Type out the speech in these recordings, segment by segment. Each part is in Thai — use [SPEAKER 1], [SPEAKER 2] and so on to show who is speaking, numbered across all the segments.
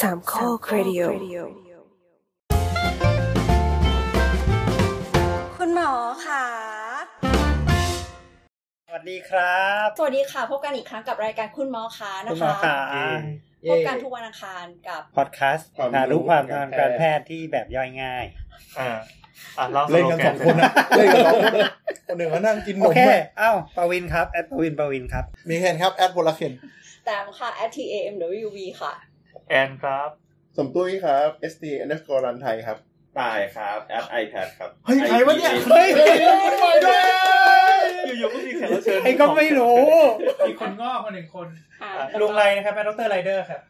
[SPEAKER 1] สามข้อครดิโอ
[SPEAKER 2] คุณหมอค่ะ
[SPEAKER 3] สวัสดีครับ
[SPEAKER 2] สวัสดีค่ะ พบกันอีกครั้งกับรายการคุณหมอคะนะ
[SPEAKER 3] คุณหมอ
[SPEAKER 2] คะ
[SPEAKER 3] ขา
[SPEAKER 4] เย้
[SPEAKER 2] พบกันทุกวันอังคารกับ
[SPEAKER 3] พอดแคสต์
[SPEAKER 4] ความรู้
[SPEAKER 3] หารู้ความ
[SPEAKER 4] กา
[SPEAKER 3] ทาง
[SPEAKER 4] ร
[SPEAKER 3] การ
[SPEAKER 4] แพทย์
[SPEAKER 3] แพทย์ที่แบบย่อยง่าย
[SPEAKER 4] อ่าอ่ะเรา
[SPEAKER 5] เล่นกันสอง คนนะเล่นกันสองคนนะคนหนึ่งก็นั่งกินน
[SPEAKER 3] โอ
[SPEAKER 5] ม
[SPEAKER 3] เค เอ้าปวินครับ แอดปวินปวินครับ
[SPEAKER 5] มีแคนครับ แอดโพลาเคน
[SPEAKER 2] แตมค่ะ at t a m w v ค่ะ
[SPEAKER 4] แอนครับ
[SPEAKER 6] สมตุ้ยครับ ST underscore รันไทยครับ
[SPEAKER 7] ตายครับ แอป iPad ครับ
[SPEAKER 5] เฮ้ย
[SPEAKER 7] IPA
[SPEAKER 5] ใครวะเนี่ยเฮ้ยคนใหม่ด้วย
[SPEAKER 4] อยู่ๆก็มีแขกรับเชิญ
[SPEAKER 3] ไอ้ก็ไม่รู้
[SPEAKER 8] มีคนงอกมาหนึ่งคน
[SPEAKER 2] อ่า
[SPEAKER 4] อ่ะ
[SPEAKER 8] ลุงไรนะครับแม่ดรไรเดอร์ครับ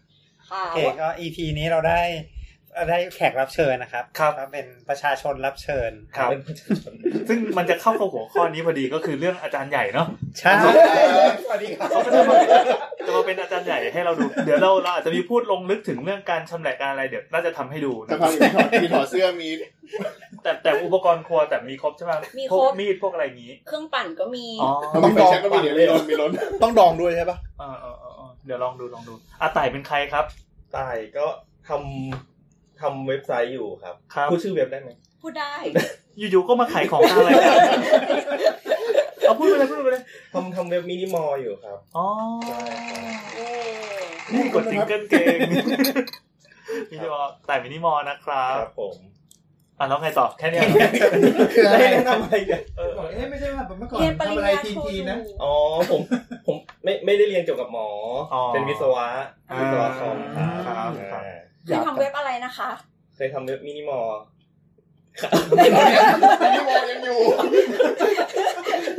[SPEAKER 2] ค่ะ
[SPEAKER 3] โอเคก็ EP นี้เราได้ได้แขกรับเชิญนะครับ
[SPEAKER 4] ครับ
[SPEAKER 3] ก็เป็นประชาชนรับเชิญ
[SPEAKER 4] ครับ ซึ่งมันจะเข้ากับหัวข้อนี้พอดีก็คือเรื่องอาจารย์ใหญ่เนาะ
[SPEAKER 3] ใช่
[SPEAKER 5] สวัสดีครับ
[SPEAKER 4] เขาจะมาจะมาเป็นอาจารย์ใหญ่ให้เราดู เดี๋ยวเราเราอาจจะมีพูดลงลึกถึงเรื่องการชำแหละการอะไรเดี๋ยวน่าจะทำให้ดู
[SPEAKER 6] จะ
[SPEAKER 4] นะ
[SPEAKER 6] พามีถอดมีถอดเสื้อมี
[SPEAKER 4] แต่แต่อุปกรณ์ครัวแต่มีครบใช่ไหม
[SPEAKER 2] มี
[SPEAKER 4] พ
[SPEAKER 2] คร
[SPEAKER 4] วก
[SPEAKER 2] บ
[SPEAKER 4] มีดพวกอะไรอย่างนี้
[SPEAKER 2] เครื่องปั่นก็มี
[SPEAKER 4] อ๋อ
[SPEAKER 6] มันมีไฟแช็กก็มีเดี๋ยวมีล้นมีล้น
[SPEAKER 5] ต้องดองด้วยใช่ปะ
[SPEAKER 4] เออเออเออเออเดี๋ยวลองดูลองดูอ่ะต่ายเป็นใครครับ
[SPEAKER 7] ตายก็ทำทำเว็บไซต์อยู่ครับ
[SPEAKER 4] ครับ
[SPEAKER 7] พูดชื่อเว็บได้ไหม
[SPEAKER 2] พูดได้
[SPEAKER 4] อยู่ๆก็มาขายของทางอะไราย การเอาพูดไปเลยพูดไปเลย
[SPEAKER 7] ทำทำเว็บมินิมอลอยู่ครับ
[SPEAKER 4] อ๋อ
[SPEAKER 2] เย้
[SPEAKER 4] นี่กดจิงเกิลเก งมินิมอลแต่มินิมอลนะครับ
[SPEAKER 7] ครับผม
[SPEAKER 4] อ่ะแล้วไงต่อแค่เนี้ย
[SPEAKER 5] คืออะไร
[SPEAKER 7] ได้ทำอะไรเนี่ย
[SPEAKER 4] เออ
[SPEAKER 8] บอกเอ๊ะไม่ใช่ว่าแบบเมื่อก่อน
[SPEAKER 2] เรียนปริ
[SPEAKER 8] ทำ
[SPEAKER 2] ญ
[SPEAKER 8] อะไร
[SPEAKER 2] ญา
[SPEAKER 8] ที
[SPEAKER 2] โท
[SPEAKER 8] ที
[SPEAKER 2] อยู่
[SPEAKER 8] นะ
[SPEAKER 7] อ๋อผมผมไม่ไม่ได้เรียนเกี่ยวกับหมออ
[SPEAKER 4] อ๋อ
[SPEAKER 7] เป็นวิศวะวิศวะคอมค
[SPEAKER 4] า
[SPEAKER 7] รับ
[SPEAKER 4] ครับครับ
[SPEAKER 7] อ่า
[SPEAKER 2] เคยทำเว็บอะไรนะคะ
[SPEAKER 7] เคยทำเว็บมินิมอล
[SPEAKER 6] มินิมอลยังอยู่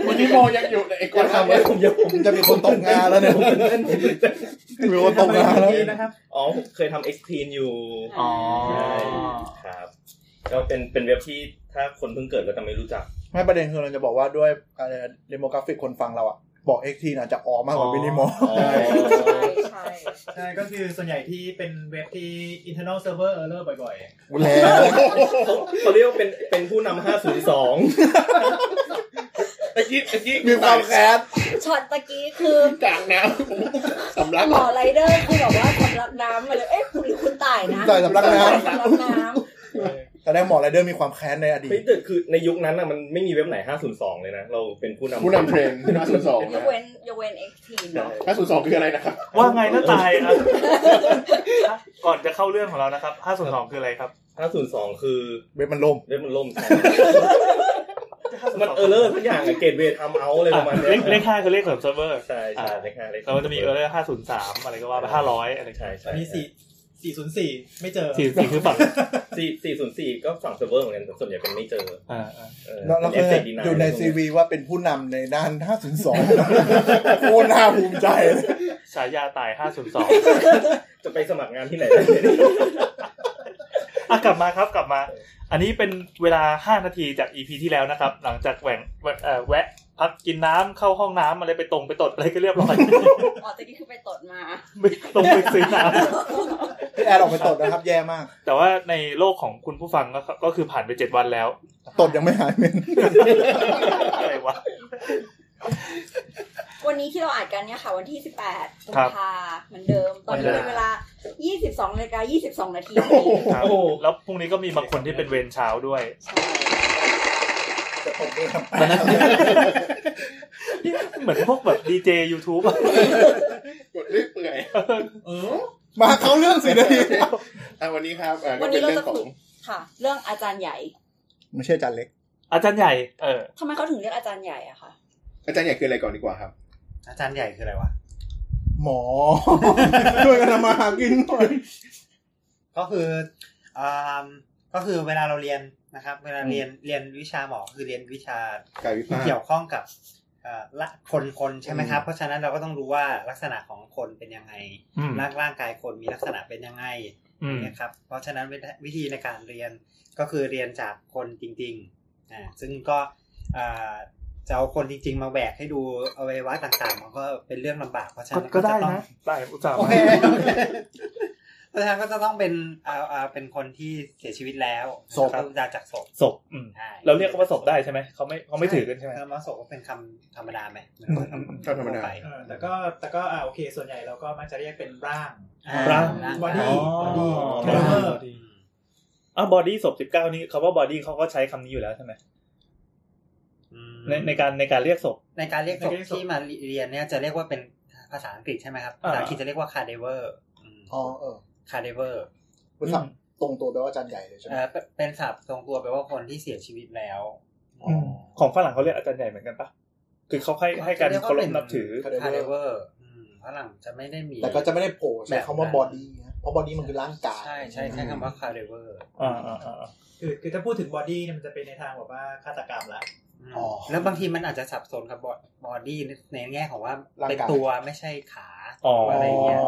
[SPEAKER 6] มินิมอลยังอยู่เลยไอ้
[SPEAKER 7] ก็
[SPEAKER 6] นทำ
[SPEAKER 7] ทำเว็บผมยังผม
[SPEAKER 5] จะมีคนตกงานแล้วเนี่ยมีคนตกงานแล้ว
[SPEAKER 7] อ๋อผมเคยทำเอ็กซ์ทีนอยู่
[SPEAKER 4] อ๋อ
[SPEAKER 7] ใช่ครับก็เป็นเป็นเว็บที่ถ้าคนเพิ่งเกิดก็จะไม่รู้จัก
[SPEAKER 5] ไม่ประเด็นคือเราจะบอกว่าด้วยอะไรเดโมกราฟิกคนฟังเราอ่ะ บอกเอ็กทีนอาจจะออกมากกว่ามิ นิมอล
[SPEAKER 7] อ๋อ
[SPEAKER 2] ใช่ใช่
[SPEAKER 8] ใช่ก็คือส่วนใหญ่ที่เป็นเว็บที่ internal server error บ่อย
[SPEAKER 5] แล้ว
[SPEAKER 7] เขาเรียกว่าเป็นเป็นผู้นำห้าศูนย์สองตะกี้ตะกี้
[SPEAKER 5] มีความแค้น
[SPEAKER 2] ช็อตตะกี้คือก
[SPEAKER 6] ลางน้ำสำลัก
[SPEAKER 2] หมอไรเดอร์คือแบบว่าสำลักน้ำมาเลย เอ๊ะคุณหรือคุณตายนะ
[SPEAKER 5] ใส่สำลักน้
[SPEAKER 2] สำลักน้ำ
[SPEAKER 5] ำแต่ได้หมอไรเดอร์มีความแค้นในอดีต
[SPEAKER 7] ไม่แต่คือในยุคนั้นน่ะมันไม่มีเว็บไหนห้าศูนย์สองเลยนะ เราเป็นผู้นำ
[SPEAKER 6] ผู้นำเทรนด์ห้าศูนย์สอง
[SPEAKER 2] ย
[SPEAKER 6] นะ
[SPEAKER 2] กเว้นยกเว้นเอ็กทีเนาะ
[SPEAKER 6] ห้าศูนย์สองคืออะไรนะครับ
[SPEAKER 4] ว่าไงน้าตายครับ ก่อนจะเข้าเรื่องของเรานะครับ5ส่วน2คืออะไรครับ
[SPEAKER 7] ห้าศูนย์สองคือ
[SPEAKER 5] เว็บมันล่ม
[SPEAKER 7] เว็บมันล่ม
[SPEAKER 4] 502
[SPEAKER 7] มันเออร์เลอร์ทุกอย่างอะเกตเวทำเอาอะไรประมาณ
[SPEAKER 4] เล
[SPEAKER 7] เนี้
[SPEAKER 4] ข
[SPEAKER 7] ย
[SPEAKER 4] เลขห้าคือเลขของเซิร์ฟเวอร์
[SPEAKER 7] ใช่ใช่
[SPEAKER 4] อ่า
[SPEAKER 7] เลขห้าเลข
[SPEAKER 4] แล้วมันจะมีเออร์เลอร์503 อะไรก็ว่าไป500 อะไร
[SPEAKER 7] ใช่
[SPEAKER 8] ๆ
[SPEAKER 7] ใช่
[SPEAKER 8] อันนี้สี่สี่ศูนย์สี่ไม่เจอ
[SPEAKER 4] สี่สี่คือฝั่ง
[SPEAKER 7] สี่สี่ศูนย์สี่ก็ฝั่งเซิร์ฟเวอร์เหมือนกันแต่ส่วนใหญ่เป็นไม่เจอ
[SPEAKER 4] อ่าอ่า
[SPEAKER 7] เออ
[SPEAKER 5] แล้ว
[SPEAKER 7] เป็
[SPEAKER 5] คืออ
[SPEAKER 7] น SC
[SPEAKER 5] ยู่ในซีวีว่าเป็นผู้นำในด้าน 502โคตรน่าภูมิใจเลย
[SPEAKER 4] ฉายาตาย502
[SPEAKER 7] จะไป สมัครงานที่ไหนได้เนี่ย
[SPEAKER 4] อ่ะกลับมาครับกลับมา อันนี้เป็นเวลา 5 นาทีจาก EP ที่แล้วนะครับ หลังจากแหว่งแวะเอ่อแวะ พักกินน้ำเข้าห้องน้ำอะไรไปตรงไปตดอะไรก็เรียบร้ อย
[SPEAKER 2] อ๋อตะกี้คือไปตดมา
[SPEAKER 4] ไม่ลงไปซื้อน้
[SPEAKER 5] พี่แอดออกไปตดนะครับ แย่มาก
[SPEAKER 4] ำแต่ว่าในโลกของคุณผู้ฟังก็ก็คือผ่านไป 7 วันแล้ว
[SPEAKER 5] ตดยังไม่หายเมน
[SPEAKER 4] อะไรวะ
[SPEAKER 2] วันนี้ที่เราอ่านกันเนี่ยค่ะ วันที่ 18กุม
[SPEAKER 4] ครับ
[SPEAKER 2] ภาเหมือนเดิม ตอนนี้
[SPEAKER 4] เหมือนเดิ
[SPEAKER 2] เป็น
[SPEAKER 4] ม
[SPEAKER 2] เวลา 22นาฬิกา22 นาที
[SPEAKER 4] ครับแล้วพรุ่งนี้ก็มีบางคนที่เป็นเวรเช้าด้วย
[SPEAKER 2] ใช่
[SPEAKER 4] เหมือนพวกแบบดีเจยูทูบ
[SPEAKER 6] กดเรื่อยเปื่อย
[SPEAKER 8] เออ
[SPEAKER 5] มาเขาเรื่องสินาที
[SPEAKER 6] อ่ะวันนี้ครับอ่ะก็
[SPEAKER 2] วัน
[SPEAKER 6] เป็
[SPEAKER 2] นี้
[SPEAKER 6] น
[SPEAKER 2] เรา
[SPEAKER 6] เรื่อ
[SPEAKER 2] จะ
[SPEAKER 6] งของ
[SPEAKER 2] คุยค่ะ เรื่องอาจารย์ใหญ่
[SPEAKER 5] ไม่ใช่อาจานเล็ก
[SPEAKER 4] อาจารย์ใหญ่เออ
[SPEAKER 2] ทำไมเขาถึงเรียกอาจารย์ใหญ่อะคะ
[SPEAKER 6] อาจารย์ใหญ่คืออะไรก่อนดีกว่าครับ
[SPEAKER 3] อาจารย์ใหญ่คืออะไรวะ
[SPEAKER 5] หมอ ช่วยกันทำมาหากินหน่อย
[SPEAKER 3] ก็คืออ่าก็คือเวลาเราเรียนนะครับ เวลาเรียนเรียนวิชาหมอคือเรียนวิชา
[SPEAKER 6] กายวิภาค
[SPEAKER 3] เกี่ยวข้องกับเอ่อละคนคนใช่ไหมครับ
[SPEAKER 6] อืม
[SPEAKER 3] เพราะฉะนั้นเราก็ต้องรู้ว่าลักษณะของคนเป็นยังไง
[SPEAKER 4] อืม
[SPEAKER 3] ร่างร่างกายคนมีลักษณะเป็นยังไง
[SPEAKER 4] อืม
[SPEAKER 3] นะครับเพราะฉะนั้นวิธีวิธีในการเรียนก็คือเรียนจากคนจริงๆอ่าซึ่งก็อ่าจะเอาคนจริง ๆ มาแหวกให้ดูอวัยวะต่างๆ มันก็เป็นเรื่องลำบากเพราะฉะ
[SPEAKER 4] ก็
[SPEAKER 3] นั้น
[SPEAKER 4] ก็ได้
[SPEAKER 3] จะต้อง
[SPEAKER 4] นะได้อุตส่าห์
[SPEAKER 3] โอ
[SPEAKER 4] มา
[SPEAKER 3] เค เพราะฉะนั้นก็จะต้องเป็นอ่าอ่าเป็นคนที่เสียชีวิตแล้ว
[SPEAKER 5] ศพ
[SPEAKER 3] ก็จะจากศพ
[SPEAKER 4] ศพอืม
[SPEAKER 3] ใช่
[SPEAKER 4] เราเรียกเขาว่าศพได้ใช่ไหมเขาไม่เขาไม่ถือกันใช่ไหม
[SPEAKER 3] เออมาศพก็เป็นคำธรรมดาไหม
[SPEAKER 4] อืมอืม
[SPEAKER 5] ก็ธรรมดา
[SPEAKER 3] ไป
[SPEAKER 9] เออแต่ก็แต่ก็อ่าโอเค ส่วนใหญ่เราก็มักจะเรียกเป็นร่าง
[SPEAKER 3] อ่า
[SPEAKER 4] ร่าง
[SPEAKER 9] บอดี้
[SPEAKER 4] อ๋อ
[SPEAKER 9] Transfer
[SPEAKER 4] อ่ะบอดี้ศพสิบเก้านี่คำว่าบอดี้เขาก็ใช้คำนี้อยู่แล้วใช่ไหม
[SPEAKER 3] อืม
[SPEAKER 4] ในในการในการเรียกศพ
[SPEAKER 3] ในการเรียกศพ
[SPEAKER 9] ในการเรียกศพ
[SPEAKER 3] ที่มาเรียนเนี่ยจะเรียกว่าเป็นภาษาอังกฤษใช่ไหมครับภาษาอังกฤษจะเรียกว่าคาเดเวอร์
[SPEAKER 5] อ๋อเออ
[SPEAKER 3] คาเดเวอร์
[SPEAKER 5] บริษัทตรงตัวแปลว่าจานใหญ่เลยใช่ไหม
[SPEAKER 3] เป็นศัพท์ทรงตัวแปลว่าคนที่เสียชีวิตแล้ว
[SPEAKER 4] อืมของฝรั่งเขาเรียกอาจารย์ใหญ่เหมือนกันปะคือเขาให้ให้การเคารพนับถือ
[SPEAKER 3] คาเดเวอร์ฝรั่งจะไม่ได้มี
[SPEAKER 5] แต่ก็จะไม่ได้โผล่ใช้คำว่า
[SPEAKER 3] แบบ
[SPEAKER 5] บ
[SPEAKER 3] นั้น
[SPEAKER 5] อดี้นะเพราะบอดี้มันคือร่างกาย
[SPEAKER 3] ใช่ใช่ใช้คำว่าคาเดเวอร์
[SPEAKER 4] อ่าอ่าอ่า
[SPEAKER 9] คือคือถ้าพูดถึงบอดี้เนี่ยมันจะเป็นในทางแบบว่าฆาตกรรมละ
[SPEAKER 3] แล้วบางทีมันอาจจะสับสนกับบอดี้ในแง่ของว่าเป็นตัวไม่ใช่ขา
[SPEAKER 4] อ๋อ
[SPEAKER 3] อะ
[SPEAKER 4] อะไร
[SPEAKER 3] เงี้ย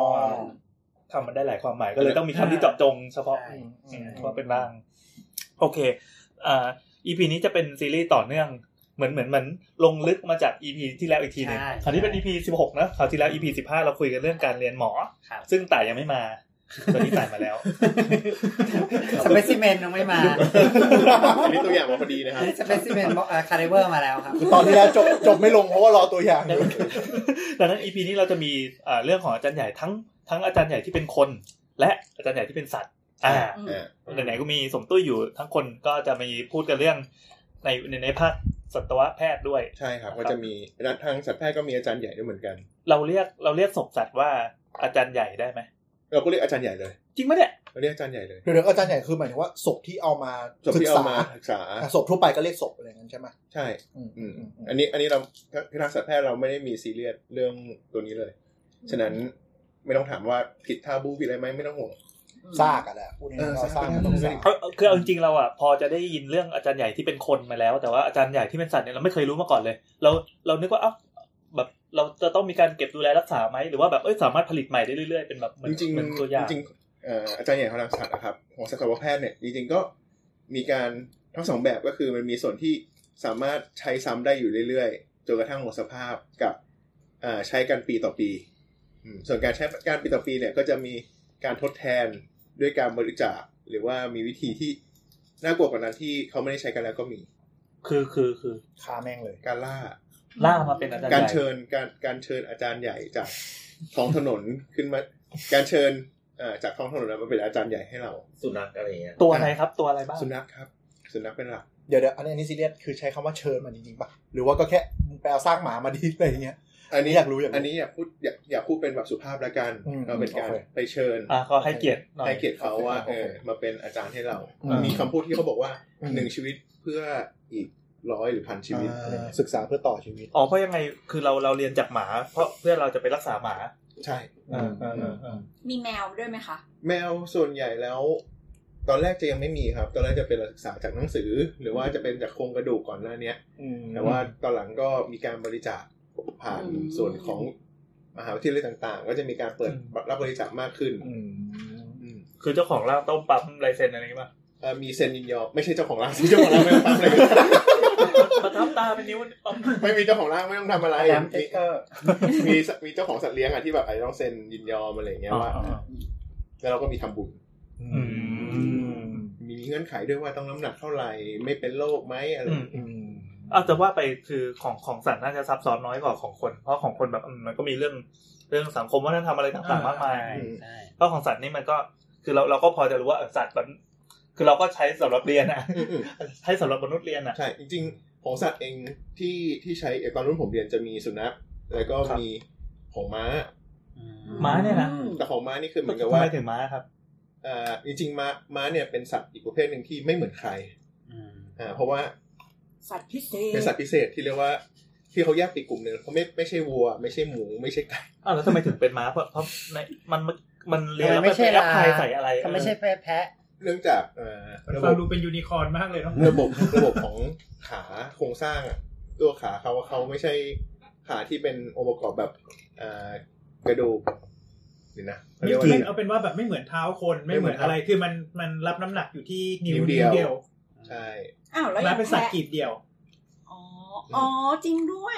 [SPEAKER 4] คำมันได้หลายความหมายก็เลยต้องมีคำที่เจาะจงเฉพาะ
[SPEAKER 3] ใช่
[SPEAKER 4] อืมว่าเป็นร่าง โอเคอ่า EP นี้จะเป็นซีรีส์ต่อเนื่อง เหมือนเหมือนเหมือนลงลึกมาจาก EP ที่แล้วอีกทีหนึง
[SPEAKER 3] ใช่
[SPEAKER 4] คราวนี้เป็น EP สิบหกนะคราวที่แล้ว EP สิบห้าเราคุยกันเรื่องการเรียนหมอ
[SPEAKER 3] ครับ
[SPEAKER 4] ซึ่งต่ายยังไม่มาตอนนี้ต่ายมา แล้ว
[SPEAKER 3] สเปซิเมนยังไม่มา
[SPEAKER 10] อันนี้ตัวอย่างมาพอดีนะครับ
[SPEAKER 3] สเปซิเมนคาเดเวอร์มาแล้วครับ
[SPEAKER 5] คือตอนที่แล้วจบจบไม่ลงเพราะว่ารอตัวอย่างอยู่
[SPEAKER 4] ดังนั้น EP นี้เราจะมีเอ่อเรื่องของอาจารย์ใหญ่ทั้งทั้งอาจารย์ใหญ่ที่เป็นคน และอาจารย์ใหญ่ที่เป็นสัตว์ อ่าไหนๆก็มีสมตุ้ยอยู่ทั้งคนก็จะมีพูดกันเรื่องในในในภาคสัตวแพทย์ด้วย
[SPEAKER 6] ใช่ครับก็จะมีทางสัตวแพทย์ก็มีอาจารย์ใหญ่ด้วยเหมือนกัน
[SPEAKER 4] เราเรียกเราเรียกศพสัตว์ว่าอาจารย์ใหญ่ได้ไหม
[SPEAKER 6] เราก็เรียกอาจารย์ใหญ่เลย
[SPEAKER 4] จริงไหมเนี่ย
[SPEAKER 6] เราเรียกอาจารย์ใหญ่เลย
[SPEAKER 5] เดี๋ยวเดี๋ยวอาจารย์ใหญ่คือหมายถึงว่าศพที่เอามา
[SPEAKER 6] ศพที่เอามาศึกษา
[SPEAKER 5] อ่ะศพทั่วไปก็เรียกศพอะไรอย่างนั้นใช่ไหม
[SPEAKER 6] ใช่
[SPEAKER 5] อืม
[SPEAKER 6] อืม
[SPEAKER 5] อืมอืม
[SPEAKER 6] อันนี้อันนี้เราที่ทางสัตวแพทย์เราไม่ได้มีซีเรียสเรื่องตัวนี้เลย ฉะนั้นไม่ต้องถามว่าผิดท่าบูผิดอะไรไหมไม่ต้องห่วง
[SPEAKER 5] ซากอะแหละพูดง่ายๆว่าซากมันต้องซาก
[SPEAKER 4] เอาเอาคือเอาจริงๆเราอ่ะพอจะได้ยินเรื่องอาจารย์ใหญ่ที่เป็นคนมาแล้ว แต่ว่าอาจารย์ใหญ่ที่เป็นสัตว์เนี่ยเราไม่เคยรู้มาก่อนเลย เราเรานึกว่าเอ้าแบบเราจะต้องมีการเก็บดูแลรักษาไหมหรือว่าแบบเอ้ยสามารถผลิตใหม่ได้เรื่อยๆเป็นแบบเหมือ
[SPEAKER 6] จ
[SPEAKER 4] น
[SPEAKER 6] ริง
[SPEAKER 4] เหมือนตัวอย่าง
[SPEAKER 6] ๆจริงๆเอ่ออาจารย์ใหญ่ของทางสัตว์นะครับของสัตวแพทย์เนี่ยจริงๆก็มีการทั้งสองแบบก็คือมันมีส่วนที่สามารถใช้ซ้ำได้อยู่เรื่อยๆจนกระทั่งหมดสภาพกับเอ่อใช้กันปีต่อปีอืมส่วนการใช้การปีต่อปีเนี่ยก็จะมีการทดแทนด้วยการบริจาคหรือว่ามีวิธีที่น่ากลัวกว่านั้นที่เขาไม่ได้ใช้กันแล้วก็มี
[SPEAKER 4] คือคือคือ
[SPEAKER 5] คาแม่งเลย
[SPEAKER 6] การล่า
[SPEAKER 4] ล่ามาเป็นอาจารย์
[SPEAKER 6] การ
[SPEAKER 4] ใหญ่
[SPEAKER 6] เชิญการการเชิญอาจารย์ใหญ่จาก ท้องถนนขึ้นมา การเชิญเอ่อจากท้องถนนมาเป็นอาจารย์ใหญ่ให้เรา
[SPEAKER 7] สุนัขอะไรอย่างเงี้ย
[SPEAKER 4] ตัวอะไรครับตัวอะไรบ้าง
[SPEAKER 6] สุนัขครับ สุนัขเป็นหลัก
[SPEAKER 5] เดี๋ยวเดี๋ยวอันนี้อันนี้ซีเรียสคือใช้คำว่าเชิญมาจริงๆป่ะหรือว่าก็แค่มึงไปเอาซากหมามาดีอะไรอย่างเงี้ย
[SPEAKER 6] อันนี้
[SPEAKER 5] อยากรู้อยากรู้
[SPEAKER 6] อันนี้อยากพูดอยากอยากพูดเป็นแบบสุภาพละกัน
[SPEAKER 5] อืม
[SPEAKER 6] เราเป็นการ
[SPEAKER 5] โอเค
[SPEAKER 6] ไปเชิญ
[SPEAKER 4] อ่ะก็ให้เกียรติหน่อย
[SPEAKER 6] ให้เกียรติเขาว่า
[SPEAKER 5] โอ
[SPEAKER 6] เอ
[SPEAKER 5] เค
[SPEAKER 6] อมาเป็นอาจารย์ให้เรา
[SPEAKER 5] อืม
[SPEAKER 6] มีคำพูดที่เขาบอกว่า
[SPEAKER 5] อืม
[SPEAKER 6] หนึ่งชีวิตเพื่ออีกร้อยหรือพันชีวิตอะไร
[SPEAKER 5] อ่า
[SPEAKER 6] เงี้ย
[SPEAKER 5] ศึกษาเพื่อต่อชีวิต
[SPEAKER 4] อ๋อเพราะยังไงคือเราเราเรียนจากหมา เพราะเพื่อเราจะไปรักษาหมา
[SPEAKER 6] ใช่
[SPEAKER 4] อ่าอ่าอ่าอ่า
[SPEAKER 2] มีแมวด้วยไหมคะ
[SPEAKER 6] แมวส่วนใหญ่แล้ว ตอนแรกจะยังไม่มีครับ ตอนแรกจะเป็นศึกษาจากหนังสือ หรือว่าจะเป็นจากโครงกระดูกก่อนหน้าเนี้ย แต่ว่าตอนหลังก็มีการบริจาคผ่าน
[SPEAKER 2] อืม
[SPEAKER 6] ส่วนของมหาวิทยาลัยต่าง ๆ ก็จะมีการเปิดรับบริจาคมากขึ้น
[SPEAKER 5] อืม
[SPEAKER 6] อืม
[SPEAKER 4] คือเจ้าของร่างต้มปั๊มลายเซ็นอะไรอย่างเงี้ยป่ะ
[SPEAKER 6] เอ่อมีเซ็นยินยอมไม่ใช่เจ้าของร้านสิเจ้าของร้านไม่ต้อ งทำอะไร
[SPEAKER 4] ประทับตาเป็นนิ้วปั๊ม
[SPEAKER 6] ไม่มีเจ้าของร้านไม่ต้องทำอะไร
[SPEAKER 3] แอมเท
[SPEAKER 6] มี
[SPEAKER 3] เกอร์
[SPEAKER 6] มีมีเจ้าของสัตว์เลี้ยงอ่ะที่แบบอาจจะต้องเซ็นยินยอมอะไรอย่างเงี้ย
[SPEAKER 4] อ่า
[SPEAKER 6] ว่า
[SPEAKER 4] อ่า
[SPEAKER 6] แล้วเราก็มีทำบุญ
[SPEAKER 4] อืม
[SPEAKER 6] มีเงื่อนไขด้วยว่าต้องน้ำหนักเท่าไหร่ไม่เป็นโรคไหมอะไร
[SPEAKER 4] อืม
[SPEAKER 5] อืม
[SPEAKER 4] อ่ะแต่ว่าไปคือของของสัตว์น่าจะซับซ้อนน้อยกว่าของคน เพราะของคนแบบอืมมันก็มีเรื่องเรื่องสังคมวัฒนธรรมอะไรต่างๆมากมาย
[SPEAKER 3] ใช่
[SPEAKER 4] เพราะของสัตว์นี่มันก็คือเราเราก็พอจะรู้ว่าเออสัตว์แบบคือเราก็ใช้สำหรับเรียนอ่ะ
[SPEAKER 6] อืมอืม
[SPEAKER 4] ให้สำหรับมนุษย์เรียนอ่ะ
[SPEAKER 6] ใช่จริงๆของสัตว์เองที่ที่ใช้ตอนรุ่นผมเรียนจะมีสุนัขแล้วก็มีของม้า
[SPEAKER 4] ม้าเนี่ยนะ
[SPEAKER 2] อืม
[SPEAKER 6] แต่ของม้านี่คือเหมือนกับ
[SPEAKER 4] ทำ
[SPEAKER 6] ว่า
[SPEAKER 4] ไมถึงม้าครับ
[SPEAKER 6] เอ่อจริงๆม้าม้าเนี่ยเป็นสัตว์อีกประเภทหนึ่งที่ไม่เหมือนใครอ่าเพราะว่า
[SPEAKER 2] สัตว์พิเศษ
[SPEAKER 6] เป็นสัตว์พิเศษที่เรียกว่าที่เขาแยกเป็นกลุ่มหนึ่งเขาไม่ไม่ใช่วัว ไม่ใช่หมูไม่ใช่ไก่
[SPEAKER 4] อ้าวแล้วทำไมถึงเป็นม้าเพราะเพราะในมันมันมันเรียนแล้ว
[SPEAKER 3] มันไม่
[SPEAKER 4] มัน
[SPEAKER 3] ใช่
[SPEAKER 4] ไปแอปพลาย
[SPEAKER 3] ลา
[SPEAKER 4] ใส่อะไร
[SPEAKER 3] เขาไม่ใช่แพะ
[SPEAKER 6] เนื่องจากเอ่อระบ
[SPEAKER 9] ฟัง
[SPEAKER 6] บ
[SPEAKER 9] ดูเป็นยูนิคอร์นมากเลยเนาะ
[SPEAKER 6] ระบบระบบของขาโครงสร้างอะตัวขาเขาเขาไม่ใช่ขาที่เป็นองค์ประกอบแบบเอ่อกระดูกนี่นะเขาเรียกว่าอะไร
[SPEAKER 9] ไม่
[SPEAKER 6] นะ
[SPEAKER 9] เอาเป็นว่าแบบไม่เหมือนเท้าคนไม่เหมือนอะไรคือมันมันรับน้ำหนักอยู่ที่นิ้ว
[SPEAKER 6] นิ้วเดี
[SPEAKER 9] เดี
[SPEAKER 6] ยว
[SPEAKER 9] ยว
[SPEAKER 6] ใช่
[SPEAKER 2] อ้าวแล้วอ
[SPEAKER 9] ม้า
[SPEAKER 2] ย่าง
[SPEAKER 9] เป็นสัตว์
[SPEAKER 2] แพะ
[SPEAKER 9] กีบเดียว
[SPEAKER 2] อ๋ออ๋อจริงด้วย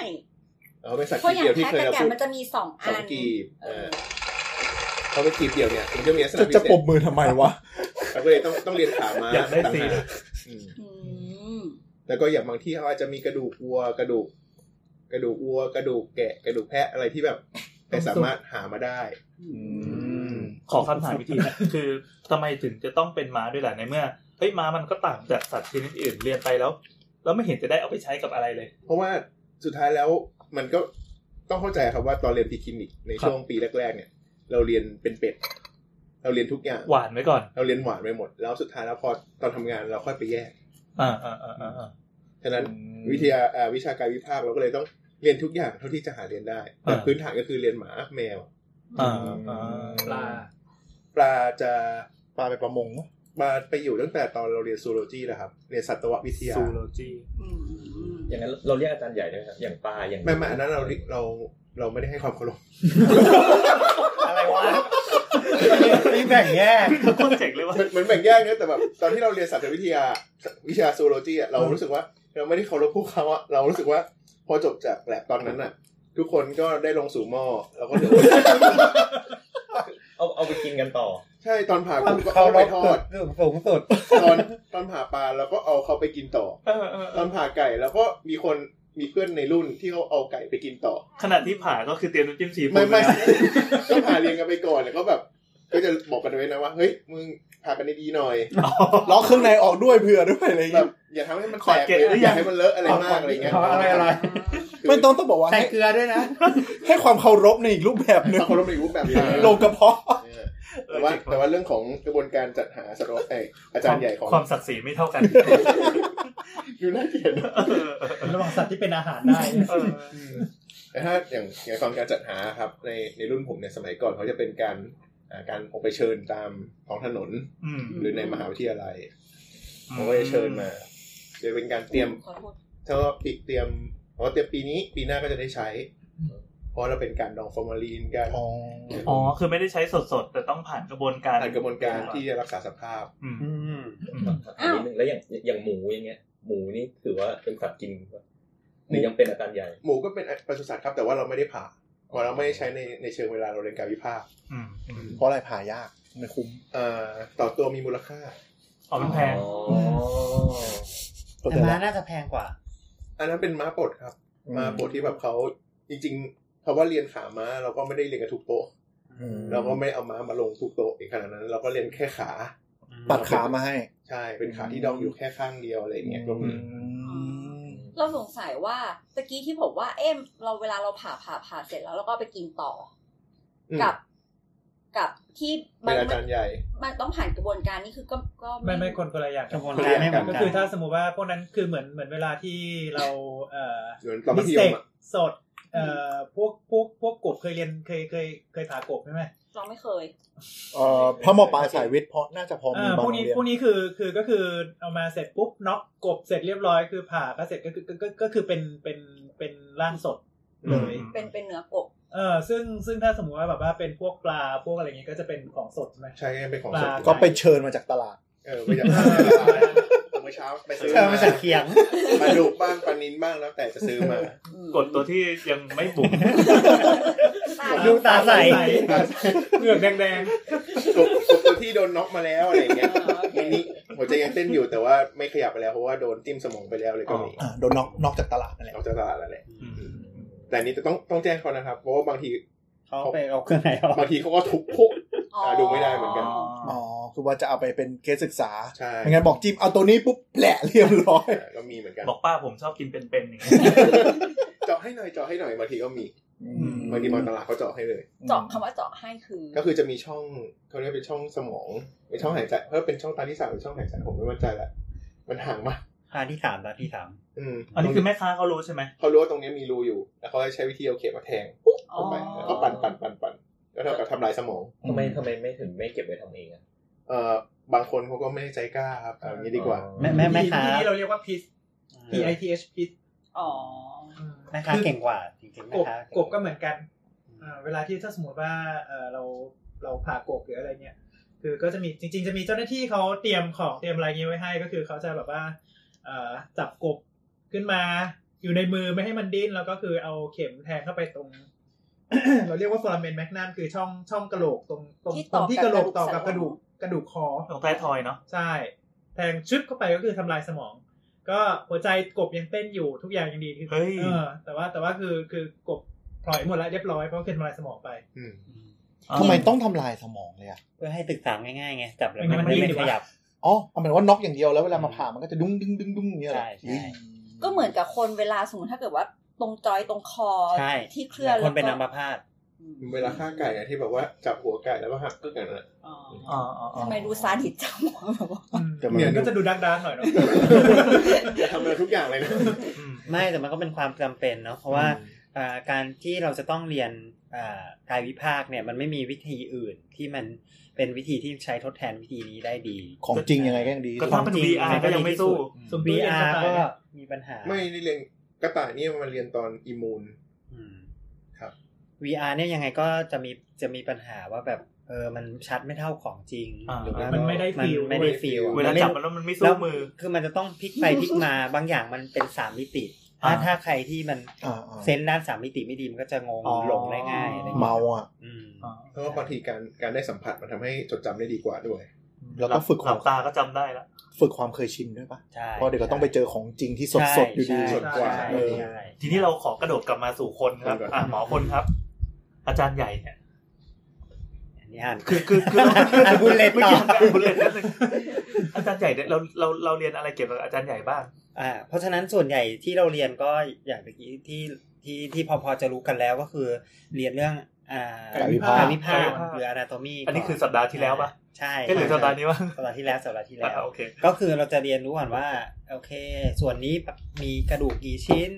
[SPEAKER 6] เขาเป็นสัตว์
[SPEAKER 2] เพราะ
[SPEAKER 6] กีบ
[SPEAKER 2] อย่าง
[SPEAKER 6] เดียวที่
[SPEAKER 2] แพะ
[SPEAKER 6] เคย
[SPEAKER 2] กับ
[SPEAKER 6] เรา
[SPEAKER 2] แกะ
[SPEAKER 6] พูด
[SPEAKER 2] มันจะมีสอง
[SPEAKER 6] ส
[SPEAKER 2] อั
[SPEAKER 6] อง
[SPEAKER 2] น
[SPEAKER 6] กีบ
[SPEAKER 2] เอ
[SPEAKER 6] เอ่
[SPEAKER 2] อ
[SPEAKER 6] อ เขาไปจีบเดี่ยวเนี่ยมันก็มีลักษณะ
[SPEAKER 5] จะ
[SPEAKER 6] พิ
[SPEAKER 5] จะ
[SPEAKER 6] เศ
[SPEAKER 5] ป
[SPEAKER 6] ษ
[SPEAKER 5] มมือทำไมวะ
[SPEAKER 6] เราก็เลยต้องต้องเรียนขามา
[SPEAKER 11] อยากได้
[SPEAKER 6] ต่ง
[SPEAKER 11] ซีน
[SPEAKER 6] หากอืม
[SPEAKER 2] อืม
[SPEAKER 6] แล้วก็อย่างบางที่เขาอาจจะมีกระดูกวัวกระดูก กระดูกวัว กระดูกแกะ กระดูกแพะอะไรที่แบบไม่สามารถหามาได้
[SPEAKER 11] ขอคำถามวิธีนะ คือทำไมถึงจะต้องเป็นม้าด้วยล่ะในเมื่อเฮ้ยม้ามันก็ต่างจากสัตว์ชนิดอื่นเรียนไปแล้ว แล้วไม่เห็นจะได้เอาไปใช้กับอะไรเลย
[SPEAKER 6] เพราะว่าสุดท้ายแล้วมันก็ต้องเข้าใจครับว่าตอนเรียนทีคลินิกในช่วงปีแรก ๆ เนี่ย เราเรียนเป็นเป็ด เราเรียนทุกอย่าง
[SPEAKER 11] หวานไว้ก่อน
[SPEAKER 6] เราเรียนหวานไปหมด แล้วสุดท้ายแล้วพอตอนทำงานเราค่อยไปแยก
[SPEAKER 11] อ่าอ่าอ่าอ่า
[SPEAKER 6] ฉะนั้นวิทยาอ่าวิชาการวิภาคเราก็เลยต้องเรียนทุกอย่างเท่าที่จะหาเรียนได้แต่พื้นฐานก็คือเรียนหมาแมว
[SPEAKER 11] อ่าอ่า
[SPEAKER 4] ปลา
[SPEAKER 6] ปลาจะ
[SPEAKER 5] ปลาไปประมงวะ
[SPEAKER 6] ปลาไปอยู่ตั้งแต่ตอนเราเรียนซูโลจีนะครับเรียนสัตววิทยา
[SPEAKER 11] ซูโลจี
[SPEAKER 2] อืมอืม
[SPEAKER 7] อย่างนั้นเราเรียกอาจารย์ใหญ่ด้วยครับอย่างปลาอย่าง
[SPEAKER 6] ไม่ไม่อันนั้นเราเราเราไม่ได้ให้ความเคาร พ
[SPEAKER 3] อะไรวะนี่แบ่งแยก
[SPEAKER 11] โคตรเจ๋งเลยว่า
[SPEAKER 6] เหมือนเหมือนแบ่งแยกนะแต่แบบตอนที่เราเรียนสัตววิทยาวิชาซูโลจีอะเรารู้สึกว่า เราไม่ได้เคารพพวกเขาอะเรารู้สึกว่า พอจบจากแลบตอนนั้นอะทุกคนก็ได้ลงสู่หม้อเราก็เดือด
[SPEAKER 7] เอาเอาไปกินกันต่อ
[SPEAKER 6] ใช่ตอนผ่ากุ้งก็
[SPEAKER 5] เขา
[SPEAKER 6] เอาไป
[SPEAKER 5] เรา
[SPEAKER 6] ท
[SPEAKER 5] สุ
[SPEAKER 6] อ
[SPEAKER 5] ด
[SPEAKER 6] ด
[SPEAKER 5] สูงสุด
[SPEAKER 6] ตอนตอนผ่าปลาเราก็เอาเขาไปกินต่อ
[SPEAKER 11] เออเออเอ
[SPEAKER 6] ตอ
[SPEAKER 11] อน
[SPEAKER 6] ผ่าไก่แล้วก็มีคนมีเพื่อนในรุ่นที่เขาเอาไก่ไปกินต่อ
[SPEAKER 11] ขณะที่ผ่าก็คือเตรียมน้ำจิ้มซีฟู้
[SPEAKER 6] ไม่
[SPEAKER 11] ด
[SPEAKER 6] ไม่
[SPEAKER 11] ว้แล้ว
[SPEAKER 6] ก็ผ่าเรียงกันไปก่อนแล้วก็แบบ ก็จะบอกกันไว้นะว่าเฮ้ยมึงผ่ากันดีๆหน่อย
[SPEAKER 5] ล็อกเครื่องในออกด้วยเผื่อด้วยอะไรอย่าง
[SPEAKER 6] แบ
[SPEAKER 5] เงี้
[SPEAKER 6] บ
[SPEAKER 5] ย
[SPEAKER 6] อย่าทำให้มันแตกเลยอย่าให้มันเลอะอะไรมากอะไรเงี้ย
[SPEAKER 5] อะไรอะไร
[SPEAKER 6] คือ
[SPEAKER 5] ไม่ต้องต้องบอกว่า
[SPEAKER 3] ใส่
[SPEAKER 5] ให้
[SPEAKER 3] เกลือด้วยนะ
[SPEAKER 5] ให้ความเคารพในอีกรูปแบบหนึ่ง
[SPEAKER 6] เขาลงในรูปแบบ
[SPEAKER 5] ลงกระเพาะ
[SPEAKER 6] แต่ว่าแต่ว่าเรื่องของกระบวนการจัดหาสตอเออาจารย์ใหญ่ของ
[SPEAKER 11] ความศักดิ์ศรีไม่เท่ากัน
[SPEAKER 6] ดูน่าเกลียด
[SPEAKER 11] เออเออ
[SPEAKER 4] ระหว่างสัตว์ที่เป็นอาหารได้
[SPEAKER 11] เออ
[SPEAKER 6] แต่ถ้าอย่างอย่างของการจัดหาครับ ในในรุ่นผมเนี่ยสมัยก่อนเขาจะเป็นการอ่าการออกไปเชิญตามท้องถนน
[SPEAKER 11] อืม
[SPEAKER 6] หรือในมหาวิทยาลัยเขาก็จะเชิญมาโดยเป็นการเตรียม
[SPEAKER 2] ขอโทษ
[SPEAKER 6] ถ้าว่าปีเตรียมเพราะว่าเตรียมปีนี้ปีหน้าก็จะได้ใช้ เพราะเราเป็นการดองฟอร์มาลีนการ
[SPEAKER 11] อ๋อคือไม่ได้ใช้สดๆ แต่ต้องผ่านกระบวนการ
[SPEAKER 6] ผ่านกระบวนการที่จะรักษาสภาพ
[SPEAKER 11] อืม
[SPEAKER 3] อืม
[SPEAKER 11] อืม
[SPEAKER 7] อันนี้หนึ่งแล้วอย่างอย่างหมูอย่างเงี้ย หมูนี่ถือว่าเป็นสัตว์กินปะหรือยังเป็นอาจารย์ใหญ่
[SPEAKER 6] หมูก็เป็นปศุสัตว์ครับ แต่ว่าเราไม่ได้ผ่าเพราะเราไม่ได้ใช้ในในเชิงเวลาเราเรียนการวิภาค
[SPEAKER 11] อืมอืม
[SPEAKER 5] เพราะอะไรผ่ายากไม่คุ้ม
[SPEAKER 6] เอ่อต่อตัวมีมูลค่า
[SPEAKER 11] อ๋อมันแพง
[SPEAKER 7] อ๋อ
[SPEAKER 5] เข้าใจ
[SPEAKER 3] แต่ม้า
[SPEAKER 5] ละ
[SPEAKER 3] น่าจะแพงกว่า
[SPEAKER 6] อันนั้นเป็นม้าปลดครับม้าปลดที่แบบเขาจริงๆคำว่าเรียนขาม้าเราก็ไม่ได้เรียนกับทุกโต๊ะ
[SPEAKER 5] อืม
[SPEAKER 6] เราก็ไม่เอาม้ามาลงทุกโต๊ะเองขนาดนั้น เราก็เรียนแค่ขา
[SPEAKER 5] ปัดขามาให้
[SPEAKER 6] ใช่เป็นขาที่ดองอยู่แค่ข้างเดียวอะไรอย่างเงี้ยก็
[SPEAKER 5] อื
[SPEAKER 6] มี
[SPEAKER 5] ม
[SPEAKER 2] เราสงสัยว่าตะกี้ที่ผมว่าเอ็มเราเวลาเราผ่าผ่าผ่าเสร็จแล้วเราก็เอาไปกินต่ออ
[SPEAKER 6] ม
[SPEAKER 2] กับ กับที่มั
[SPEAKER 6] เป็นอาจารย์ใหญ่
[SPEAKER 2] มันต้องผ่านกระบวนการนี่คือก็ก็
[SPEAKER 4] ไม่ไม่คนคนละอย่าง
[SPEAKER 3] กระบวนการไม่เหมือน
[SPEAKER 4] ก็
[SPEAKER 3] กัน
[SPEAKER 4] คือถ้าสมมติว่าพวกนั้นคือเหมือนเหมือนเวลาที่เราเอ่อ
[SPEAKER 6] เหมือนตอนมัธยม
[SPEAKER 4] Mistake
[SPEAKER 6] อะ
[SPEAKER 4] สดเอ่อพวกพวกพวกกบเคยเรียนเคยเคยเคยผ่ากบใช่ไหม
[SPEAKER 2] เราไม่เคย
[SPEAKER 5] เอ่อพระหมอปลายสายวิทย์เพราะน่าจะพอมี
[SPEAKER 4] อ่า
[SPEAKER 5] บา
[SPEAKER 4] พ
[SPEAKER 5] ง
[SPEAKER 4] วก
[SPEAKER 5] โร
[SPEAKER 4] นี้
[SPEAKER 5] งเรียน
[SPEAKER 4] พวกนี้คือคือก็คือเอามาเสร็จปุ๊บน็อกกบเสร็จเรียบร้อยคือผ่าก็เสร็จก็คือก็ก็ก็คือเป็นเป็นเป็นร่างสดเลย
[SPEAKER 11] อืม
[SPEAKER 2] เป็นเป็นเนื้อกบ
[SPEAKER 4] เออซึ่งซึ่งถ้าสมมติว่าแบบว่าเป็นพวกปลาพวกอะไรเงี้ยก็จะเป็นของสดใช่ไหม
[SPEAKER 6] ใช่ก็ยังเป็นของสดอยู่
[SPEAKER 5] ก็ไปเชิญมาจากตลาด
[SPEAKER 6] เออไปจากตลาดเมื่อเช้าไปซื้อ
[SPEAKER 3] เออ
[SPEAKER 6] มา
[SPEAKER 3] มาจากเคียง
[SPEAKER 6] ปลาดุกบ้างปลานินบ้างแล้วแต่จะซื้อมา
[SPEAKER 2] อืม
[SPEAKER 11] กดตัวที่ยังไม่บุ๋ม
[SPEAKER 2] ตา
[SPEAKER 3] ดูตาใส
[SPEAKER 4] เหงือกแดง
[SPEAKER 6] กบกบตัวที่โดนน็อกมาแล้วอะไรอย่างเงี้ยอันนี้หัวใจยังเต้นอยู่แต่ว่าไม่ขยับไปแล้วเพราะว่าโดนจิ้มสมองไปแล้วเลยก็มี
[SPEAKER 5] อ่าโดนนอกนอกจากตลาดนั่นแหละ
[SPEAKER 6] ออกจากตลาดแล้วแหละแต่อันนี้จะต้องต้องแจ้งเขานะครับ เพราะว่าบางที
[SPEAKER 3] เขาไปเอาเครื่องไหนออก
[SPEAKER 6] บางทีเขาก็ทุบพวก
[SPEAKER 2] อ๋อ
[SPEAKER 6] ดูไม่ได้เหมือนกัน
[SPEAKER 5] อ๋อคือว่าจะเอาไปเป็นเคสศึกษา
[SPEAKER 6] ใช่
[SPEAKER 5] ไม่งั้นบอกจิ้มเอาตัวนี้ปุ๊บแหละเรียบร้อย
[SPEAKER 6] ใช่ก็มีเหมือนกัน
[SPEAKER 11] บอกป้าผมชอบกินเป็นๆอย่างเงี้ย
[SPEAKER 6] เจาะให้หน่อยเจาะให้หน่อยบางทีก็มีบางทีบางตลาดเขาเจาะให้เลย
[SPEAKER 2] เจาะคำว่าเจาะให้คือ
[SPEAKER 6] ก็คือจะมีช่องเขาเรียกเป็นช่องสมองเป็นช่องหายใจเพราะเป็นช่องตาที่สามหรือช่องหายใจผมไม่มั่นใจละมันห่างมาก
[SPEAKER 3] อ่าที่ถามนะที่ถาม
[SPEAKER 6] อืม
[SPEAKER 11] อันนี้คือแม่ค้าเขารู้ใช่ไหม
[SPEAKER 6] เขารู้ว่าตรงนี้มีรูอยู่ แล้วเขาใช้วิธีเอาเข็มมาแทง
[SPEAKER 2] อ๋อ
[SPEAKER 6] เข้าไปแล้วก็ปั่นปั่นปั่นปั่นก็เท่ากับทำลายสมอง
[SPEAKER 7] ทำไมทำไมไม่ถึงไม่เก็บไว้ทำเองอะ
[SPEAKER 6] เอ่อบางคนเขาก็ไม่ใจกล้าครับเอาอย่างนี้ดีกว่า
[SPEAKER 3] แม่แม่
[SPEAKER 4] ๆ
[SPEAKER 3] แม่
[SPEAKER 4] ที่
[SPEAKER 3] ค้า
[SPEAKER 4] ที่เราเรียกว่าพิษ P I T H พิษ
[SPEAKER 2] อ๋อ
[SPEAKER 3] แม่ค้าเก่งกว่าจริงๆแม่
[SPEAKER 4] กบ
[SPEAKER 3] ค้าก
[SPEAKER 4] บก็เหมือนกันอ่าเวลาที่ถ้าสมมติว่าเอ่อเราเราผ่ากบหรืออะไรเนี่ย คือก็จะมีจริง ๆ จะมีเจ้าหน้าที่เขาเตรียมของเตรียมอะไรเงี้ยไว้ให้ ก็คือเขาจะแบบว่าเอ่อจับกบขึ้นมาอยู่ในมือไม่ให้มันดิ้นแล้วก็คือเอาเข็มแทงเข้าไปตรง เราเรียกว่าฟอราเมนแมกนัมคือช่องช่องกระโหลกตรงตรง
[SPEAKER 2] ที่
[SPEAKER 4] ต
[SPEAKER 2] ต่
[SPEAKER 4] ร
[SPEAKER 2] อง
[SPEAKER 4] ที่
[SPEAKER 2] กับ
[SPEAKER 4] กระโหลก
[SPEAKER 2] กระดูก
[SPEAKER 4] ต่อกั
[SPEAKER 2] สั
[SPEAKER 4] บก
[SPEAKER 2] น
[SPEAKER 4] ระ
[SPEAKER 2] หลัง
[SPEAKER 4] ดูกกระดูกคอ
[SPEAKER 11] ของท้ายทอยเนาะ
[SPEAKER 4] ใช่ แทงชึบเข้าไปก็คือทำลายสมอง ก็หัวใจกบยังเต้นอยู่ทุกอย่างยังดีคือ
[SPEAKER 11] เฮ้ย
[SPEAKER 4] เออ แต่ว่าแต่ว่าคือคือกบปล่อยหมดแล้วเรียบร้อยเพราะคือทำลายสมองไป
[SPEAKER 5] ทำไมต้องทำลายสมองเลยอ่ะ
[SPEAKER 3] เพื่อให้ศึกษาง่ายๆไงจับแล้ว
[SPEAKER 4] ไม่งั้น
[SPEAKER 3] มัน
[SPEAKER 4] มัน
[SPEAKER 3] ไม่
[SPEAKER 4] ดิ้น
[SPEAKER 3] ขยับ
[SPEAKER 5] อ๋อเอาหมายถึงว่าน็อกอย่างเดียวแล้วเวลามาผ่ามันก็จะดุ้งดึงดึงดึงอย่างเงี้ยเหรอ
[SPEAKER 3] ใช่ใช่
[SPEAKER 5] อืม
[SPEAKER 2] ก็เหมือนกับคนเวลาสมมติถ้าเกิดว่าตรงจอยตรงคอ
[SPEAKER 3] ใช่
[SPEAKER 2] ที่เคลื่อน
[SPEAKER 3] หลายคนเป็นอัม
[SPEAKER 2] แล้วก็
[SPEAKER 3] พาต
[SPEAKER 2] อืม
[SPEAKER 6] เวลาฆ่าไก่อะที่แบบว่าจับหัวไก่แล้วก็หักกึ่งกันอะ
[SPEAKER 2] อ๋อ
[SPEAKER 11] อ๋ออ๋ออ๋อ
[SPEAKER 2] ทำไมดูซาดิสจังวะแบบว่า
[SPEAKER 6] แต่มัน
[SPEAKER 4] เนี่ยก็จะดูดักดานหน่อยเนาะ
[SPEAKER 6] จะทำอะไรทุกอย่างเลยนะ
[SPEAKER 11] อืม
[SPEAKER 3] ไม่แต่มันก็เป็นความจำเป็นเนาะเพราะว่าอ่าการที่เราจะต้องเรียนอ่ากายวิภาคเนี่ยมันไม่มีวิธีอื่นที่มันเป็นวิธีที่ใช้ทดแทนวิธีนี้ได้ดี
[SPEAKER 5] ของจริงยังไงก็ยังดี
[SPEAKER 11] ก็ ถ้าเป็น VR ก็ยังไม่สู้
[SPEAKER 4] สมดุลยั
[SPEAKER 3] VR
[SPEAKER 4] งจะตาย
[SPEAKER 3] ก็มีปัญหา
[SPEAKER 6] ไม่ได้เรียนกระต่ายนี่มันเรียนตอนอิมูน
[SPEAKER 3] อืม
[SPEAKER 6] ครับ
[SPEAKER 3] VR เนี่ยยังไงก็จะมีจะมีปัญหาว่าแบบเออมันชัดไม่เท่าของจริง
[SPEAKER 11] อ่า
[SPEAKER 3] หรือว่า
[SPEAKER 4] มั
[SPEAKER 3] มัน
[SPEAKER 4] ไม่ได้ feel
[SPEAKER 3] ไม่ได้ฟีล
[SPEAKER 11] เวลาจับมันแล้วมันไม่สู้มือ
[SPEAKER 3] คือมันจะต้องพลิกไปพลิกมา บางอย่างมันเป็นสามมิติ
[SPEAKER 11] อ่า
[SPEAKER 3] ถ้าถ้าใครที่มัน
[SPEAKER 5] อ่าอ่า
[SPEAKER 3] เซนส์ด้านสามมิติไม่ดีมันก็จะงงหลงได้ง่ายอะไรอย่งงี้ย
[SPEAKER 5] เมาอ่ะ
[SPEAKER 3] อืม
[SPEAKER 11] อ๋อ
[SPEAKER 6] เพราะว่าบางทีการการได้สัมผัสมันทำให้จดจำได้ดีกว่าด้วย
[SPEAKER 5] แล้วก็ฝึก
[SPEAKER 11] หลับตาก็จำได้ละ
[SPEAKER 5] ฝึกความเคยชินด้วยปะ
[SPEAKER 3] ใช่
[SPEAKER 5] เพราะเดี๋ยวก็ต้องไปเจอของจริงที่สดสดๆอยู่ดี
[SPEAKER 3] ใช่
[SPEAKER 6] สดกว่า
[SPEAKER 3] ใช่
[SPEAKER 5] เออ
[SPEAKER 3] ใช่
[SPEAKER 11] ทีนี้เราขอกระโดดกลับมาสู่คนครับอ่ะหมอคนครับ อาจารย์ใหญ่เนี่ย
[SPEAKER 3] อันนี้อ่าน
[SPEAKER 11] คือคือ คือ
[SPEAKER 3] อ่ะ bullet ต่อ
[SPEAKER 11] บุลเลตนิดนึงอาจารย์ใหญ่เนี่ยเราเราเราเรียนอะไรเกี่ยวกับอาจารย์ใหญ่บ้าง
[SPEAKER 3] อ่าเพราะฉะนั้นส่วนใหญ่ที่เราเรียนก็อย่างเมื่อกี้ที่ที่ที่พอพอจะรู้กันแล้วก็คือ เรียนเรื่องอ่าก
[SPEAKER 5] ายวิภาค
[SPEAKER 3] กยวิภาค
[SPEAKER 11] กายวิภาค
[SPEAKER 3] หรืออนาโตมี
[SPEAKER 11] อันนี้คือสัปดาห์ที่แล้วปะ
[SPEAKER 3] ใช่
[SPEAKER 11] ก็หรือสัปดาห์นี้วะ
[SPEAKER 3] สัปดาห์ที่แล้วสัปดาห์ที่แล้ว
[SPEAKER 11] อ่ะโอเค
[SPEAKER 3] ก็คือเราจะเรียนรู้ก่อนว่าโอเค ส่วนนี้มีกระดูกกี่ชิ้น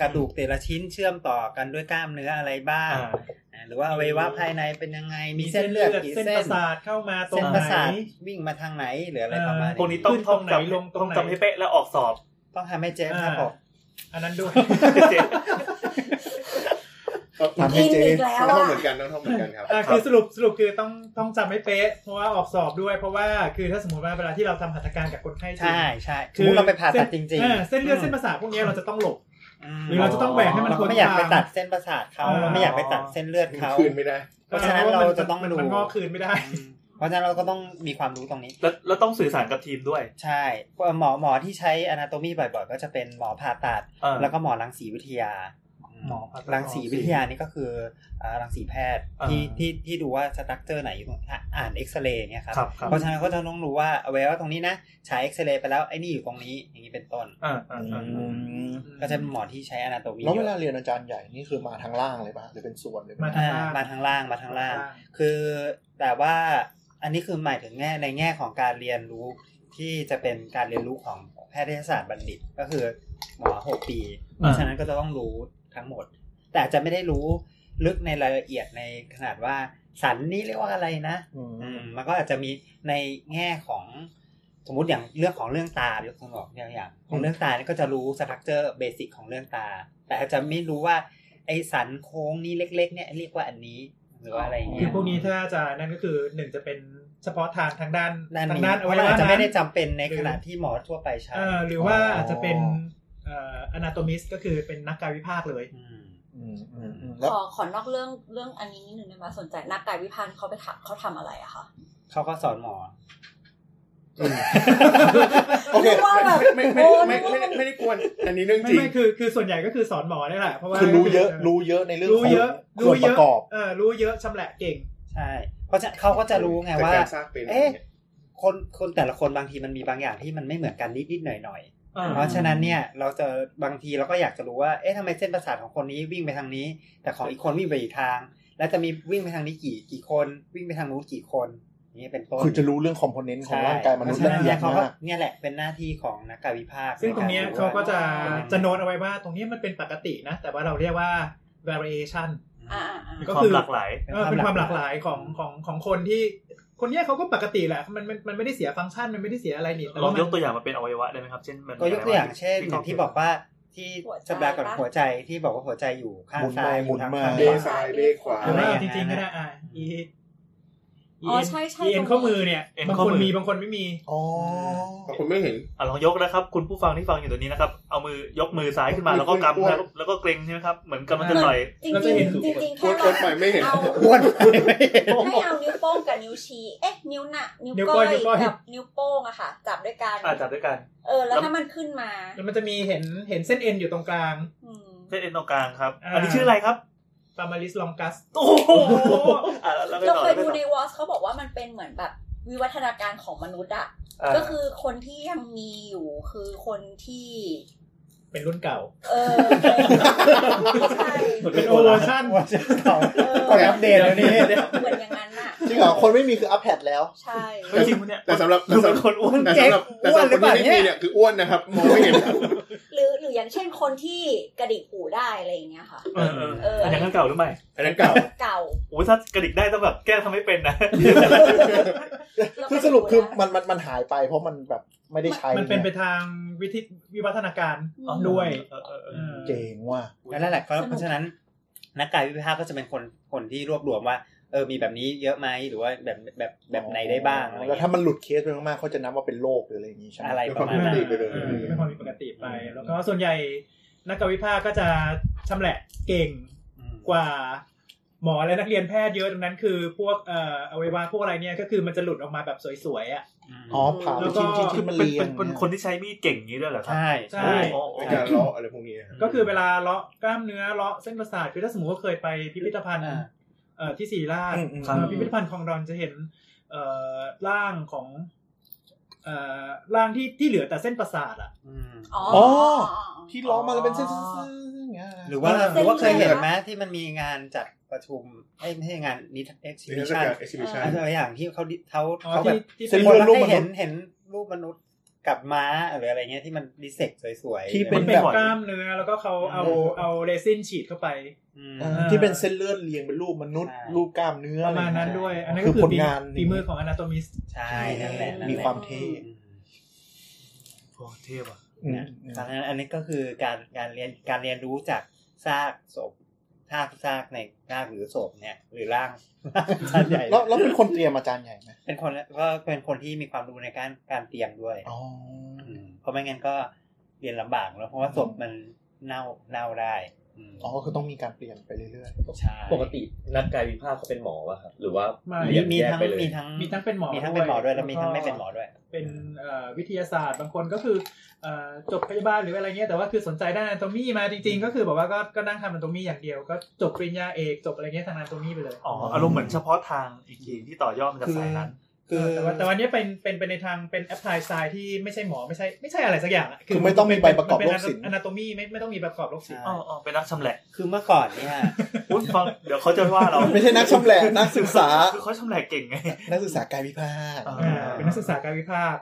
[SPEAKER 3] กระดูกแต่ละชิ้นเชื่อมต่อกันด้วยกล้ามเนื้ออะไรบ้าง
[SPEAKER 11] อ่า
[SPEAKER 3] อ่าหรือว่าอวัยวะภายในเป็นยังไง มี
[SPEAKER 4] มี
[SPEAKER 3] เส้น
[SPEAKER 4] เส้น
[SPEAKER 3] เลื
[SPEAKER 4] เลื
[SPEAKER 3] อ
[SPEAKER 4] อ
[SPEAKER 3] ด
[SPEAKER 4] ด
[SPEAKER 3] กี่
[SPEAKER 4] เส้น
[SPEAKER 3] เส้น
[SPEAKER 4] ประสาทเข้ามาตร
[SPEAKER 3] เส้
[SPEAKER 4] ง
[SPEAKER 3] น
[SPEAKER 4] ไห
[SPEAKER 3] ประ
[SPEAKER 4] น
[SPEAKER 3] สาทวิ่งมาทางไหนหรืออะไรประมาณนี้
[SPEAKER 11] พวกนี้ต้อง
[SPEAKER 4] ขึ้น
[SPEAKER 11] ท่อง
[SPEAKER 4] ตรงไหน
[SPEAKER 11] จำ
[SPEAKER 4] ลงตรง
[SPEAKER 11] ต้อง
[SPEAKER 4] ไหน
[SPEAKER 11] จำให้เป๊ะแล้วออกสอบ
[SPEAKER 3] ต้องทำให้เจ๊ครับผม
[SPEAKER 4] อันนั้นด้วย
[SPEAKER 5] ทำให้เจ๊
[SPEAKER 2] อีกแล้ว
[SPEAKER 6] ต้อง
[SPEAKER 2] อ่ะ
[SPEAKER 6] ท่องเหมือนกันต้องท่องเหมือนกันครับ
[SPEAKER 4] อ่ะคือสรุปสรุปคือต้องต้องจำให้เป๊ะ เพราะว่าออกสอบด้วย เพราะว่าคือถ้าสมมติว่าเวลาที่เราทำหัตถการกับคนไข้จริง
[SPEAKER 3] ใช่ใช่สมมติเราไปผ่าตัดจริง
[SPEAKER 4] เส้นอ่าเส้นเลือดเส้นประสาทพวกเนี้ยเราจะต้องหลบ
[SPEAKER 3] ๆม
[SPEAKER 4] หรือเราจะต้องแหวกให้มัน
[SPEAKER 3] เรา
[SPEAKER 4] พ้น
[SPEAKER 3] ไม่อยากไป
[SPEAKER 4] ทาง
[SPEAKER 3] ตัดเส้นประสาทเขา
[SPEAKER 4] อ่า
[SPEAKER 3] เราไม่อยากไปตัดเส้นเลือดเขา
[SPEAKER 6] คืนไม่ได้
[SPEAKER 3] เพราะฉะนั้นเราจะต้อง
[SPEAKER 4] มัน
[SPEAKER 3] ดู
[SPEAKER 4] มันงอกคืนไม่ได้
[SPEAKER 3] อืมเพราะฉะนั้นเราก็ต้องมีความรู้ตรงนี้
[SPEAKER 11] แล้วแล้วต้องสื่อสารกับทีมด้วย
[SPEAKER 3] ใช่เพราะหมอหมอที่ใช้ anatomy บ่อยๆ ก็จะเป็นหมอผ่าตัด
[SPEAKER 11] เออ
[SPEAKER 3] แล้วก็หมอรังสีวิทยา
[SPEAKER 11] หมอผ่าตัด
[SPEAKER 3] รังสีวิทยานี่ก็คืออ่ารังสีแพทย์
[SPEAKER 11] อ่า
[SPEAKER 3] ที่ที่ที่ดูว่าสตรัคเจอร์ไหนอยู่ตรงอ่ะอ่านเอ็กซเรย์อย่างเงี้ยครับ
[SPEAKER 11] ครับครับ
[SPEAKER 3] เพราะฉะนั้นก็จะต้องรู้ว่าเอาไว้ว่าตรงนี้นะฉายเอ็กซเรย์ไปแล้วไอ้นี่อยู่ตรงนี้อย่างนี้เป็นต้น
[SPEAKER 11] อ่าอ่าอ่า
[SPEAKER 5] อืม
[SPEAKER 3] ก็จะเป็นหมอที่ใช้ anatomy
[SPEAKER 5] แล้วเวลา
[SPEAKER 3] เยอะ
[SPEAKER 5] เรียนอาจารย์ใหญ่นี่คือมาทางล่างเลยปะหรือเป็นส่วนเลยปะ
[SPEAKER 4] มา
[SPEAKER 3] อ่ามาทางล่างมาทางล่าง คือแต่ว่าอันนี้คือหมายถึงแง่ในแง่ของการเรียนรู้ที่จะเป็นการเรียนรู้ของแพทยศาสตร์บัณฑิตก็คือหมอหกปี เพราะฉะนั้นก็จะต้องรู้ทั้งหมด แต่อาจจะไม่ได้รู้ลึกในรายละเอียดในขนาดว่าสันนี่เรียกว่าอะไรนะ
[SPEAKER 5] อืม
[SPEAKER 3] อืมมันก็อาจจะมีในแง่ของสมมติอย่างเรื่องของเรื่องตายกตัวอย่างอย่างของเรื่องตาเนี่ยก็จะรู้สตรัคเจอร์เบสิกของเรื่องตา แต่อาจจะไม่รู้ว่าไอสันโค้งนี้เล็ก ๆ เนี่ยเรียกว่าอันนี้หรือว่าอะไรอย่าง
[SPEAKER 4] คื
[SPEAKER 3] เงี้
[SPEAKER 4] อย พวกนี้ถ้าจะนั่นก็คือหนึ่งจะเป็นเฉพาะทางทางด้าน
[SPEAKER 3] ด้าน
[SPEAKER 4] ทาง
[SPEAKER 3] นี้
[SPEAKER 4] ด้านอวั
[SPEAKER 3] มั
[SPEAKER 4] ย
[SPEAKER 3] น
[SPEAKER 4] วะ
[SPEAKER 3] อาจจะไม่ได้
[SPEAKER 4] นั้น
[SPEAKER 3] จำเป็นใน
[SPEAKER 4] หรือ
[SPEAKER 3] ขณะที่หมอทั่วไปใช้
[SPEAKER 4] เออหรือว่าอาจจะเป็นเอ่อ anatomist ก็คือเป็นนักกายวิภาคเลย
[SPEAKER 3] ม
[SPEAKER 5] อืมอืมอืมแล้ว
[SPEAKER 2] ขอขอนอกเรื่องเรื่องอันนี้นิดนึงได้ไหมสนใจนักกายวิพากษ์เขาไปทำเขาทำอะไรอะคะ
[SPEAKER 3] เขาก็สอนหมอ
[SPEAKER 5] โอเค
[SPEAKER 2] นึกว่าแบบ
[SPEAKER 6] ไม่ไม่
[SPEAKER 2] โอ้
[SPEAKER 6] ไม่
[SPEAKER 2] นึก
[SPEAKER 6] ไม่
[SPEAKER 2] ว่า
[SPEAKER 6] ไม่ไม่ได้กวน อันนี้เรื่อง
[SPEAKER 4] ไม่
[SPEAKER 6] จริง
[SPEAKER 4] ไม่คือคือส่วนใหญ่ก็คือสอนหมอนี่แหละเพราะว่า
[SPEAKER 5] คือรู้เยอะ
[SPEAKER 4] รู้
[SPEAKER 5] รู้เยอะในเรื่อง
[SPEAKER 4] รู้
[SPEAKER 5] ของ
[SPEAKER 4] เยอะ
[SPEAKER 5] ส่วน
[SPEAKER 4] รู้
[SPEAKER 5] ป
[SPEAKER 4] เย
[SPEAKER 5] ระ
[SPEAKER 4] อะ
[SPEAKER 5] กอบ
[SPEAKER 4] เออรู้เยอะชำแหละเก่ง
[SPEAKER 3] ใช่เพราะฉะนั้นเขาก็จะรู้ไงว่า
[SPEAKER 6] จัดการซากเป็นอะไร
[SPEAKER 3] เอ๊ะ
[SPEAKER 6] เงี้ย
[SPEAKER 3] คนคนแต่ละคนบางทีมันมีบางอย่างที่มันไม่เหมือนกันนิดนิดๆหน่อยหน่อยๆ
[SPEAKER 11] อ่า
[SPEAKER 3] เพราะฉะนั้นเนี่ยเราจะบางทีเราก็อยากจะรู้ว่าเอ๊ะทำไมเส้นประสาทของคนนี้วิ่งไปทางนี้ แต่ของอีกคนวิ่งไปอีกทาง แล้วจะมีวิ่งไปทางนี้กี่กี่คน วิ่งไปทางนู้นกี่คนอย่างนี่เป็นต้น
[SPEAKER 5] คือจะรู้เรื่องคอมโพเนนต์ของ
[SPEAKER 3] ใช่
[SPEAKER 5] ร่างกายมนุษย์ละ
[SPEAKER 3] เพราะฉะ
[SPEAKER 5] เอียด
[SPEAKER 3] เขาก็
[SPEAKER 5] มาก
[SPEAKER 3] เนี่ยแหละเป็นหน้าที่ของนักกายวิภาค
[SPEAKER 4] ซึ่งตรงเนี้ยเขาก็จะจะโน้ต
[SPEAKER 3] เอา
[SPEAKER 4] เอาไว้ว่าตรงเนี้ยมันเป็นปกตินะ แต่ว่าเราเรียกว่า variation
[SPEAKER 2] อ่าอ่าอ่า
[SPEAKER 11] มีความหลากหลาย
[SPEAKER 4] เออเป็นความหลากหลายของของของคนที่คนเนี้ยเขาก็ปกติแหละมันมันมันไม่ได้เสียฟังก์ชันมันไม่ได้เสียอะไรนี่แต่
[SPEAKER 11] ลอง
[SPEAKER 4] ว่าย มั
[SPEAKER 11] กตัวอย่างมาเป็นอวัยวะได้ไหมครับ เช่นมัน
[SPEAKER 3] ก็ยกตัวอย่างเช่น
[SPEAKER 11] มี
[SPEAKER 3] อ
[SPEAKER 11] ควม
[SPEAKER 3] ย่างที่บอกว่าที่สัปดาห์ก่อนหัวใจที่บอกว่าหัวใจอยู่ข้างซ้าย
[SPEAKER 5] หมุนมาหมุนมา
[SPEAKER 3] ข้างข
[SPEAKER 6] เบ
[SPEAKER 3] วา
[SPEAKER 6] ซ้ายเบขวา
[SPEAKER 4] หรือว่าจริงๆก็ได้อ่ะอี
[SPEAKER 2] อ๋อใช่ใช่ต
[SPEAKER 4] เอ็น
[SPEAKER 2] รงนี้
[SPEAKER 4] ข้อมือเนี่ย
[SPEAKER 11] เอ็น
[SPEAKER 4] บาง
[SPEAKER 11] ข้อ
[SPEAKER 4] คน
[SPEAKER 11] มือ
[SPEAKER 4] มีบางคนไม่มี
[SPEAKER 5] อ๋อ
[SPEAKER 6] บางคนไม่เห็น
[SPEAKER 11] อ่ะลองยกนะครับ คุณผู้ฟังที่ฟังอยู่ตอนนี้นะครับ เอามือยกมือซ้ายขึ้นมาแล้วก็กำนะครับแล้วก็เกรงใช่ไหมครับ เหมือนกำลังจะต่อย
[SPEAKER 2] จริง
[SPEAKER 4] เรา
[SPEAKER 2] จ
[SPEAKER 4] จะ
[SPEAKER 2] ริง
[SPEAKER 4] เห็น
[SPEAKER 2] จริงๆ
[SPEAKER 6] ก
[SPEAKER 2] แค่
[SPEAKER 6] ด
[SPEAKER 2] เรา
[SPEAKER 6] กดไปไม่เห็น
[SPEAKER 2] เอา
[SPEAKER 3] อ้วนไปไหม
[SPEAKER 2] ให้เอานิ้วโป้งกับนิ้วชี้เอ๊ะนิ้วหนะนิ้ว
[SPEAKER 4] นิ้วก้
[SPEAKER 2] ก้
[SPEAKER 4] อ
[SPEAKER 2] อย ย
[SPEAKER 4] นิ้วก้อย
[SPEAKER 2] กับนิ้วโป้งอะค่ะ จับด้วยกัน
[SPEAKER 11] อ่าจับด้วยกัน
[SPEAKER 2] เออแล้ว
[SPEAKER 11] แล้ว
[SPEAKER 2] ถ้ามันขึ้นมา
[SPEAKER 4] แล้วมันจะมีเห็นเห็นเส้นเอ็นอยู่ตรงกลาง
[SPEAKER 2] อืม
[SPEAKER 11] เส้นเอ็นตรงกลางครับ
[SPEAKER 4] อ่า
[SPEAKER 11] อันนี้ชื่ออะไรครับ
[SPEAKER 4] ปามาลิสลองกัส
[SPEAKER 11] โอ้โหอ่ะแล้วไป
[SPEAKER 2] เรา
[SPEAKER 11] ต่อ
[SPEAKER 2] เค
[SPEAKER 11] แล้
[SPEAKER 2] ยว
[SPEAKER 11] ไป
[SPEAKER 2] ดู
[SPEAKER 11] ต่อ
[SPEAKER 2] ในวอสเขาบอกว่ามันเป็นเหมือนแบบวิวัฒนาการของมนุษย์อะ
[SPEAKER 11] า
[SPEAKER 2] ก็คือคนที่ยังมีอยู่คือคนที่
[SPEAKER 4] เป็นรุ่นเก่า
[SPEAKER 2] เออ ใช่
[SPEAKER 4] เป็นโอเวอร์ชั่น
[SPEAKER 3] ว่าจะเก่า
[SPEAKER 2] เออ
[SPEAKER 3] ก่อนอัปเดตเดี๋ยวนี้
[SPEAKER 2] เหมือนอย่างนั้นน่ะ
[SPEAKER 5] จริงเหรอ คนไม่มีคืออัพแพดแล้ว
[SPEAKER 2] ใช่
[SPEAKER 11] เฮ้ยจริงปะเนี่ย
[SPEAKER 6] แต่สำหรับแต่
[SPEAKER 11] ดู
[SPEAKER 6] สำหรับ
[SPEAKER 11] เป็นคนอ้วน
[SPEAKER 6] แต่สำหรับแต่สำหรับ
[SPEAKER 3] เจ๊อ้
[SPEAKER 6] ค
[SPEAKER 3] วนหรือเป
[SPEAKER 6] น
[SPEAKER 3] ล่า
[SPEAKER 6] ที่ไม่
[SPEAKER 3] เนี่ย
[SPEAKER 6] มีเนี่ยคืออ้วนนะครับมองไม่เห็นครับ
[SPEAKER 2] หรือหรืออย่างเช่นคนที่กระดิกหูได้อะไรอย่างเงี้ยค่ะ
[SPEAKER 11] เออเออ
[SPEAKER 2] เอออั
[SPEAKER 11] อันอย่างนั้นเก่าหรือไม่
[SPEAKER 6] อันนั้นเก่า
[SPEAKER 2] เก่า
[SPEAKER 11] โอ้ยถ้ากระดิกได้ต้องแบบแก้ทำไม่เป็นนะ
[SPEAKER 2] แล้วก็
[SPEAKER 5] คือสรุปคือ
[SPEAKER 2] หูได้
[SPEAKER 5] มันมันมันหายไปเพราะมันแบบไม่ได้ใช้
[SPEAKER 4] มันเป็นไป
[SPEAKER 5] เนี่ย
[SPEAKER 4] ทางวิธีวิวัฒนาการ
[SPEAKER 2] อ๋อ
[SPEAKER 4] ด้วย
[SPEAKER 11] เออเออเอ
[SPEAKER 4] เอ
[SPEAKER 11] อ
[SPEAKER 4] อ
[SPEAKER 5] เจ๋งว่ะ
[SPEAKER 3] นั่นแหละก็เพราะฉะนั้นนักกายวิภาคก็จะเป็นคนคนที่รวบรวมว่าเออมีแบบนี้เยอะไหมหรือว่าแบบแบบแบบไหนได้บ้างอะไร
[SPEAKER 5] แล้ว
[SPEAKER 3] เงี้
[SPEAKER 5] ถ้าย มันหลุดเคสไปมากๆเขาจะนับว่าเป็นโรคหรืออะไรอย่างงี้ใช่ไหม
[SPEAKER 3] อะไร
[SPEAKER 6] เป็น
[SPEAKER 3] ป
[SPEAKER 6] ความ
[SPEAKER 3] ระมา
[SPEAKER 6] ผิ
[SPEAKER 3] ณ
[SPEAKER 6] ดปก
[SPEAKER 3] นั้น
[SPEAKER 6] ติไปเลย
[SPEAKER 4] เออเป็นความผิดปกติไป แล้วก็ส่วนใหญ่นักกายวิภาคก็จะชำแหละเก่ง
[SPEAKER 3] อืม
[SPEAKER 4] กว่าหมอและนักเรียนแพทย์เยอะดังนั้นคือพวกเอ่ออวัยวะพวกอะไรเนี่ยก็คือมันจะหลุดออกมาแบบสวยๆอ่ะ
[SPEAKER 5] อ๋อผ่า
[SPEAKER 4] แล้วก็
[SPEAKER 5] ชิ้นชิ้น
[SPEAKER 11] คื
[SPEAKER 5] ที่
[SPEAKER 11] อ
[SPEAKER 5] มัน
[SPEAKER 11] เป็น
[SPEAKER 5] เรีย
[SPEAKER 11] เป็น
[SPEAKER 5] ง
[SPEAKER 11] เป็นคนที่ใช้มีดเก่งอย่างนี้ด้วยเหรอครับ
[SPEAKER 3] ใช่
[SPEAKER 4] ใช่
[SPEAKER 3] ใช่
[SPEAKER 11] โอ้โอ้
[SPEAKER 6] ในการเลาะอะไรพวกนี้ครับ
[SPEAKER 4] ก็คือเวลาเลาะกล้ามเนื้อเลาะเส้นประสาทคือถ้าสมมติว่าเคยไปพิพิธภัณฑ์
[SPEAKER 3] อ่า
[SPEAKER 4] เอ่อที่ศรีราช
[SPEAKER 5] อืมอืม
[SPEAKER 4] เอ่อพิพิธภัณฑ์ของดอนจะเห็นเอ่อร่างของเอ่อร่างที่ที่เหลือแต่เส้นประสาทอ่ะ
[SPEAKER 2] อ๋อ
[SPEAKER 5] ที่ล้อมาแล้วเป็นเส้น
[SPEAKER 4] อ๋อ
[SPEAKER 5] ๆๆอย่างเงี้ยนะ
[SPEAKER 3] หรือว่า
[SPEAKER 4] เออ
[SPEAKER 3] หรือว่าเคยเห็นไหมที่มันมีงานจัดประชุมเอ้ยไม่ใช่งานนิทรรศเอ็กซิ
[SPEAKER 6] ใน
[SPEAKER 3] บิ
[SPEAKER 6] เทศ
[SPEAKER 3] ชัน
[SPEAKER 6] กาล exhibition
[SPEAKER 3] อะไรอย่างที่เขาดิเขา
[SPEAKER 4] อ๋อ
[SPEAKER 3] เขาแบบ
[SPEAKER 4] ที่ที่
[SPEAKER 3] ส
[SPEAKER 4] เป็
[SPEAKER 3] ม
[SPEAKER 4] น
[SPEAKER 3] มติ
[SPEAKER 4] รู
[SPEAKER 3] เรา
[SPEAKER 4] ป
[SPEAKER 3] ให้
[SPEAKER 4] เห็
[SPEAKER 3] เห็
[SPEAKER 4] น
[SPEAKER 3] นเห็นรูปมนุษย์กับม้าหรืออะไรเงี้ยที่มันดิเซกสวยๆ
[SPEAKER 5] ที่
[SPEAKER 3] อะไร
[SPEAKER 5] เป็น
[SPEAKER 4] มัน
[SPEAKER 5] แบ
[SPEAKER 4] เป็น
[SPEAKER 5] บ
[SPEAKER 4] กล้ามเนื้อแล้วก็เขาเอาเอาเรซินฉีดเข้าไป
[SPEAKER 3] อืม
[SPEAKER 5] เออที่เป็นเส้นเลือดเรียงเป็นรูปมนุษย์
[SPEAKER 3] ใช่
[SPEAKER 5] รูปกล้ามเนื้อ
[SPEAKER 4] ประมาณ
[SPEAKER 5] อไอย่งเงี้ย
[SPEAKER 4] นั้นด้วย อันนั้น
[SPEAKER 5] คื
[SPEAKER 4] ก็
[SPEAKER 5] อ
[SPEAKER 4] คือ
[SPEAKER 5] ผลงาน
[SPEAKER 4] ฝีมือของอนาโตมิส
[SPEAKER 3] ใช่นั่นแหละนั่นแหละ
[SPEAKER 5] มีความเท่
[SPEAKER 3] อืม
[SPEAKER 11] โอ้เทพอ่ะ
[SPEAKER 5] อืม
[SPEAKER 3] นะดังนั้นอันนี้ก็คือการการเรียนการเรียนรู้จากซากศพซากซากในซากหรือศพเนี่ย หรือร่าง อาจารย์ใหญ่
[SPEAKER 5] แล้วแล้วเป็นคนเตรียมอาจารย์ใหญ่ไหม
[SPEAKER 3] เป็นคนก็เป็นคนที่มีความรู้ในการการเตรียมด้วย
[SPEAKER 5] อ๋อ
[SPEAKER 3] มเพราะไม่งั้นก็เรียนลำบากแล้วเพราะว่าศพมันเน่าเน่าได้อืม
[SPEAKER 5] อ๋อก็คือต้องมีการเปลี่ยนไปเรื่อย
[SPEAKER 3] ใช่
[SPEAKER 7] ปกตินักกายวิภาคเขาเป็นหมอวะครับหรือว่า
[SPEAKER 4] ไม่
[SPEAKER 7] เรียน
[SPEAKER 3] มี
[SPEAKER 7] แยก
[SPEAKER 3] ทั้ง
[SPEAKER 7] ไปเลย
[SPEAKER 3] มีทั้ง
[SPEAKER 4] มีทั้งเป็นหมอ
[SPEAKER 3] มีทั้งเป็นหมอด้วยแล้วมีทั้ง
[SPEAKER 4] ก็
[SPEAKER 3] ไม่เป็นหมอด้วย
[SPEAKER 4] เป็นเอ่อวิทยาศาสตร์บางคนก็คือเอ่อจบพยาบาลหรืออะไรเงี้ยแต่ว่าคือสนใจด้านอนาโตมีมาจริง ๆ ก็คือแบบว่าก็ก็นั่งทำอนาโตมีอย่างเดียว ก็จบปริญญาเอกจบอะไรเงี้ยทางอนาโตมีไปเลย
[SPEAKER 11] อ๋ออารมณ์เหมือนเฉพาะทางอีกทีที่ต่อยอดมาจากสายนั้น
[SPEAKER 3] คือ
[SPEAKER 4] แต่ว่าแต่วันนี้เป็นเป็นเป็นในทางเป็นแอปพลายไซที่ไม่ใช่หมอไม่ใช่ไม่ใช่อะไรสักอย่างะ
[SPEAKER 5] ๆ คือไม่ต้องมีใบประกอบโรคศิลป์
[SPEAKER 4] อนาโตมีไม่ไม่ต้องมีประกอบโรคศิลป์
[SPEAKER 11] อ๋ออ๋อเป็นนักชำแหละ
[SPEAKER 3] คือเมื่อก่อนเนี่ย
[SPEAKER 11] อุ้ยฟังเดี๋ยวเขาจะว่าเรา
[SPEAKER 5] ไม่ใช่นักชำแหละนักศึกษา
[SPEAKER 11] คือเขาชำแหละเก่งไง
[SPEAKER 5] นักศึกษากายวิภาค
[SPEAKER 11] อ่า
[SPEAKER 4] อ่าเป็นนักศึกษาการวิภาค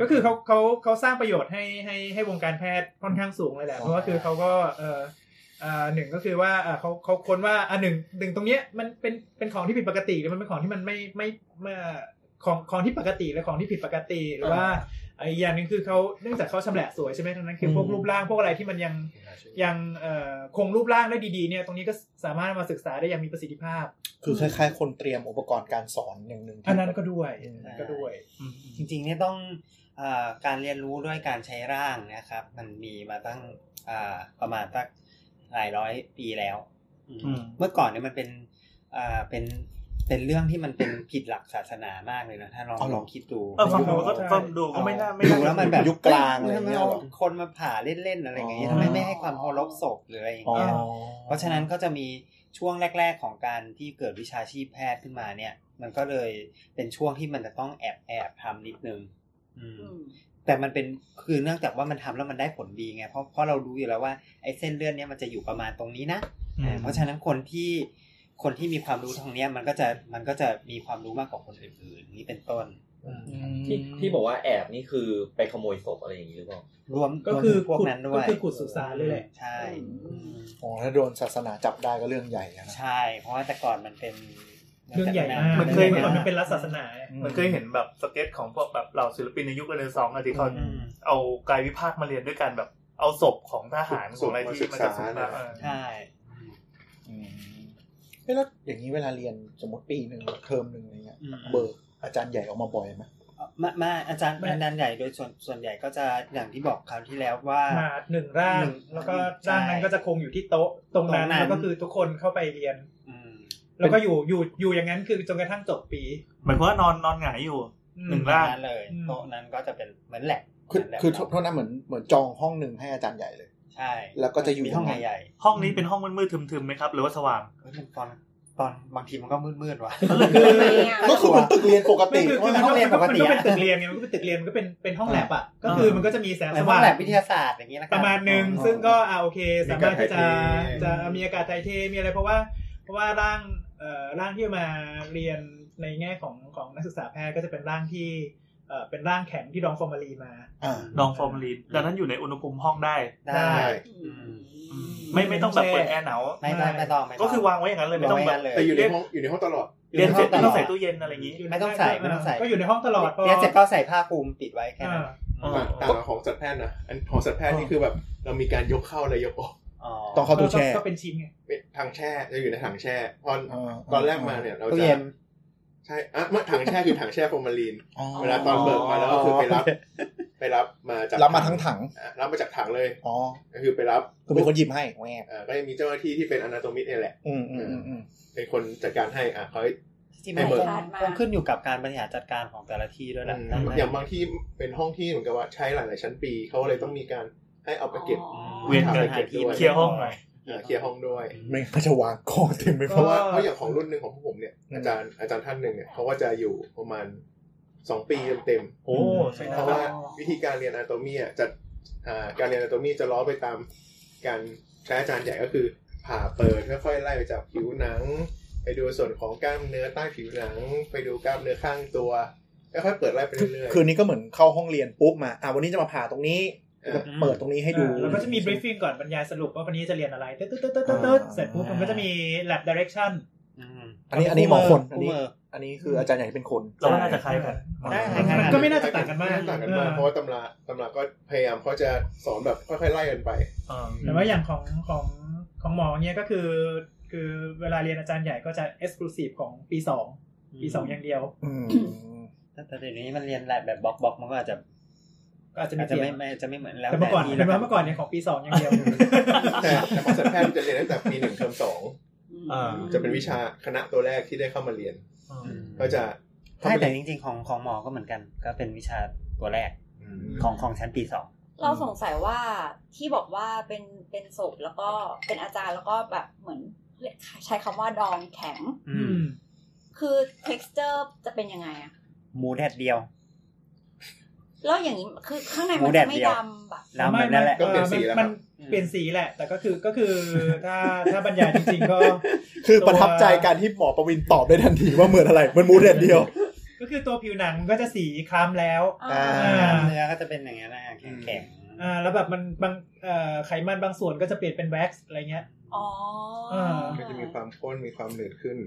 [SPEAKER 4] ก็คือเขาเขาเขาสร้างประโยชน์ให้ให้ให้วงการแพทย์ค่อนข้างสูงเลยแหละ
[SPEAKER 5] อ๋อ
[SPEAKER 4] เพราะว่าคือเขาก็เอออ่าหนึ่งก็คือว่าอ่าเขาเขาค้นว่าอ่าหนึ่งหนึ่งตรงเนี้ยมันเป็นเป็นของที่ผิดปกติหรือมันเป็นของที่มันไม่ไม่ไม่ของของที่ปกติและของที่ผิดปกติหรือว่าไอ้อย่างหนึ่งคือเขาเนื่องจากเขาชำแหละสวยใช่ไหมทั้งนั้นคือพวกรูปร่างพวกอะไรที่มันยังยังเอ่อคงรูปร่างได้ดีๆเนี่ยตรงนี้ก็สามารถมาศึกษาได้อย่างมีประสิทธิภาพ
[SPEAKER 5] คือคล้ายๆ คนเตรียมอุปกรณ์การสอนอย่างหนึ่งที่
[SPEAKER 4] อันนั้นก็ด้วย
[SPEAKER 5] อืม
[SPEAKER 4] อันนั้นก็ด้วย
[SPEAKER 3] จริงๆเนี่ยต้องเออการเรียนรู้ด้วยการใช้ร่างนะครับ มันมีมาตั้งอ่าประมาณตั้งหลายร้อยปีแล้วอืม
[SPEAKER 11] อืม
[SPEAKER 3] เมื่อก่อนเนี่ยมันเป็นอ่าเป็นเป็นเรื่องที่มันเป็นผิดหลักศาสนามากเลยนะถ้าลอง
[SPEAKER 5] เอาเหรอ
[SPEAKER 3] ลองคิดดู
[SPEAKER 11] เออฟังดูก็
[SPEAKER 4] ใช่
[SPEAKER 11] ฟังดูก็ไม่น่าไม่
[SPEAKER 3] ดู
[SPEAKER 11] น่า
[SPEAKER 3] แล้วมันแบบ
[SPEAKER 5] ยุคกลางอะไร
[SPEAKER 3] เฮ้ย
[SPEAKER 5] เงี้ยเหร
[SPEAKER 3] ทำ
[SPEAKER 5] อ
[SPEAKER 3] ไมเอาคนมาผ่าเล่นๆอะไรอย่างเงี้ยทำไมไม่ให้ความเคารพศพหรืออะไรอย่าง
[SPEAKER 5] อ๋อ
[SPEAKER 3] เงี้ย เพราะฉะนั้นก็จะมีช่วงแรก ๆ ของการที่เกิดวิชาชีพแพทย์ขึ้นมาเนี่ย มันก็เลยเป็นช่วงที่มันจะต้องแอบแอบๆทำนิดนึงอืม
[SPEAKER 2] อืม
[SPEAKER 3] แต่มันเป็นคือเนื่องจากว่ามันทำแล้วมันได้ผลดีไงเพราะเพราะเรารู้อยู่แล้วว่าไอ้เส้นเลือดเนี่ยมันจะอยู่ประมาณตรงนี้นะ
[SPEAKER 11] อืม
[SPEAKER 3] อ่าเพราะฉะนั้นคนที่คนที่มีความรู้ทางเนี้ยมันก็จะมันก็จะมีความรู้มากกว่าคนอื่นๆนี่เป็นต้น
[SPEAKER 7] ที่ที่บอกว่าแอบนี่คือไปขโมยศพอะไรอย่างนี้หรือเปล่าร
[SPEAKER 3] วม
[SPEAKER 4] ก็คือ
[SPEAKER 3] รวมถึงพวกนั้นด้วย
[SPEAKER 4] ก็คือขุดสุสานเลยแหละ
[SPEAKER 3] ใช่อืม
[SPEAKER 5] อ๋อถ้าโดนศาสนาจับได้ก็เรื่องใหญ่อะนะ
[SPEAKER 3] ใช่ เพราะว่าแต่ก่อนมันเป็น
[SPEAKER 4] เรื่องใหญ่มาก
[SPEAKER 11] มันเคย
[SPEAKER 4] เมื่อ
[SPEAKER 11] เห็น
[SPEAKER 4] ก่อนมันเป็นรัฐศาสนา
[SPEAKER 11] มันเคยเห็นแบบสเก็ตของพวกแบบเหล่าศิลปินในยุคเรเนซองส์อะที่เขา
[SPEAKER 3] อืม
[SPEAKER 11] เอากายวิภาคมาเรียนด้วยกันแบบ เอาศพของทหารของอะไรที่มันจะศึก
[SPEAKER 6] ศพ
[SPEAKER 11] ษา
[SPEAKER 6] มาศึกษา
[SPEAKER 11] เออ
[SPEAKER 3] ใช่
[SPEAKER 5] อืม ไม่แล้วอย่างนี้เวลาเรียนสมมติปีหนึ่งเทอมหนึ่งอะไรเงี้ย
[SPEAKER 3] อืม
[SPEAKER 5] เบิกอาจารย์ใหญ่ออกมาบ่อยไหม
[SPEAKER 3] มามาอาจารย์
[SPEAKER 4] ไม่
[SPEAKER 3] อาจารย์ใหญ่โดยส่วนส่วนใหญ่ก็จะอย่างที่บอกคราวที่แล้วว่า
[SPEAKER 4] มาหนึ่งร่าง
[SPEAKER 3] หนึ่ง
[SPEAKER 4] แล้วก็
[SPEAKER 3] ใช่
[SPEAKER 4] ร่างนั้นก็จะคงอยู่ที่โต๊ะตรงนั้น
[SPEAKER 3] ตรงนั้น
[SPEAKER 4] แล้วก็คือทุกคนเข้าไปเรียน
[SPEAKER 3] อืม
[SPEAKER 4] แล้วก็อยู่อยู่อยู่อย่างนั้นคือจนกระทั่งจบปี
[SPEAKER 11] หมายความว่านอนนอนหงายอยู่
[SPEAKER 4] อืม
[SPEAKER 11] หนึ่ง
[SPEAKER 3] ต
[SPEAKER 11] ร่าง
[SPEAKER 3] รงนั้นเลย
[SPEAKER 4] อืม
[SPEAKER 3] โต๊ะนั้นก็จะเป็นเหมือนแหลก
[SPEAKER 5] คือ
[SPEAKER 3] เหมืนแลบ
[SPEAKER 5] คือโทษนะเหมือนเหมือนจองห้องหนึ่งให้อาจารย์ใหญ่เลย
[SPEAKER 3] ใช่
[SPEAKER 5] แล้วก็จะอยู่
[SPEAKER 3] มีห้องใหญ่
[SPEAKER 11] ห้องนี้เป็นห้องมืดๆทึมๆไหมครับ หรือว่าสว่าง
[SPEAKER 3] ๆเฮ้ยมันตอนตอนบางทีมันก็มืดๆว่ะ
[SPEAKER 2] ทำไมอ่ะ
[SPEAKER 5] ก็คือเหมือนตึกเรียนปก
[SPEAKER 4] ไม่
[SPEAKER 5] ติ
[SPEAKER 4] คือคือ
[SPEAKER 5] ว่า
[SPEAKER 4] มัน
[SPEAKER 5] ห้
[SPEAKER 4] ก็
[SPEAKER 5] อง
[SPEAKER 4] เรี
[SPEAKER 5] เรี
[SPEAKER 4] ย
[SPEAKER 5] ยนปกติ
[SPEAKER 4] นปกติมันก็เป็
[SPEAKER 5] อะ
[SPEAKER 4] นตึกเรียนไงมันก็เป็นตึกเรียนมันก็เป็นเป็นห้องแลบอ่ะก็คือมันก็จะมีแสง
[SPEAKER 3] เหมื
[SPEAKER 4] ส
[SPEAKER 3] อนห้อ
[SPEAKER 4] ว่าง ง
[SPEAKER 3] แลบวิทยาศาสตร์อย่างนี้นะครั
[SPEAKER 4] ประมาณหนึ่งซึ่งก็อ่าโอเค สามารถที่จะ
[SPEAKER 6] มีอากาศถ่ายเท
[SPEAKER 4] จะมีอากาศไทยเทมีอะไรเพราะว่า เพราะว่าร่างเอ่อร่างที่มาเรียนในแง่ของของนักศึกษาแพทย์ก็จะเป็นร่างที่เอ่อเป็นร่างแข็งที่ดองฟอร์มาลีนมา
[SPEAKER 5] อ่า
[SPEAKER 11] ดองฟอร์มาลีนดังนั้นอยู่ในอุณหภูมิห้องได้
[SPEAKER 4] ได้
[SPEAKER 3] ได้อืม
[SPEAKER 11] ไม่ไม่ต้องแบบเปิดแอร์หนาว
[SPEAKER 3] ไม่ไม่ไม่ต้องไม่ต้
[SPEAKER 11] ก็คือวางไว้อย่างนั้นเลยไม่ต้อง
[SPEAKER 3] วา
[SPEAKER 11] แบ
[SPEAKER 3] ว้ย่างนั้
[SPEAKER 11] บ
[SPEAKER 3] นเลย
[SPEAKER 6] แต่อยู่ในห้องอยู่ในห้องตลอด
[SPEAKER 11] เรียนเสร็จ
[SPEAKER 3] อยู่ในห้อง
[SPEAKER 11] ไม่ต้องใส่ตู้เย็นอะไรอย่างนี้
[SPEAKER 3] ไม่ต้องใส่
[SPEAKER 4] ยู่
[SPEAKER 3] ไม่ต้องใส่
[SPEAKER 4] ก็อยู่ในห้องตลอดพอ
[SPEAKER 3] เรียนเสร็จก็ใส่ผ้าคลุมปิดไว้แค่
[SPEAKER 4] อ่า
[SPEAKER 3] นั้น
[SPEAKER 11] อ๋อ
[SPEAKER 6] ต่างต่างกับของสัตว์แพทย์นะ อันของสัตวแพทย์นี่คือแบบ เรามีการยกเข้าและยกออก
[SPEAKER 3] อ๋อ
[SPEAKER 5] ต้องเข้าตู้แช่
[SPEAKER 4] ก็เป็นชิ้นไง
[SPEAKER 6] เป็นถังแช่จะอยู่ในถังแช่พอ
[SPEAKER 5] อ่า
[SPEAKER 6] ตอนแรกมาเนี่ยเรา
[SPEAKER 3] ตู้
[SPEAKER 6] จะ
[SPEAKER 3] เย็น
[SPEAKER 6] ใช่อ่ะเมื่อถังแช่คือถังแช่ฟอร์มาลีน
[SPEAKER 5] อ๋อ
[SPEAKER 6] เวลาตอนเบิกมาแล้วก็คือไปรับ
[SPEAKER 5] โเ
[SPEAKER 6] ไปรับมาจาก
[SPEAKER 5] รับมาทั้งถัง
[SPEAKER 6] อ่ะรับมาจากถังเลย
[SPEAKER 5] อ๋อ
[SPEAKER 6] ก็คือไปรับ
[SPEAKER 5] คือเป็นคนหยิบให้แหวบ
[SPEAKER 6] อ่าก็ยังมีเจ้าหน้าที่ที่เป็นอนาโตมิสเนี่ยแหละ
[SPEAKER 5] อืมอืมอืมอืม
[SPEAKER 6] เป็นคนจัดการให้อ่ะเขาให้
[SPEAKER 3] ที่มัน
[SPEAKER 6] ไม่
[SPEAKER 3] ค
[SPEAKER 6] เบิ
[SPEAKER 3] ง
[SPEAKER 6] ก
[SPEAKER 3] คงขึ้นอยู่กับการบริหารจัดการของแต่ละที่ด้วยแหละ
[SPEAKER 6] อืมอย่างบางที่เป็นห้องที่เหมือนกับว่าใช้หลาย ๆ ชั้นปีเขาเลยต้องมีการให้เอาไปเก็บ
[SPEAKER 11] เวียนกัน
[SPEAKER 6] หาที่
[SPEAKER 11] เคลียร์ห้องหน่อย
[SPEAKER 6] อ่าเคลียร์ห้องด้วย
[SPEAKER 5] ไม่งั้นก็จะวางกองเต็มไปหมด
[SPEAKER 6] เพราะว่า
[SPEAKER 4] ก็
[SPEAKER 6] เพราะอย่างของรุ่นหนึ่งของพวกผมเนี่ยอาจารย์อาจารย์ท่านหนึ่งเนี่ยเขาก็จะอยู่ประมาณสองปีเต็ม
[SPEAKER 11] โอ้ใช่
[SPEAKER 6] ๆ
[SPEAKER 11] นะ
[SPEAKER 6] เพราะ
[SPEAKER 11] ครับ
[SPEAKER 6] ว่าวิธีการเรียนอ n โตมีอ่ะจะอ่าการเรียนอ n โตมีจะล้อไปตามการใช้อาจารย์ใหญ่ก็คือ ผ่าเปิดค่อยๆไล่ไปจากผิวหนัง ไปดูส่วนของกล้ามเนื้อใต้ผิวหนัง ไปดูกล้ามเนื้อข้างตัวค่อยๆเปิดไล่ไป
[SPEAKER 5] คือ
[SPEAKER 6] เรื่อยๆ
[SPEAKER 5] คืนนี้ก็เหมือนเข้าห้องเรียนปุ๊บมา อ่าวันนี้จะมาผ่าตรงนี้
[SPEAKER 6] เออ
[SPEAKER 5] จะเปิดตรงนี้ให้ดู
[SPEAKER 4] อ่าแล้วก็จะมี briefing ก่อนบรรยายสรุปว่าวันนี้จะเรียนอะไรตึ๊ดตึ๊ดตึ๊ดตึ๊ดตึ๊ด
[SPEAKER 5] อ่า
[SPEAKER 4] เสร็จปุ๊บมันก็จะมี lab direction
[SPEAKER 5] อันนี้อันนี้หมอคนอันนี้
[SPEAKER 3] คู่มือ
[SPEAKER 5] อันนี้คืออาจารย์ใหญ่เป็นคน
[SPEAKER 11] เราว่าน่าจะคล้ายกัน
[SPEAKER 5] ได้
[SPEAKER 3] คล้ายๆกัน
[SPEAKER 4] มันก็ไม่น่าจะต่างกันมาก
[SPEAKER 6] ต่างกัน
[SPEAKER 4] เอ
[SPEAKER 6] มาก
[SPEAKER 4] อ
[SPEAKER 6] เพราะว่าตำราตำราก็พยายามเขาจะสอนแบบค่อยๆไล่กันไป
[SPEAKER 4] แต่ว่าอย่างของของของหมอเนี่ยก็คือ คือเวลาเรียนอาจารย์ใหญ่ก็จะ exclusive ของปีสองปีสองอย่างเดียว
[SPEAKER 5] อืม
[SPEAKER 3] แต่เดี๋ยวนี้มันเรียนแลบแบบบล็อกบล็อกมันก็อาจจะ
[SPEAKER 4] ก็อาจจะมี
[SPEAKER 3] อาจจะ
[SPEAKER 4] เปลี่
[SPEAKER 3] ไม่
[SPEAKER 4] ยน
[SPEAKER 3] ไม่จะไม่เหมือนแล้ว
[SPEAKER 4] แต่เมื่อก่อน
[SPEAKER 3] ที่
[SPEAKER 4] เป็นว่าเมื่อก่อนเนี่ยของปีสองอย่างเดียว
[SPEAKER 6] แต่แต่ของสัตวแพทย์จะเรียนตั้งแต่ปีหนึ่งเทอมสอง
[SPEAKER 11] อ่า
[SPEAKER 6] จะเป็นวิชาคณะตัวแรกที่ได้เข้ามาเรียน
[SPEAKER 3] อืม
[SPEAKER 6] ก็จะ
[SPEAKER 3] ใช่แต่จริง ๆ ของของหมอก็เหมือนกัน ก็เป็นวิชาตัวแรกของของชั้นปีสอง
[SPEAKER 2] เราสงสัยว่าที่บอกว่าเป็นเป็นศพแล้วก็เป็นอาจารย์แล้วก็แบบเหมือนใช้คำว่าดองแข็ง
[SPEAKER 4] อืม
[SPEAKER 2] คือ texture จะเป็นยังไงอะ
[SPEAKER 3] หมูแดดเดียว
[SPEAKER 2] แล้วอย่างนี้คือข้างใน
[SPEAKER 3] หมู
[SPEAKER 2] มัน
[SPEAKER 3] แด
[SPEAKER 2] จะ
[SPEAKER 3] ด
[SPEAKER 2] ไม่
[SPEAKER 3] เดียว
[SPEAKER 2] ดำแบบ
[SPEAKER 3] น้ำแบบนั้นแหละ
[SPEAKER 6] ก็เปลี่ยนสีแล้วค
[SPEAKER 4] มั
[SPEAKER 6] รั
[SPEAKER 4] น
[SPEAKER 6] บ
[SPEAKER 4] เปลี่ยนสีแหละ แต่ก็คือก็คือถ้าถ้าบรรยายจริงๆก็
[SPEAKER 5] คือประทับใจการที่หมอประวินตอบได้ทันทีว่าเหมือนอะไรเหมือนหมูเด็ดเดียว
[SPEAKER 4] ก็คือตัวผิวหนังมันก็จะสีคล้ำแล้ว
[SPEAKER 2] อ่า
[SPEAKER 5] อ่า
[SPEAKER 3] เนื้อก็จะเป็นอย่างนี้ยนะแข็งแข็ง
[SPEAKER 4] อ่าแล้วแบบมันบางเอ่อไขมันบางส่วนก็จะเปลี่ยนเป็นแว็กซ์อะไรเงี้ย
[SPEAKER 2] อ๋ออา
[SPEAKER 6] ก็จะมีความข้นมีความหนืดขึ้น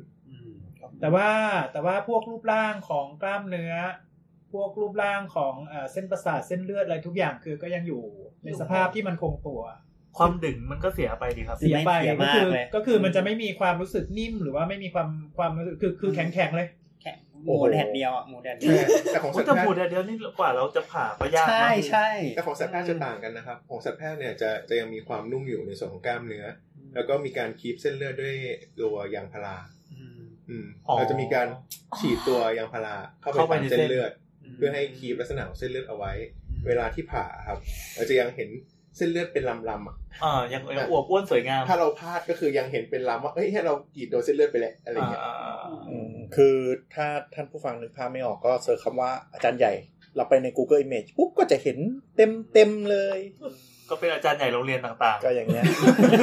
[SPEAKER 4] แต่ว่าแต่ว่าพวกรูปร่างของกล้ามเนื้อ พวกรูปร่างของเอ่อเส้นประสาทเส้นเลือดอะไรทุกอย่างคือก็ยังอยู่ในสภาพที่มันคงตัว
[SPEAKER 11] ความดึงมันก็เสียไปดีครับ
[SPEAKER 4] เสียไป
[SPEAKER 3] เสีย
[SPEAKER 4] ก็
[SPEAKER 3] มา
[SPEAKER 4] คื
[SPEAKER 3] ก
[SPEAKER 4] อ
[SPEAKER 3] เลย
[SPEAKER 4] ก็คือมันจะไม่มีความรู้สึกนิ่ม หรือว่าไม่มีความความรู้สึกคือคือแข็งแข็งๆเลย
[SPEAKER 3] แข็งหมูแดดเดียวอ่ะหมูแดดเดียว
[SPEAKER 6] แต่แต่ของสัต
[SPEAKER 11] แต่
[SPEAKER 6] วแพ
[SPEAKER 11] หมู
[SPEAKER 6] ทย์
[SPEAKER 11] เดียวนี่กว่าเราจะผ่าก็ยากนะ
[SPEAKER 3] ใช่ใช่
[SPEAKER 6] แต่ของสัตวแพทย์จะต่างกันนะครับ ของสัตวแพทย์เนี่ยจะจะยังมีความนุ่มอยู่ในส่วนของกล้ามเนื้อ แล้วก็มีการคีบเส้นเลือดด้วยตัวยางพารา
[SPEAKER 3] อืม
[SPEAKER 6] อืม
[SPEAKER 11] อ๋อ
[SPEAKER 6] เราจะมีการฉีดตัวยางพาราเข้าไป
[SPEAKER 11] เข้าไป
[SPEAKER 6] ตาม
[SPEAKER 11] ในเส้
[SPEAKER 6] เส้
[SPEAKER 11] น
[SPEAKER 6] นเลือด เพื่อให้คีบลักษณะของเส้นเลือดเอาไว้ เวลาที่ผ่าครับ เราจะยังเห็นเส้นเลือดเป็นลำๆอะ
[SPEAKER 11] อ่ายังยังอวบอ้วนสวยงาม
[SPEAKER 6] ถ้าเราพลาดก็คือยังเห็นเป็นลำว่าเอ้ยเนี่ยเรากรีดโดนเส้นเลือดไปแล้วอะไรอย่างเงี้ย
[SPEAKER 11] อ่าอ่าอ่า
[SPEAKER 5] คือถ้าท่านผู้ฟังนึกภาพไม่ออกก็เสิร์ชคำว่าอาจารย์ใหญ่ เราไปใน Google Image ปุ๊บก็จะเห็นเต็มเต็มๆเลย
[SPEAKER 11] ก็เป็นอาจารย์ใหญ่โรงเรียนต่าง
[SPEAKER 5] ก็อย่างเงี้ย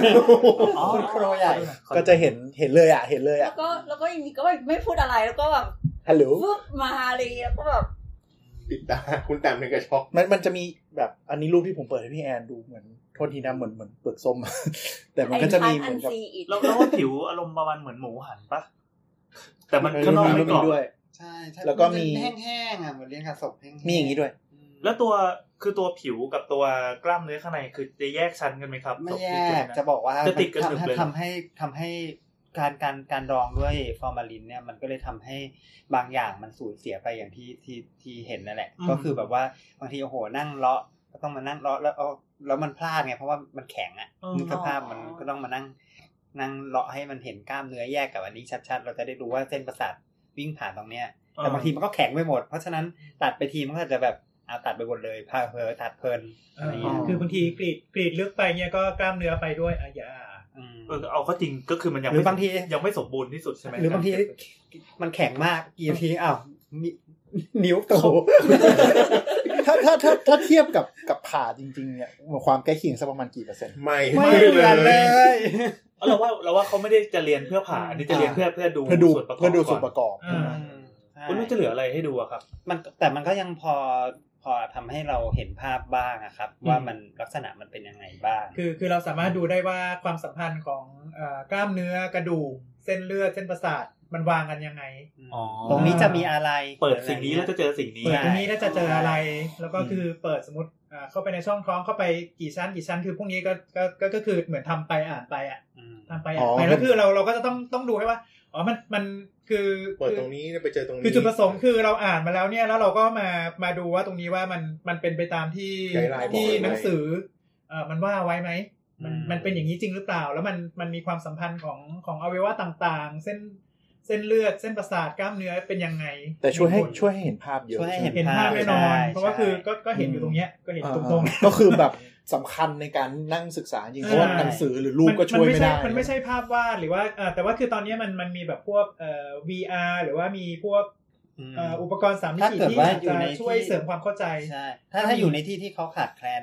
[SPEAKER 11] ๆอ๋อ
[SPEAKER 3] คุณครใหญ่
[SPEAKER 5] ก็จะเห็นเห็นเลยอ่ะ เห็นเลย
[SPEAKER 2] แล้ว
[SPEAKER 5] อ่ะ
[SPEAKER 2] ก็แล้วก็อย่างนี้ก็ไม่พูดอะไรแล้วก็แบบ
[SPEAKER 5] ฮัลโหล
[SPEAKER 2] ฟึบมาเลยแล้วก็แบบ
[SPEAKER 6] ปิดตาคุณตามเป็นกระช็อก
[SPEAKER 5] มันมันจะมีแบบอันนี้รูปที่ผมเปิดให้พี่แอนดูเหมือนโทษทีนะเห มือนเหมือนเปลือกส้ม แต่มันก็จะมีเห
[SPEAKER 2] อั
[SPEAKER 5] มือน นกับ
[SPEAKER 2] ซีอีก
[SPEAKER 11] เราเราว่าผิวอารมณ์ประมาณเหมือนหมูหันปะแต่มันข้างนอก
[SPEAKER 5] รู
[SPEAKER 11] ไม่
[SPEAKER 5] ป
[SPEAKER 11] กรอบ
[SPEAKER 5] ด้วย
[SPEAKER 3] ใช่
[SPEAKER 5] แล้วก็มี
[SPEAKER 3] นจะแห้งๆอ่ะเหมือนเลี้ยงกระสอบแห้งๆ
[SPEAKER 5] มีอย่างนี้ด้วย
[SPEAKER 11] แล้วตัวคือตัวผิวกับตัวกล้ามเนื้อข้างในคือจะแยกชั้นกันไหมครับ
[SPEAKER 3] ไม่แย
[SPEAKER 11] ตรงจุด
[SPEAKER 3] ก
[SPEAKER 11] นั้น
[SPEAKER 3] จะบอกว่า
[SPEAKER 11] จะติดกระ
[SPEAKER 3] ทำ
[SPEAKER 11] หนึบ
[SPEAKER 3] ให้
[SPEAKER 11] เลย
[SPEAKER 3] ทำให้ทำให้ การการการดองด้วยฟอร์มาลินเนี่ยมันก็เลยทำให้บางอย่างมันสูญเสียไปอย่างที่ที่ที่เห็นนั่นแหละ
[SPEAKER 11] อืม
[SPEAKER 3] ก็คือแบบว่าบางทีโอ้โหนั่งเลาะก็ต้องมานั่งเลาะแล้วเอาแล้วมันพลาดไงเพราะว่ามันแข็งอ่ะนึกสภาพมันก็ต้องมานั่ง นั่งเลาะให้มันเห็นกล้ามเนื้อแยกกับอันนี้ชัดๆ เราจะได้รู้ว่าเส้นประสาทวิ่งผ่านตรงเนี้ย แต่บางทีมันก็แข็งไปหมด เพราะฉะนั้นตัดไปทีมันก็อาจจะแบบเอาตัดไปหมดเลยพาเพอตัดเพลินอะไรอย่างเงี้ย
[SPEAKER 4] คือบางทีกรีดกรีดลึกไปเนี่ยก็กล้ามเนื้อไปด้วยอาญา
[SPEAKER 3] ม
[SPEAKER 11] เออเอาก็จริงก็คือมันยัง
[SPEAKER 3] หรื
[SPEAKER 11] ไม่
[SPEAKER 3] อบางที
[SPEAKER 11] ยังไม่สมบูรณ์ที่สุดใช่ไหม
[SPEAKER 3] หรือบางทีมันแข็งมากกี่ทีอ้าวนินิ้วโต
[SPEAKER 5] ถ้าถ้าถ้าถ้าเทียบกับกับผ่าจริงๆเนี่ยความใกล้เคียงสักประมาณกี่เปอร์เซ็นต์
[SPEAKER 6] ไม่
[SPEAKER 3] ไม่เหมือนเลย
[SPEAKER 11] เอาเราว่าเราว่าเขาไม่ได้จะเรียนเพื่อผ่าอันนี้จะเรียน
[SPEAKER 5] อ่า
[SPEAKER 11] เพื่อเพื่อดู
[SPEAKER 5] เพื่อดู
[SPEAKER 11] ส่วนประกอบ
[SPEAKER 5] เพื่อดูส่วนประกอบ
[SPEAKER 11] ก่อน
[SPEAKER 4] อ่า
[SPEAKER 3] ใช่
[SPEAKER 11] คุณรู้จะเหลืออะไรให้ดูอะครับ
[SPEAKER 3] มันแต่มันก็ยังพอพอทำให้เราเห็นภาพบ้างอะครับ
[SPEAKER 11] อืม
[SPEAKER 3] ว่ามันลักษณะมันเป็นยังไงบ้าง
[SPEAKER 4] คือคือเราสามารถดูได้ว่าความสัมพันธ์ของเอ่อกล้ามเนื้อกระดูกเส้นเลือดเส้นประสาทมันวางกันยังไง
[SPEAKER 11] อ๋อ
[SPEAKER 3] ตรงนี้จะมีอะไร
[SPEAKER 11] เปิดสิ่งนี้แล้วจะเจอสิ่งนี้
[SPEAKER 4] เปิดตรงนี้
[SPEAKER 3] ะ
[SPEAKER 4] น่าจะเจออะไร แล้วก็คือเปิดสมมติอ่าเข้าไปในช่องท้องเข้าไปกี่ชั้นกี่ชั้นคือพวกนี้ก็ก็ก็ก็คือเหมือนทำไปอ่านไปอ่ะ
[SPEAKER 3] อืม
[SPEAKER 4] ทำไปอ่านไปแล้วคือเราเราก็จะต้องต้องดูให้ว่าอ๋อมันมันคือ
[SPEAKER 6] เปิดตรงนี้แล้วไปเจอตรงนี้
[SPEAKER 4] คือจุดประสงค์คือเราอ่านมาแล้วเนี่ยแล้วเราก็มามาดูว่าตรงนี้ว่ามันมันเป็นไปตามที่
[SPEAKER 6] ไกด์ไลน์บอกไว้
[SPEAKER 4] ที่หนังสือเอ่อมันว่าไว้ไหม มันมันเป็นอย่างนี้จริงหรือเปล่า แล้วมันมันมีความสัมพันธ์ของของอวัยวะต่างๆ เส้นเส้นเลือดเส้นประสาทกล้ามเนื้อเป็นยังไง
[SPEAKER 5] แต่ช่วยให้
[SPEAKER 4] ผล
[SPEAKER 5] ช่วยให้เห็นภาพเยอะ
[SPEAKER 3] ช่วยให้
[SPEAKER 5] ใช่ไม
[SPEAKER 3] เห็น
[SPEAKER 4] เห็นภาพแน่นอน
[SPEAKER 3] ใช่
[SPEAKER 4] เพราะว่าคือ
[SPEAKER 3] ใช่
[SPEAKER 4] ก็ก็เห็นอยู่ตรงเนี้ยก็เห็น
[SPEAKER 5] อ่า
[SPEAKER 4] ตรงๆ
[SPEAKER 5] ก็คือแบบ สำคัญในการนั่งศึกษาจริงเพราะว่า
[SPEAKER 4] ใช่
[SPEAKER 5] หนังสือหรือรูปก็ช่วยไม่ได้
[SPEAKER 4] มันไม่ใช่มันไม่ใช่ภาพวาดหรือว่าเอ่อแต่ว่าคือตอนเนี้ยมันมันมีแบบพวกเอ่อ VR หรือว่ามีพวก
[SPEAKER 3] อืม
[SPEAKER 4] เอ่ออุปกรณ์สามมิ
[SPEAKER 3] ถ้า
[SPEAKER 4] ติ
[SPEAKER 3] เกิด
[SPEAKER 4] ที่
[SPEAKER 3] ว่า
[SPEAKER 4] อาจ
[SPEAKER 3] อยู่
[SPEAKER 4] จะ
[SPEAKER 3] ใน
[SPEAKER 4] ช่วยเสริมความเข้าใจ
[SPEAKER 3] ใช่ถ้าถ้าอยู่ในที่ที่เขาขาดแคลน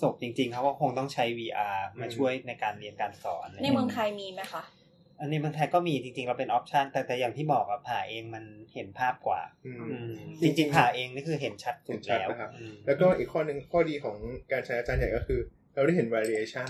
[SPEAKER 3] ศพจริงๆเขาก็คงต้องใช้ VR มาช่วยในการเรียนการสอน
[SPEAKER 2] ในเมืองไทยมีไหมคะ
[SPEAKER 3] อันนี้เมืองไทยก็มีจริงๆเราเป็นออปชันแต่แต่อย่างที่บอกอะผ่าเองมันเห็นภาพกว่า
[SPEAKER 6] อืม
[SPEAKER 3] อืมจริงๆผ่าเองนี่คือเห็นชัดสุดแล้ว
[SPEAKER 6] เห็นชัดนะครับ
[SPEAKER 3] อืม
[SPEAKER 6] แล้วก็อีกข้อหนึ่งข้อดีของการใช้อาจารย์ใหญ่ก็คือ เราได้เห็น variation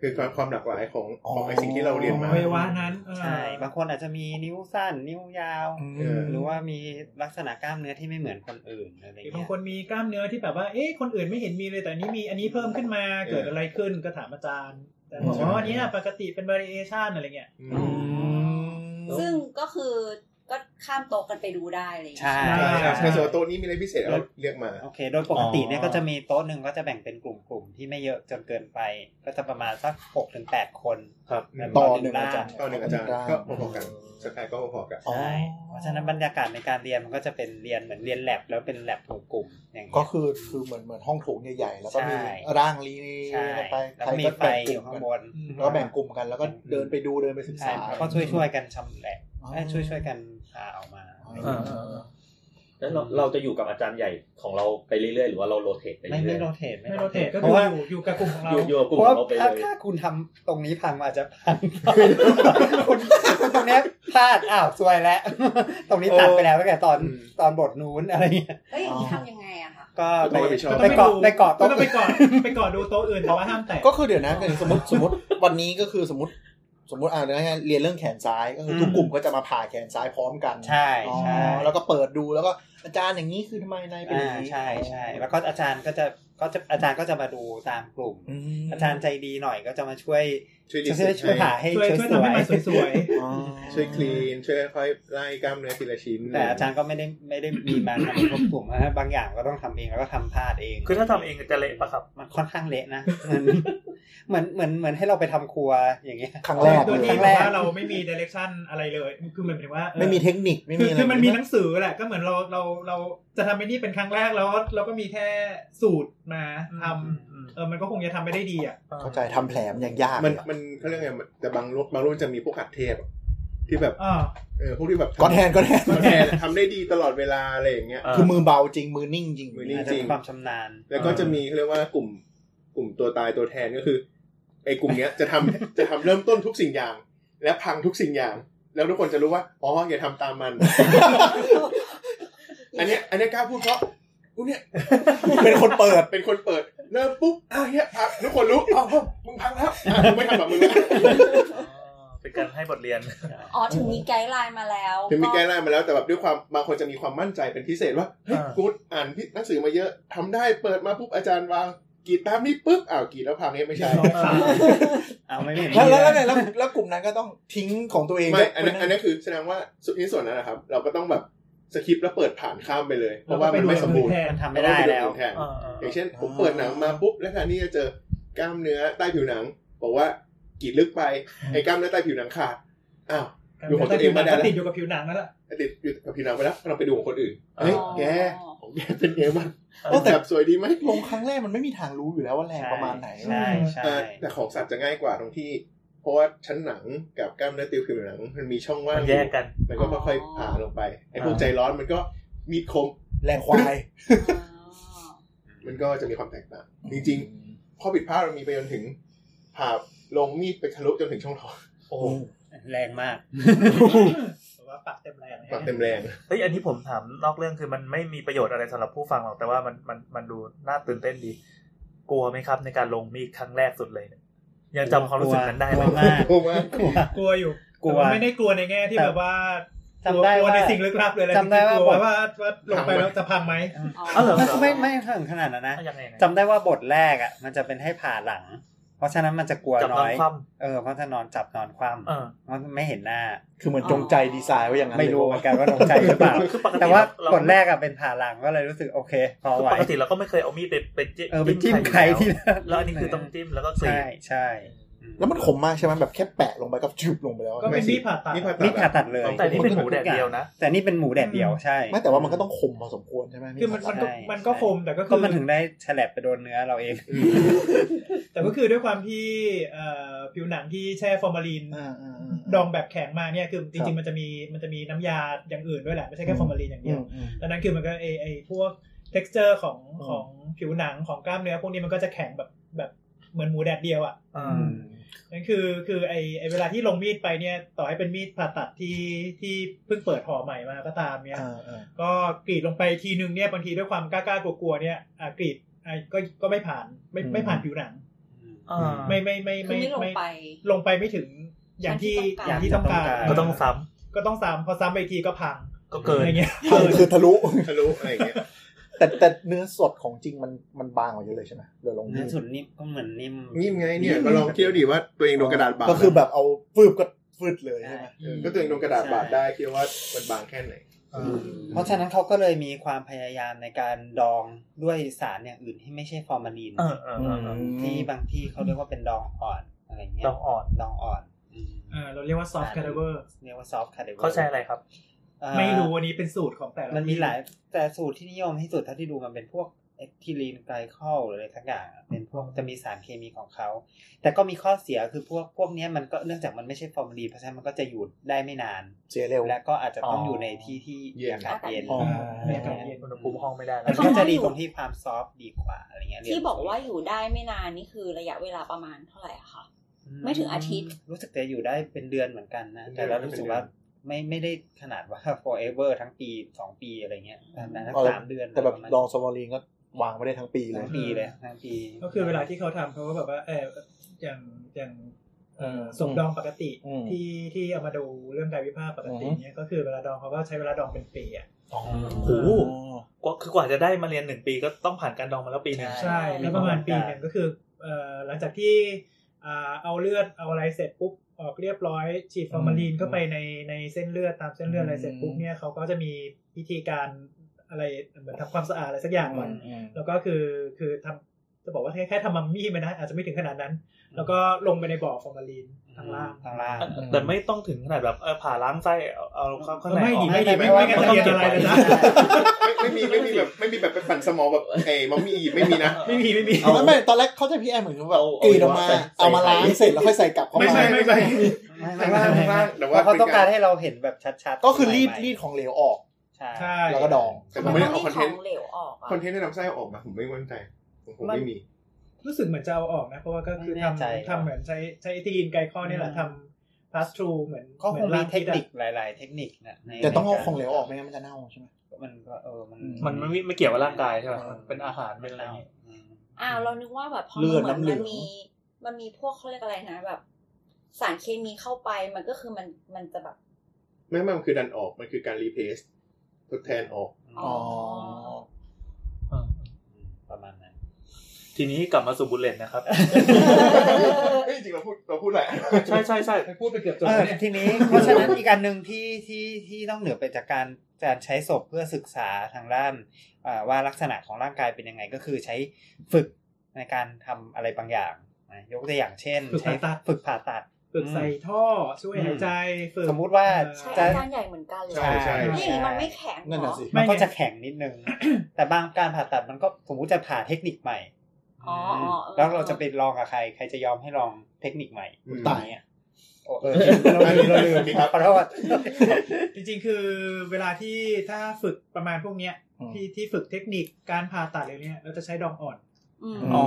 [SPEAKER 6] คือความความหลากหลายของของไอสิ่งที่เราเรียนมา
[SPEAKER 4] อวัยวะนั้นเออ
[SPEAKER 3] ใช่ บางคนอาจจะมีนิ้วสั้น นิ้วยาว
[SPEAKER 6] เออ
[SPEAKER 3] หรือว่ามีลักษณะกล้ามเนื้อที่ไม่เหมือนคนอื่นอะไร
[SPEAKER 4] หรือ
[SPEAKER 3] เงี้
[SPEAKER 4] บาง
[SPEAKER 3] ย
[SPEAKER 4] คนมีกล้ามเนื้อที่แบบว่า เอ๊ะ คนอื่นไม่เห็นมีเลย แต่อันนี้มี อันนี้เพิ่มขึ้นมา เกิดอะไรขึ้น ก็ถามอาจารย์ แต่บอกว่าอันเนี้ยปกติเป็น variation อะไรเงี้ย
[SPEAKER 6] อื
[SPEAKER 2] อ๋อ
[SPEAKER 6] ม
[SPEAKER 2] อซึ่งก็คือก็ข้ามโต๊ะกันไปดูได้อะไรอย่างเลย
[SPEAKER 3] ใช่
[SPEAKER 6] ใช่ใช่
[SPEAKER 4] ใช่
[SPEAKER 6] ในส่วนโต๊ะนี้มีอะไรพิเศษเราเรียกมา
[SPEAKER 3] โอเค โดยปกติเนี่ย
[SPEAKER 11] อ๋อ
[SPEAKER 3] ก็จะมีโต๊ะหนึ่งก็จะแบ่งเป็นกลุ่มๆ ที่ไม่เยอะจนเกินไป ก็จะประมาณสักหกถึงแปดคน
[SPEAKER 11] ครับ
[SPEAKER 3] แบบ
[SPEAKER 5] ต่อ
[SPEAKER 3] ห
[SPEAKER 5] หนึ่ง
[SPEAKER 3] ร่
[SPEAKER 5] อาจารย์
[SPEAKER 6] ตอนหนึ่งอาจารย์ก็พอๆกันสกายก็พอๆกัน
[SPEAKER 3] ใช่ เพราะฉะนั้นบรรยากาศในการเรียนมันก็จะเป็นเรียนเหมือนเรียนแลบแล้วเป็นแลบของกลุ่มอย่างเงี้ย
[SPEAKER 5] ก็คือคือเหมือนเหมือนห้องโถงใหญ่ๆ แล้วก็มี
[SPEAKER 3] ใช่
[SPEAKER 5] ร่างลีนี
[SPEAKER 3] ใช่
[SPEAKER 5] กันไป
[SPEAKER 3] แล้ว
[SPEAKER 5] ใคร
[SPEAKER 3] มี
[SPEAKER 5] ก็
[SPEAKER 3] ไฟ
[SPEAKER 5] แบ่งกลุ่
[SPEAKER 3] อยู่
[SPEAKER 5] ม
[SPEAKER 3] ข้าง
[SPEAKER 5] กัน
[SPEAKER 3] บน
[SPEAKER 5] แล้วก็แบ่งกลุ่มกันแล้วก็เดินไปดูเดินไปศึก
[SPEAKER 3] ใช่
[SPEAKER 5] ษา
[SPEAKER 3] ก็ช่วยช่วยๆกันชำแหละ
[SPEAKER 5] อ๋อ
[SPEAKER 3] เอ้ยช่วยช่วยๆกันหาออกมา
[SPEAKER 11] เออ
[SPEAKER 7] แล้วเราเราจะอยู่กับอาจารย์ใหญ่ของเราไปเรื่อยๆ หรือว่าเราโรเตทไป
[SPEAKER 3] ไม่
[SPEAKER 7] เรื่
[SPEAKER 3] ไม่
[SPEAKER 7] อย
[SPEAKER 3] โรเทต
[SPEAKER 4] ไม่โรเตทก็
[SPEAKER 3] เพ
[SPEAKER 4] คือ
[SPEAKER 3] ราะว่า
[SPEAKER 4] อยู่อยู่กับกลุ่มของ
[SPEAKER 7] ๆ
[SPEAKER 4] เรา
[SPEAKER 7] อยู่อยู่กับกลุ่ม
[SPEAKER 3] เพราะ
[SPEAKER 7] เราไปเล
[SPEAKER 3] ถ้าย ถ้าคุณทำตรงนี้พังอาจจะพัง คุณคุณตรงเนี้ยพลาดอ้าวซวยแล้ว ตรงนี้ตัดไปแล้วตั้งแต่ตอน
[SPEAKER 6] อืม
[SPEAKER 3] ตอนบทนู้นอะไรเงี้ย
[SPEAKER 2] เอ้ยอย่างนี้ทำยังไงอะคะ
[SPEAKER 3] ก็ไป
[SPEAKER 6] ต้องรับผิดชอบ
[SPEAKER 3] ไปเกาะไปเกาะ
[SPEAKER 4] ก็
[SPEAKER 3] โต๊ะ
[SPEAKER 4] ต้องไปเกาะไปเกาะดูโต๊ะอื่นแต่ว่าห้ามแตะ
[SPEAKER 5] ก็คือเดี๋ยวนะสมมติสมมติวันนี้ก็คือสมมติสมมติอ่าเรียนเรื่องแขนซ้ายก็คือทุก
[SPEAKER 4] อืม
[SPEAKER 5] กลุ่มก็จะมาผ่าแขนซ้ายพร้อมกัน
[SPEAKER 3] ใช่
[SPEAKER 5] อ๋อ
[SPEAKER 3] ใช่
[SPEAKER 5] แล้วก็เปิดดูแล้วก็อาจารย์อย่างนี้คือทำไมนายเป็นอ
[SPEAKER 3] อ่า
[SPEAKER 5] ย่างนี้
[SPEAKER 3] ใช่ใช่แล้วก็อาจารย์ก็จะก็จะอาจารย์ก็จะมาดูตามกลุ่ม
[SPEAKER 5] อืม
[SPEAKER 3] อาจารย์ใจดีหน่อยก็จะมาช่วย
[SPEAKER 6] ช่วยดี
[SPEAKER 3] ช่วยช่วยหาให้
[SPEAKER 4] ช่วยช่วยทำให้มันสวย
[SPEAKER 5] อ๋อ
[SPEAKER 6] ช่วยคลีน ช่วยค่อยๆไล่กล้ามเนื้อทีละชิ้น
[SPEAKER 3] แต่อาจารย์ก็ไม่ได้ไม่ได้มีมาทำครบกลุ่มนะฮะบางอย่างก็ต้องทำเองแล้วก็ทำพลาดเอง
[SPEAKER 11] คือถ้าทำเองจะเละปะครับ
[SPEAKER 3] มันค่อนข้างเละนะเหมือน เหมือนเหมือนเหมือนให้เราไปทำครัวอย่างเงี้ย
[SPEAKER 5] ครั้ง
[SPEAKER 4] ๆ
[SPEAKER 5] แรก
[SPEAKER 4] โด
[SPEAKER 5] เลย ย
[SPEAKER 4] ที่แบบว่าเราไม่มี direction อะไรเลย คือหมายถึงว่าเออ
[SPEAKER 5] ไม่มีเทคนิคไม่
[SPEAKER 4] คื
[SPEAKER 5] มี
[SPEAKER 4] อ
[SPEAKER 5] อะไร
[SPEAKER 4] คือมันมีหนังสือแหละ ก็เหมือนเราเราเราจะทำไปนี่เป็นครั้งแรกแล้ว เราก็มีแค่สูตรมาทำเออมันก็คงจะทำไม่ได้ดีอ่ะ
[SPEAKER 5] เข้าใจทำแผลมันยังยาก
[SPEAKER 6] มัน
[SPEAKER 5] เลยอะ
[SPEAKER 6] มันเขาเรียกไงมันแต่บางรุ่นบางรุ่นจะมีพวกหัดเทพอะที่แบบ
[SPEAKER 4] อ่า
[SPEAKER 6] เออพวกที่แบบ
[SPEAKER 5] ก็แทนก็แทน
[SPEAKER 6] ก็แทนทำได้ดีตลอดเวลาอะไรอย่างเงี้ย
[SPEAKER 11] เออ
[SPEAKER 5] คือมือเบาจริงมือนิ่งจริง
[SPEAKER 6] มือนิ่
[SPEAKER 3] อาจจะเป็นความชำนาญ
[SPEAKER 6] แล้วก็จะมีเขาเรียกว่ากลุ่มกลุ่มตัวตายตัวแทนก็คือไอ้กลุ่มเนี้ยจะทำ จะทำเริ่มต้นทุกสิ่งอย่าง และพังทุกสิ่งอย่าง แล้วทุกคนจะรู้ว่าอ๋ออย่าทำตาม มัน อันเนี้ยอันเนี้ยกล้าพูดเพราะกูเนี่ย
[SPEAKER 5] เป็นคนเปิด
[SPEAKER 6] เป็นคนเปิด เริ่มปุ๊บอ้าวเฮียพังทุกคนรู้อ้าวมึงพังแล้วอ่ะกูไม่ทำแบบมึงแล้ว
[SPEAKER 11] เป็นการให้บทเรียน
[SPEAKER 2] อ๋อ ถึงมีไกด์ไลน์มาแล้ว
[SPEAKER 6] ถึงมีไกด์ไลน์มาแล้วแต่แบบด้วยความบางคนจะมีความมั่นใจเป็นพิเศษว่าเฮ้ย
[SPEAKER 11] อ่ากู
[SPEAKER 6] กูอ่านหนังสือมาเยอะทำได้เปิดมาปุ๊บอาจารย์วาง กรีดแป๊บนี้ปุ๊บอ้าวกรีดแล้วพามนี้ไม่ใช่
[SPEAKER 3] เอาไม่เห็น
[SPEAKER 5] แล้วแล้วแล้วไงแล้วแล้วกลุ่มนั้นก็ต้องทิ้งของตัวเอง
[SPEAKER 6] ไม่ อันนั้นอันนั้นคือแสดงว่าสุดนี้ส่วนนั้นนะครับ เราก็ต้องแบบสคริปต์แล้วเปิดผ่านข้ามไปเลย เพราะว่ามันไม่สมบูรณ์
[SPEAKER 3] มันทำไม่ได้แล้ว
[SPEAKER 6] เราก็ปดูอื่นทนอย่างเช่น ผมเปิดหนังมาปุ๊บแล้วแทนที่จะเจอกล้ามเนื้อใต้ผิวหนัง บอกว่ากรีดลึกไปไอ้กล้ามเนื้อใต้ผิวหนังขาดอ้าว ดูของตัวเองมาได้แล้ว
[SPEAKER 4] ติดอยู่กับผิวหนังนั่นแหละ
[SPEAKER 6] ติดอยู่กับผิวหนังไปแล้วเราไปดูของคนอื่นเฮ้ยแก
[SPEAKER 2] อ๋อ
[SPEAKER 6] ของแกเป็นไงบ้าง
[SPEAKER 5] โอ้แต่
[SPEAKER 6] แบบสวยดีไหม
[SPEAKER 5] ลงครั้งแรกมันไม่มีทางรู้อยู่แล้วว่าแรงประมาณไหน
[SPEAKER 3] ใช่ใช่
[SPEAKER 6] เออแต่ของสัตว์จะง่ายกว่าตรงที่ เพราะว่าชั้นหนังกับกล้ามเนื้อติวผิวหนัง มันมีช่องว่าง
[SPEAKER 11] มัน
[SPEAKER 6] อ
[SPEAKER 11] แย
[SPEAKER 6] ยู่
[SPEAKER 11] กกัน
[SPEAKER 6] มันก็ค่อย
[SPEAKER 2] อ๋อ
[SPEAKER 6] ๆผ่าลงไปไอ้พวกใจร้อนมันก็มีดคม
[SPEAKER 5] แรงควาย
[SPEAKER 6] มันก็จะมีความแตกต่าง จริงๆข้อผิดพลาดมันมีไปจนถึง ผ่าลงมีดไปทะลุจนถึงช่องท้อง
[SPEAKER 5] โอ้
[SPEAKER 3] แรงมาก
[SPEAKER 4] แต่ว่าปากเต็มแรง
[SPEAKER 6] ปากเต็มแรง
[SPEAKER 11] เฮ้ยอันนี้ผมถามนอกเรื่องคือมันไม่มีประโยชน์อะไรสำหรับผู้ฟังหรอกแต่ว่ามันมันมันดูน่าตื่นเต้นดี กลัวไหมครับในการลงมีดครั้งแรกสุดเลยเนี่ยยังจำความรู้สึกนั้นได้ไหม
[SPEAKER 3] กลัวมาก
[SPEAKER 6] โอ้มาก
[SPEAKER 4] กลัวอยู่
[SPEAKER 3] กลัว
[SPEAKER 4] แต่าไม่ได้กลัวในแง่ที่
[SPEAKER 3] แต่
[SPEAKER 4] แบบว่า
[SPEAKER 3] จำได้
[SPEAKER 4] กลัว
[SPEAKER 3] ว่า
[SPEAKER 4] ในสิ่งลึกลับเลยอะไร
[SPEAKER 3] จำได้ว่า
[SPEAKER 4] จริง
[SPEAKER 3] บ
[SPEAKER 4] ๆกลัว
[SPEAKER 3] ท
[SPEAKER 4] ว่าว่าลงไปแล้วจะพังไหม
[SPEAKER 11] อ๋อเหรอ
[SPEAKER 3] ไม่ไม่ไม่ถึงขนาดนั้นนะ
[SPEAKER 11] อ่ะยังไงนะ
[SPEAKER 3] จำได้ว่าบทแรกอ่ะ มันจะเป็นให้ผ่าหลัง เพราะฉะนั้นมันจะกลัว
[SPEAKER 11] จับ
[SPEAKER 3] น้อ
[SPEAKER 11] นอ
[SPEAKER 3] น ย
[SPEAKER 11] คว่
[SPEAKER 3] เออเพราะจะนอนจับนอนคว่
[SPEAKER 11] ำเออ
[SPEAKER 3] ำมันไม่เห็นหน้า
[SPEAKER 5] คือเหมือนจงใจดีไซน์ไว้อย่างนั้น
[SPEAKER 3] ไม่รู้เหมือนกันว่าตรงใจหรือเปล่า
[SPEAKER 11] คือปกติ
[SPEAKER 3] แต่ว่า
[SPEAKER 11] เร
[SPEAKER 3] บทแรกอะเป็นผ่าหลังก็เลยรู้สึกโอเค พอ
[SPEAKER 11] คือ
[SPEAKER 3] ไหว
[SPEAKER 11] ปกติเราก็ไม่เคยเอามีดไปไปจิ้ม
[SPEAKER 3] เออไปจิ้มใครที่
[SPEAKER 11] แล้วอันนี้คือต้องจิ้มแล้วก็กรีด
[SPEAKER 3] ใช่ใช่
[SPEAKER 5] แล้วมันขมมากใช่ไหมแบบแค่แปะลงไปกับจุบลงไปแล้ว
[SPEAKER 4] ก็เป็นมีดผ่าตัด
[SPEAKER 6] นี่ผ่า
[SPEAKER 3] นี่ผ่า
[SPEAKER 6] ตัด
[SPEAKER 3] ตัดเลย
[SPEAKER 11] แต่นี่เป็นหมูแดดเดียวนะ
[SPEAKER 3] แต่นี่เป็นหมูแดดเดียวใช่
[SPEAKER 5] ไม่แต่ว่ามันก็ต้องขมพอสมควรใช่ไหม
[SPEAKER 4] คือมันมันก็
[SPEAKER 3] ใช่
[SPEAKER 4] มันก็คมแต่ก็คื
[SPEAKER 3] ก็
[SPEAKER 4] อ
[SPEAKER 3] มันถึงได้แฉลบไปโดนเนื้อเราเอง
[SPEAKER 4] แต่ก็คือด้วยความที่เอ่อผิวหนังที่แช่ฟอร์มาลีน
[SPEAKER 5] อ่าอ่า
[SPEAKER 4] ดองแบบแข็งมาเนี่ยคือจริงๆมันจะมีมันจะมีน้ำยาอย่างอื่นด้วยแหละ ไม่ใช่แค่ฟอร์มาลีนอย่าง
[SPEAKER 5] อื
[SPEAKER 4] เดียว
[SPEAKER 5] มอืม
[SPEAKER 4] ดังนั้นคือมันก็ไอไอพวก texture ของ
[SPEAKER 5] อืม
[SPEAKER 4] ของผิวหนังของกล้ามเนื้อพวกนี้มันก็จะแข็งแบบแบบเหมือนหมูแดดเดียวอ่ะนั่นคือคือไอไอเวลาที่ลงมีดไปเนี่ยต่อให้เป็นมีดผ่าตัดที่ที่เพิ่งเปิดห่อใหม่มาก็ตามเนี่ย
[SPEAKER 5] อ่าอ่า
[SPEAKER 4] ก็กรีดลงไปทีนึงเนี่ยบางทีด้วยความกล้าๆกลัวๆเนี่ยอ่ะกรีดไอ้ก็ก็ไม่ผ่านไม่ไม่ผ่านผิวหนัง
[SPEAKER 11] อ่า
[SPEAKER 4] ไม่ไม่ไม่
[SPEAKER 2] คือไม่ลงไป
[SPEAKER 4] ลงไปไม่ถึงอย่างที่อ
[SPEAKER 2] อา
[SPEAKER 4] ย่ย่าง ง
[SPEAKER 2] ที่
[SPEAKER 4] ที่
[SPEAKER 2] ต้อ
[SPEAKER 4] ต้อง ง
[SPEAKER 2] กา
[SPEAKER 4] การ ร
[SPEAKER 11] ก็ต้องซ้ำ
[SPEAKER 4] ก็ต้องซ้ำพอซ้ำไปอีกทีก็พัง
[SPEAKER 11] ก็เกิน
[SPEAKER 4] อะไรเงี้ย
[SPEAKER 5] คือคือทะลุ
[SPEAKER 6] ทะลุอะไรอย่างเงี้ย
[SPEAKER 5] แต่แต่เนื้อสดของจริงมันมันบางกว่าเยอะเลยใช่ไหมเดี๋ยวลง
[SPEAKER 3] ในสุดนี่ก็เหมือนนิ่ม
[SPEAKER 6] นี่ไงเนี่ยมาลองเที่ยวดีว่าตัวเองโดนกระดาษบาด
[SPEAKER 5] ก็คือแบบเอาฟืบก็ฟืดเลยใช่ไหม
[SPEAKER 6] เออก็ตัวเองโดนกระดาษบาดได้เที่ยวว่ามันบางแค่ไหน
[SPEAKER 3] เพราะฉะนั้นเขาก็เลยมีความพยายามในการดองด้วยสารอย่างอื่นที่ไม่ใช่ฟอร์มาลีน
[SPEAKER 11] เออเออเออเออ
[SPEAKER 3] ที่บางที่เขาเรียกว่าเป็นดองอ่อนอะไรเงี้ย
[SPEAKER 11] ดองอ่อน
[SPEAKER 3] ดองอ่อนอืม
[SPEAKER 4] เออเราเรียกว่าซอฟต์คาร์เวอร์
[SPEAKER 3] เรียกว่าซอฟต์คาร์ดิ
[SPEAKER 11] เขาใช้อะไรครับ
[SPEAKER 4] ไม่รู้อันนี้เป็นสูตรของแต่ละ
[SPEAKER 3] มันมีหลายแต่สูตรที่นิยมที่สุดเท่าที่ดูมันเป็นพวกเอทิลีนไกลคอลหรืออะไรทั้งอย่างอะเป็นพวกจะมีสารเคมีของเขาแต่ก็มีข้อเสียคือพวกพวกเนี้ยมันก็เนื่องจากมันไม่ใช่ฟอร์มาลีนเพราะฉะนั้นมันก็จะอยู่ได้ไม่นาน
[SPEAKER 5] เสียเร็ว
[SPEAKER 3] และก็อาจจะต้อง
[SPEAKER 11] อ๋อ
[SPEAKER 3] อ
[SPEAKER 11] อ
[SPEAKER 3] ยู่ในที่ที่
[SPEAKER 6] เย็น
[SPEAKER 3] อากาศเย็น
[SPEAKER 5] อ๋อ
[SPEAKER 4] บรรยากาศเย็น
[SPEAKER 11] อุณหภูมิห้องไม่ได้แล้
[SPEAKER 3] มัน
[SPEAKER 11] ว
[SPEAKER 3] ก็จะดีตรงที่ความซอฟต์ดีกว่าอะไรเงี้ยเรียน
[SPEAKER 2] ที่บอกว่าอยู่ได้ไม่นานนี่คือระยะเวลาประมาณเท่าไหร่อะคะ ไม่ถึงอาทิตย์
[SPEAKER 3] รู้สึกจะอยู่ได้เป็นเดือนเหมือนกันนะ แต่เรารู้สึกว่าไม่ไม่ได้ขนาดว่า forever ทั้งปีสองปีอะไรเงี้ยแต่นั้น
[SPEAKER 5] อ๋อ
[SPEAKER 3] สามเดือน
[SPEAKER 5] แต่แบบ
[SPEAKER 3] ประมาณ
[SPEAKER 5] ลองสวอลีนก็วางไม่ได้ทั้งปีเลย
[SPEAKER 3] ทั้งปีเลยทั้งปี
[SPEAKER 4] ก็คือเวลาที่เขาทำเขาก็แบบว่าเอออย่างอย่างเอ่อส่งดองปกติ
[SPEAKER 5] อืม
[SPEAKER 4] ที่ที่เอามาดูเรื่องกายวิภาคปกติ
[SPEAKER 5] อือฮึ
[SPEAKER 4] เนี่ยก็คือเวลาดองเขาก็ใช้เวลาดองเป็นปีอ่ะ
[SPEAKER 5] อ๋อ
[SPEAKER 11] โอ้โหกว่าคือกว่าจะได้มาเรียนหนึ่งปีก็ต้องผ่านการดองมาแล้วปีหนึง
[SPEAKER 4] ใช่แล้วประมาณปีหนึ่งก็คือเอ่อหลังจากที่อ่าเอาเลือดเอาอะไรเสร็จปุ๊บออกเรียบร้อย ฉีดฟอร์มาลีนเข้าไปในในเส้นเลือดตามเส้นเลือดอะไรเสร็จปุ๊บเนี่ยเขาก็จะมีพิธีการอะไรเหมือนทำความสะอาดอะไรสักอย่างก่อน
[SPEAKER 5] อืม
[SPEAKER 4] แล้วก็คือคือทำจะบอกว่าแค่แค่ทำมัมมี่มันนะอาจจะไม่ถึงขนาดนั้น แล้วก็ลงไปในบ่อฟอร์มาลีนทางล่าง
[SPEAKER 3] ทางล่าง
[SPEAKER 11] แต่ไม่ต้องถึงขนาดแบบเออผ่าล้างไส้เอาเอาเข้าข้างใน
[SPEAKER 4] ไม่
[SPEAKER 11] อ
[SPEAKER 4] ดี
[SPEAKER 11] อก
[SPEAKER 4] ไม่ดีไม่
[SPEAKER 3] ไม่
[SPEAKER 4] ไม่งั้นจะ
[SPEAKER 3] ไม่
[SPEAKER 4] เรียนอะไรเลยนะ
[SPEAKER 6] ไม่ไม่มีไม่มีแบบไม่มีแบบไปปั่นสมองแบบไอ้มัมมี่อีไม่มีนะ
[SPEAKER 4] ไม่มีไม่มี
[SPEAKER 5] เอาไม่ไม่ตอนแรกเข้าใจพี่แอนเหมือนแบบ
[SPEAKER 6] เอา
[SPEAKER 5] กรีดออกมา
[SPEAKER 6] ใส่
[SPEAKER 5] เอามาล้างเสร็จแล้วค่อยใส่กลับเข้า
[SPEAKER 6] ไม่
[SPEAKER 5] มา
[SPEAKER 6] ใช่ไม่ใช่
[SPEAKER 3] ไม่
[SPEAKER 6] ทางล่าง
[SPEAKER 3] ไม่
[SPEAKER 6] ทางล่างแต่
[SPEAKER 3] เพ
[SPEAKER 6] ว่า
[SPEAKER 3] ราะเขาต้องการ
[SPEAKER 6] เป็น
[SPEAKER 3] ให้เราเห็นแบบชัดๆ
[SPEAKER 5] ก็คือรีด
[SPEAKER 3] ใหม่ๆ
[SPEAKER 5] รีดของเหลวออก
[SPEAKER 3] ใช่
[SPEAKER 4] ใช่
[SPEAKER 5] แล้วก็ดอง
[SPEAKER 6] แต่ผมไม่ได้
[SPEAKER 2] ต้
[SPEAKER 6] เอา
[SPEAKER 2] ง
[SPEAKER 6] คอนเทนต์
[SPEAKER 2] ของเหลวออกอะ
[SPEAKER 6] คอนเทนต์ในลำไส้เอาออกมาผมไม่มั่นใจผมผมไม่มี
[SPEAKER 4] รู้สึกเหมือนจะเอาออกนะเพราะว่าก็คือทำทำเหมือนใช้ใช้เอทิลีนไกลคอลเนี่ยแหละทำพาสทรูเหมือน
[SPEAKER 3] ก็คง
[SPEAKER 4] หอ
[SPEAKER 3] มี
[SPEAKER 4] นาง
[SPEAKER 3] เทค
[SPEAKER 4] ษอะ
[SPEAKER 3] นิคหลาย ๆ เทคนิคนะใน
[SPEAKER 5] แต่ต้องเอา
[SPEAKER 3] ในร
[SPEAKER 5] ของเหลวออกไม่งั้นมันจะเน่าใช่ไหม
[SPEAKER 3] มันก็เออมัน
[SPEAKER 11] มันไม่ไม่ไม่เกี่ยวกับร่างกายใช่ไหมมันเป็นอาหารเป็นอะไรอย่างงี้
[SPEAKER 3] อืม
[SPEAKER 2] อ้าวเรานึกว่าแบบพอ
[SPEAKER 5] เลือด
[SPEAKER 2] มัน
[SPEAKER 5] น้ำ
[SPEAKER 2] เห
[SPEAKER 5] เหลื
[SPEAKER 2] มือ
[SPEAKER 5] อน ง
[SPEAKER 2] มันมีมันมีพวกเขาเรียกอะไรนะ แบบ สารเคมีเข้าไปมันก็คือมันมันจะแบบ
[SPEAKER 6] ไม่ไม่มันคือดันออกมันคือการรีเพส ทดแทนออก
[SPEAKER 2] อ๋อ
[SPEAKER 5] อ๋อ
[SPEAKER 3] ประมาณนั้น
[SPEAKER 11] ทีนี้กลับมาสู่บุลเลตนะครับ
[SPEAKER 6] เฮ้ยจริงเราพูดเราพูดหลายอัน
[SPEAKER 11] ใช่ใช่ใช่
[SPEAKER 4] ไปพูดไปเกือบจบ
[SPEAKER 3] เออ
[SPEAKER 4] แล้วเนี่ย
[SPEAKER 3] ทีนี้ เพราะฉะนั้นอีกการหนึ่งที่ที่ที่นอกเหนือไปจากการการใช้ศพเพื่อศึกษาทางด้านอ่าว่าลักษณะของร่างกายเป็นยังไงก็คือใช้ฝึกในการทำอะไรบางอย่างนะยกตัวอย่างเช่น ใช้ฝึกผ่าตัด
[SPEAKER 4] ฝึกใส่ท่อช่วยหายใจฝึก
[SPEAKER 3] สมมุติว่า
[SPEAKER 2] ใช้
[SPEAKER 3] จะ
[SPEAKER 2] อาจารย์ใหญ่เหมือนกันเลย
[SPEAKER 6] ใช่ใช่
[SPEAKER 2] นี่อย่างนี้มันไม่แข็ง
[SPEAKER 5] นั่น
[SPEAKER 2] เหร
[SPEAKER 5] น่ะ
[SPEAKER 2] อ
[SPEAKER 5] สิ
[SPEAKER 3] มันก็จะแข็งนิดนึง แต่บางการผ่าตัดมันก็สมมติจะผ่าเทคนิคใหม่
[SPEAKER 2] อ๋ออ๋อออ
[SPEAKER 3] แล้วเราจะไปลองกับใคร ใครจะยอมให้ลองเทคนิคใหม่
[SPEAKER 6] อืม
[SPEAKER 3] ตายอ่ะโอ้เออเราลืมเรา ลืมขอโทษ
[SPEAKER 4] จริงๆ คือเวลาที่ถ้าฝึกประมาณพวกเนี้ย
[SPEAKER 5] อืม
[SPEAKER 4] ที่ที่ฝึกเทคนิคการผ่าตัดอะไรเนี้ยเราจะใช้ดองอ่อน
[SPEAKER 2] อืม
[SPEAKER 5] อ๋อ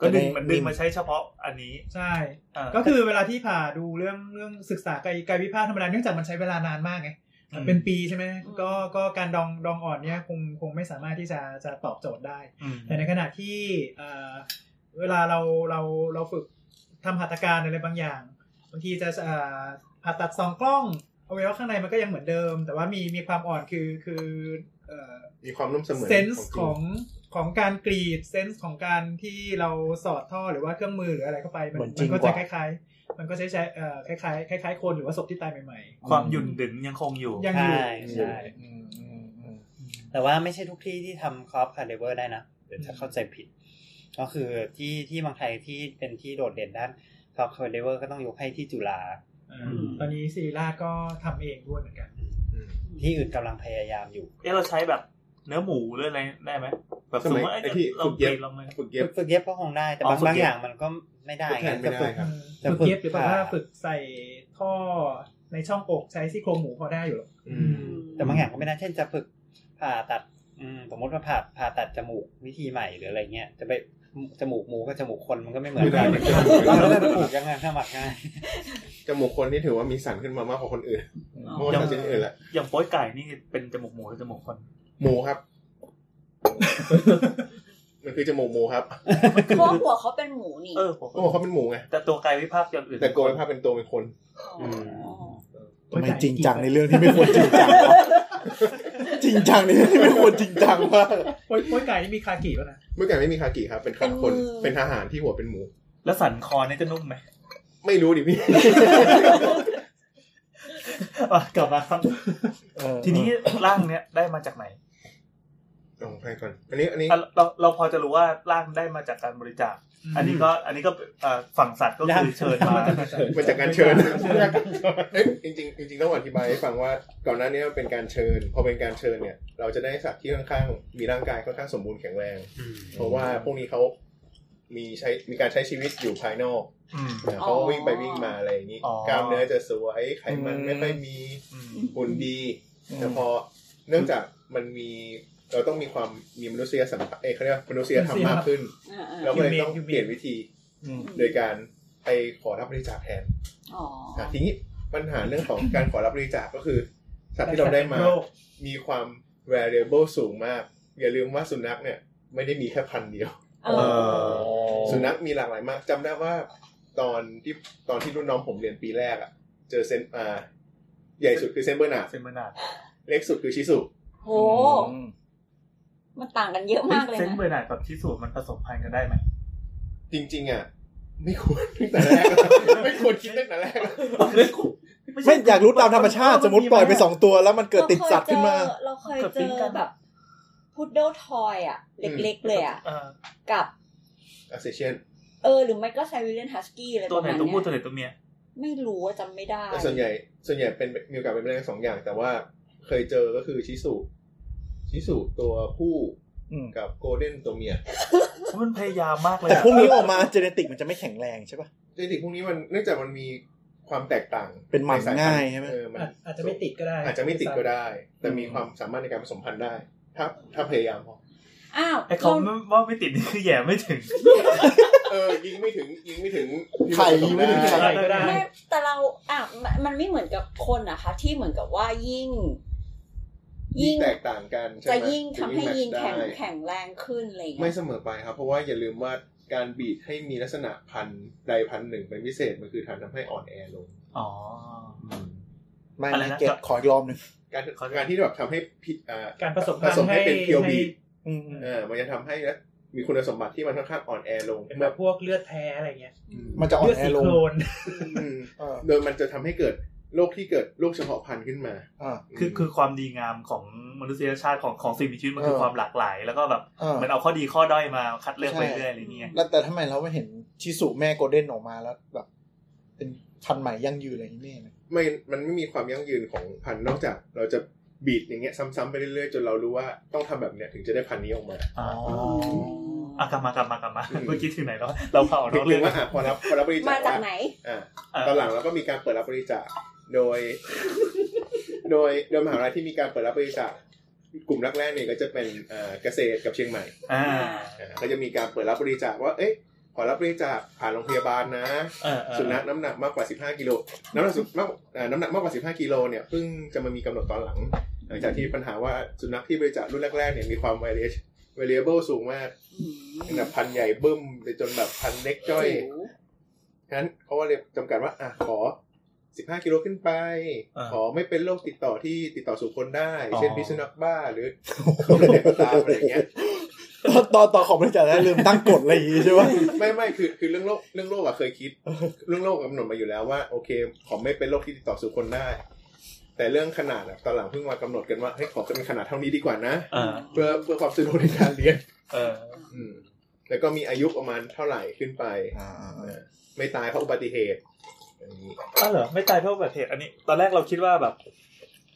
[SPEAKER 11] ก็ดึงมันดึงมาใช้เฉพาะอันนี้
[SPEAKER 4] ใช่
[SPEAKER 11] อ่า
[SPEAKER 4] ก็คือเวลาที่ผ่าดูเรื่องเรื่องศึกษากายกายวิภาคธรรมดาเนื่องจากมันใช้เวลานานมากไงมันเป็นปีใช่ไหมก็ก็การดองดองอ่อนเนี่ยคงคงไม่สามารถที่จะจะตอบโจทย์ได้
[SPEAKER 11] ม
[SPEAKER 4] แต่ในขณะที่เอ่อเวลาเราเราเราฝึกทำหัตถการอะไรบางอย่างบางทีจะเอ่อผ่าตัดสองกล้องเอาไว้ว่าข้างในมันก็ยังเหมือนเดิม แต่ว่ามีมีความอ่อนคือคือเอ่อ
[SPEAKER 6] มีความนุ่มเสมอ
[SPEAKER 4] เซนส์ของของการกรีดเซนส์ของการที่เราสอดท่อหรือว่าเครื่องมือหรืออะไรเข้าไปมัน
[SPEAKER 5] เหมือนจริง
[SPEAKER 4] มันก็
[SPEAKER 5] ก
[SPEAKER 4] จะ
[SPEAKER 5] ว่า
[SPEAKER 4] คล้ายๆ มันก็ใช้ใช้เอ่อคล้ายๆคล้ายๆคนหรือว่าศพที่ตายใหม่
[SPEAKER 11] ความหยุ่นดึงยังคงอยู่
[SPEAKER 4] ยัง
[SPEAKER 3] ใช่ใช่
[SPEAKER 5] อืมอืมอืม
[SPEAKER 3] แต่ว่าไม่ใช่ทุกที่ที่ทำครอปคาร์เดเวอร์ได้นะเดี๋ยวจะเข้าใจผิด ก็คือที่ที่บางไทยที่เป็นที่โดดเด่นด้านครอปคาร์เดเวอร์ก็ต้องยกให้ที่จุฬา
[SPEAKER 4] ๆอ่า
[SPEAKER 3] อืม
[SPEAKER 4] ตอนนี้ศิริราชก็ทำเองด้วยเหมือนกัน
[SPEAKER 3] ที่อื่นกำลังพยายามอยู่
[SPEAKER 11] เอ๊ะเราใช้แบบเนื้อหมูหรืออะไรได้ไหมแบบ
[SPEAKER 6] ส
[SPEAKER 11] สม
[SPEAKER 6] มัย
[SPEAKER 11] มติว่า
[SPEAKER 6] ไอ้
[SPEAKER 11] เอ้ย
[SPEAKER 6] ที่
[SPEAKER 11] เรา
[SPEAKER 6] ฝึก
[SPEAKER 11] เป
[SPEAKER 6] เย็บ
[SPEAKER 11] ลี่ยนเราไหม
[SPEAKER 6] ฝึกเย็บ
[SPEAKER 3] ฝึกเย็บก็คงได้ แต่
[SPEAKER 11] อ๋
[SPEAKER 3] บา
[SPEAKER 11] อง ฝึก
[SPEAKER 3] บาง
[SPEAKER 11] เย็บ
[SPEAKER 3] อย่างมันก็ไม่ได้
[SPEAKER 6] ก็แทนไม่ได้ครับ
[SPEAKER 3] จะ
[SPEAKER 4] ฝึก
[SPEAKER 3] ฝึก
[SPEAKER 4] เย็บหรือแบบว่า
[SPEAKER 3] ผ่
[SPEAKER 4] ฝึกใส่ท่อในช่องอกใช้ซี่โครงหมูพอได้อยู่หรอก
[SPEAKER 6] อืม
[SPEAKER 3] แต่บางอย่างก็ไม่ได้เช่นจะฝึกผ่าตัดอืมสมมติว่าผ่าผ่าตัดจมูกวิธีใหม่หรืออะไรเงี้ยจะไปจมูกหมูกับจมูกคนมันก็ไม่เหมือน
[SPEAKER 6] ไม่ได้
[SPEAKER 3] กัน
[SPEAKER 6] เหมือนกัน
[SPEAKER 3] เราแล้วจะปลูกยังไงสมัครง่าย
[SPEAKER 6] จมูกคนนี่ถือว่ามีสันขึ้นมามากกว่าคนอื่นเพราะว่า
[SPEAKER 11] ยัง
[SPEAKER 6] ทำสิ่งอื่นละ
[SPEAKER 11] อย่างโป๊ยไก่นี่เป็นจมูกหมูหรือจมูกคน
[SPEAKER 6] หมูครับ มันคือจมูกหมูครับ
[SPEAKER 2] เพราะว่าหัวเขาเป็นหมูนี่
[SPEAKER 11] เออผม
[SPEAKER 6] ก็บอกเขาเป็นหมูไง
[SPEAKER 11] แต่ตัวกายวิภาคอย่างอื่น
[SPEAKER 6] แต่โกยภาพเป็นตัวเป็นคน
[SPEAKER 2] อ
[SPEAKER 6] ม
[SPEAKER 5] ทำไมจริงจังในเรื่องที่ไม่ควรจริงจังวะจริงจังในเรื่องที่ไม่ควรจริงจังมาก
[SPEAKER 4] โป้ยโป้ยไก่นี่มีคากิป่ะนะ
[SPEAKER 6] เมื่อก่อนไม่มีคากิครับ เป็นขาคนเป็นทหารที่หัวเป็นหมู
[SPEAKER 11] แล้วสันคอเนี่ยจะนุ่มไหม
[SPEAKER 6] ไม่รู้ดิพี่
[SPEAKER 11] อ่ะกลับมาครับ
[SPEAKER 5] เออ
[SPEAKER 11] ทีนี้ร่างเนี้ยได้มาจากไหน
[SPEAKER 6] ลองไปก่อน อันนี้อันนี้
[SPEAKER 11] อ่ะเราเราพอจะรู้ว่าร่างได้มาจากการบริจาค อันนี้ก็อันนี้ก็เอ่อฝั่งสัตว์ก็คือเชิญมา
[SPEAKER 6] มาจากการเชิญเอ้ย จริงๆจริงๆต้องอธิบายให้ฟังว่าก่อนหน้านี้มันเป็นการเชิญ พอเป็นการเชิญเนี่ย เราจะได้สัตว์ที่ค่อนข้างมีร่างกายค่อนข้างสมบูรณ์แข็งแรง เพราะว่าพวกนี้เขามีใช้มีการใช้ชีวิตอยู่ภายนอก
[SPEAKER 11] อืม
[SPEAKER 6] นะเขาวิ่งไปวิ่งมาอะไรอย่างนี้
[SPEAKER 11] อ๋อ
[SPEAKER 6] กล้ามเนื้อจะสวยไขมันไม่ค่อยมี
[SPEAKER 11] อืม
[SPEAKER 6] หุ่นดีแต่พอเนื่องจากมันมีเราต้องมีความมีมนุษยสัมพันธ์เอ้ยเขาเรียกว่ามนุษยธรรมมากขึ้น
[SPEAKER 2] ่าอ่า
[SPEAKER 6] เราก็เลยต้องเปลี่ยนวิธี
[SPEAKER 5] อืม
[SPEAKER 6] โดยการไปขอรับบริจาคแทน
[SPEAKER 2] อ๋อ
[SPEAKER 6] อ่ะทีนี้ปัญหาเรื่องของการขอรับบริจาคก็คือสัตว์ที่เราได้มา
[SPEAKER 4] โลก
[SPEAKER 6] มีความ variable สูงมาก อย่าลืมว่าสุนัขเนี่ย ไม่ได้มีแค่พันธุ์เดียว
[SPEAKER 2] เออ
[SPEAKER 6] สุนัขมีหลากหลายมากจำได้ว่าตอนที่ตอนที่รุ่นน้องผมเรียนปีแรกอะเจอเซนอ่าใหญ่สุดคือเซนเบอร์นาร์ด
[SPEAKER 11] เซนเบอร์นาร์ด
[SPEAKER 6] เล็กสุดคือชิสุ
[SPEAKER 2] โห มันต่างกันเยอะมากเลย
[SPEAKER 11] เซน
[SPEAKER 2] นะ
[SPEAKER 11] เบอร์นาร์ดกับชิสุมันผสมพันธุ์กันได้ไหม
[SPEAKER 6] จริงๆอ่ะไม่ควรตั้งแต่แรก ไม่ควรคิดตั้งแต่แรก
[SPEAKER 5] ไม่อยากรู้ตามธรรมชาติสมมติปล่อยไปสองตัวแล้วมันเกิดติดสัตว์ขึ้นมา
[SPEAKER 2] เราเคยเจอแบบพุดเดิลทอยอ่ะ เล็กๆเลยอ่ะ
[SPEAKER 11] เออ
[SPEAKER 2] กับ
[SPEAKER 6] อาเซเชียน
[SPEAKER 2] เออ หรือไม่ก็ไซเวเลียนฮัสกี้อะไร
[SPEAKER 11] ตั
[SPEAKER 2] ป
[SPEAKER 11] ว
[SPEAKER 2] ระ
[SPEAKER 11] ไหน
[SPEAKER 2] มาณ
[SPEAKER 11] ตัว
[SPEAKER 2] เนี้
[SPEAKER 11] ผู้ตัวย ไหนตัวเมีย
[SPEAKER 2] ไม่รู้ว่าจำไม่ได้
[SPEAKER 6] แต่ส่วนใหญ่ส่วนใหญ่เป็นมีโอกาสเป็นไปได้ทั้งสองอย่าง แต่ว่าเคยเจอก็คือชิสุชิสุตัวผู้
[SPEAKER 5] อืม
[SPEAKER 6] กับโกลเด้นตัวเมีย
[SPEAKER 11] มันพยายามมากเลย
[SPEAKER 5] แต่
[SPEAKER 11] อะ
[SPEAKER 5] พวกนี้ออกมาเจเนติกมันจะไม่แข็งแรงใช่ป่ะ
[SPEAKER 6] จริงๆพวกนี้มันเนื่องจากมันมีความแตกต่าง
[SPEAKER 5] เป็นหมัน
[SPEAKER 6] สพั
[SPEAKER 5] ง่ายใช่ไหม
[SPEAKER 6] เออน
[SPEAKER 4] อาจอาจจะไม่ติดก็ได้
[SPEAKER 6] อาจจะไม่ติดก็ได้ แต่มีความสามารถในการผสมพันธุ์ได้ ถ้าถ้าพยายาม พอ
[SPEAKER 2] อ้าว
[SPEAKER 11] ไอ้เขาไม่ว่าไม่ติดนี่คือแย่ไม่ถึง
[SPEAKER 6] เออยิงไม่ถึงยิงไม่ถึง
[SPEAKER 5] ไข่ยิงไม่ถึงไข่
[SPEAKER 4] อะไรก็ได้
[SPEAKER 2] ไม่แต่เราอ่ะมันมันไม่เหมือนกับคนนะคะ ที่เหมือนกับว่ายิ่งยิ่
[SPEAKER 6] ยิ่ง
[SPEAKER 2] ง
[SPEAKER 6] แตกต่างกันใช่ไหม
[SPEAKER 2] จะยิ่งทำให้ยีนแข็ง
[SPEAKER 6] ได้
[SPEAKER 2] แข็งแรงขึ้นอะไรอย่าง
[SPEAKER 6] ไม่
[SPEAKER 2] เงี้ย
[SPEAKER 6] เสมอไปครับ เพราะว่าอย่าลืมว่าการบีดให้มีลักษณะพันธุ์ใดพันธุ์หนึ่งเป็นพิเศษมันคือทำให้อ่อนแอลง
[SPEAKER 11] อ๋อ
[SPEAKER 5] ไม่
[SPEAKER 11] อะไรนะ
[SPEAKER 5] นะเก็ตขออีกรอบหนึ่ง
[SPEAKER 6] การการที่แบบทำให้พิอ่า
[SPEAKER 4] การผสม
[SPEAKER 6] ผสมให้เป็นเพียวบีด
[SPEAKER 5] อืมอืม
[SPEAKER 6] เออมันจะทำให้ มีคุณสมบัติที่มันค่อนข้างอ่อนแอลง
[SPEAKER 4] เป็นแบ
[SPEAKER 6] เมื่อบ
[SPEAKER 4] พวกเลือดแท้อะไรเงี้ย
[SPEAKER 5] มันจะอ่อ
[SPEAKER 4] เลือน ด
[SPEAKER 5] แอ
[SPEAKER 4] สี
[SPEAKER 5] ลง
[SPEAKER 4] โคลน
[SPEAKER 6] อืม
[SPEAKER 5] เออ
[SPEAKER 6] โดยมันจะทำให้เกิดโรคที่เกิดโรคเฉพาะพันธุ์ขึ้นมา
[SPEAKER 5] อ่า
[SPEAKER 11] คือคือความดีงามของมนุษยชาติของของสิ่งมีชีวิตมันคือ
[SPEAKER 5] เออ
[SPEAKER 11] ความหลากหลาย แล้วก็แบบ
[SPEAKER 5] อ่า
[SPEAKER 11] มันเอาข้อดีข้อด้อยมาคัดเลือกไป
[SPEAKER 5] ใช่
[SPEAKER 11] เรื่อยอะไรเงี้ย
[SPEAKER 5] แล้วแต่ทำไมเราไม่เห็นชิสุแม่โกลเด้นออกมาแล้วแบบ เป็นพันธุ์ใหม่ยั่งยืนอะไรอย่างนี้ไม่เห็นเลย
[SPEAKER 6] ไม่มันไม่มีความยั่งยืนของพันธุ์นอกจาก เราจะบีดอย่างเงี้ยซ้ำๆไปเรื่อยๆจนเรารู้ว่าต้องทำแบบเนี้ยถึงจะได้พันธุ์นี้ออกมา
[SPEAKER 11] อ่ะ
[SPEAKER 5] อ่ะ
[SPEAKER 11] อ่ะกลับมากลับมากลับมา
[SPEAKER 6] อืม
[SPEAKER 11] เมื่อกี้ถึงไหนแล้วเราเผา
[SPEAKER 6] ถึ
[SPEAKER 11] เนาะ
[SPEAKER 6] ง
[SPEAKER 11] เรื่อง
[SPEAKER 6] ว่าอ่ะพอรับพอรับบริจาค
[SPEAKER 2] มาจาก
[SPEAKER 6] ว่า
[SPEAKER 2] ไหน
[SPEAKER 6] อ่า
[SPEAKER 11] เออ
[SPEAKER 6] ตอนหลังเราก็มีการเปิดรับบริจาคโดย โดยโดยมหาวิทยาลัยที่มีการเปิดรับบริจาคกลุ่มแรกๆเนี่ยก็จะเป็นเอ่อเกษตรกับเชียงใหม่
[SPEAKER 11] อ่า
[SPEAKER 6] อ่าก็จะมีการเปิดรับบริจาคว่า เอ๊ะขอรับบริจาคผ่านโรงพยาบาลนะ
[SPEAKER 11] เออเออ
[SPEAKER 6] สุนัขน้ำหนักมากกว่า 15 กิโลน้ำหนักสุดมากเอ่อน้ำหนักมากกว่า 15 กิโลเนี่ยเพิ่งจะมามีกำหนดตอนหลัง หลังจากที่ปัญหาว่าสุนัขที่บริจาครุ่นแรกๆเนี่ยมีความ variation variable สูงมากตั้งแต่พันธุ์ใหญ่บึ้มไปจนแบบพันธุ์เล็กจ้อย ฉะนั้นเขาก็เลยจำกัดว่าอ่ะขอ 15 กิโลขึ้นไป ขอไม่เป็นโรคติดต่อที่ติดต่อสู่คนได้ เช่นพิษสุนัขบ้าห รืออะไรก็ตามอะไรอย่างเงี้ย
[SPEAKER 5] ตอนตอนตอนของบริจาคแล้วลืมตั้งกฎอะไรอย่างงี้ใช่ไหม
[SPEAKER 6] ไม่ไม่คือคือเรื่องโรคเรื่องโรคอะเคยคิด เรื่องโรคกำหนดมาอยู่แล้วว่า โอเค ขอไม่เป็นโรคที่ติดต่อสู่คนได้ แต่เรื่องขนาดอะตอนหลังเพิ่งมากำหนดกันว่าเฮ้ยขอจะเป็นขนาดเท่านี้ดีกว่านะ
[SPEAKER 11] อ่า
[SPEAKER 6] เพื่อเพื่อความสะดวกในการเลี้ยง
[SPEAKER 11] เออ
[SPEAKER 6] อืมแล้วก็มีอายุประมาณเท่าไหร่ขึ้นไป ไม่ตายเพราะอุบัติเหตุอะไรอย่างงี้
[SPEAKER 11] อ้าวเหรอไม่ตายเพราะอุบัติเหตุอันนี้ ตอนแรกเราคิดว่าแบบ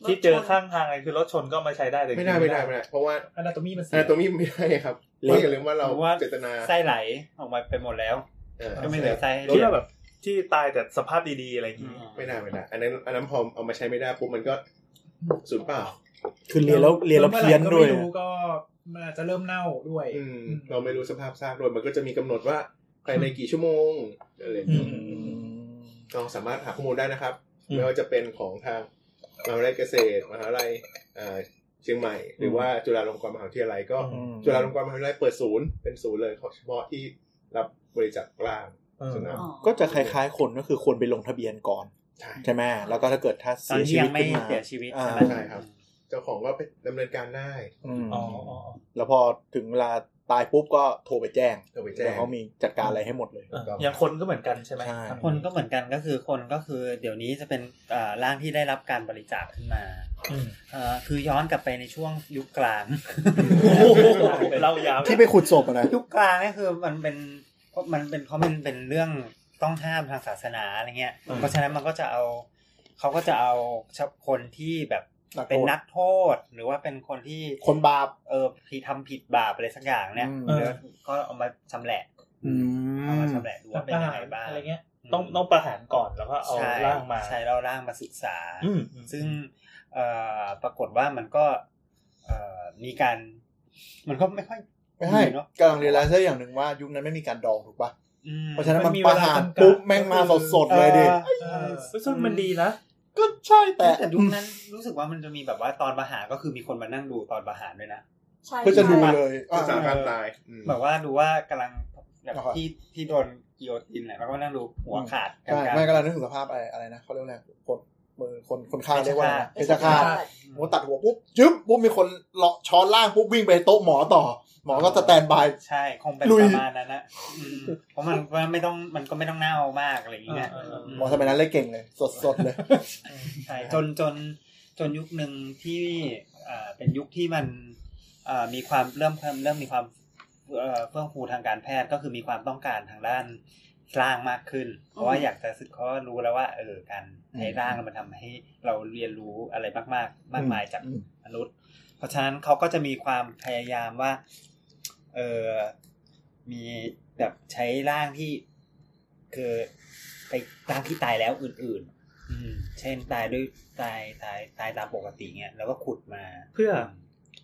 [SPEAKER 11] ที่เจอข้างทางอะไรคือรถชนก็มาใช้ได้แต่
[SPEAKER 6] ไม่ได้ไม่ได้ไม่ได้เพราะว่า
[SPEAKER 4] อนาโตมีมันเสี
[SPEAKER 6] อ่าย ตรงนี้ไม่ได้ครับเพราะอย่าลืมว่าเรา
[SPEAKER 3] เพราะว่า
[SPEAKER 6] เจตนา
[SPEAKER 3] ไส้ไหลออกมาไปหมดแล้ว
[SPEAKER 6] เออ
[SPEAKER 3] ก็ไม่เหลือไส้ให้
[SPEAKER 11] คิด
[SPEAKER 3] เลือ
[SPEAKER 11] ว่า
[SPEAKER 3] ด
[SPEAKER 11] แบบที่ตายแต่สภาพดีๆอะไรอย่าง
[SPEAKER 3] อื
[SPEAKER 11] งี้
[SPEAKER 3] ม
[SPEAKER 6] ไม่ได้ไม่ได้อันนั้นอันนั้นพอเอามาใช้ไม่ได้ปุ๊บมันก็สูญเปล่า
[SPEAKER 5] คือเรียนแล้วเรียนแล้วเพี้ยนด้วย
[SPEAKER 4] มื่อไหร่ก็ไม่รู้ก็มันอาจจะเริ่มเน่าด้วย
[SPEAKER 6] อืมเราไม่รู้สภาพซากด้วยมันก็จะมีกำหนดว่าภายในกี่ชั่วโมงอะไรอย่าง
[SPEAKER 11] อื
[SPEAKER 6] เงี้ย
[SPEAKER 11] ม
[SPEAKER 6] เราสามารถหาข้อมูลได้นะครับ
[SPEAKER 11] อืม
[SPEAKER 6] ไม่ว่าจะเป็นของทางมหาวิทยาลัยเกษตรมหาวิทยาลัยเอ่อเชียงใหม่ หรือว่าจุฬาลงกรณ์มหาวิทยาลัยก็
[SPEAKER 5] อืม
[SPEAKER 6] จุฬาลงกรณ์มหาวิทยาลัยเปิดศูนย์เป็นศูนย์เลยเฉพาะที่รับบริจาคกลางสุนัข
[SPEAKER 5] ก็จะคล้ายๆคนก็คือควรไปลงทะเบียนก่อน
[SPEAKER 6] ใช่
[SPEAKER 5] ใช่ไหมแล้วก็ถ้าเกิดถ้า
[SPEAKER 3] ตอน
[SPEAKER 5] เสีย
[SPEAKER 3] ที่
[SPEAKER 5] ชี
[SPEAKER 3] ยั
[SPEAKER 5] วิต
[SPEAKER 3] งไม่
[SPEAKER 5] ขึ้นมา
[SPEAKER 3] เสียชีวิต
[SPEAKER 5] อ่า
[SPEAKER 3] ใช่ไหม
[SPEAKER 6] ใช่ครับ เจ้าของก็ไปดำเนินการได้
[SPEAKER 5] อืม
[SPEAKER 11] อ๋ออ๋อ
[SPEAKER 5] แล้วพอถึงเวลาตายปุ๊บก็โทรไปแจ้ง
[SPEAKER 6] โทรไปแจ้ง
[SPEAKER 5] เดี๋ยวเขามีจัดการอะไรให้หมดเลย
[SPEAKER 11] อ๋ออย่างคนก็เหมือนกันใช่ไหม
[SPEAKER 5] ใช่
[SPEAKER 3] คนก็เหมือนกันก็คือคนก็คือเดี๋ยวนี้จะเป็นอ่าร่างที่ได้รับการบริจาคขึ้นมา
[SPEAKER 11] อืม
[SPEAKER 3] อ่าคือย้อนกลับไปในช่วงยุคก ลาง
[SPEAKER 11] เล่ายาว
[SPEAKER 5] ที่ไปขุดศพอะนะ
[SPEAKER 3] ยุคกลางนี่คือมันเป็นเพราะมันเป็นเพราะมันเป็นเรื่องต้องห้ามทางศาสนาอะไรเงี้ย
[SPEAKER 11] อืม
[SPEAKER 3] เพราะฉะนั้นมันก็จะเอาเขาก็จะเอาเฉพาะคนที่แบบ
[SPEAKER 5] นักโทษ
[SPEAKER 3] เป็นนักโทษ หรือว่าเป็นคนที่
[SPEAKER 5] คนบาป
[SPEAKER 3] เออที่ทำผิดบาปอะไรสักอย่างเนี่ย
[SPEAKER 5] อืม
[SPEAKER 3] เดี๋ยวก็เอามาชำแหละ
[SPEAKER 5] อื
[SPEAKER 3] เอามาม ชำแหละดูว่าเป็นยังไงบ้าง
[SPEAKER 4] อะไรเงี้ย
[SPEAKER 11] ต้องต้องประหารก่อนแล้วก็เอา
[SPEAKER 3] ใช่
[SPEAKER 11] ร่างมา
[SPEAKER 3] ใช่เราร่างมาศึกษา
[SPEAKER 11] อืม
[SPEAKER 3] ซึ่งเอ่อปรากฏว่ามันก็เอ่อมีการ มันก็ไม่ค่อย
[SPEAKER 5] ไม่ให้
[SPEAKER 3] เนาะ
[SPEAKER 5] กำลังเรียนรู้เส้อย่างหนึ่งว่ายุคนั้นไม่มีการดองถูกป่ะ
[SPEAKER 3] อืม
[SPEAKER 5] เพราะฉะนั้นมั
[SPEAKER 4] มั
[SPEAKER 5] น
[SPEAKER 4] นมี
[SPEAKER 5] ประหารปุ๊บ
[SPEAKER 4] เวลาจำกัด
[SPEAKER 5] แม่งมาสดๆเลยดิ
[SPEAKER 4] เออ
[SPEAKER 11] ซึ่งมันดีนะ
[SPEAKER 5] ก็ใช่แต่
[SPEAKER 3] แต่แต่ยุคนั้นรู้สึกว่ามันจะมีแบบว่าตอนประหารก็คือมีคนมานั่งดูตอนประหารด้วยนะ
[SPEAKER 2] ใช่
[SPEAKER 5] เพื่อจะดูเลย
[SPEAKER 6] ศึกษา
[SPEAKER 5] อ่า
[SPEAKER 6] การตายอืม
[SPEAKER 3] แบบว่าดูว่ากำลังแบบ
[SPEAKER 5] ครับ
[SPEAKER 3] ที่ที่โดนกิโยตินแหละแล้วก็มานั่งดูหัวขาดกัน
[SPEAKER 5] ใช่
[SPEAKER 3] กัน
[SPEAKER 5] ไม่กำลังนึกถึงสภาพอะไรอะไรนะเขาเรียกว่าอะไรคนมือคนคนฆ่า
[SPEAKER 3] เพช
[SPEAKER 5] เรี
[SPEAKER 3] ฌฆาต
[SPEAKER 5] ยกว่าอะไรนะเพชฌฆาต
[SPEAKER 2] ใช่
[SPEAKER 5] โอ้ตัดหัวปุ๊บจึ๊บปุ๊บมีคนเลาะช้อนล่างปุ๊บวิ่งไปโต๊ะหมอต่อ หมอก็สแตนบาย
[SPEAKER 3] ใช่คงเป็น
[SPEAKER 5] ลุย
[SPEAKER 3] ประมาณนั้นนะอืมเพราะมันมันไม่ต้องมันก็ไม่ต้องเน่ามากอะไรอย่างเงี้ย
[SPEAKER 11] เออเออเออ
[SPEAKER 3] อืม
[SPEAKER 5] หมอสมัยนั้นเลยเก่งเลย สดๆเลย
[SPEAKER 3] ใช่จนจนจนยุคหนึ่งที่อ่าเป็นยุคที่มันอ่ามีความเริ่มเพิ่มเริ่มมีความเอ่อเฟื่องฟูทางการแพทย์ก็คือมีความต้องการทางด้านร่างมากขึ้น เพราะว่าอยากจะสึกเขารู้แล้วว่า เออการใช้ร่างมันทำให้เราเรียนรู้อะไรมากมากๆมากมายจาก
[SPEAKER 5] อืม
[SPEAKER 3] มนุษย์ เพราะฉะนั้นเขาก็จะมีความพยายามว่า เออมีแบบใช้ร่างที่ คือไปร่างที่ตายแล้วอื่น ๆ อืม เช่นตายด้วยตายตายตายตามปกติเงี้ยแล้วก็ขุดมา
[SPEAKER 11] เพื่อ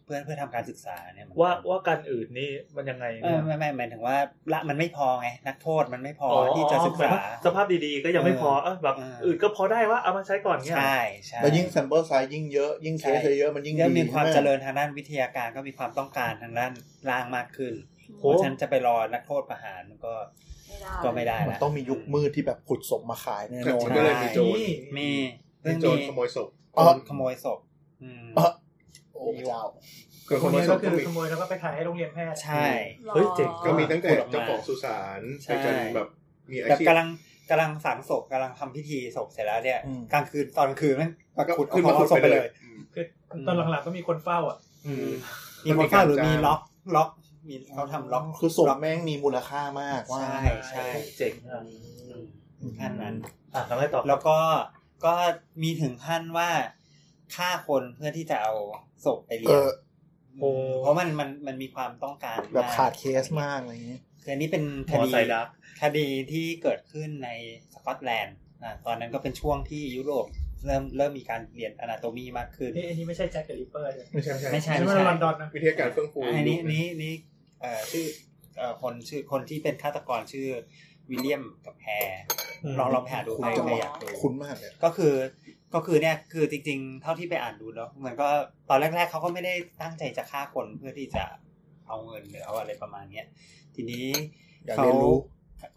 [SPEAKER 3] เพื่อเพื่อทำการศึกษาเนี่ย
[SPEAKER 11] ว่าว่าการอื่นนี่มันยังไง
[SPEAKER 3] เอ
[SPEAKER 11] เนี่
[SPEAKER 3] อย ไม่ไม่หมายถึงว่าละมันไม่พอไงนักโทษมันไม่พอที่จะศึก
[SPEAKER 11] หมย
[SPEAKER 3] ษา
[SPEAKER 11] ว่สภาพดีๆก็ยังไม่พอเออแบบ
[SPEAKER 3] เออ
[SPEAKER 11] อื่นก็พอได้ว่าเอามาใช้ก่อนเนี่ย
[SPEAKER 3] ใช่ใช่
[SPEAKER 5] แล้วยิ่งแซมเปิลไซส์ยิ่งเยอะ ยิ่งเคส
[SPEAKER 3] ใช่
[SPEAKER 5] เยอะมันยิ่ง
[SPEAKER 3] แล้ว
[SPEAKER 5] ดี
[SPEAKER 3] มีความ
[SPEAKER 5] ใช่ไห
[SPEAKER 3] เจริญทางด้านวิทยาการก็มีความต้องการทางด้านร่างมากขึ้น
[SPEAKER 11] โห
[SPEAKER 3] เพราะฉะนั้นจะไปรอนักโทษประหารมันก็ก็ไม่ได้
[SPEAKER 5] มัน
[SPEAKER 3] ละ
[SPEAKER 5] ต้องมียุคมืดที่แบบขุดศพมาขายแน่นอน
[SPEAKER 6] มันก็เลยมีโจร
[SPEAKER 3] มี
[SPEAKER 6] มี
[SPEAKER 3] เรื่อง
[SPEAKER 6] โจร
[SPEAKER 3] มี
[SPEAKER 6] ขโมยศพ
[SPEAKER 3] คนขโมยศพอืม
[SPEAKER 5] เออโอ้พระเจ้า
[SPEAKER 6] คือ
[SPEAKER 4] พ
[SPEAKER 6] ค
[SPEAKER 4] ว
[SPEAKER 6] น
[SPEAKER 4] ก
[SPEAKER 6] ผ
[SPEAKER 4] นี้
[SPEAKER 6] ส
[SPEAKER 4] ก็
[SPEAKER 6] ม
[SPEAKER 4] คื
[SPEAKER 6] ก็
[SPEAKER 4] อ
[SPEAKER 6] มี
[SPEAKER 4] ขโมยแล้วก็ไปขายให้โรงเรียนแพทย์
[SPEAKER 3] ใช่
[SPEAKER 2] หรอ
[SPEAKER 11] เฮ้ยเจ๋ง
[SPEAKER 6] ก็มีตั้งแต่
[SPEAKER 3] พูดออ
[SPEAKER 6] เจ้าของสุสาน
[SPEAKER 3] ใช่
[SPEAKER 6] ไปจนแบบมีอา
[SPEAKER 3] แบบ
[SPEAKER 6] ชีพ
[SPEAKER 3] กำลังกำลังฝังศพกำลังทำพิธีศพเสร็จแล้วเนี่ย
[SPEAKER 5] อืม
[SPEAKER 3] กลางคืนตอนกลางคืนแม่งปรากฏ
[SPEAKER 6] ขึ้นมา
[SPEAKER 3] เอาศพไปเลย
[SPEAKER 4] คือตอนหลังๆก็มีคนเฝ้าอ่ะ
[SPEAKER 3] อืม
[SPEAKER 6] อื
[SPEAKER 3] มี
[SPEAKER 6] ม
[SPEAKER 3] คนเฝ้าห
[SPEAKER 6] มั
[SPEAKER 3] รื
[SPEAKER 6] น
[SPEAKER 3] อ
[SPEAKER 6] เป็นการ
[SPEAKER 3] มี
[SPEAKER 6] จ้าง
[SPEAKER 3] ล็อกล็อกมีเขาทำล็อก
[SPEAKER 5] คือศพ
[SPEAKER 3] ล็อก
[SPEAKER 5] แม่งมีมูลค่ามากว่า
[SPEAKER 3] ใช่ใช่
[SPEAKER 11] เจ๋งอ่ะ
[SPEAKER 3] ขั้นนั้น
[SPEAKER 11] อ่ะทำให้ต่อ
[SPEAKER 3] แล้วก็ก็มีถึงขั้นว่าฆ่าคนเพื่อที่จะเอาศพไปเลี้
[SPEAKER 5] เอย
[SPEAKER 3] ง
[SPEAKER 5] อ
[SPEAKER 11] โอ้
[SPEAKER 3] เพราะมันมันมันมีความต้องการมก
[SPEAKER 5] แบบขาดเคสมากอะไรอย่างเงี้ย
[SPEAKER 3] คืออันนี้เป็น
[SPEAKER 11] ห
[SPEAKER 3] ค
[SPEAKER 11] มอ
[SPEAKER 3] ดี
[SPEAKER 11] ไซดัก
[SPEAKER 3] คดีที่เกิดขึ้นในสกอตแลนด์อ่ะตอนนั้นก็เป็นช่วงที่ยุโรปเริ่มเริ่มมีการเรียนอนาโตมีมากขึ้น
[SPEAKER 4] นี่อันนี้ไม่ใช่แจ็คเดลิเปอร์ใช่ไหม
[SPEAKER 6] ไม่ใช่ไม่ใช่
[SPEAKER 3] ไม่ใช่
[SPEAKER 4] ไม่
[SPEAKER 3] ไม่
[SPEAKER 4] ใช่
[SPEAKER 3] ใช่
[SPEAKER 4] ลอนดอนนะ
[SPEAKER 6] วิทยาการเฟื่องฟู
[SPEAKER 3] อันนี้นี้นี้เอ่อชื่อเอ่อคนชื่อคนที่เป็นฆาตกรชื่อวิลเลียมกับแฮร์ลองลองไปหาดูใครใครอยากดู
[SPEAKER 5] คุ้นมากเลย
[SPEAKER 3] ก็คือก็คือเนี่ยคือจริงๆ เท่าที่ไปอ่านดูแล้วมันก็ตอนแรก ๆเขาก็ไม่ได้ตั้งใจจะฆ่าคนเพื่อที่จะเอาเงินหรือเอาอะไรประมาณเนี้ยทีนี้
[SPEAKER 5] อยาก
[SPEAKER 3] เขา
[SPEAKER 5] เรียนรู้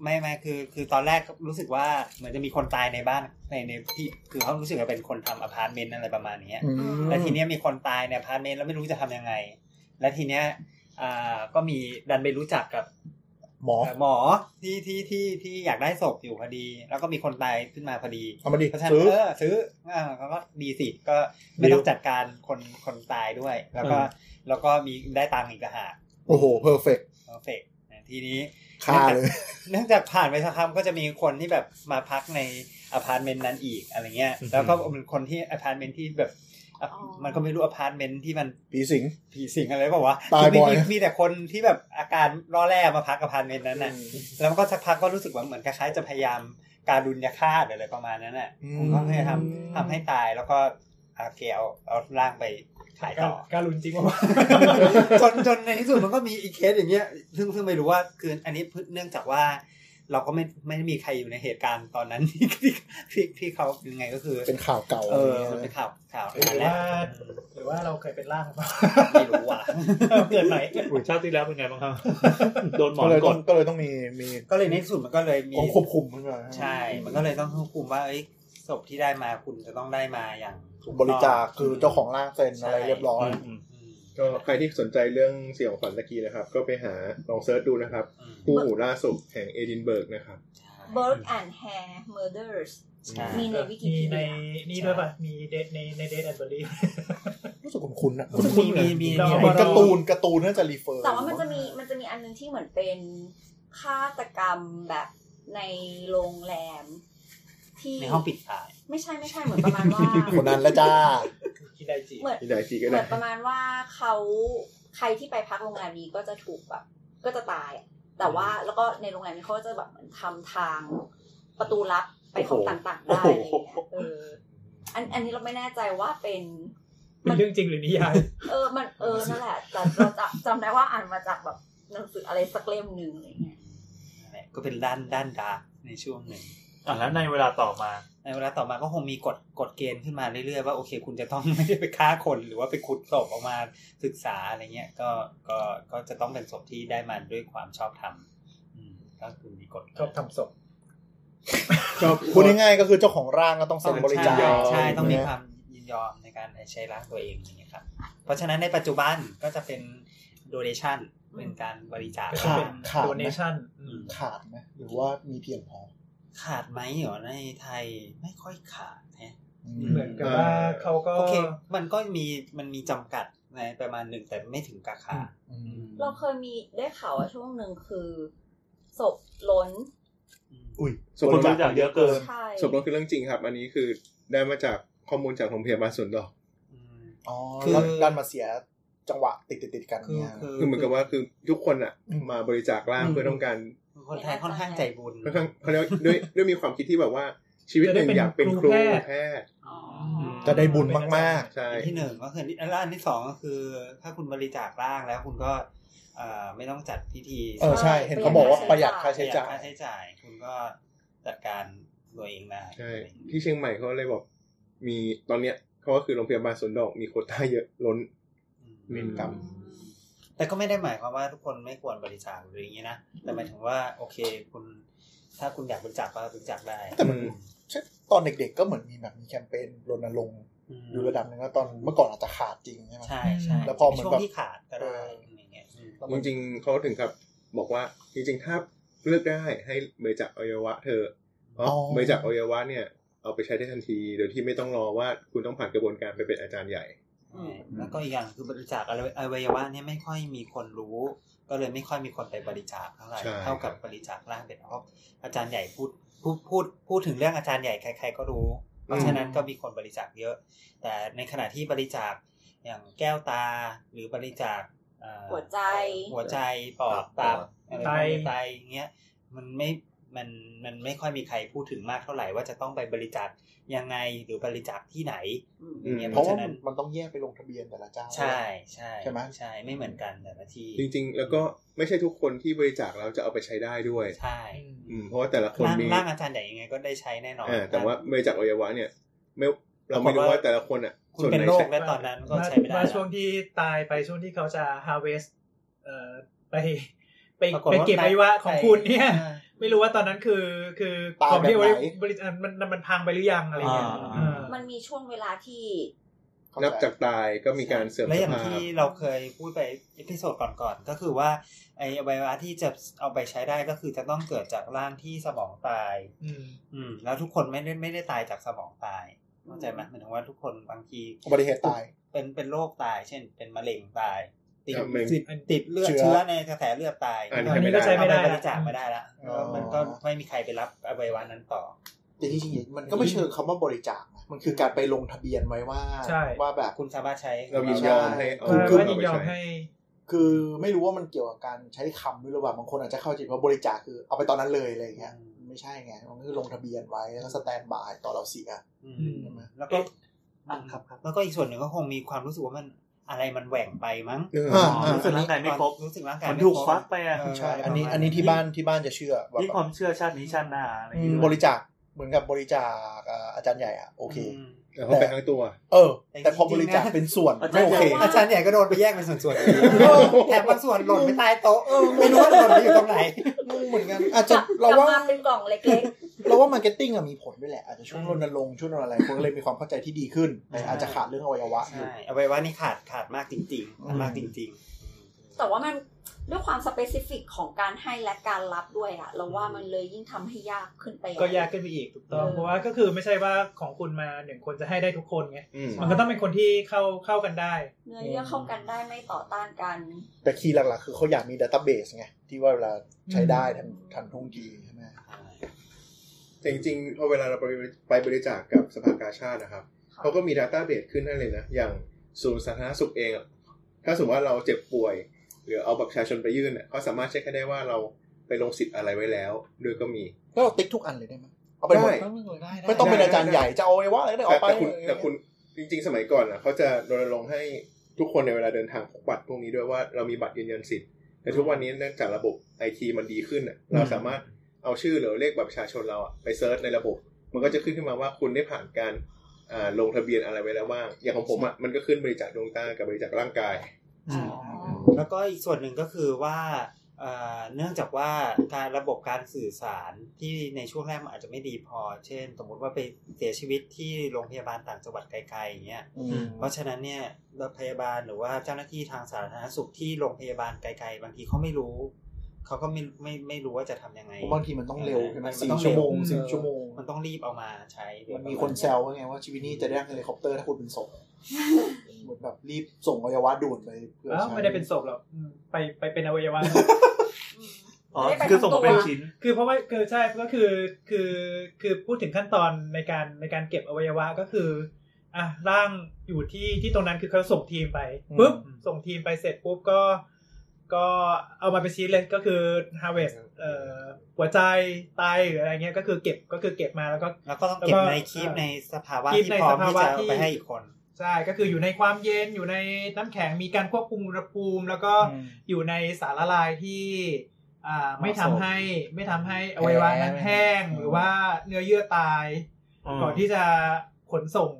[SPEAKER 3] ไม่ไม่คือ คือตอนแรกรู้สึกว่าเหมือนจะมีคนตายในบ้านในในที่คือเขารู้สึกว่าเป็นคนทำอพาร์ตเมนต์อะไรประมาณเนี้ย
[SPEAKER 5] อืม
[SPEAKER 3] แล้วทีเนี้ยมีคนตายในอพาร์ตเมนต์แล้วไม่รู้จะทำยังไง แล้วทีเนี้ยอ่าก็มีดันไปรู้จักกับ
[SPEAKER 5] หมอ
[SPEAKER 3] หมอที่ที่ที่ที่อยากได้ศพอยู่พอดี แล้วก็มีคนตายขึ้นมาพอดี
[SPEAKER 5] เอามาดิ
[SPEAKER 3] เพราะฉะนั้น
[SPEAKER 5] ซื้อ
[SPEAKER 3] เออซื้ออ่าเขาก็ดีสิก็ไม่ต้องจัดการคนคนตายด้วย แล้วก็แล้วก็มีได้ตังค์อีกต่างหาก
[SPEAKER 5] โอ้โหเพอร์เฟก
[SPEAKER 3] เพอร์เฟกทีนี้
[SPEAKER 5] ค่าเลย
[SPEAKER 3] เนื่องจากผ่านไปสักคำก็จะมีคนที่แบบมาพักในอพาร์ตเมนต์นั้นอีกอะไรเงี้ยแล้วก็เป็นคนที่อพาร์ตเมนต์ที่แบบอ่ะ
[SPEAKER 2] อ๋อ
[SPEAKER 3] มันก็ไม่รู้อพาร์ตเมนต์ที่มัน
[SPEAKER 5] ผีสิง
[SPEAKER 3] ผีสิงอะไรเปล่าวะ
[SPEAKER 5] ตายบ่อย
[SPEAKER 3] มีมีแต่คนที่แบบอาการร่อแร่มาพักอพาร์ตเมนต์นั้นน่ะ แล้วก็สักพักก็รู้สึกว่าเหมือนคล้ายๆจะพยายามการดุลยฆาตหรืออะไรประมาณนั้นน่ะ
[SPEAKER 5] อืม
[SPEAKER 3] ผมก็เลยทำทำให้ตายแล้วก็โอเคเอาเอาร่างไปขายต่อ
[SPEAKER 4] การุนจริงว่า
[SPEAKER 3] จนจนในที่สุดมันก็มีอีกเคสอย่างเงี้ย ซึ่งซึ่งไม่รู้ว่าคืออันนี้เนื่องจากว่า เราก็ไม่ไม่ได้มีใครอยู่ในเหตุการณ์ตอน นั้น ที่ที่ที่ที่เขายังไงก็คือ
[SPEAKER 5] เป็นข่าวเก่า
[SPEAKER 3] เออ
[SPEAKER 5] อะไร
[SPEAKER 3] มัน
[SPEAKER 5] เงี้ย
[SPEAKER 3] เป็นข่าวข่าว
[SPEAKER 4] หรือ
[SPEAKER 3] แล้
[SPEAKER 4] ว่า
[SPEAKER 3] ว
[SPEAKER 4] หรือว่าเราเคยเป็นร่างหรือเปล่า
[SPEAKER 3] ไม่รู้ว่ะ
[SPEAKER 4] เกิดใหม่
[SPEAKER 11] อุ้ยชาติที่แล้วเป็นไงบ้างครับ โดนหมอ
[SPEAKER 5] ก็
[SPEAKER 11] น
[SPEAKER 5] เลย
[SPEAKER 11] ก
[SPEAKER 5] ต้อ
[SPEAKER 11] ด
[SPEAKER 5] งก็เลยต้องมีมี
[SPEAKER 3] ก็เลยในที่สุดมันก็เลยมี
[SPEAKER 5] องค์ควบคุมขึ้นมา
[SPEAKER 3] ใช่ มันก็เลยต้องควบคุมว่าเอ้ยศพที่ได้มาคุณจะต้องได้มาอย่างถูกต้อง
[SPEAKER 5] บริจาคคือเจ้าของร่างเซ็น
[SPEAKER 3] ใช่
[SPEAKER 5] อะไรเรียบร้อย
[SPEAKER 11] อืม
[SPEAKER 3] อืม
[SPEAKER 6] ก็ใครที่สนใจเรื่องเสี่ยงขวัญตะกี้นะครับ ก็ไปหาลองเซิร์ชดูนะครับ
[SPEAKER 3] อืม
[SPEAKER 6] คู่หูล่าสุดแห่งเอดินเบิร์กนะครับ
[SPEAKER 3] ใช่
[SPEAKER 2] Bird and Hair Murders
[SPEAKER 3] ใช่
[SPEAKER 2] มีในวิกิพี
[SPEAKER 4] มีใน
[SPEAKER 2] เดีย
[SPEAKER 4] นี่ด้วยป่ะ มีเดทในในเดทแอนเบอรี่
[SPEAKER 5] รู้สึกคุ้นๆนะ
[SPEAKER 3] รู้สึกมีมีมี
[SPEAKER 4] เรา
[SPEAKER 3] มี
[SPEAKER 5] เหมือนการ์ตูนการ์ตูนน่าจะรีเฟอร์
[SPEAKER 2] แต่ว่ามันจะมีมันจะมีอันหนึงที่เหมือนเป็นฆาตกรรมแบบในโรงแรม ที่
[SPEAKER 3] ในห้องปิดตาย
[SPEAKER 2] ไม่ใช่ไม่ใช่เหมือนประมาณว่า
[SPEAKER 5] คนนั้นละจ้า
[SPEAKER 4] คิดไดจิ
[SPEAKER 2] เหมือน
[SPEAKER 6] ที่ใดทีก็
[SPEAKER 2] เหมื
[SPEAKER 6] ได้
[SPEAKER 2] อนประมาณว่าเขาใครที่ไปพักโรงแรมนี้ก็จะถูกแบบ ก็จะตายอะแต่ว่าแล้วก็ในโรงแรมนี้เขาก็จะแบบเหมือนทำทางประตูลับไปห้องต่างๆได้อะไรอย่างเงี้ยเอออันอันนี้เราไม่แน่ใจว่าเป็น
[SPEAKER 4] เป็นเรื่องจริงหรือนิยาย
[SPEAKER 2] เออมันเออนั่นแหละแต่เราจำจำได้ว่าอ่านมาจากแบบหนังสืออะไรสักเล่มหนึ่งอะไรเงี้ย
[SPEAKER 3] นั่นแหละก็เป็นด้านด้านดาร์กในช่วงหนึ่ง
[SPEAKER 11] อ่ะแล้วในเวลาต่อมา
[SPEAKER 3] ในเวลาต่อมาก็คงมีกฎกฎเกณฑ์ขึ้นมาเรื่อยๆว่าโอเค คุณจะต้อง ไม่ได้ไปฆ่าคนหรือว่าไปขุดศพออกมาศึกษาอะไรเงี้ยก็ก็ก็จะต้องเป็นศพที่ได้มาด้วยความชอบธรรมอืมก็คือมีกฎ
[SPEAKER 4] ชอบทำศพ
[SPEAKER 6] ชอบ
[SPEAKER 5] พูดง่ายๆก็คือเจ้าของร่างก็ต้องเซ็นบริจาค
[SPEAKER 3] ใช่ใช่ต้องมี
[SPEAKER 5] นะ
[SPEAKER 3] ความยินยอมในการใช้ร่างตัวเองอย่างเงี้ยครับ เพราะฉะนั้นในปัจจุบันก็จะเป็น donation เป็นการบริจาค
[SPEAKER 5] ขาด
[SPEAKER 4] เป็น
[SPEAKER 5] ขาด
[SPEAKER 4] โด
[SPEAKER 5] ไห
[SPEAKER 4] เน
[SPEAKER 5] ม
[SPEAKER 4] ชั่น
[SPEAKER 5] ขาดไหมหรือว่ามีเพียงพอ
[SPEAKER 3] ขาดไหมเหรอในไทยไม่ค่อยขาดนะ
[SPEAKER 5] อื
[SPEAKER 3] เห
[SPEAKER 4] เห
[SPEAKER 3] มื
[SPEAKER 4] มื
[SPEAKER 3] อ
[SPEAKER 4] อน น
[SPEAKER 3] กั
[SPEAKER 4] กั
[SPEAKER 3] บบ ว่า
[SPEAKER 4] ว่าเขาก็
[SPEAKER 3] โอเค มันก็มีมันมีจำกัดในประมาณหนึ่งแต่ไม่ถึงกับขาด
[SPEAKER 5] อืม
[SPEAKER 2] เราเคยมีได้ข่าวว่าช่วงหนึ่งคือศพล้น
[SPEAKER 3] อืม
[SPEAKER 6] ศพ
[SPEAKER 11] คน
[SPEAKER 6] ล
[SPEAKER 11] บ
[SPEAKER 6] ด
[SPEAKER 11] ริจาคเยอะเกิน
[SPEAKER 2] ใช่
[SPEAKER 6] ศพลดคือเรื่องจริงครับ อันนี้คือได้มาจากข้อมูลจากโรงพยาบาลสวนดอก
[SPEAKER 3] อืม
[SPEAKER 5] อ๋อ
[SPEAKER 3] คือ
[SPEAKER 5] แล้วดันมาเสียจังหวะติดติดๆกัน
[SPEAKER 3] คือ
[SPEAKER 5] เนี่ย
[SPEAKER 3] คือ
[SPEAKER 6] คือเหมือนกับว่าคือทุกคนอ่ะ
[SPEAKER 5] อืม
[SPEAKER 6] มาบริจาคร่างเพื่อต้องการ
[SPEAKER 3] คนไทยค่อนข้างใจบุญ
[SPEAKER 6] ค่อนข้างเขาเรียกว่าด้วยด้วยมีความคิดที่แบบว่าชีวิตหนึ่ง
[SPEAKER 4] จะได้เป็น
[SPEAKER 6] อยากเป็นครู
[SPEAKER 4] ครูแพทย์
[SPEAKER 6] แพทย์
[SPEAKER 2] อ๋อ
[SPEAKER 5] จะได้บุญมาก
[SPEAKER 6] ใช่
[SPEAKER 3] อันที่หนึ่งก็คือแล้วอันที่สองก็คือ ถ้าคุณบริจาคร่างแล้วคุณก็เอ่อไม่ต้องจัดพิธี
[SPEAKER 5] ๆ เออใช่เห็นเขาบอกว่าประหยัดค่าใช้จ่าย
[SPEAKER 3] ค่าใช้จ่าย คุณก็จัดการตัวเองได้
[SPEAKER 6] ใช่ ที่เชียงใหม่เขาเลยบอก มีตอนเนี้ยเขาก็คือโรงพยาบาลสวนดอกมีโควต้าเยอะล้น
[SPEAKER 3] อืม
[SPEAKER 6] เวรกรรม
[SPEAKER 3] แต่ก็ไม่ได้หมายความว่าทุกคนไม่ควรบริจาคหรืออย่างนี้นะ แต่หมายถึงว่าโอเคคุณถ้าคุณอยากบริจาคก็บริจาคได้
[SPEAKER 5] แต่มัน ใช่ตอนเด็กๆก็เหมือนมีแบบมีแคมเปญรณรงค์ อยู่ระดับหนึ่งแล้วตอนเมื่อก่อนอาจจะขาดจริงใช่ไหม
[SPEAKER 3] ใช่ใช่
[SPEAKER 5] แล้วพอเหมือน
[SPEAKER 3] ช่ว
[SPEAKER 5] แบ
[SPEAKER 3] ง
[SPEAKER 5] บ
[SPEAKER 3] ที่ขาดก็ได้อะไรเงี้ยอืม
[SPEAKER 6] จริงๆเขาถึงครับบอกว่าจริงๆ ถ้าเลือกได้ให้บริจาคอวัยวะเธอเพราะ
[SPEAKER 5] อ๋อ
[SPEAKER 6] บริจาคอวัยวะเนี่ยเอาไปใช้ได้ทันที โดยที่ไม่ต้องรอว่าคุณต้องผ่านกระบวนการไปเป็นอาจารย์ใหญ่
[SPEAKER 2] อืม
[SPEAKER 3] แล้วก็อีกอย่างคือบริจาคอะไรอวัยวะเนี่ยไม่ค่อยมีคนรู้ ก็เลยไม่ค่อยมีคนไปบริจาคเท่าไหร่
[SPEAKER 6] ใช่
[SPEAKER 3] เท่ากับบริจาคร่างเป็นเพราะอาจารย์ใหญ่พูดพูดพูดพูดถึงเรื่องอาจารย์ใหญ่ใคร ๆ ก็รู้ เพราะฉะนั้นก็มีคนบริจาคเยอะ แต่ในขณะที่บริจาคอย่างแก้วตาหรือบริจาคเอ่อ
[SPEAKER 2] หัวใจ
[SPEAKER 3] หัวใจปอดตับอะไรพวกนี้ไตอย่างเงี้ย มันไม่ มัน มันไม่ค่อยมีใครพูดถึงมากเท่าไหร่ว่าจะต้องไปบริจาคยังไงหรือบริจาคที่ไหน
[SPEAKER 2] อืม
[SPEAKER 3] อย่างเงี้ย
[SPEAKER 5] เพ
[SPEAKER 3] เพ
[SPEAKER 5] ราะ
[SPEAKER 3] ราะ
[SPEAKER 5] ว่า
[SPEAKER 3] ฉะนั้น
[SPEAKER 5] มันต้องแยกไปลงทะเบียนแต่ละเจ้า
[SPEAKER 3] ใช่ใช่
[SPEAKER 5] ใช่ไหม
[SPEAKER 3] ใช่ไม่เหมือนกันแต่ละที่
[SPEAKER 6] จริงๆ แล้วก็ไม่ใช่ทุกคนที่บริจาคแล้วจะเอาไปใช้ได้ด้วย
[SPEAKER 3] ใช่
[SPEAKER 6] อืมเพราะว่าแต่ละคน
[SPEAKER 3] ร่าง
[SPEAKER 6] มี
[SPEAKER 3] ร่างอาจารย์ใหญ่ยังไงก็ได้ใช้แน่นอน
[SPEAKER 6] อ่าแต่ว่าบริจาคอวัยวะเนี่ยไม่เราไม่รู้ว่าแต่ละคนอ่ะ
[SPEAKER 3] คุณ
[SPEAKER 6] ส่วน
[SPEAKER 3] เป็น
[SPEAKER 6] ไหน
[SPEAKER 3] โรค
[SPEAKER 6] ใช้
[SPEAKER 3] และตอนนั้นก็ใช้ไม่ได้
[SPEAKER 4] มา
[SPEAKER 3] ละ
[SPEAKER 4] ช่วงที่ตายไปช่วงที่เขาจะ harvest เอ่อไปไป
[SPEAKER 3] ปรฏ
[SPEAKER 4] ไปเก็บอวัยวะของคุณเนี่ย
[SPEAKER 3] อ่า
[SPEAKER 4] ไม่รู้ว่าตอนนั้นคือคือ
[SPEAKER 5] ตาย
[SPEAKER 4] ของที่
[SPEAKER 5] แบบไหน
[SPEAKER 4] บริจาคมันมันมันพังไปหรือยังอะไรเงี้ย
[SPEAKER 3] อ่า
[SPEAKER 4] เออ
[SPEAKER 2] มันมีช่วงเวลาที่
[SPEAKER 5] เข้ใจ
[SPEAKER 6] นับจากตายก็มีการเสื่อม
[SPEAKER 3] และ
[SPEAKER 6] ส
[SPEAKER 3] อย่าง
[SPEAKER 6] ภาพ
[SPEAKER 3] ที่เราเคยพูดไปเอพิโซดก่อนๆก็คือว่าไออวัยวะที่จะเอาไปใช้ได้ก็คือจะต้องเกิดจากร่างที่สมองตาย
[SPEAKER 4] อืม
[SPEAKER 3] อืม แล้วทุกคนไม่ได้ไม่ได้ตายจากสมองตายเข้าใจไหมหมายถึงว่าทุกคนบางที
[SPEAKER 5] อุบัติเหตุตาย
[SPEAKER 3] เป็นเป็นโรคตาย เช่น เป็นมะเร็งตาย ติด
[SPEAKER 6] อ่ะมะเร็ง
[SPEAKER 3] ติดติดเลือด
[SPEAKER 5] เชื้อ
[SPEAKER 3] เชื้อในกระแสเลือดตาย
[SPEAKER 6] อันนี้
[SPEAKER 4] ก็ใช้ไม่ได้
[SPEAKER 3] เอาปบริจาคไม่ได้ละ
[SPEAKER 5] อ๋อ
[SPEAKER 3] มันก็ไม่มีใครไปรับอวัยวะนั้นต่อ
[SPEAKER 5] แต่ที่จริงๆมันก็ไม่เชิงคำว่าบริจาคนะมันคือการไปลงทะเบียนไว้ว่า
[SPEAKER 4] ใช่
[SPEAKER 5] ว่าแบบ
[SPEAKER 3] คุณสามารถใช้
[SPEAKER 6] เรายินยอมให้เอา
[SPEAKER 5] คื
[SPEAKER 4] ว่า
[SPEAKER 6] เอา
[SPEAKER 4] ยิน
[SPEAKER 6] ไป
[SPEAKER 4] ยอม
[SPEAKER 6] ใช้
[SPEAKER 4] ให้
[SPEAKER 5] คือไม่รู้ว่ามันเกี่ยวกับการใช้คำด้วยหรือเปล่าบางคนอาจจะเข้าใจว่าบริจาคคือเอาไปตอนนั้นเลยอะไรอย่างเงี้ยไม่ใช่ไงมันคือลงทะเบียนไว้แล้วก็สแตนบายต่อนเราเสีย
[SPEAKER 3] อื
[SPEAKER 4] อื
[SPEAKER 3] ม
[SPEAKER 4] ม
[SPEAKER 5] ใช่ไหม
[SPEAKER 3] แล้วก็
[SPEAKER 5] อ่ะครับครับ
[SPEAKER 3] แล้วก็อีกส่วนหนึ่งก็คงมีความรู้สึกว่ามันอะไรมันแหว่งไปมั้ง
[SPEAKER 6] เออ
[SPEAKER 5] อ่า
[SPEAKER 11] อ๋อ
[SPEAKER 5] อ่า
[SPEAKER 11] รู้สึกร่างกายไม่ครบ
[SPEAKER 3] รู้สึกร่างกาย
[SPEAKER 11] มัน
[SPEAKER 3] ไม่
[SPEAKER 11] ถูก
[SPEAKER 3] ครบ
[SPEAKER 11] ฟักไปอ่ะ
[SPEAKER 3] เ
[SPEAKER 5] ใช่
[SPEAKER 3] ะไร
[SPEAKER 5] อันนี้
[SPEAKER 3] ประมณ
[SPEAKER 5] อันนี้ที่บ้านที่บ้านจะเชื่อว่า
[SPEAKER 11] ยิ่งความเชื่อชาตินี้ชาติหน้าอะไรอย่าง
[SPEAKER 5] อื
[SPEAKER 11] เงี้
[SPEAKER 5] ม
[SPEAKER 11] ย
[SPEAKER 5] บริจาคเหมือนกับบริจาคอ่าอาจารย์ใหญ่อะโอเค
[SPEAKER 3] อืม
[SPEAKER 6] แต่เขาไปทั้งตัว
[SPEAKER 5] เออ แต่พอ
[SPEAKER 3] แต่จ
[SPEAKER 5] บ
[SPEAKER 3] ริงๆ
[SPEAKER 5] ริจาคเป็นส่วน
[SPEAKER 11] อาจาร
[SPEAKER 5] ไม่
[SPEAKER 11] ย์
[SPEAKER 5] โอ
[SPEAKER 11] ใหญ่
[SPEAKER 5] เค
[SPEAKER 3] อาจารย์เนี่ยก็โดนไปแยกเป็นส่วนๆแถมบางส่วนหล่นไปใต้โต๊ะเออไม่รู้ว่าหล่นไปอยู่ตรงไหน
[SPEAKER 5] งงเหมือนกันอาจ
[SPEAKER 2] ก
[SPEAKER 5] จะ
[SPEAKER 2] ลับก
[SPEAKER 5] เรา
[SPEAKER 2] ลับ
[SPEAKER 5] ว่า
[SPEAKER 2] มาเป็นกล่องเล็ก
[SPEAKER 5] เราว่ามาร์เก็ตติ้งอะมีผลด้วยแหละ อาจจะช่วยรณรงค์ช่วยอะไรคนก็เลยมีความเข้าใจที่ดีขึ้นแต่อาจจะขาดเรื่องอวัยวะอยู่
[SPEAKER 3] ใช่เอาไว้ว่านี่ขาดขาดมากจริงๆขาดมากจริง
[SPEAKER 2] ๆ แต่ว่ามันด้วยความสเปซิฟิกของการให้และการรับด้วยอะเราว่ามันเลยยิ่งทำให้ยากขึ้นไป
[SPEAKER 4] ก็ยากขึ้นไปอีกถูกต้อง
[SPEAKER 2] เออ
[SPEAKER 4] เพราะว่าก็คือไม่ใช่ว่าของคุณมาหนึ่งคนจะให้ได้ทุกคนไง
[SPEAKER 6] อืม
[SPEAKER 4] มันก็ต้องเป็นคนที่เข้าเข้ากันได้
[SPEAKER 2] เนื้อเยื่อเข้ากันได้ไม่ต่อต้านกัน
[SPEAKER 5] แต่คีย์หลักๆ คือเขาอยากมีดัต a b เบสไง ที่ว่าเวลาใช้ได้ทันทันท่วงทีใช่ไหม
[SPEAKER 6] แต่จริงๆพอเวลาเราไปไปบริจาคกับสภากาชาตินะครับ
[SPEAKER 2] ค่ะ
[SPEAKER 6] เขาก็มีดัต a ้าเบสขึ้นให้เลยนะ อย่างศูนย์สาธารณสุขเองอะถ้าสมมติว่าเราเจ็บป่วย หรือเอาบัตรประชาชนไปยื่นอะเขาสามารถเช็คให้ได้ว่าเราไปลงสิทธิ์อะไรไว้แล้วด้วยก็มี
[SPEAKER 5] ก็ติ๊กทุกอันเลยได้ไหมเอาไปหมด
[SPEAKER 6] ได้
[SPEAKER 5] ทั้งหมดเลยไม่ต้องเป็นอาจารย์ใหญ่จะเอาอวัยวะอะไรก็ได้
[SPEAKER 6] แต่
[SPEAKER 5] เอาไป
[SPEAKER 6] แต่คุณแต่คุณจริง ๆ สมัยก่อนอะเขาจะรณรงค์ให้ทุกคนในเวลาเดินทางพกบัตรพวกนี้ด้วยว่าเรามีบัตรยืนยันสิทธิ์แต่ทุกวันนี้เนื่องจากระบบไอทีมันดีขึ้นอะเราสามารถเอาชื่อหรือเลขบัตรประชาชนเราอะไปเซิร์ชในระบบ มันก็จะขึ้นขึ้นมาว่าคุณได้ผ่านการอ่าลงทะเบียนอะไรไว้แล้วบ้างอย่างของผมอะมันก็ขึ้นบริจาคดวงตากับบริจาคร่างกาย
[SPEAKER 3] ๆแล้วก็อีกส่วนหนึ่งก็คือว่าเอ่อเนื่องจากว่าการระบบการสื่อสารที่ในช่วงแรกมันอาจจะไม่ดีพอ เช่น สมมติว่าไปเสียชีวิตที่โรงพยาบาลต่างจังหวัดไกลๆอย่างเงี้ย
[SPEAKER 5] อืม
[SPEAKER 3] เพราะฉะนั้นเนี่ยรถพยาบาลหรือว่าเจ้าหน้าที่ทางสาธารณสุขที่โรงพยาบาลไกลๆ บางทีเขาไม่รู้ เขาก็ไม่ไม่ไม่รู้ว่าจะทำยังไง
[SPEAKER 5] บางทีมันต้องเร็วใช่ไหม
[SPEAKER 3] มัน
[SPEAKER 5] สี่
[SPEAKER 3] ต้องเร็ว
[SPEAKER 5] ชั่วโมง
[SPEAKER 4] เออ
[SPEAKER 5] สี่ชั่วโมง
[SPEAKER 3] มันต้องรีบเอามาใช้เดี๋ยว
[SPEAKER 5] มันมีคนแซวว่าไงว่าชีวิตนี้จะได้เฮลิคอปเตอร์ถ้าคุณเป็นศพเหมือนแบบรีบส่งอวัยวะด่วนไปเพื่อ
[SPEAKER 4] เอ้า
[SPEAKER 5] ใช้
[SPEAKER 4] ไม่ได้เป็นศพหรอกอืมไปไปเป็นอวัยวะ
[SPEAKER 2] อืม
[SPEAKER 11] อ๋อ
[SPEAKER 2] ไม่ได้ไป
[SPEAKER 11] คือส่ง
[SPEAKER 2] ทั้
[SPEAKER 11] มา
[SPEAKER 2] ตัว
[SPEAKER 11] งเป็นชิ้น
[SPEAKER 4] คือเพราะว่าคือใช่ก็คือคือคือพูดถึงขั้นตอนในการในการเก็บอวัยวะก็คืออ่ะร่างอยู่ที่ที่ตรงนั้นคือเขาส่งทีมไปปุ๊บ
[SPEAKER 11] อืม
[SPEAKER 4] ส่งทีมไปเสร็จปุ๊บก็ ก็เอามาเป็นชิ้นเลยก็คือ harvest เอ่อหัวใจไตหรืออะไรเงี้ยก็คือเก็บก็คือเก็บมาแล้วก็
[SPEAKER 3] แล้วก็ต้องเก็บ
[SPEAKER 4] แล้วก็
[SPEAKER 3] ในคลิปในสภาวะ
[SPEAKER 4] คลิป
[SPEAKER 3] ที่
[SPEAKER 4] ใน
[SPEAKER 3] พร้อม
[SPEAKER 4] ส
[SPEAKER 3] ที่
[SPEAKER 4] ภาวะ
[SPEAKER 3] จะ
[SPEAKER 4] ที่
[SPEAKER 3] เอาไปให้อีกคน
[SPEAKER 4] ใช่ก็คืออยู่ในความเย็นอยู่ในน้ำแข็งมีการควบคุมอุณหภูมิ แล้วก็
[SPEAKER 5] อืม
[SPEAKER 4] อยู่ในสารละลายที่อ่าไม่ทำให้ไม่ทำให้
[SPEAKER 5] แห้
[SPEAKER 4] อง วัยวะนั้นแห้งหรือว่าเนื้อเยื่อตาย ก่อนที่จะขนส่ง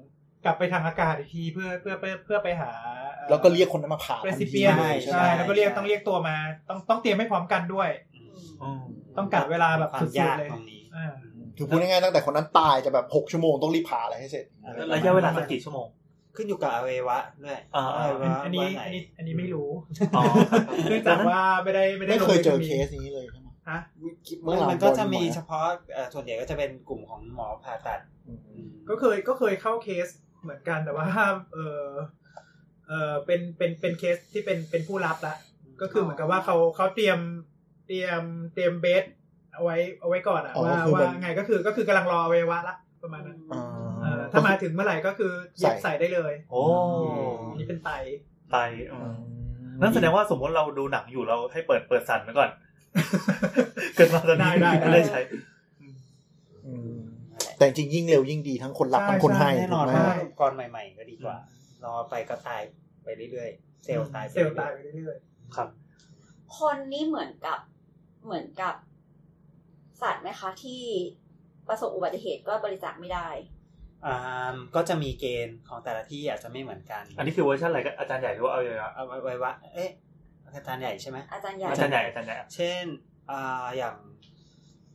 [SPEAKER 4] กลับไปทางอากาศอีกทีเพื่อเพื่อเพื่อเพื่อไปหาอ่อ
[SPEAKER 5] แล้วก็เรียกคนนั้นมาผ่า
[SPEAKER 4] recipient
[SPEAKER 5] ทันทีใช่
[SPEAKER 3] ใช่
[SPEAKER 4] ใช่
[SPEAKER 5] ไหม
[SPEAKER 4] แล้วก็เรียกต้องเรียกตัวมา ต้องต้องเตรียมให้พร้อมกันด้วย ต้องกะเวลาแบบ
[SPEAKER 3] ความ
[SPEAKER 4] สุ
[SPEAKER 3] ยา
[SPEAKER 4] ด
[SPEAKER 3] ก
[SPEAKER 4] ๆเลย
[SPEAKER 3] ตรงนี้
[SPEAKER 4] อ่า
[SPEAKER 5] คือพูดง่ายๆตั้งแต่คนนั้นตายจะแบบหกชั่วโมงต้องรีบผ่าอะไรให้เสร็จ
[SPEAKER 11] ระยะเวลาสักกี่ชั่วโมง
[SPEAKER 3] ขึ้นอยู่กับอวัยวะด้วย
[SPEAKER 11] อ่าอ่า
[SPEAKER 3] วัยวะ
[SPEAKER 4] อันนี้
[SPEAKER 3] ว่าไหน
[SPEAKER 4] อันนี้อันนี้ไม่รู้
[SPEAKER 11] อ๋อ
[SPEAKER 4] เนื่องจากว่าไม่ได้ไม่ได้
[SPEAKER 5] ไม่
[SPEAKER 4] ลง
[SPEAKER 5] เคยเจอ
[SPEAKER 4] ทะบี
[SPEAKER 5] เคน สนี้เลยใช่ไหม
[SPEAKER 4] ฮะ
[SPEAKER 5] เมื่อหลัง
[SPEAKER 3] มันก็จะมีเฉพาะเอ่อส่วนใหญ่ก็จะเป็นกลุ่มของหมอผ่าตัด
[SPEAKER 5] อืม
[SPEAKER 3] อืม
[SPEAKER 4] ก็เคยก็เคยเข้าเคสเหมือนกันแต่ว่าเออเออเป็นเป็นเป็นเคสที่เป็นเป็นผู้รับละ ก็คือเหมือนกับว่าเขาเขาเตรียมเตรียมเตรียมเบสเอาไว้เอาไว้ก่อนอะ
[SPEAKER 5] อ๋อ
[SPEAKER 4] ว่า
[SPEAKER 5] คือ
[SPEAKER 4] ว่า
[SPEAKER 5] เป็น
[SPEAKER 4] ไงก็คือก็คือกำลังรออวัยวะละประมาณนั้น
[SPEAKER 5] อ่า
[SPEAKER 4] เออถ้ามาถึงเมื่อไหร่ก็คือเย็บ
[SPEAKER 5] ใส่
[SPEAKER 4] ใส่ได้เลย
[SPEAKER 11] โอ้
[SPEAKER 4] อันนี่เป็นไต
[SPEAKER 11] ไตอืมนั่นแสดงว่าสมมติเราดูหนังอยู่เราให้เปิดเปิดสั่นไว้ก่อน เกิดมาตอนนี้ไม่ได้ใช้
[SPEAKER 5] อืมแต่จริงๆยิ่งเร็วยิ่งดีทั้งคนรับทั้งคนให้
[SPEAKER 3] แน่นอน
[SPEAKER 5] ถูกไหม
[SPEAKER 3] ว่าอุปกรณ์ใหม่ ๆ ก็ดีกว่า รอไปก็ตายไปเรื่อยๆ เซลล์ตายไป
[SPEAKER 4] เซลล์ตายไปเรื่อย
[SPEAKER 11] ครับ
[SPEAKER 2] คนนี่เหมือนกับเหมือนกับ สัตว์ไหมคะที่ประสบอุบัติเหตุก็บริจาคไม่ได้
[SPEAKER 3] อ่ามก็จะมีเกณฑ์ของแต่ละที่อาจจะไม่เหมือนกัน
[SPEAKER 11] อันนี้คือเวอร์ชันอะไรก็อาจารย์ใหญ่หรือว่าเอาอย่างไร
[SPEAKER 3] เอาอวัยวะเอ๊ะอาจารย์ใหญ่ใช่ไหม
[SPEAKER 2] อาจารย์ใหญ่
[SPEAKER 11] อาจารย์ใหญ่อาจารย์ใหญ่
[SPEAKER 3] เช่นอ่าอย่าง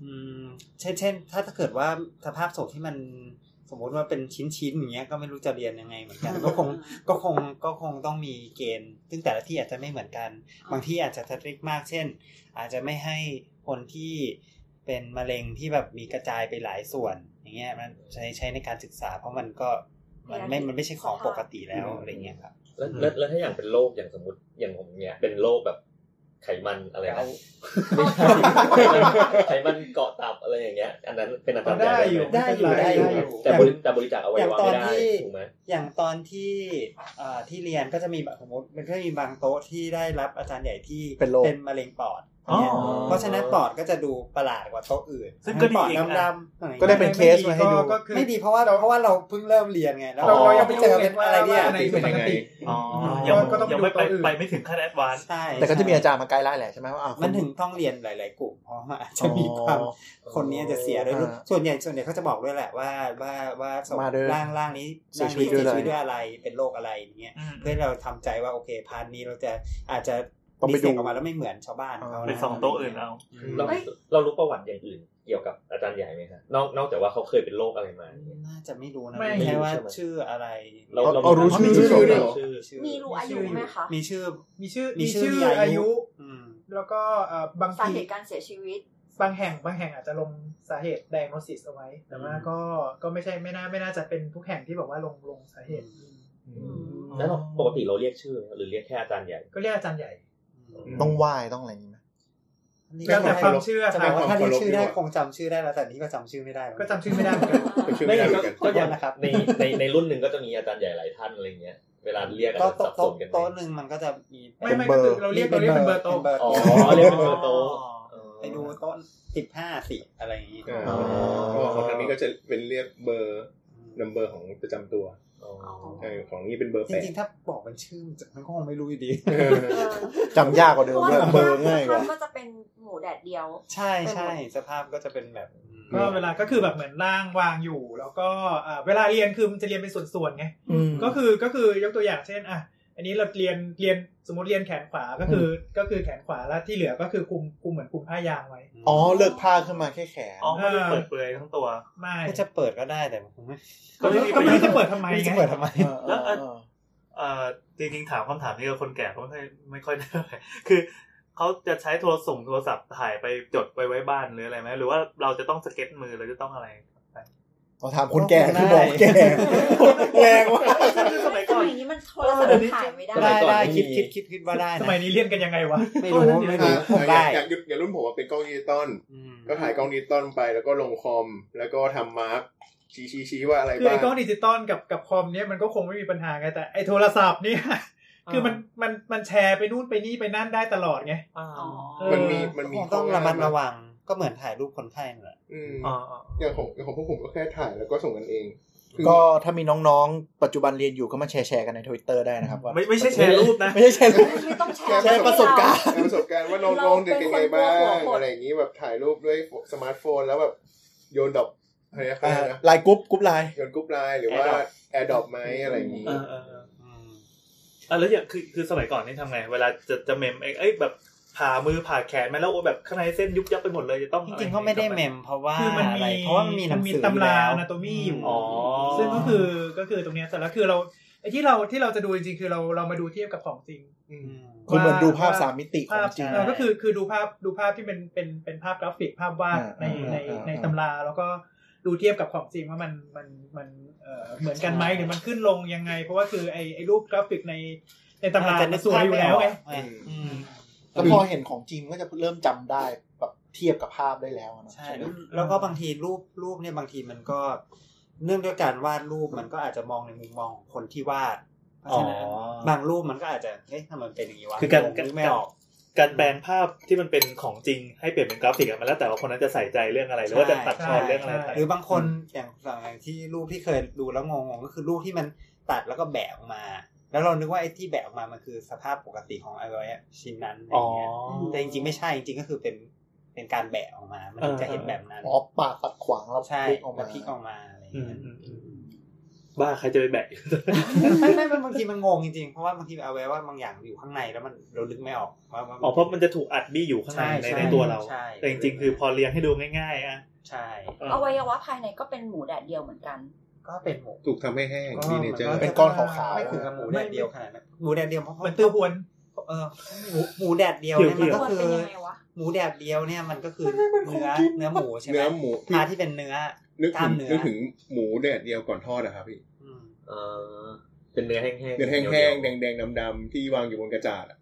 [SPEAKER 3] อืมเช่นเช่น ถ้าถ้าเกิดว่าสภาพศพที่มันสมมติว่าเป็นชิ้นชิ้นๆอย่างเงี้ยก็ไม่รู้จะเรียนยังไงเหมือนกัน ก็คงก็คงก็คงต้องมีเกณฑ์ ซึ่งแต่ละที่อาจจะไม่เหมือนกัน บางที่อาจจะทริกมาก เช่น อาจจะไม่ให้คนที่เป็นมะเร็งที่แบบมีกระจายไปหลายส่วน อย่างเงี้ยมันใช้ใช้ในการศึกษา เพราะมันก็มันไม่มันไม่ใช่ของปกติแล้วอะไรเงี้ยครับ
[SPEAKER 7] แล้วแล้วแล้วถ้าอย่างเป็นโรคอย่างสมมติอย่างผมเนี่ยเป็นโรคแบบไขมันอะไรนะไม่ใช่ ไขมันเกาะตับอะไรอย่างเงี้ย อันนั้นเป็นอาจารย์ใหญ่หม
[SPEAKER 4] ๆได้อยู่
[SPEAKER 7] ได้
[SPEAKER 4] ได้
[SPEAKER 7] อ
[SPEAKER 4] อยู่ ยู่
[SPEAKER 7] ครับแต่บริแต่บริจาคอวัยวะไม่ได้ถูกไหม
[SPEAKER 3] อย่างตอนที่เอ่อที่เรียนก็จะมีแบบสมมติมันก็มีบางโต๊ะที่ได้รับอาจารย์ใหญ่ที่
[SPEAKER 5] เป็นโรค
[SPEAKER 3] มะเร็งปอดเนี่ย
[SPEAKER 11] อ๋อ
[SPEAKER 3] เพราะฉะนั้นปอดก็จะดูประหลาดกว่าโต๊ะอื่น
[SPEAKER 11] ซึ่งก็ดี
[SPEAKER 3] ปอด
[SPEAKER 11] อีกนะ
[SPEAKER 3] ดำๆอะไรอย่าง
[SPEAKER 5] ก็ได้
[SPEAKER 3] งี้ย
[SPEAKER 5] เป็นเคสมาให้ดู
[SPEAKER 4] ก็คือ
[SPEAKER 3] ไม่ดีเพราะว่าเพราะว่าเราเพิ่งเริ่มเรียนไงแล้ว
[SPEAKER 4] เราเรายัง
[SPEAKER 3] ไป
[SPEAKER 4] ไม่
[SPEAKER 3] เจ
[SPEAKER 4] เจ
[SPEAKER 3] อ
[SPEAKER 4] อ
[SPEAKER 3] เป็
[SPEAKER 4] เป็น น
[SPEAKER 3] อะไรเนี่ย
[SPEAKER 4] อะไรคือปกติ
[SPEAKER 11] อ๋อ
[SPEAKER 4] อ
[SPEAKER 11] ยัง
[SPEAKER 4] ก็ต้องไป
[SPEAKER 11] ยัง
[SPEAKER 4] ดู
[SPEAKER 11] ไม่ไป
[SPEAKER 4] ตัวอื่น
[SPEAKER 11] ไปไม่ถึงขั้นแอดวานซ์
[SPEAKER 3] ใช่
[SPEAKER 5] แต่ก็จะมีอา
[SPEAKER 3] ใช่
[SPEAKER 5] จารย์มาไกด์ไลน์แหละใช่ไหมว่าอ่ะค
[SPEAKER 3] มันถึงต้องเรียนหลาย ๆ กลุ่มเพราะมันอาจจะมีความ
[SPEAKER 5] อ๋อ
[SPEAKER 3] คนนี้จะเสียด้วย
[SPEAKER 5] อ่า
[SPEAKER 3] ส่วนใหญ่ส่วนใหญ่เขาจะบอกด้วยแหละว่าว่าว่าศพ
[SPEAKER 5] มาด้วย
[SPEAKER 3] ร่างร่างนี้
[SPEAKER 5] เสี
[SPEAKER 3] ร่าย ง
[SPEAKER 5] ชีวิต
[SPEAKER 3] นี้
[SPEAKER 5] ด้วย ย
[SPEAKER 3] เสีชีวิต
[SPEAKER 5] อะไร
[SPEAKER 3] ด้วยอะไรเป็นโรคอะไรอย่างเงี้ย
[SPEAKER 11] อืม
[SPEAKER 3] เพื่อให้เราทำใจว่าโอเคพาร์ทนี้เราจะอาจจะ
[SPEAKER 5] ต้องไป
[SPEAKER 3] มีเสียง
[SPEAKER 5] ดู
[SPEAKER 3] ออกมาแล้วไม่เหมือนชาวบ้านเขา
[SPEAKER 5] อ่า
[SPEAKER 11] เป็นสองโต๊ะอื่นเอา
[SPEAKER 7] เรา
[SPEAKER 2] เอ้ย
[SPEAKER 7] เรารู้ประวัติอย่างอื่นเกี่ยวกับอาจารย์ใหญ่ไหมครับนอกนอกจากว่าเขาเคยเป็นโรคอะไรมา
[SPEAKER 3] น่าจะไม่รู้นะ
[SPEAKER 4] ไม่
[SPEAKER 3] แค่ว่า
[SPEAKER 7] ใช่ไหม
[SPEAKER 3] ชื่ออะไร
[SPEAKER 7] เรา
[SPEAKER 5] เอา
[SPEAKER 7] เรา
[SPEAKER 5] เอารู้ชื่อ
[SPEAKER 7] ชื่
[SPEAKER 4] ด้วยเหรอ
[SPEAKER 7] ชื่อ
[SPEAKER 3] ชื่
[SPEAKER 2] มีรู้อายุไหมคะ
[SPEAKER 3] มีชื่อ
[SPEAKER 4] มีชื่อ
[SPEAKER 3] มี
[SPEAKER 4] มี
[SPEAKER 3] ชื่อ
[SPEAKER 4] ชื่อ
[SPEAKER 3] มีอายุ
[SPEAKER 4] อายุ
[SPEAKER 3] อืม
[SPEAKER 4] แล้วก็เอ่อบาง
[SPEAKER 2] สา
[SPEAKER 4] ที
[SPEAKER 2] เหตุการเสียชีวิต
[SPEAKER 4] บางแห่งบางแห่งอาจจะลงสาเหตุ diagnosis เอาไว้ แต่ว่าก็ก็ไม่ใช่ไม่น่าไม่น่าจะเป็นทุกแห่งที่บอกว่าลงลงสาเหตุ
[SPEAKER 7] แล้วเราปกติเราเรียกชื่อไหมหรือเรียกแค่อาจารย์ใหญ่
[SPEAKER 4] ก็เรียกอาจารย์ใหญ่
[SPEAKER 5] ต้องไหว้ต้องอะไรอย่างนี้ไหม
[SPEAKER 3] นี่
[SPEAKER 4] แล้
[SPEAKER 3] ก็
[SPEAKER 4] วแต่ความเชื่อ
[SPEAKER 3] จะ
[SPEAKER 4] ค่ะ
[SPEAKER 3] บอกว่าถ้าเรียกชื่อได้
[SPEAKER 6] ควา
[SPEAKER 3] คง
[SPEAKER 6] มเคารพ
[SPEAKER 3] จำชื่อได้แล้วแต่นี่ก็จำชื่อไม่ได้
[SPEAKER 4] ก็จำชื่อไม่ได้เหมือนกัน
[SPEAKER 6] ไปช่วยไม่ได้เหมือนกัน
[SPEAKER 3] ก็อย่างนะครับ
[SPEAKER 7] ในในในรุ่นหนึ่งก็จะมีอาจารย์ใหญ่หลายท่านอะไรเงี้ย เวลาเรียกอาจ
[SPEAKER 3] ก็
[SPEAKER 7] จะสั
[SPEAKER 3] โต๊ะ
[SPEAKER 7] บส
[SPEAKER 3] โต๊ะ
[SPEAKER 7] นกัน
[SPEAKER 3] โต๊ะหนึ่งมันก็จะมี
[SPEAKER 4] ไม่ไม่ก็คือเราเรียกเราเรียกเป็นเบอร์โต๊ะ
[SPEAKER 3] ป็น
[SPEAKER 7] อ๋อ
[SPEAKER 3] โ
[SPEAKER 7] เรียกเป็นเบอร์โต๊ะอ๋อ
[SPEAKER 3] ไปดูโต๊ะสิบห้าสิอะไรอย่างงี้
[SPEAKER 6] อ่า
[SPEAKER 5] อ๋อ
[SPEAKER 6] เพราะว่าของทางนี้ก็จะเป็นเรียกเบอร์นัมเบอร์ของประจำตัวเออของนี้เป็นเบอร์
[SPEAKER 3] จ
[SPEAKER 6] แปด
[SPEAKER 3] ริงๆ ถ้าบอกเป็นชื่อมันก็คงไม่รู้อยู่ดี
[SPEAKER 6] เออ
[SPEAKER 2] เออ
[SPEAKER 5] จำยากกว่าเดิมด้วยเบอร์ง่ายก
[SPEAKER 2] ค
[SPEAKER 5] ว่า
[SPEAKER 2] รั้ก็จะเป็นหมูแดดเดียว
[SPEAKER 3] ใช่ใช่สภาพก็จะเป็นแบบ
[SPEAKER 4] ก็เวลาก็คือแบบเหมือนร่างวางอยู่ แล้วก็อ่าเวลาเรียนคือมันจะเรียนเป็นส่วนๆไง ก็คือก็คือยกตัวอย่างเช่นอ่ะอันนี้เราเรียนเรียนสมมติเรียนแขนขวาก็คือก็คือแขนขวาแล้วที่เหลือก็คือคุมคุมเหมือนคุมผ้ายางไว้
[SPEAKER 5] อ๋อเลิกผ้าขึ้นมาแค่แขน
[SPEAKER 11] อ๋อไม่ได้เปิดเปลือยทั้งตัว
[SPEAKER 4] ไม่
[SPEAKER 3] ก็จะเปิดก็ได้แต่มันคงไม่
[SPEAKER 4] ก็ไม่ก็ไม่รู้จะเปิดทำไม
[SPEAKER 3] จะ
[SPEAKER 4] ไง
[SPEAKER 3] เปิดทำไม
[SPEAKER 11] แล้วอัน เอ่อจริงๆถามคำถามนี้กับคนแก่ก็ไม่ค่อยไม่ค่อยได้เท่าไหร่ คือเขาจะใช้โทรส่งโทรศัพท์ถ่ายไปจดไปไว้บ้านหรืออะไรไหมหรือว่าเราจะต้องสเก็ตมือเราจะต้องอะไร
[SPEAKER 5] เราถามคนแก่คือบอก
[SPEAKER 3] ได้
[SPEAKER 5] แก่แรงว่ะ
[SPEAKER 11] สมัยก่อน
[SPEAKER 2] สมัยนี้มันโทรศัพท์ถ่ายไม่ได้
[SPEAKER 7] สมั
[SPEAKER 3] ได้
[SPEAKER 7] ยก่อน
[SPEAKER 3] ได้
[SPEAKER 7] ไม่มี
[SPEAKER 3] คิดคิดคิดคิดว่าได้
[SPEAKER 4] ส
[SPEAKER 3] นะ
[SPEAKER 4] มัยนี้เรียนกันยังไงวะ
[SPEAKER 3] ไม่รู้ไม่รู้คง
[SPEAKER 6] อ่า
[SPEAKER 3] ได้
[SPEAKER 6] อยากอยากอย่างรุ่นผมอะเป็นกล้องดิจิตอล
[SPEAKER 3] อืม
[SPEAKER 6] ก็ถ่ายกล้องดิจิตอลไปแล้วก็ลงคอม แล้วก็ทำมาร์กชี้ชี้ชี้ว่าอะไร
[SPEAKER 4] คือ
[SPEAKER 6] บ้า
[SPEAKER 4] ไอ้
[SPEAKER 6] ง
[SPEAKER 4] กล้องดิจิตอลกับกับคอมเนี่ยมันก็คงไม่มีปัญหาไงแต่ไอ้โทรศัพท์เนี่ย คือมันมันมันแชร์ไปนู่นไปนี่ไปนั่นได้ตลอดไง
[SPEAKER 11] อ๋อ
[SPEAKER 2] อ๋อ
[SPEAKER 4] เออ
[SPEAKER 6] มันมีมันมี
[SPEAKER 3] คงต้องระมัดระ
[SPEAKER 6] ข้อ
[SPEAKER 3] วังก็เหมือนถ่ายรูปคนไข้นั่นแหละ
[SPEAKER 6] อืม
[SPEAKER 11] อ๋อ
[SPEAKER 6] อย่างของอย่างของพวกผมก็แค่ถ่ายแล้วก็ส่งกันเอง
[SPEAKER 5] ก็ถ้ามีน้องๆ ปัจจุบันเรียนอยู่ก็มาแชร์แชร์กันในทวิตเตอร์ได้นะครับว่า
[SPEAKER 11] ไม่ไม่ใช่แชร์รูปนะ
[SPEAKER 5] ไม่ใช่แชร์รูป
[SPEAKER 2] ไม่ต้องแช
[SPEAKER 5] แชร์
[SPEAKER 2] ร์
[SPEAKER 5] แชร์ประสบการณ์
[SPEAKER 6] แชร์ประสบการณ์ว่าน้องๆเด็กยังไงบ้างอะไรอย่างนี้แบบถ่ายรูปด้วยสมาร์ทโฟนแล้วแบบโยนดอกอะไรนะเขา
[SPEAKER 5] อ่า
[SPEAKER 6] เรียกนะ
[SPEAKER 5] ไลน์กรุ๊ปกรุ๊ปไลน์
[SPEAKER 6] โยนกรุ๊ปไลน์หรือว่าแอร์ดอปไหมอะไรอย่างนี้
[SPEAKER 11] เออเออเออ
[SPEAKER 3] อืม
[SPEAKER 11] อ่ะแล้วอย่างคือคือสมัยก่อนนี่ทำไง เวลาจะจะเมมเองเอ้ยแบบผ่ามือผ่าแขนมาแล้วโอ้แบบข้างในเส้นยุบยับไปหมดเลยจะต้อง
[SPEAKER 3] จ
[SPEAKER 11] อะ
[SPEAKER 3] ริงๆเขาไม่ได้เมมเพราะว่า
[SPEAKER 4] คือมันมี
[SPEAKER 3] อะไรเพราะว่ามันมีหนังสือ
[SPEAKER 4] มันมีตำรา
[SPEAKER 3] อยู่แล้ว
[SPEAKER 4] anatomy อยู่
[SPEAKER 11] อ๋อ
[SPEAKER 4] ซึ่งก็คือก็คือตรงเนี้ยแต่ละคือเรา ไอ้ที่เราที่เราจะดูจริงๆคือเราเรามาดูเทียบกับของจริง
[SPEAKER 5] คือเหมือนดูภาพสามมิติขอ
[SPEAKER 4] ภาง พ
[SPEAKER 5] จริง
[SPEAKER 4] เออก็คือคือดูภาพดูภาพที่เป็นเป็นเป็นภาพกราฟิกภาพวาด
[SPEAKER 5] อ่า
[SPEAKER 4] ใน
[SPEAKER 5] อ่า
[SPEAKER 4] ใน
[SPEAKER 5] อ่า
[SPEAKER 4] ในตำราแล้วก็ดูเทียบกับของจริงว่ามันมันมันเอ่อเหมือนกันไหมหรือมันขึ้นลงยังไง เพราะว่าคือไอไอรูปกราฟิกในในตำรา
[SPEAKER 3] อาจจะนึ
[SPEAKER 4] มัน
[SPEAKER 3] ก
[SPEAKER 4] สวยอยู่แล้วไง
[SPEAKER 3] ภาพม่ออกเอออืม
[SPEAKER 5] แต่พอเห็นของจริงก็จะเริ่มจำได้แบบเทียบกับภาพได้แล้วนะ
[SPEAKER 3] ใช่แล้วแล้วก็บางทีรูปรูปเนี่ยบางทีมันก็เนื่องด้วยการวาดรูปมันก็อาจจะมองในมุมมองของคนที่วาดเพราะฉะนั้น
[SPEAKER 11] อ๋อ
[SPEAKER 3] บางรูปมันก็อาจจะเฮ้ยทำไมมันเป็นอย่างนี้วะ
[SPEAKER 11] คือการ
[SPEAKER 3] มง
[SPEAKER 11] การ
[SPEAKER 3] นึไม่ออก
[SPEAKER 11] การแปลงภาพที่มันเป็นของจริงให้เปลี่ยนเป็นกราฟิกอะมันแล้วแต่ว่าคนนั้นจะใส่ใจเรื่องอะไรหรือว่าจะตัดตอนเรื่องอะไรไป
[SPEAKER 3] หรือบางคนอย่างอย่างที่รูปที่เคยดูแล้วงงๆก็คือรูปที่มันตัดแล้วก็แบะออกมา แล้วเรานึกว่าไอ้ที่แบะออกมามันคือสภาพปกติของไอ้ชิ้นนั้นอะไรเงี้ย
[SPEAKER 11] อ๋อ
[SPEAKER 3] แต่จริงๆไม่ใช่จริงๆก็คือเป็นเป็นการแบะออกมา มันถึงจะเห็นแบบนั้น
[SPEAKER 5] อ๋อปากตัดขวางเรา
[SPEAKER 3] ใช่
[SPEAKER 5] พลิกออก
[SPEAKER 3] แล้
[SPEAKER 5] มาว
[SPEAKER 3] พลิกออกมาอะไรเงี้ย
[SPEAKER 11] อืมอืม บ้าใครจะไปแบก
[SPEAKER 3] ไม่ไม่ไม่บางทีมันงงจริงๆเพราะว่าบางทีเอาไว้ว่าบางอย่างอยู่ข้างในแล้วมันเราลึกไม่ออกว่าว่า
[SPEAKER 11] อ๋อเพราะมันจะถูกอัดบี้อยู่ข้างในใน
[SPEAKER 3] ใช่
[SPEAKER 11] ในตัวเรา
[SPEAKER 3] ใช่
[SPEAKER 11] แต่จริงๆ คือพอเลี้ยงให้ดูง่ายๆอ่ะ
[SPEAKER 3] ใช่
[SPEAKER 2] อวัยวะภายในก็เป็นหมูแดดเดียวเหมือนกัน
[SPEAKER 3] ก็เป็นหมู
[SPEAKER 6] ถูกทำให้แห้งดีเนเจอร์
[SPEAKER 5] เป็นก้อนขาว
[SPEAKER 3] ไม่ถึงกับหมูแดดเดียวขนาดนั้นหมูแดดเดียวเพราะ
[SPEAKER 4] เหมือนตื้อหวน
[SPEAKER 3] เออหมูหมูแดดเดียวเนี่ยมันก็
[SPEAKER 2] เดี๋ยวเดี๋ย
[SPEAKER 3] คือ
[SPEAKER 2] วเป็นยังไงวะ
[SPEAKER 3] หมูแดดเดียวเนี่ยมันก็คือเนื้อเนื้อหมูใช่ไหม
[SPEAKER 6] เนื้อหมู
[SPEAKER 3] ปลาที่เป็นเนื้อ
[SPEAKER 6] นึก
[SPEAKER 3] ก
[SPEAKER 6] ถึ
[SPEAKER 3] ล้าม
[SPEAKER 6] ง
[SPEAKER 3] เนื้อ
[SPEAKER 6] นึกถึงหมูแดดเดียวก่อนทอดนะครับพี่
[SPEAKER 3] อืม
[SPEAKER 7] เออเป็นเนื้อแห้งๆ
[SPEAKER 6] เนื้อแห้งๆแดงๆดำๆที่วางอยู่บนกระจาดอะ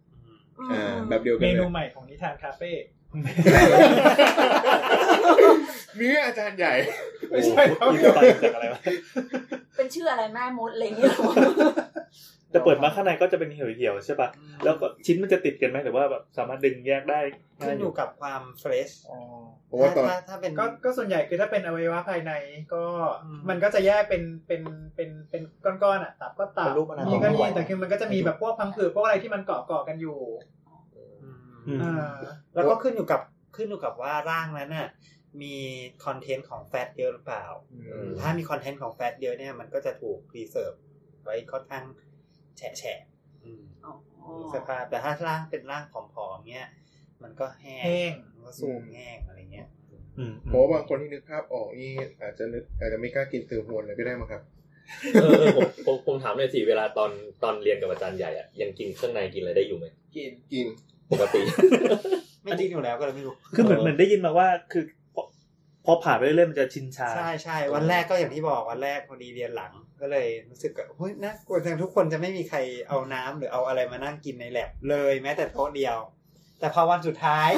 [SPEAKER 2] อืม
[SPEAKER 6] อ่าแบบเดียวกั
[SPEAKER 4] เม
[SPEAKER 6] นเล
[SPEAKER 4] นู
[SPEAKER 6] ย
[SPEAKER 4] ใหม่ของนิทานคาเฟ่
[SPEAKER 12] เนื้ออาจารย์ใหญ่
[SPEAKER 11] ไม่ใช่ครับจากอะไรวะ
[SPEAKER 2] เป็นชื่ออะไรแม่มดอะไรอย่างเงี้ยหรอ
[SPEAKER 11] แต่เปิดมาข้างในก็จะเป็นเหี่ยวๆใช่ป่ะแล้วก็ชิ้นมันจะติดกันไหมหรือว่าแบบสามารถดึงแยกได้
[SPEAKER 3] ขึ้นอยู่กับความเฟรช
[SPEAKER 5] ๆอ๋อ
[SPEAKER 6] เพราะว่าตอน
[SPEAKER 3] ถ้าถ้าเป็น
[SPEAKER 4] ก็ก็ส่วนใหญ่คือถ้าเป็นอวัยวะภายในก็
[SPEAKER 3] อืม
[SPEAKER 4] มันก็จะแยกเป็นเป็นเป็นเป็นก้อนๆอ่ะตับก็ตั
[SPEAKER 5] เป็
[SPEAKER 4] บ
[SPEAKER 5] นรูปอนา
[SPEAKER 4] นี่ก็
[SPEAKER 5] โต
[SPEAKER 4] นี่แต่คือมันก็จะมีแบบพวกพังผืดพวกอะไรที่มันเกาะเกาะๆกันอยู่
[SPEAKER 3] อืม
[SPEAKER 4] อ่า
[SPEAKER 3] แล้วก็ขึ้นอยู่กับขึ้นอยู่กับว่าร่างนั้นน่ะมีคอนเทนต์ของแฟตเยอะหรือเปล่า ถ้ามีคอนเทนต์ของแฟตเยอะเนี่ยมันก็จะถูกรีเซิร์ฟไว้ค่อนข้างแฉะแฉะๆอืม
[SPEAKER 2] อ๋อ
[SPEAKER 3] สภาพแต่ถ้าร่างเป็นร่างผอมๆเงี้ยมันก็แห้
[SPEAKER 4] แห้
[SPEAKER 3] ง
[SPEAKER 4] ง
[SPEAKER 3] มันก็สูงแห้งอะไรเงี้ย
[SPEAKER 11] อืม
[SPEAKER 6] เพราะว่าบางคนที่นึกภาพออกนี่อาจจะนึกอาจจะไม่กล้ากินตือหวนเลยก็ได้มั้งครับ
[SPEAKER 7] เออเออผมผมผมถามเลยสิเวลาตอนตอนเรียนกับอาจารย์ใหญ่อะยังกินเครื่องในกินอะไรได้อยู่ไหม
[SPEAKER 6] กินกิน
[SPEAKER 7] ปกติ
[SPEAKER 3] ไม่จริงอยู่แล้วก็เลยไม่รู้
[SPEAKER 11] คือเหมือนเหมือนได้ยินมาว่าคือพอพอผ่านไปเรื่อยๆมันจะชินชา
[SPEAKER 3] ใช่ใช่วันแรกก็อย่างที่บอกวันแรกพอดีเรียนหลัง ก็เลยรู้สึกว่าเฮ้ยน่ากลัวจังทุกคนจะไม่มีใครเอาน้ำหรือเอาอะไรมานั่งกินในแลบเลยแม้แต่โต๊ะเดียว แต่พอวันสุดท้าย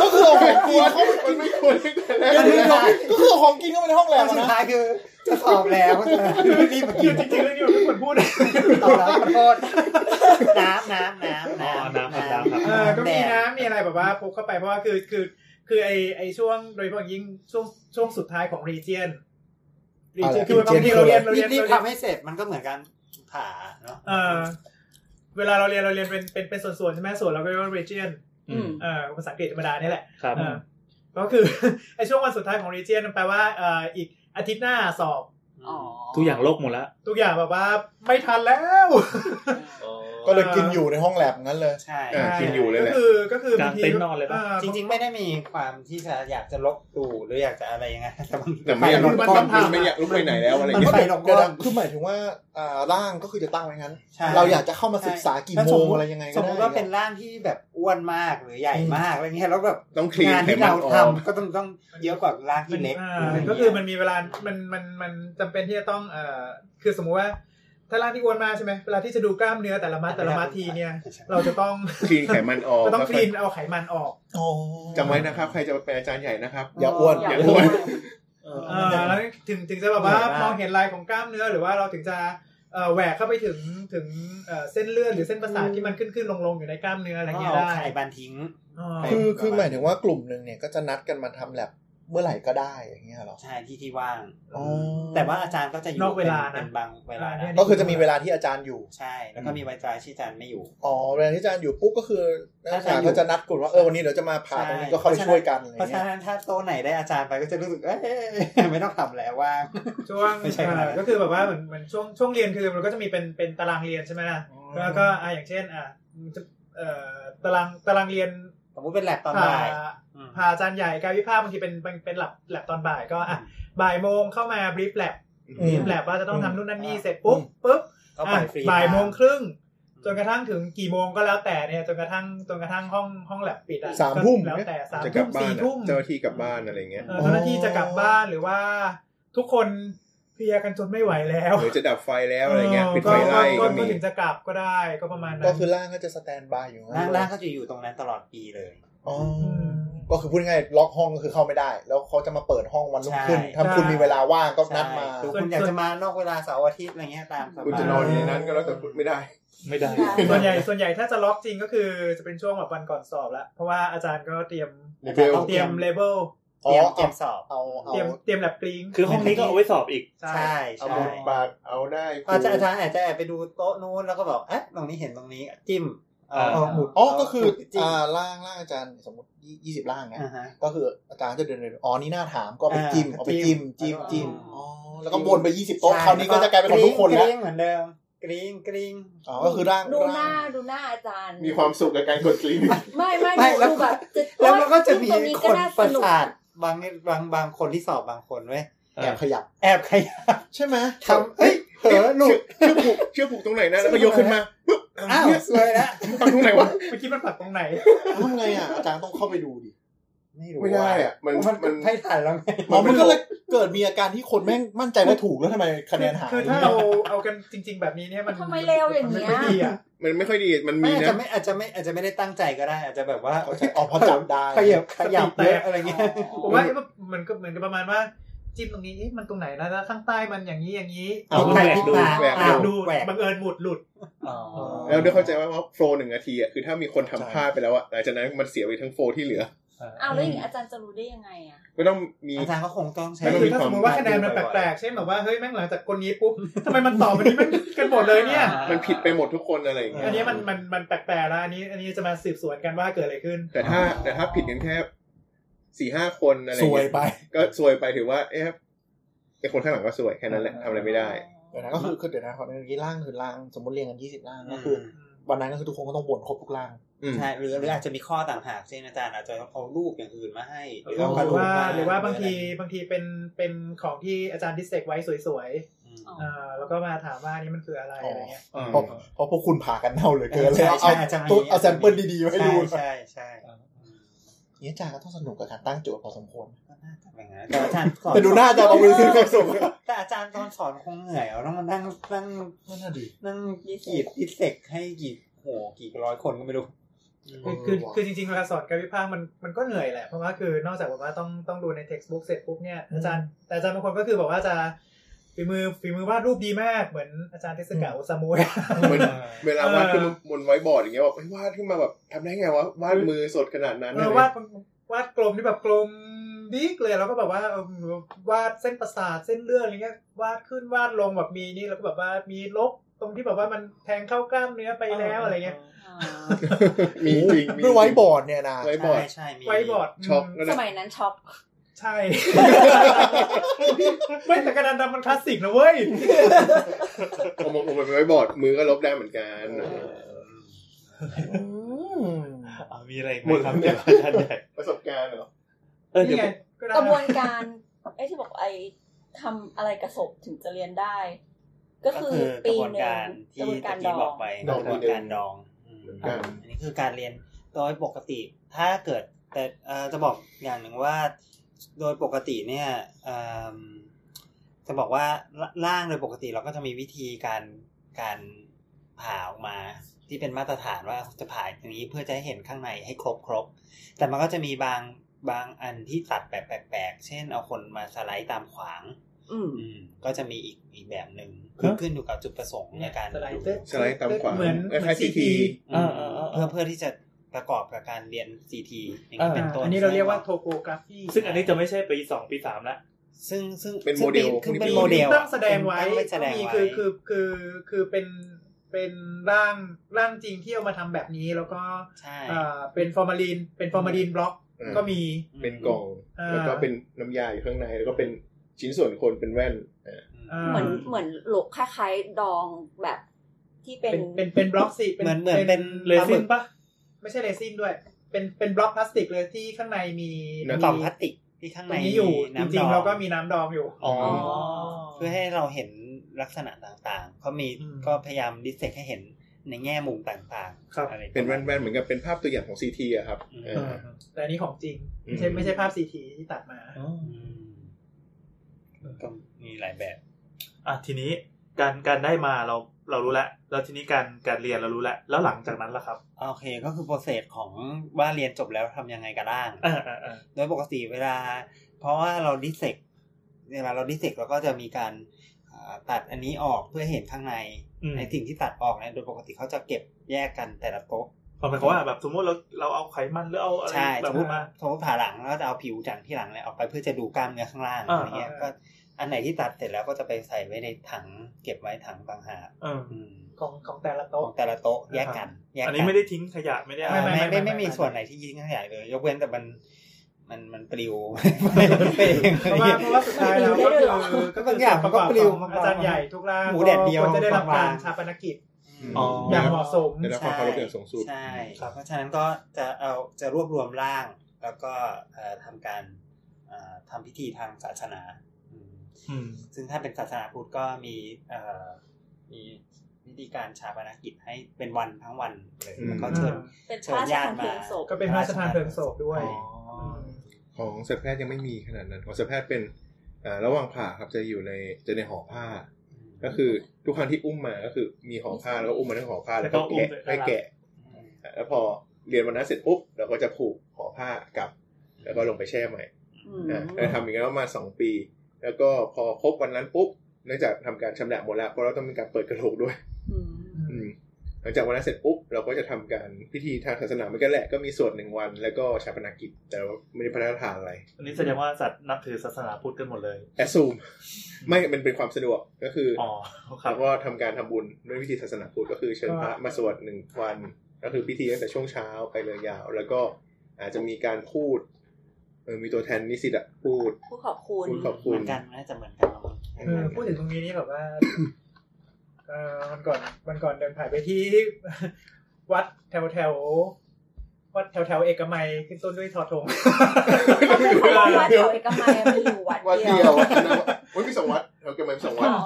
[SPEAKER 5] ก็คือเอาของกินเข้า
[SPEAKER 6] มันไม่ควรนึกแต่แรก
[SPEAKER 5] ก็
[SPEAKER 6] เล
[SPEAKER 5] คื
[SPEAKER 6] ย
[SPEAKER 5] อ
[SPEAKER 6] นะ
[SPEAKER 5] เอาของกินเข้าไปในห้องแล้
[SPEAKER 3] วั
[SPEAKER 5] วน
[SPEAKER 3] สุด
[SPEAKER 5] นะ
[SPEAKER 3] ท้ายคือจะสอบแล้วจะรีบมา
[SPEAKER 4] อ
[SPEAKER 3] กิน
[SPEAKER 4] ยู่จริงๆเรื่องนี้มันไม่ควรพูด
[SPEAKER 3] ต่อแล้วขอโทษน้ำน้ำน้ำ
[SPEAKER 11] อ๋อ
[SPEAKER 3] น้ำ
[SPEAKER 11] น้ำครับน้ำ
[SPEAKER 4] เอ
[SPEAKER 11] ครับ
[SPEAKER 4] อก็มี
[SPEAKER 3] แดด
[SPEAKER 4] น้ำมีอะไรแบบว่าพกเข้าไปเพราะว่าคือคือคือไอไอช่วงโดยเฉพาะอย่างยิ่งช่วงช่วงสุดท้ายของรีเจียนรีเจียนคือบางทีเราเรียนเรา
[SPEAKER 3] รี
[SPEAKER 4] เรี
[SPEAKER 3] บ
[SPEAKER 4] ย
[SPEAKER 3] รี
[SPEAKER 4] น
[SPEAKER 3] บ
[SPEAKER 4] เรา
[SPEAKER 3] ทำ
[SPEAKER 4] เรียน
[SPEAKER 3] ให้เสร็จมันก็เหมือนกันผ่าเนาะ
[SPEAKER 4] เออเวลาเราเรียนเราเรียนเป็นเป็นเป็นส่วนๆใช่ไหมส่วนเราก็เรียกว่ารีเจียน
[SPEAKER 11] อืม
[SPEAKER 4] เออภาษาอังกฤษธรรมดานี่แหละ
[SPEAKER 11] ครับ
[SPEAKER 4] เออก็คือ ไอช่วงวันสุดท้ายของรีเจียนนแปลว่าเอ่ออีกอาทิตย์หน้าสอบ
[SPEAKER 2] อ๋อ
[SPEAKER 11] ทุกอย่างโลกหมดละ
[SPEAKER 4] ทุกอย่างแบบว่าไม่ทันแล้ว
[SPEAKER 7] อ๋อ
[SPEAKER 5] ก็เลยกินอยู่ในห้องแลบงั้นเลย
[SPEAKER 3] ใช่
[SPEAKER 6] อ่ากินอยู่เลย
[SPEAKER 4] ก็
[SPEAKER 6] แหละ
[SPEAKER 4] คือก็คือก
[SPEAKER 11] า
[SPEAKER 4] บาง งที
[SPEAKER 11] เต็นท์นอนเลย
[SPEAKER 4] เอ
[SPEAKER 11] ป่ะ
[SPEAKER 4] อ
[SPEAKER 3] จริง ๆ ไม่ได้มีความที่จะอยากจะลบตูหรืออยากจะอะไรยังไงแต่มัน
[SPEAKER 6] แต่ไม่อยากลุก
[SPEAKER 4] มัน
[SPEAKER 6] ก่
[SPEAKER 4] ต้
[SPEAKER 6] อ
[SPEAKER 4] อน งทำ
[SPEAKER 6] ไม่อยากลุกไปไหนแล้วอะไร
[SPEAKER 3] มัน
[SPEAKER 6] เงี้ย
[SPEAKER 3] ไปลง
[SPEAKER 5] เดี๋ยว
[SPEAKER 3] ก้
[SPEAKER 5] นะ
[SPEAKER 3] น
[SPEAKER 5] คือหมายถึงว่าอ่าร่างก็คือจะตั้งไว้งั้น
[SPEAKER 3] ใช่
[SPEAKER 5] เราอยากจะเข้ามาศึกษากี่โม
[SPEAKER 3] ส
[SPEAKER 5] ง
[SPEAKER 3] ติ
[SPEAKER 5] อะไรยังไง
[SPEAKER 3] ส
[SPEAKER 5] ก็
[SPEAKER 3] มม
[SPEAKER 5] ได้
[SPEAKER 3] ติว่าเป็นร่างที่แบบอ้วนมากหรือใหญ่มากอะไรเงี้ยแล้วแบบ
[SPEAKER 6] ต้องคลีน
[SPEAKER 3] งาน
[SPEAKER 6] ไข
[SPEAKER 3] ที่
[SPEAKER 6] มัน
[SPEAKER 3] เรา
[SPEAKER 6] ออก
[SPEAKER 3] ทำก็ต้องต้องเยอะกว่าร่างที่เล็ก
[SPEAKER 4] อ่าก็คือมันมีเวลา มันมันมันจำเป็นที่จะต้องเอ่อคือสมมุติว่า ถ้าร่างที่อ้วนมากใช่ไหมเวลาที่จะดูกล้ามเนื้อแต่ละมัดแต่ละมัดทีเนี่ย เราจะต้อง
[SPEAKER 6] คลีนไขมันออก
[SPEAKER 4] ก็ต้อง
[SPEAKER 6] ว
[SPEAKER 4] ค
[SPEAKER 6] ค่
[SPEAKER 4] ลี
[SPEAKER 6] ย
[SPEAKER 4] นเอาไขมันออก
[SPEAKER 5] อ๋อ
[SPEAKER 6] จำไว้นะครับ ใครจะเป็นอาจารย์ใหญ่นะครับ
[SPEAKER 5] อย่าอ้วน
[SPEAKER 6] อย่าอ้วน
[SPEAKER 3] เออ
[SPEAKER 4] เอ่อแล้วถึงถึงจะแบบว่า
[SPEAKER 3] เหนื่อยมาก
[SPEAKER 4] มองเห็นลายของกล้ามเนื้อหรือว่าเราถึงจะเอ่อแหวกเข้าไปถึงถึงเอ่อเส้นเลือดหรือเส้นประสาทที่มันขึ้นขึ้นลงลงอยู่ในกล้ามเนื้ออะไร
[SPEAKER 3] ต้อง
[SPEAKER 4] เงี้ย
[SPEAKER 3] เอา
[SPEAKER 4] ได้
[SPEAKER 3] ไข่บานทิ้ง
[SPEAKER 4] อ๋อ
[SPEAKER 5] คือ
[SPEAKER 3] ไป
[SPEAKER 5] คือหมายถึงว่ากลุ่มหนึ่งเนี่ยก็จะนัดกันมาทำแลบเมื่อไหร่ก็ได้อย่างเงี้ยเหรอ
[SPEAKER 3] ใช่ที่ที่ว่าง
[SPEAKER 5] อ๋อ
[SPEAKER 3] แต่ว่าอาจารย์ก็จะอยู่เป็นบางเวลานะ
[SPEAKER 5] ก็คือจะมีเวลาที่อาจารย์อยู่
[SPEAKER 3] ใช่แล้วก็มีวาจาที่อาจารย์ไม่อยู่
[SPEAKER 5] อ๋อเวลาที่อาจารย์อยู่ปุ๊บก็คือนักศึกษาก็จะนัดกลุ่มว่าเออวันนี้เดี๋ยวจะมาผ่าตรงนี้ก็เข้าไปช่วยกันอะไร
[SPEAKER 3] เพราะฉะ
[SPEAKER 5] เงี้ย
[SPEAKER 3] นั้นถ้าโต๊ะไหนได้อาจารย์ไปก็จะรู้สึกเอ้ย ไม่ต้องทำแล้วว่าง
[SPEAKER 4] ช่วง
[SPEAKER 3] ไม่ใช่
[SPEAKER 4] เอ่
[SPEAKER 3] ขนาดนั้
[SPEAKER 4] อน ก็คือแบบว่าเหมือนเหมือนช่วงช่วงเรียนคือมันก็จะมีเป็นเป็นตารางเรียนใช่ไหมล่ะแล้วก็อ่ะอย่างเช่นอ่ะมันจะเอ่อตารางตารางเรียน
[SPEAKER 3] สมมติเป็นแลบตอน
[SPEAKER 4] ผ่า
[SPEAKER 3] บ่าย
[SPEAKER 4] ผ่าอาจารย์ใหญ่กายวิภาคบางทีเป็นเป็นเป็นหลับหลับตอนบ่ายก็อ่ะบ่ายโมงเข้ามาบรีฟแลบ
[SPEAKER 6] อืม
[SPEAKER 4] ทีมแลบว่าจะต้องทำนู่นนั่นนี่เสร็จปุ๊บปุ๊บ
[SPEAKER 3] ก็ปล่อยฟรี
[SPEAKER 4] อ่ะบ่ายโมงครึ่งจนกระทั่งถึงกี่โมงก็แล้วแต่เนี่ยจนกระทั่งจนกระทั่งห้องห้องแลบปิดอ่ะ
[SPEAKER 5] สามทุ่ม
[SPEAKER 4] ก็แล้วแต่สาม
[SPEAKER 6] จะกลั
[SPEAKER 4] ทุ่
[SPEAKER 6] บ
[SPEAKER 4] ม
[SPEAKER 6] บ้า
[SPEAKER 4] สี่
[SPEAKER 6] นอะ
[SPEAKER 4] ทุ่ม
[SPEAKER 6] เจ้าหน้าที่กลับบ้านอะไรเงี้ย
[SPEAKER 4] เอ่อเจ้าหน้าที่จะกลับบ้านหรือว่าทุกคนเพลียกันจนไม่ไหวแล้ว
[SPEAKER 6] หรือจะดับไฟแล้วอะไรเงี้ยปิดไฟ
[SPEAKER 4] ก็
[SPEAKER 6] ไล่
[SPEAKER 4] ก็
[SPEAKER 6] ก็
[SPEAKER 4] ก็
[SPEAKER 6] มี
[SPEAKER 4] ถึงจะกลับก็ได้ก็ประมาณนั้น
[SPEAKER 5] ก็คือร่างก็จะสแตนบายอยู่
[SPEAKER 3] ร่างร่างก็จะอยู่ตรงนั้นตลอดปีเลย
[SPEAKER 5] อ๋อ
[SPEAKER 4] อืม
[SPEAKER 5] ก็คือพูดง่ายๆล็อกห้องก็คือเข้าไม่ได้ แล้วเขาจะมาเปิดห้องวันรุ่งขึ้น
[SPEAKER 3] ใช่
[SPEAKER 5] ถ้าคุณมีเวลาว่างก็นัดมา
[SPEAKER 3] ใช่คือคุณอยากจะมานอกเวลาเสาร์อาทิตย์อะไรเงี้ยตามสบาย
[SPEAKER 6] คุณจะนอนอยู่ในนั้นก็แล้วแต่คุณไม่ได้
[SPEAKER 11] ไม่ได้
[SPEAKER 4] ส่วนใหญ่ส่วนใหญ่ถ้าจะล็อกจริงก็คือจะเป็นช่วงแบบวันก่อนสอบละเพราะว่าอาจารย์ก็เตรียม
[SPEAKER 6] เลเวล
[SPEAKER 4] เตรียมเลเวล
[SPEAKER 3] เตรียม
[SPEAKER 5] อ๋อ
[SPEAKER 3] เตรียมสอบ
[SPEAKER 5] เอาเอา
[SPEAKER 4] เตรียมเตรียมแลบกริ้ง
[SPEAKER 11] คือห้องนี้ก็เอาไว้สอบอีก
[SPEAKER 4] ใช่
[SPEAKER 3] ใช่
[SPEAKER 6] เอา
[SPEAKER 3] ใช่
[SPEAKER 6] บทบาทเอาได้ครู
[SPEAKER 3] อาจารย์อาจารย์อาจจะแอบไปดูโต๊ะนู้นแล้วก็บอกเอ๊ะตรงนี้เห็นตรงนี้จิ้มเอ่อเอาหมุด
[SPEAKER 5] อ๋อก็คือ
[SPEAKER 3] จิ้ม
[SPEAKER 5] อ่าร่างร่างอาจารย์สมมติยี่สิบร่างไง
[SPEAKER 3] อ่าฮะ
[SPEAKER 5] ก็คืออาจารย์จะเดินเลยอ๋อนี่น่าถามก็เอาไป
[SPEAKER 3] อ่า
[SPEAKER 5] จิ้มเอาไปจิ้มจิ้ม
[SPEAKER 3] จิ้
[SPEAKER 5] จิ้ม
[SPEAKER 3] ม
[SPEAKER 5] อ๋อแล้วก็วนไปยี่สิบโต๊ะคราวนี้ก็จะกลายเป็นของทุกคนแล้ว
[SPEAKER 3] กริ้งเหมือนเดิมกริ้งกริ้ง
[SPEAKER 5] อ๋อก็คือร่าง
[SPEAKER 2] ดูห
[SPEAKER 5] ร่า
[SPEAKER 2] น้าง ดูหน้าอาจารย์
[SPEAKER 6] มีความสุขกับการกดกลิ้ง
[SPEAKER 2] ไม่ไม่
[SPEAKER 3] ไม่แล้ว
[SPEAKER 2] ดูแบบจะ
[SPEAKER 3] แล้วมันก็จะมี
[SPEAKER 2] ตัวนี้
[SPEAKER 3] ค
[SPEAKER 2] ก็
[SPEAKER 3] น
[SPEAKER 2] น่าส
[SPEAKER 3] ประ
[SPEAKER 2] นุก
[SPEAKER 3] สาทบางบางบางคนที่สอบบางคนเว้ย
[SPEAKER 5] แอบขยับ
[SPEAKER 3] แอบขยับ
[SPEAKER 5] ใช่ไหม
[SPEAKER 3] ทำเอ้ยเผลอหลุด
[SPEAKER 6] เชือกผูกเชือกผูกตรงไหนนะแล้วก็ยกขึ้นมาปุ๊บ
[SPEAKER 3] อ้า
[SPEAKER 6] อ้าว วเนี่ย
[SPEAKER 3] สวยละ
[SPEAKER 6] ปักตรงไหนวะ
[SPEAKER 4] เมื่อกี้มันผลักตรงไหน
[SPEAKER 5] ทำไงอ่ะอา จารย์ต้องเข้าไปดูดิ
[SPEAKER 3] ไม่รู้
[SPEAKER 6] ไม่ได้อ่ะมัน
[SPEAKER 3] มัน
[SPEAKER 6] มัน
[SPEAKER 3] ไม่ทันแล้วไง
[SPEAKER 5] อ๋อมันก็เลยเกิดมีอาการที่คนแม่งมั่นใจว่าถูกแล้วทำไมคะแนนหาย
[SPEAKER 4] คือถ้าเราเอากันจริง ๆ แบบนี้เนี่ยมัน
[SPEAKER 2] ทำไมเร็วอย่าง
[SPEAKER 4] มัน
[SPEAKER 2] เงี้
[SPEAKER 4] ไม่ดี
[SPEAKER 2] ย
[SPEAKER 4] อ่ะ
[SPEAKER 6] มันไม่ค่อยดีมัน
[SPEAKER 3] ไม่
[SPEAKER 6] มี
[SPEAKER 3] อาจ
[SPEAKER 6] นะ
[SPEAKER 3] จะไม่อาจจะไม่อาจจะไม่ได้ตั้งใจก็ได้ อาจจะแบบว่า
[SPEAKER 5] เขาจะอ๋อพอจับได้
[SPEAKER 3] ขยับขยับเยอะอะไรเงี้ย
[SPEAKER 4] ผมว่าเหมือนก็เหมือนกับประมาณว่าจิ้มตรงนี้เอ๊ะมันตรงไหนนะแล้วข้างใต้มันอย่างนี้อย่างนี้
[SPEAKER 3] เอาไปพลิกมา
[SPEAKER 6] แหวก
[SPEAKER 3] อ้าว
[SPEAKER 4] ดู
[SPEAKER 3] แหวก
[SPEAKER 4] บังเอิญหมุดหลุด
[SPEAKER 6] แล้วด้วยเข้าใจว่าโฟล์หนึ่งนาทีอ่ะคือถ้ามีคนทำพลาดไปแล้วอ่ะหลังจากนั้นมันเสียไปทั้งโฟล์ที่เหลือ
[SPEAKER 2] เอาแล้วอย่างนี้อาจารย์จะรู้ได้ยังไงอ่ะ
[SPEAKER 6] ก็ต้องมี
[SPEAKER 3] อาจารย์ก็คงต้องใช้
[SPEAKER 6] ไม่ต้
[SPEAKER 4] คือ
[SPEAKER 6] มี
[SPEAKER 4] ถ้าสมมติว่าคะแนนมันแปลกๆเช่นแบบว่าเฮ้ยแม่งหลังจากคนนี้ปุ๊บทำไมมันตอบอันนี้แม่งกันหมดเลยเนี่ย
[SPEAKER 6] มันผิดไปหมดทุกคนอะไรอย่างเงี้ย
[SPEAKER 4] อันนี้มันมันมันแปลกๆแล้วอันนี้ อันนี้จะมาสืบสวนกันว่าเกิดอะไรขึ้น
[SPEAKER 6] แต่ถ้าแต่ถ้าผิดกันแค่สี่ห้าคนอะไรอ
[SPEAKER 5] ส
[SPEAKER 6] ย่าง
[SPEAKER 5] วย
[SPEAKER 6] เงี้ย
[SPEAKER 5] ไป
[SPEAKER 6] ก็ซวยไปถือว่าเอ๊ะไอคนข้างหลังก็ซวยแค่นั้นแหละทำอะไรไม่ได้
[SPEAKER 5] เดี๋ยวนะก็คือคือเดี๋ยวนะขอเมื่อกี้ร่างคือร่างสมมติเรียงกันยี่สิบร่างก็คืออ
[SPEAKER 3] ม
[SPEAKER 5] วันนั้นก็คือทุกคนก็ต้องวนครบทุกร่าง
[SPEAKER 6] อืม
[SPEAKER 3] ใช่หรือหรืออาจจะมีข้อต่างหากเช่นอาจารย์อาจจะเอารูปอย่างอื่นมาให้หรือ
[SPEAKER 4] ห
[SPEAKER 3] เอากระ
[SPEAKER 4] รือ
[SPEAKER 3] ดูก
[SPEAKER 4] ว่า
[SPEAKER 3] มา
[SPEAKER 4] หรือว่าบางทีบางทีเป็นเป็นของที่อาจารย์ดิสเซกไว้สวย
[SPEAKER 3] อืม
[SPEAKER 4] ๆอ่าแล้วก็มาถามว่านี่มันคืออะไร
[SPEAKER 5] อ๋ออ
[SPEAKER 4] อะไรเงี้ย
[SPEAKER 6] อืม
[SPEAKER 5] เพราะเพราะพวกคุณผ่ากันเน่าเหลยเกิน
[SPEAKER 3] ใช่
[SPEAKER 5] แล้ว
[SPEAKER 3] ใช่
[SPEAKER 5] เอา
[SPEAKER 3] อาจารย์
[SPEAKER 5] ตัว
[SPEAKER 3] มี
[SPEAKER 5] เอาแซมเปิลดีๆไว้ให้
[SPEAKER 3] ใช่
[SPEAKER 5] ดู
[SPEAKER 3] ใช่ใช่
[SPEAKER 5] เนี่ยอาจารย์ก็ต้องสนุกกับการตั้งโจทย์พอสมควร
[SPEAKER 3] ก็น่าจะเป็นอย่างนั้นแต่อาจารย์สอน
[SPEAKER 5] แต่ดูหน้าอาจารย์บางทีคือความสุขอะ
[SPEAKER 3] แต่อาจารย์ตอนสอนคงเหนื่อยเอาต้องมานั่งนั่ง
[SPEAKER 5] นั่นน่ะดิ
[SPEAKER 3] นั่งกีดดิสเซกให้กี่โหกี่ร้อยคนก็ไม่รู้
[SPEAKER 4] คือ
[SPEAKER 5] เออ
[SPEAKER 4] คือ
[SPEAKER 5] ว่ะ
[SPEAKER 4] คือจริงๆเวลาสอนการวิพากษ์มันมันก็เหนื่อยแหละ เพราะว่าคือนอกจากแบบว่าต้องต้องดูใน textbook เสร็จปุ๊บเนี่ยอาจารย์แต่อาจารย์บางคนก็คือบอกว่าจะฝีมือฝีมือวาดรูปดีมากเหมือนอาจารย์เทสกาโอซามุย
[SPEAKER 6] เหมือนเวลาวาดขึ้นบนไว้บอร์ดอย่างเงี้ยแบบเฮ้ยวาดขึ้นมาแบบทำได้ไงวะวาดมือสดขนาดนั้น
[SPEAKER 4] เออวาดวาดกลมที่แบบกลมบิ๊กเลยแล้วก็แบบว่าเออวาดเส้นประสาทเส้นเลือดอะไรเงี้ยวาดขึ้นวาดลงแบบมีนี่แล้วก็แบบว่ามีลบตรงที่แบบว่ามันแทงเข้ากล้ามเนื้อไปแล้วอะไรเงี้ย
[SPEAKER 2] อ๋อ
[SPEAKER 6] มีจริงมีจ
[SPEAKER 5] ด้
[SPEAKER 6] ริ
[SPEAKER 5] วย
[SPEAKER 6] ง
[SPEAKER 5] ไว้บอร์ดเนี่ยนะ
[SPEAKER 6] ไว้
[SPEAKER 3] ใช่ใช่มี
[SPEAKER 4] ไว้บอร์ด
[SPEAKER 6] ช็อก
[SPEAKER 4] ม
[SPEAKER 6] นั่น
[SPEAKER 2] ส
[SPEAKER 6] แหละ
[SPEAKER 2] มัยนั้นช็อก
[SPEAKER 4] ใช่ ไม่แต่กระดานดำมันคลาสสิกนะเว้ย
[SPEAKER 6] ผมผมผมเป็นไว้บอร์ดมือก็ลบได้เหมือนกัน
[SPEAKER 5] อืม
[SPEAKER 11] อ่ะมีอะไรอีกไห
[SPEAKER 6] หม
[SPEAKER 11] ม
[SPEAKER 6] ด
[SPEAKER 11] ค
[SPEAKER 6] แล้
[SPEAKER 11] รับ
[SPEAKER 6] ว
[SPEAKER 11] เดี๋ยวอาจารย์ใหญ่
[SPEAKER 6] ประสบการณ์เหรอ
[SPEAKER 11] เออเดี๋ย
[SPEAKER 4] นี่
[SPEAKER 11] ว
[SPEAKER 4] ไงกระดา
[SPEAKER 2] ก
[SPEAKER 4] น
[SPEAKER 2] ระบวน
[SPEAKER 4] ดำ
[SPEAKER 2] การ ไอ้ที่บอกไอ้ทำอะไรกระสบถึงจะเรียนได้ ก็คือ
[SPEAKER 3] ก็
[SPEAKER 2] ปี
[SPEAKER 3] คือกระบวน
[SPEAKER 2] หนึ่ง
[SPEAKER 3] กา
[SPEAKER 2] ก
[SPEAKER 3] ร
[SPEAKER 2] ระบวนการด
[SPEAKER 3] ที่ที่
[SPEAKER 2] อบ
[SPEAKER 3] อง กไปกระบวนการดองอืมอันนี้คือการเรียนโดยปกติ ถ้าเกิดแต่เอ่อจะบอกอย่างหนึ่งว่า โดยปกติเนี่ยเอิ่มจะบอกว่าร่างโดยปกติเราก็จะมีวิธีการการผ่าออกมา ที่เป็นมาตรฐานว่าจะผ่าอย่างนี้เพื่อจะให้เห็นข้างในให้ครบครบ แต่มันก็จะมีบางบางอันที่ตัดแบบแปลกๆเช่น เอาคนมาสไลด์ตามขวาง
[SPEAKER 2] อืม
[SPEAKER 3] อืมก็จะมีอีกอีกแบบหนึ่งคือขึ้นอยู่กับจุดประสงค์ในการ
[SPEAKER 4] สไลด์
[SPEAKER 3] ดู
[SPEAKER 4] เต้น
[SPEAKER 6] สไลด์ตามขวา
[SPEAKER 4] เหมือน
[SPEAKER 6] คล้ายๆซีที
[SPEAKER 3] อืมเพื่อเพื่อที่จะประกอบกับการเรียน CT อย่างนี้เป็นต้น
[SPEAKER 4] อันนี้เราเรียกว่าโทโกกราฟี
[SPEAKER 11] ซึ่งอันนี้จะไม่ใช่ปีสองปีสามละ
[SPEAKER 3] ซึ่งซึ่ง
[SPEAKER 6] เป็นโมเดล
[SPEAKER 3] ซึ่งเป็นโมเดล
[SPEAKER 4] ตั้งแสดงไว้
[SPEAKER 3] ตั้แสดง
[SPEAKER 4] มี
[SPEAKER 3] ไว้
[SPEAKER 4] คือคือคือคือเป็นเป็นร่างร่างจริงที่เอามาทำแบบนี้แล้วก็
[SPEAKER 3] ใช่
[SPEAKER 4] เอ่อเป็นฟอร์มาลีนเป็นฟอร์มาลีนบล็อก
[SPEAKER 6] อืม
[SPEAKER 4] ก็มี
[SPEAKER 6] เป็นกล่อง
[SPEAKER 4] อ่า
[SPEAKER 6] แล้วก็เป็นน้ำยาอยู่ข้างใน แล้วก็เป็นชิ้นส่วนคนเป็นแว่นอ่า
[SPEAKER 4] อ่า
[SPEAKER 2] เหมือนเหมือนหลกคล้ายๆดองแบบที่เป็
[SPEAKER 4] เป็นเป็นเป็นบล็อกสิ
[SPEAKER 3] เหมือนเหมือนเป็น
[SPEAKER 11] เรซินปะ
[SPEAKER 4] ไม่ใช่เรซินด้วย เป็นเป็นบล็อกพลาสติกเลยที่ข้างในมี
[SPEAKER 3] กล่องพลาสติกที่ข้าง
[SPEAKER 4] ต
[SPEAKER 3] ใน
[SPEAKER 4] รงนี้อยู่จ
[SPEAKER 3] น้ำด
[SPEAKER 4] ริง
[SPEAKER 3] ง
[SPEAKER 4] ๆเราก็มีน้ำดองอยู่
[SPEAKER 3] อ๋อ
[SPEAKER 2] อ๋อ
[SPEAKER 3] เพื่อให้เราเห็นลักษณะต่างๆเขามี
[SPEAKER 4] อืม
[SPEAKER 3] ก็พยายามดิสเซกให้เห็นในแง่มุมต่าง
[SPEAKER 4] ครับ
[SPEAKER 3] ๆอะไร
[SPEAKER 6] เป็นแว่นๆเหมือนกับเป็นภาพตัวอย่างของซีทีอะครับเออ
[SPEAKER 4] แต่อันนี้ของจริง ไม่ใช่
[SPEAKER 6] อืม
[SPEAKER 4] ไม่ใช่ภาพซีทีที่ตัดมา
[SPEAKER 3] อืมก็มีหลายแบบ
[SPEAKER 11] อ่ะทีนี้การการได้มาเราเรารู้แล้วแล้วทีนี้การการเรียนเรารู้แล้วแล้วหลังจากนั้นล่ะครับ
[SPEAKER 3] โอเคก็คือโปรเซสของว่าเรียนจบแล้วทำยังไงกับร่าง
[SPEAKER 11] อ่าอ่าอ่า
[SPEAKER 3] โดยปกติเวลา เพราะว่าเราดิเซกเวลาเราดิเซกเราก็จะมีการอ่าตัดอันนี้ออกเพื่อเห็นข้างใน
[SPEAKER 11] อืม
[SPEAKER 3] ในสิ่งที่ตัดออกเนี่ยโดยปกติเขาจะเก็บแยกกันแต่ละโต๊ะ
[SPEAKER 11] หมายความว่าแบบสมมติเราเราเอาไขมันหรือเอาอะไร
[SPEAKER 3] ใช่
[SPEAKER 11] แบ
[SPEAKER 3] ส
[SPEAKER 11] บ
[SPEAKER 3] มมติ
[SPEAKER 11] มา
[SPEAKER 3] สมมติผ่าหลังแล้วก็จะเอาผิวจากที่หลังเนี่ยออกไปเพื่อจะดูกล้ามเนื้อข้างล่าง
[SPEAKER 11] อ่า
[SPEAKER 3] อะไรเงี้ย
[SPEAKER 4] อ่า
[SPEAKER 3] ก็อันไหนที่ตัดเสร็จแล้วก็จะไปใส่ไว้ในถัง เก็บไว้ถังต่างหาก
[SPEAKER 11] เออ
[SPEAKER 3] อืม
[SPEAKER 4] ของของแต่ละ
[SPEAKER 3] ขอ
[SPEAKER 4] โต๊ะ
[SPEAKER 3] งแต่ละโต๊ะแยกกันแยกกั
[SPEAKER 11] อันนี้ไม่ได้ทิ้งขยะไม่ได้อะ
[SPEAKER 3] ไม่
[SPEAKER 11] ไร
[SPEAKER 3] ไม่ไม่ไม่มีส่วนไหนที่ยิงขยะเลย ยกเว้นแต่มันมันมันปลิวมันเปลง
[SPEAKER 4] เพราะว่าเพราะ ว่าสุดท้ายแล้วก็คือ
[SPEAKER 3] ก็บางอย่างมันก็ปลิว
[SPEAKER 4] อาจารย์ใหญ่ทุกร่าง
[SPEAKER 3] หมูแดดเดียว
[SPEAKER 4] ควรจะได้รับการชาปนกิจ
[SPEAKER 11] อ๋อ
[SPEAKER 4] อ
[SPEAKER 11] อย่าง
[SPEAKER 4] เหมาะสม
[SPEAKER 6] ได้รับความเคารพอย่างสูงสุด
[SPEAKER 3] ใช่ครับเพราะฉะนั้นก็จะเอาจะรวบรวมร่าง แล้วก็เอ่อทำการเอ่อทำพิธีทางศาสนาอืม
[SPEAKER 11] อืม
[SPEAKER 3] ซึ่งถ้าเป็นศาสนาพุทธก็มีเอ่อมีวิธีการชาปนกิจให้เป็นวันทั้งวันเลย
[SPEAKER 6] อืม
[SPEAKER 3] แล้วก็เชิญ
[SPEAKER 2] เป็นพ
[SPEAKER 3] เชิ
[SPEAKER 2] ระราช
[SPEAKER 3] ญญา
[SPEAKER 2] ทานเพ
[SPEAKER 3] ติ
[SPEAKER 2] ลิ
[SPEAKER 3] มาง
[SPEAKER 2] ศพ
[SPEAKER 4] ก็เป็นพระราชทานเพลิงศพด้วย
[SPEAKER 3] อ๋อ
[SPEAKER 6] ของสัตวแพทย์ยังไม่มีขนาดนั้น ของสัตวแพทย์เป็นอ่าระหว่างผ่าครับจะอยู่ในจะในห่อผ้า ก็คือทุกครั้งที่อุ้มมาก็คือมีห่อผ้าแล้วก็อุ้มมาทั้งห่อผ้าแล้วก็
[SPEAKER 11] แล้วก็อุ้ม
[SPEAKER 6] แกะ
[SPEAKER 11] ด้วย
[SPEAKER 6] ให้แกะ แล้วพอเรียนวันนั้นเสร็จปุ๊บเราก็จะผูกห่อผ้ากลับ แล้วก็ลงไปแช่ใหม่
[SPEAKER 2] อืม
[SPEAKER 6] อ่ะเราทำอย่างนี้นประมาณสองปี แล้วก็พอครบวันนั้นปุ๊บเนื่องจากทำการชำระหมดแล้วเพราะเราต้องมีการเปิดกระโหลกด้วย
[SPEAKER 2] อืม
[SPEAKER 6] อืมหลังจากวันนั้นเสร็จปุ๊บเราก็จะทำการพิธีทางศาสนาเหมือนกันแหละก็มีสวดหนึ่งวันแล้วก็ชาปนกิจ แต่ว่าไม่ได้พระราชทานอะไร
[SPEAKER 11] อันนี้แสดงว่าสัตว์นับถือศาสนาพุทธกันหมดเลย
[SPEAKER 6] แอสซูมไม่มันเป็นความสะดวกก็คืออ
[SPEAKER 11] อ๋อครับ
[SPEAKER 6] แล้วก็ทำการทำบุญด้วยวิธีศาสนาพุทธก็คือเชิญพระมาสวดหนึ่งวัน ก็คือพิธีตั้งแต่ช่วงเช้าไปเลยยาว แล้วก็อาจจะมีการพูดเออมีตัวแทนนิสิตอะพูด
[SPEAKER 2] ผู้ขอบคุณ
[SPEAKER 6] พูดขอบ
[SPEAKER 3] เห
[SPEAKER 6] คุ
[SPEAKER 3] มื
[SPEAKER 6] ณ
[SPEAKER 3] อนกันน่าจะเหมือนกันเนอะ
[SPEAKER 4] เออพูดถึงตรงนี้นี่แบบว่า เออวันก่อนวันก่อนเดินผ่านไปที่ วัดแถวแถววัดแถวแถวเอกมัยขึ้นต้นด้วยทอทง
[SPEAKER 2] เขาพูดคำว่าวัดเขาเอกมัยมีอยู่วัด
[SPEAKER 6] วัด
[SPEAKER 2] เดี
[SPEAKER 6] เดีย
[SPEAKER 2] ยว ว
[SPEAKER 6] วัดนะวัดมีสองวัดเราเก็บมาสองวั
[SPEAKER 2] อ๋
[SPEAKER 6] ด
[SPEAKER 2] อ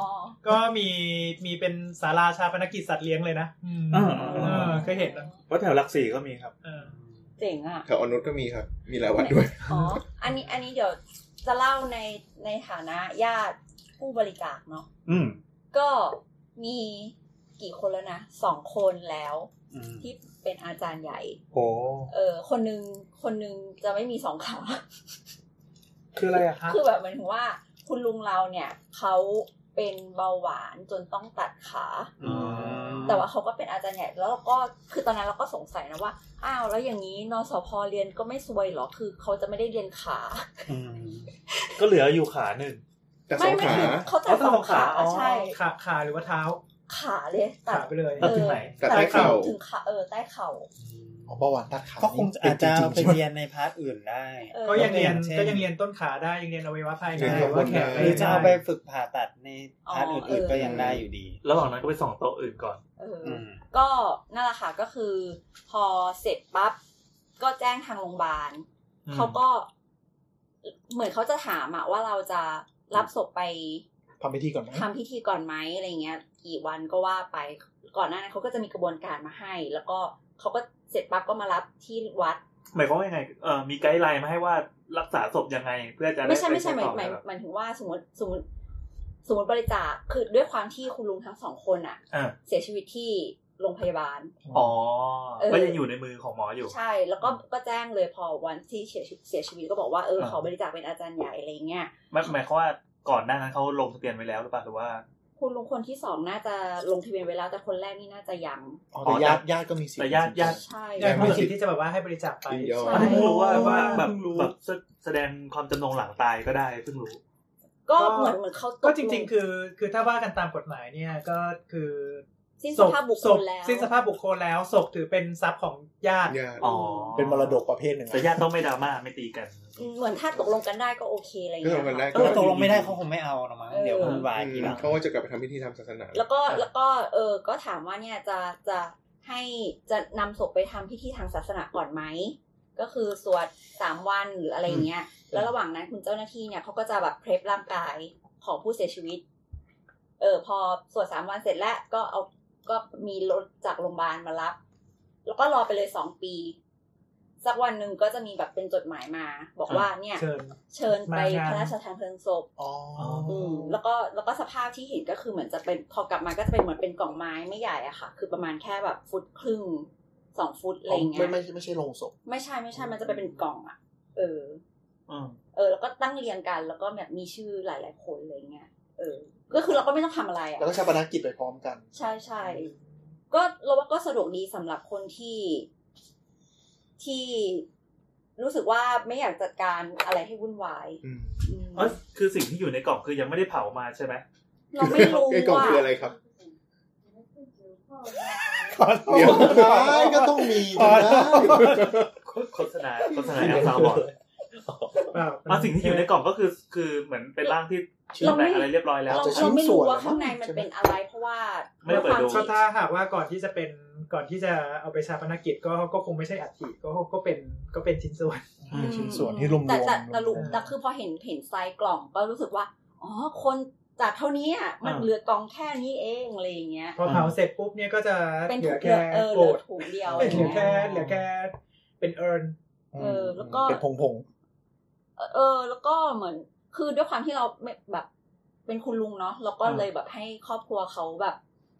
[SPEAKER 4] ก็มีมีเป็นศาลาชาปนกิจสัตว์เลี้ยงเลยนะอืม
[SPEAKER 11] อ่า
[SPEAKER 4] เออเคยเห็นนะ
[SPEAKER 11] วัดแถวหลักสี่ก็มีครับ
[SPEAKER 4] เออ
[SPEAKER 2] เจ๋งอ่ะ
[SPEAKER 6] แถวอนุชก็มีครับ มีหลายวัดด้วย
[SPEAKER 2] อ๋อ อันนี้อันนี้เดี๋ยวจะเล่าในในฐานะญาติผู้บริจาคเนาะ
[SPEAKER 11] อืม
[SPEAKER 2] ก็มีกี่คนแล้วนะสองคนแล้ว
[SPEAKER 3] อืม
[SPEAKER 2] ที่เป็นอาจารย์ใหญ่
[SPEAKER 11] โอ้
[SPEAKER 2] เออคนหนึ่งคนหนึ่งจะไม่มีสองขา
[SPEAKER 11] คืออะไรอะครับ
[SPEAKER 2] คือแบบหมายถึงว่าคุณลุงเราเนี่ยเขาเป็นเบาหวานจนต้องตัดขา
[SPEAKER 3] อืม
[SPEAKER 2] แต่ว่าเขาก็เป็นอาจารย์ใหญ่แล้วเราก็คือตอนนั้นเราก็สงสัยนะว่าอ้าวแล้วอย่างนี้นสพเรียนก็ไม่ซวยเหรอคือเขาจะไม่ได้เรียนขา
[SPEAKER 3] อืม
[SPEAKER 11] ก็เหลืออยู่ขาหนึ่ง
[SPEAKER 6] แต่ส
[SPEAKER 2] ไม่
[SPEAKER 6] อง
[SPEAKER 2] ไม่
[SPEAKER 6] ขา
[SPEAKER 2] คือเขาตัดสองขา
[SPEAKER 11] อ๋อ
[SPEAKER 2] ใช่
[SPEAKER 4] ขาขาหรือว่าเท้า
[SPEAKER 2] ขาเลยตั
[SPEAKER 4] ขา
[SPEAKER 2] ด
[SPEAKER 4] ไปเลย
[SPEAKER 11] ตัดถึงไหน
[SPEAKER 6] แต่ใต้เข่า
[SPEAKER 2] ถึงขาเออใต้เข่า
[SPEAKER 5] อ๋อประวัติตัดขา
[SPEAKER 3] ก็คงอาจจะเอา
[SPEAKER 5] น
[SPEAKER 3] ไป
[SPEAKER 5] ริงๆใช่หม
[SPEAKER 3] เรียนในพาร์ทอื่นได้
[SPEAKER 2] ออ
[SPEAKER 4] ก็ยังเรียน
[SPEAKER 3] เช่น
[SPEAKER 4] ก็ยังเรียนต้นขาได้ยังเรียนอวัยวะภายใน
[SPEAKER 6] เรียน
[SPEAKER 4] ห
[SPEAKER 6] ข้า
[SPEAKER 4] รือ
[SPEAKER 6] ง
[SPEAKER 4] บ ว่าน แขน
[SPEAKER 6] ได้
[SPEAKER 3] หรือจะเอาไปฝึกผ่าตัดในพาร์ทอื่นๆก็ยังได้อยู่ดี
[SPEAKER 11] ระหว่างนั้นก็ไปส่องโต๊ะอื่นก่อน
[SPEAKER 2] เอออ
[SPEAKER 3] อืม
[SPEAKER 2] ก็นั่นแหละค่ะก็คือพอเสร็จปั๊บก็แจ้งทางโรงพยาบาล
[SPEAKER 11] อืม
[SPEAKER 2] เขาก็เหมือนเขาจะถามอะว่าเราจะรับศพไป
[SPEAKER 5] ทำพิธีก่อนไหม
[SPEAKER 2] ทำพิธีก่อนไหมอะไรเงี้ย กี่วันก็ว่าไปก่อนหน้านั้นเขาก็จะมีกระบวนการมาให้ แล้วก็เขาก็เสร็จปั๊บก็มารับที่วัด
[SPEAKER 11] หมายความว่ายังไงเออมีไกด์ไลน์มาให้ว่ารักษาศพยังไง เพื่อจะด้
[SPEAKER 2] ไม่ใช่ไม่ใช่ห
[SPEAKER 11] ป
[SPEAKER 2] มาย
[SPEAKER 11] ต่อ
[SPEAKER 2] หมาย
[SPEAKER 11] แบบ
[SPEAKER 2] หมายถึงว่าสมมติสมมติสมมติบริจาคคือด้วยความที่คุณลุงทั้งสองคนอะ
[SPEAKER 11] อ่ะ
[SPEAKER 2] เสียชีวิตที่โรงพยาบาล
[SPEAKER 11] อ๋อ
[SPEAKER 2] เออ
[SPEAKER 11] ก็ยังอยู่ในมือของหมออยู่
[SPEAKER 2] ใช่ แล้วก็ก็แจ้งเลยพอวันที่เสียชีวิตเสียชีวิตก็บอกว่าเออ
[SPEAKER 11] อ่า
[SPEAKER 2] ขอบริจาคเป็นอาจารย์ใหญ่อะไรเงี้ย
[SPEAKER 11] ไม่หมายความว่าก่อนหน้านั้นเขาลงทะเบียนไว้แล้วหรือเปล่าหรือว่า
[SPEAKER 2] คุณลุงคนที่สองน่าจะลงทะเบียนไว้แล้ว แต่คนแรกนี่น่าจะยัง
[SPEAKER 5] อ๋อแต่ญาติญาติก็มีสิทธิ์
[SPEAKER 11] แต่ญาติญาติ
[SPEAKER 2] ใช่
[SPEAKER 4] ยังไม่สิทธิ์ที่จะแบบว่าให้บริจาคไป
[SPEAKER 6] ยินยอม
[SPEAKER 2] ใช่
[SPEAKER 11] เพิ่งรู้ว่าว่าแบบ
[SPEAKER 4] เพิ่งรู้
[SPEAKER 11] แบบแสแสดงความจำนงหลังตายก็ได้เพิ่งรู้
[SPEAKER 2] ก็เหมือนเหมือนเขาตลง
[SPEAKER 4] ก็จริง ๆ คือ คือถ้าว่ากันตามกฎหมายเนี่ยก็คือ
[SPEAKER 2] สิ้นสภาพบุคค
[SPEAKER 4] ศพ
[SPEAKER 2] ลแล้ว
[SPEAKER 4] สิ้นสภาพบุคคลแล้วศพถือเป็นทรัพย์ของญาติ
[SPEAKER 6] ญาติ
[SPEAKER 11] อ๋อ
[SPEAKER 5] เป็นมรดกประเภทหนึ่งอะ
[SPEAKER 11] แต่ญาติต้องไม่ดราม่าไม่ตีกัน
[SPEAKER 2] อืมเหมือนถ้าตกลงกันได้ก็โอเคอะไรเงี้
[SPEAKER 6] ก็ตกลงกันได้
[SPEAKER 2] ย
[SPEAKER 3] เออตกลงไม่ได้เขาคงไม่เอาหรอกมั้งเดี๋ยววุ่นวายทีหลัง
[SPEAKER 6] เขาก็จะกลับไปทำพิธีทางศาสนา
[SPEAKER 2] แล้วก็แล้วก็เออก็ถามว่าเนี่ยจะจะให้จะนำศพไปทำพิธีทางศาสนาก่อนไหมก็คือสวดสามวันหรืออะไรเงี้ย แล้วระหว่างนั้นคุณเจ้าหน้าที่เนี่ยเขาก็จะแบบเพลฟร่างกายของผู้เสียชีวิต เออ พอสวดสามวันเสร็จแล้วก็เอาก็มีรถจากโรงพยาบาลมารับ แล้วก็รอไปเลยสองปี สักวันหนึ่งก็จะมีแบบเป็นจดหมายมา บอกว่าเนี่ย
[SPEAKER 4] เชิญ
[SPEAKER 2] เชิญไป
[SPEAKER 4] มางาน
[SPEAKER 2] พระราชทานเพลิงศพ
[SPEAKER 5] อ๋อ
[SPEAKER 2] อืมแล้วก็แล้วก็สภาพที่เห็นก็คือเหมือนจะเป็นพอกลับมาก็จะเป็นเหมือนเป็นกล่องไม้ไม่ใหญ่อะค่ะ คือประมาณแค่แบบฟุตครึ่งสองฟุตอะไรอย่างเงี้
[SPEAKER 5] ไม่
[SPEAKER 2] ย
[SPEAKER 5] ไม่ไม่ใช่โรงศพ
[SPEAKER 2] ไม่ใช่ไม่ใช่มันจะไปเป็นกล่องอะเออ
[SPEAKER 5] อืม
[SPEAKER 2] เออ แล้วก็ตั้งเรียงกันแล้วก็แบบมีชื่อหลาย ๆ คนอะไรเงี้ยเออ ก็คือเราก็ไม่ต้องทำอะไรอะ
[SPEAKER 5] แล้วก็ชาปนกิจไปพร้อมกัน
[SPEAKER 2] ใช่ใช่ก็เราว่าก็สะดวกดีสำหรับคนที่ที่รู้สึกว่าไม่อยากจัดการอะไรให้วุ่นวาย
[SPEAKER 6] อืม
[SPEAKER 2] อืม
[SPEAKER 11] อ๋อคือสิ่งที่อยู่ในกล่องคือยังไม่ได้เผามาใช่ไหม
[SPEAKER 2] เราไม่รู้
[SPEAKER 6] ไอ้กล่อง
[SPEAKER 2] ว่า
[SPEAKER 6] คืออะไรครับ
[SPEAKER 5] เดี๋ยวได้ก็ต้องมีนะ
[SPEAKER 11] โฆษณาโฆษณาแอปซาวบอร์ด
[SPEAKER 4] เปล่า
[SPEAKER 11] มาสิ่งที่อยู่ในกล่องก็คือคือเหมือนเป็นร่างที่ชื่อ
[SPEAKER 2] เรา
[SPEAKER 11] แป
[SPEAKER 2] ไม่
[SPEAKER 11] อะไรเรียบร้อยแล้ว
[SPEAKER 2] เราเราไม่รู้ว่าข้างในมันเป็นอะไรเพราะว่า
[SPEAKER 11] ไม่เปิด
[SPEAKER 2] ด้วยควา
[SPEAKER 4] ก็
[SPEAKER 11] ดู
[SPEAKER 2] มที่
[SPEAKER 4] ถ้าหากว่าก่อนที่จะเป็นก่อนที่จะเอาไปชาปนกิจก็ก็คงไม่ใช่อัฐิก็ก็เป็นก็เป็นชิ้นส่วน
[SPEAKER 2] อืม
[SPEAKER 12] ชิ้นส่วนที่รวมๆ
[SPEAKER 2] แต่แต่แต่รู้
[SPEAKER 4] รวมๆ
[SPEAKER 2] แต่คือพอเห็นเห็นไซส์กล่องก็รู้สึกว่าอ๋อคนจากเท่านี้อ่ะมัน
[SPEAKER 11] อ่า
[SPEAKER 2] เหลือกล่องแค่นี้เองอะไรอย่างเงี้ย
[SPEAKER 4] พอเผาเสร็จปุ๊บเนี่ยก็จะ
[SPEAKER 2] เป็น
[SPEAKER 4] เหลื
[SPEAKER 2] ถุ
[SPEAKER 4] อง
[SPEAKER 2] เดี
[SPEAKER 4] แค่
[SPEAKER 2] ยวเออ
[SPEAKER 4] โก
[SPEAKER 2] เหลื
[SPEAKER 4] ร
[SPEAKER 2] อ
[SPEAKER 4] ธ
[SPEAKER 2] ถุงเดียว
[SPEAKER 4] เหลือแค่
[SPEAKER 2] เงี้ย
[SPEAKER 4] เหลือแค่เป็นเอิร์น
[SPEAKER 2] เออแล้วก็
[SPEAKER 5] เป็นพงพง
[SPEAKER 2] เออ แล้วก็เหมือนคือด้วยความที่เราไม่แบบเป็นคุณลุงเนาะเราก็เลยแบบให้ครอบครัวเขาแบบ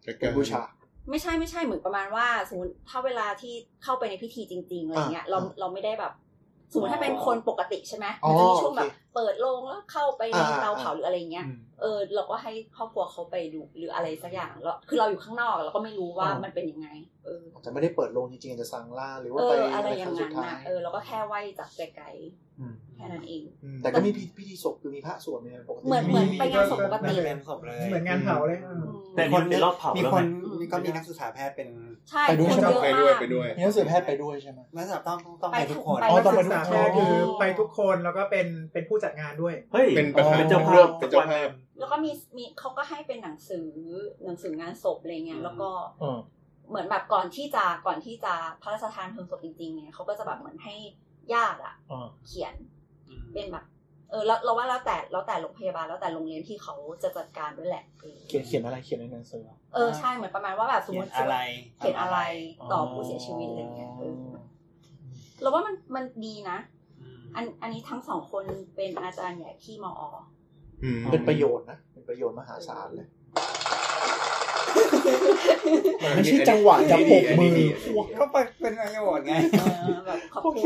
[SPEAKER 6] จาก
[SPEAKER 5] ๆ
[SPEAKER 6] กา
[SPEAKER 5] เป็น
[SPEAKER 6] ร
[SPEAKER 5] บูชา
[SPEAKER 2] ไม่ใช่ไม่ใช่เหมือนประมาณว่าสมมติถ้าเวลาที่เข้าไปในพิธีจริงๆอะไรเงี้ยเรา
[SPEAKER 5] อ่า
[SPEAKER 2] เราไม่ได้แบบสมมติถ้าเป็นคนปกติใช่ไหม
[SPEAKER 5] อ๋อน
[SPEAKER 2] มัจะมีช่วงแบบ
[SPEAKER 5] โอเค
[SPEAKER 2] เปิดโลงแล้วเข้าไปใน
[SPEAKER 5] อ่า
[SPEAKER 2] เตา
[SPEAKER 5] อ่า
[SPEAKER 2] เผาหรืออะไรเงี้ยเออเราก็ให้ครอบครัวเขาไปดูหรืออะไรสักอย่างแล้วคือเราอยู่ข้างนอกเราก็ไม่รู้ว่ามันเป็นยังไง เออ
[SPEAKER 5] อาจจะไม่ได้เปิดโรงจริงๆอาจจะสั่งล่าหรือว่า
[SPEAKER 2] เอ
[SPEAKER 5] ไป
[SPEAKER 2] ออะไร
[SPEAKER 5] ค
[SPEAKER 2] อย่า
[SPEAKER 5] รั้
[SPEAKER 2] ง
[SPEAKER 5] งสุ
[SPEAKER 2] นั้
[SPEAKER 5] ด
[SPEAKER 2] น
[SPEAKER 5] ท้า
[SPEAKER 2] นะ
[SPEAKER 5] ย
[SPEAKER 2] เออเราก็แค่ไหว้จากไกลๆแค่นั้นเอง
[SPEAKER 6] อืม
[SPEAKER 5] แต่ก็มีพิพิธีศพคือมีพระสวดในปกติ
[SPEAKER 2] เหมือนเหมือนไปงานศพปกติ
[SPEAKER 3] เป็นศพเลย
[SPEAKER 4] เหมือนงานเผาเลย
[SPEAKER 2] อืม
[SPEAKER 11] แต่อันนี้มันเป็นรอบเผา
[SPEAKER 3] มี
[SPEAKER 11] แล้ว
[SPEAKER 3] คน
[SPEAKER 11] ไง
[SPEAKER 3] มีก็มีนักศึกษาแพทย์เป็น
[SPEAKER 2] ใช่
[SPEAKER 5] ไปด้วย
[SPEAKER 2] คน
[SPEAKER 5] ใช่ไหม
[SPEAKER 2] เยอะมา
[SPEAKER 6] ไปด้วย
[SPEAKER 2] ก
[SPEAKER 6] ไปด้วย
[SPEAKER 5] นี่หนังสือแพทย์ไปด้วยใช่ไหม
[SPEAKER 3] นักศึกษาต้องต้องไปทุกคน
[SPEAKER 2] ไป
[SPEAKER 4] อ๋อ
[SPEAKER 5] ต้
[SPEAKER 4] ต้
[SPEAKER 5] อ
[SPEAKER 4] อ
[SPEAKER 5] ไป
[SPEAKER 4] ง งเป็น
[SPEAKER 5] ทุก
[SPEAKER 4] สา
[SPEAKER 5] คน
[SPEAKER 4] แพทย์คือไปทุกคนแล้วก็เป็นเป็นผู้จัดงานด้วย
[SPEAKER 11] เฮ้ย
[SPEAKER 6] เป็นประธาน
[SPEAKER 11] เป็นเจ้าภาพ
[SPEAKER 6] เป็น
[SPEAKER 11] ทุก
[SPEAKER 6] เจ้า
[SPEAKER 11] วัน
[SPEAKER 6] ภาพ
[SPEAKER 2] แล้วก็มีมีเขาก็ให้เป็นหนังสือหนังสืองานศพอะไรเงี้ยแล้วก็
[SPEAKER 5] อืม
[SPEAKER 2] เหมือนแบบก่อนที่จะก่อนที่จะพระราชทานเพลิงศพจริงๆเนี่ยเขาก็จะแบบเหมือนให้ญาติอะ
[SPEAKER 5] อ๋อ
[SPEAKER 2] เขียน
[SPEAKER 3] อืม
[SPEAKER 2] เป็นแบบเออแล้วเราว่าแล้วแต่แล้วแต่โรงพยาบาลแล้วแต่โรงเรียนที่เขาจะจัดการด้วยแหละเออ
[SPEAKER 5] เขียนเขียนอะไรเขียนในหนังสือเหรอ
[SPEAKER 2] เออใช่เหมือนประมาณว่าแบบสม
[SPEAKER 3] เขี
[SPEAKER 2] ม
[SPEAKER 3] ยน
[SPEAKER 2] ติ
[SPEAKER 3] อะไร
[SPEAKER 2] เขียนอะไรต่อผู้เสียชีวิตอะไรเงี้ยเออเราว่ามันมันดีนะ
[SPEAKER 3] อืม
[SPEAKER 2] อันอันนี้ทั้งสองคนเป็นอาจารย์ใหญ่ที่มอ
[SPEAKER 6] อืม
[SPEAKER 5] เป็นประโยชน์นะเป็นประโยชน์มหาศาลเลย ไม่ใช่จังหวะจะปรบมือ
[SPEAKER 3] ก็ไปเป็นประโยชน์ไง
[SPEAKER 2] เออแบบขอบ
[SPEAKER 5] โอ
[SPEAKER 2] คุ
[SPEAKER 5] เค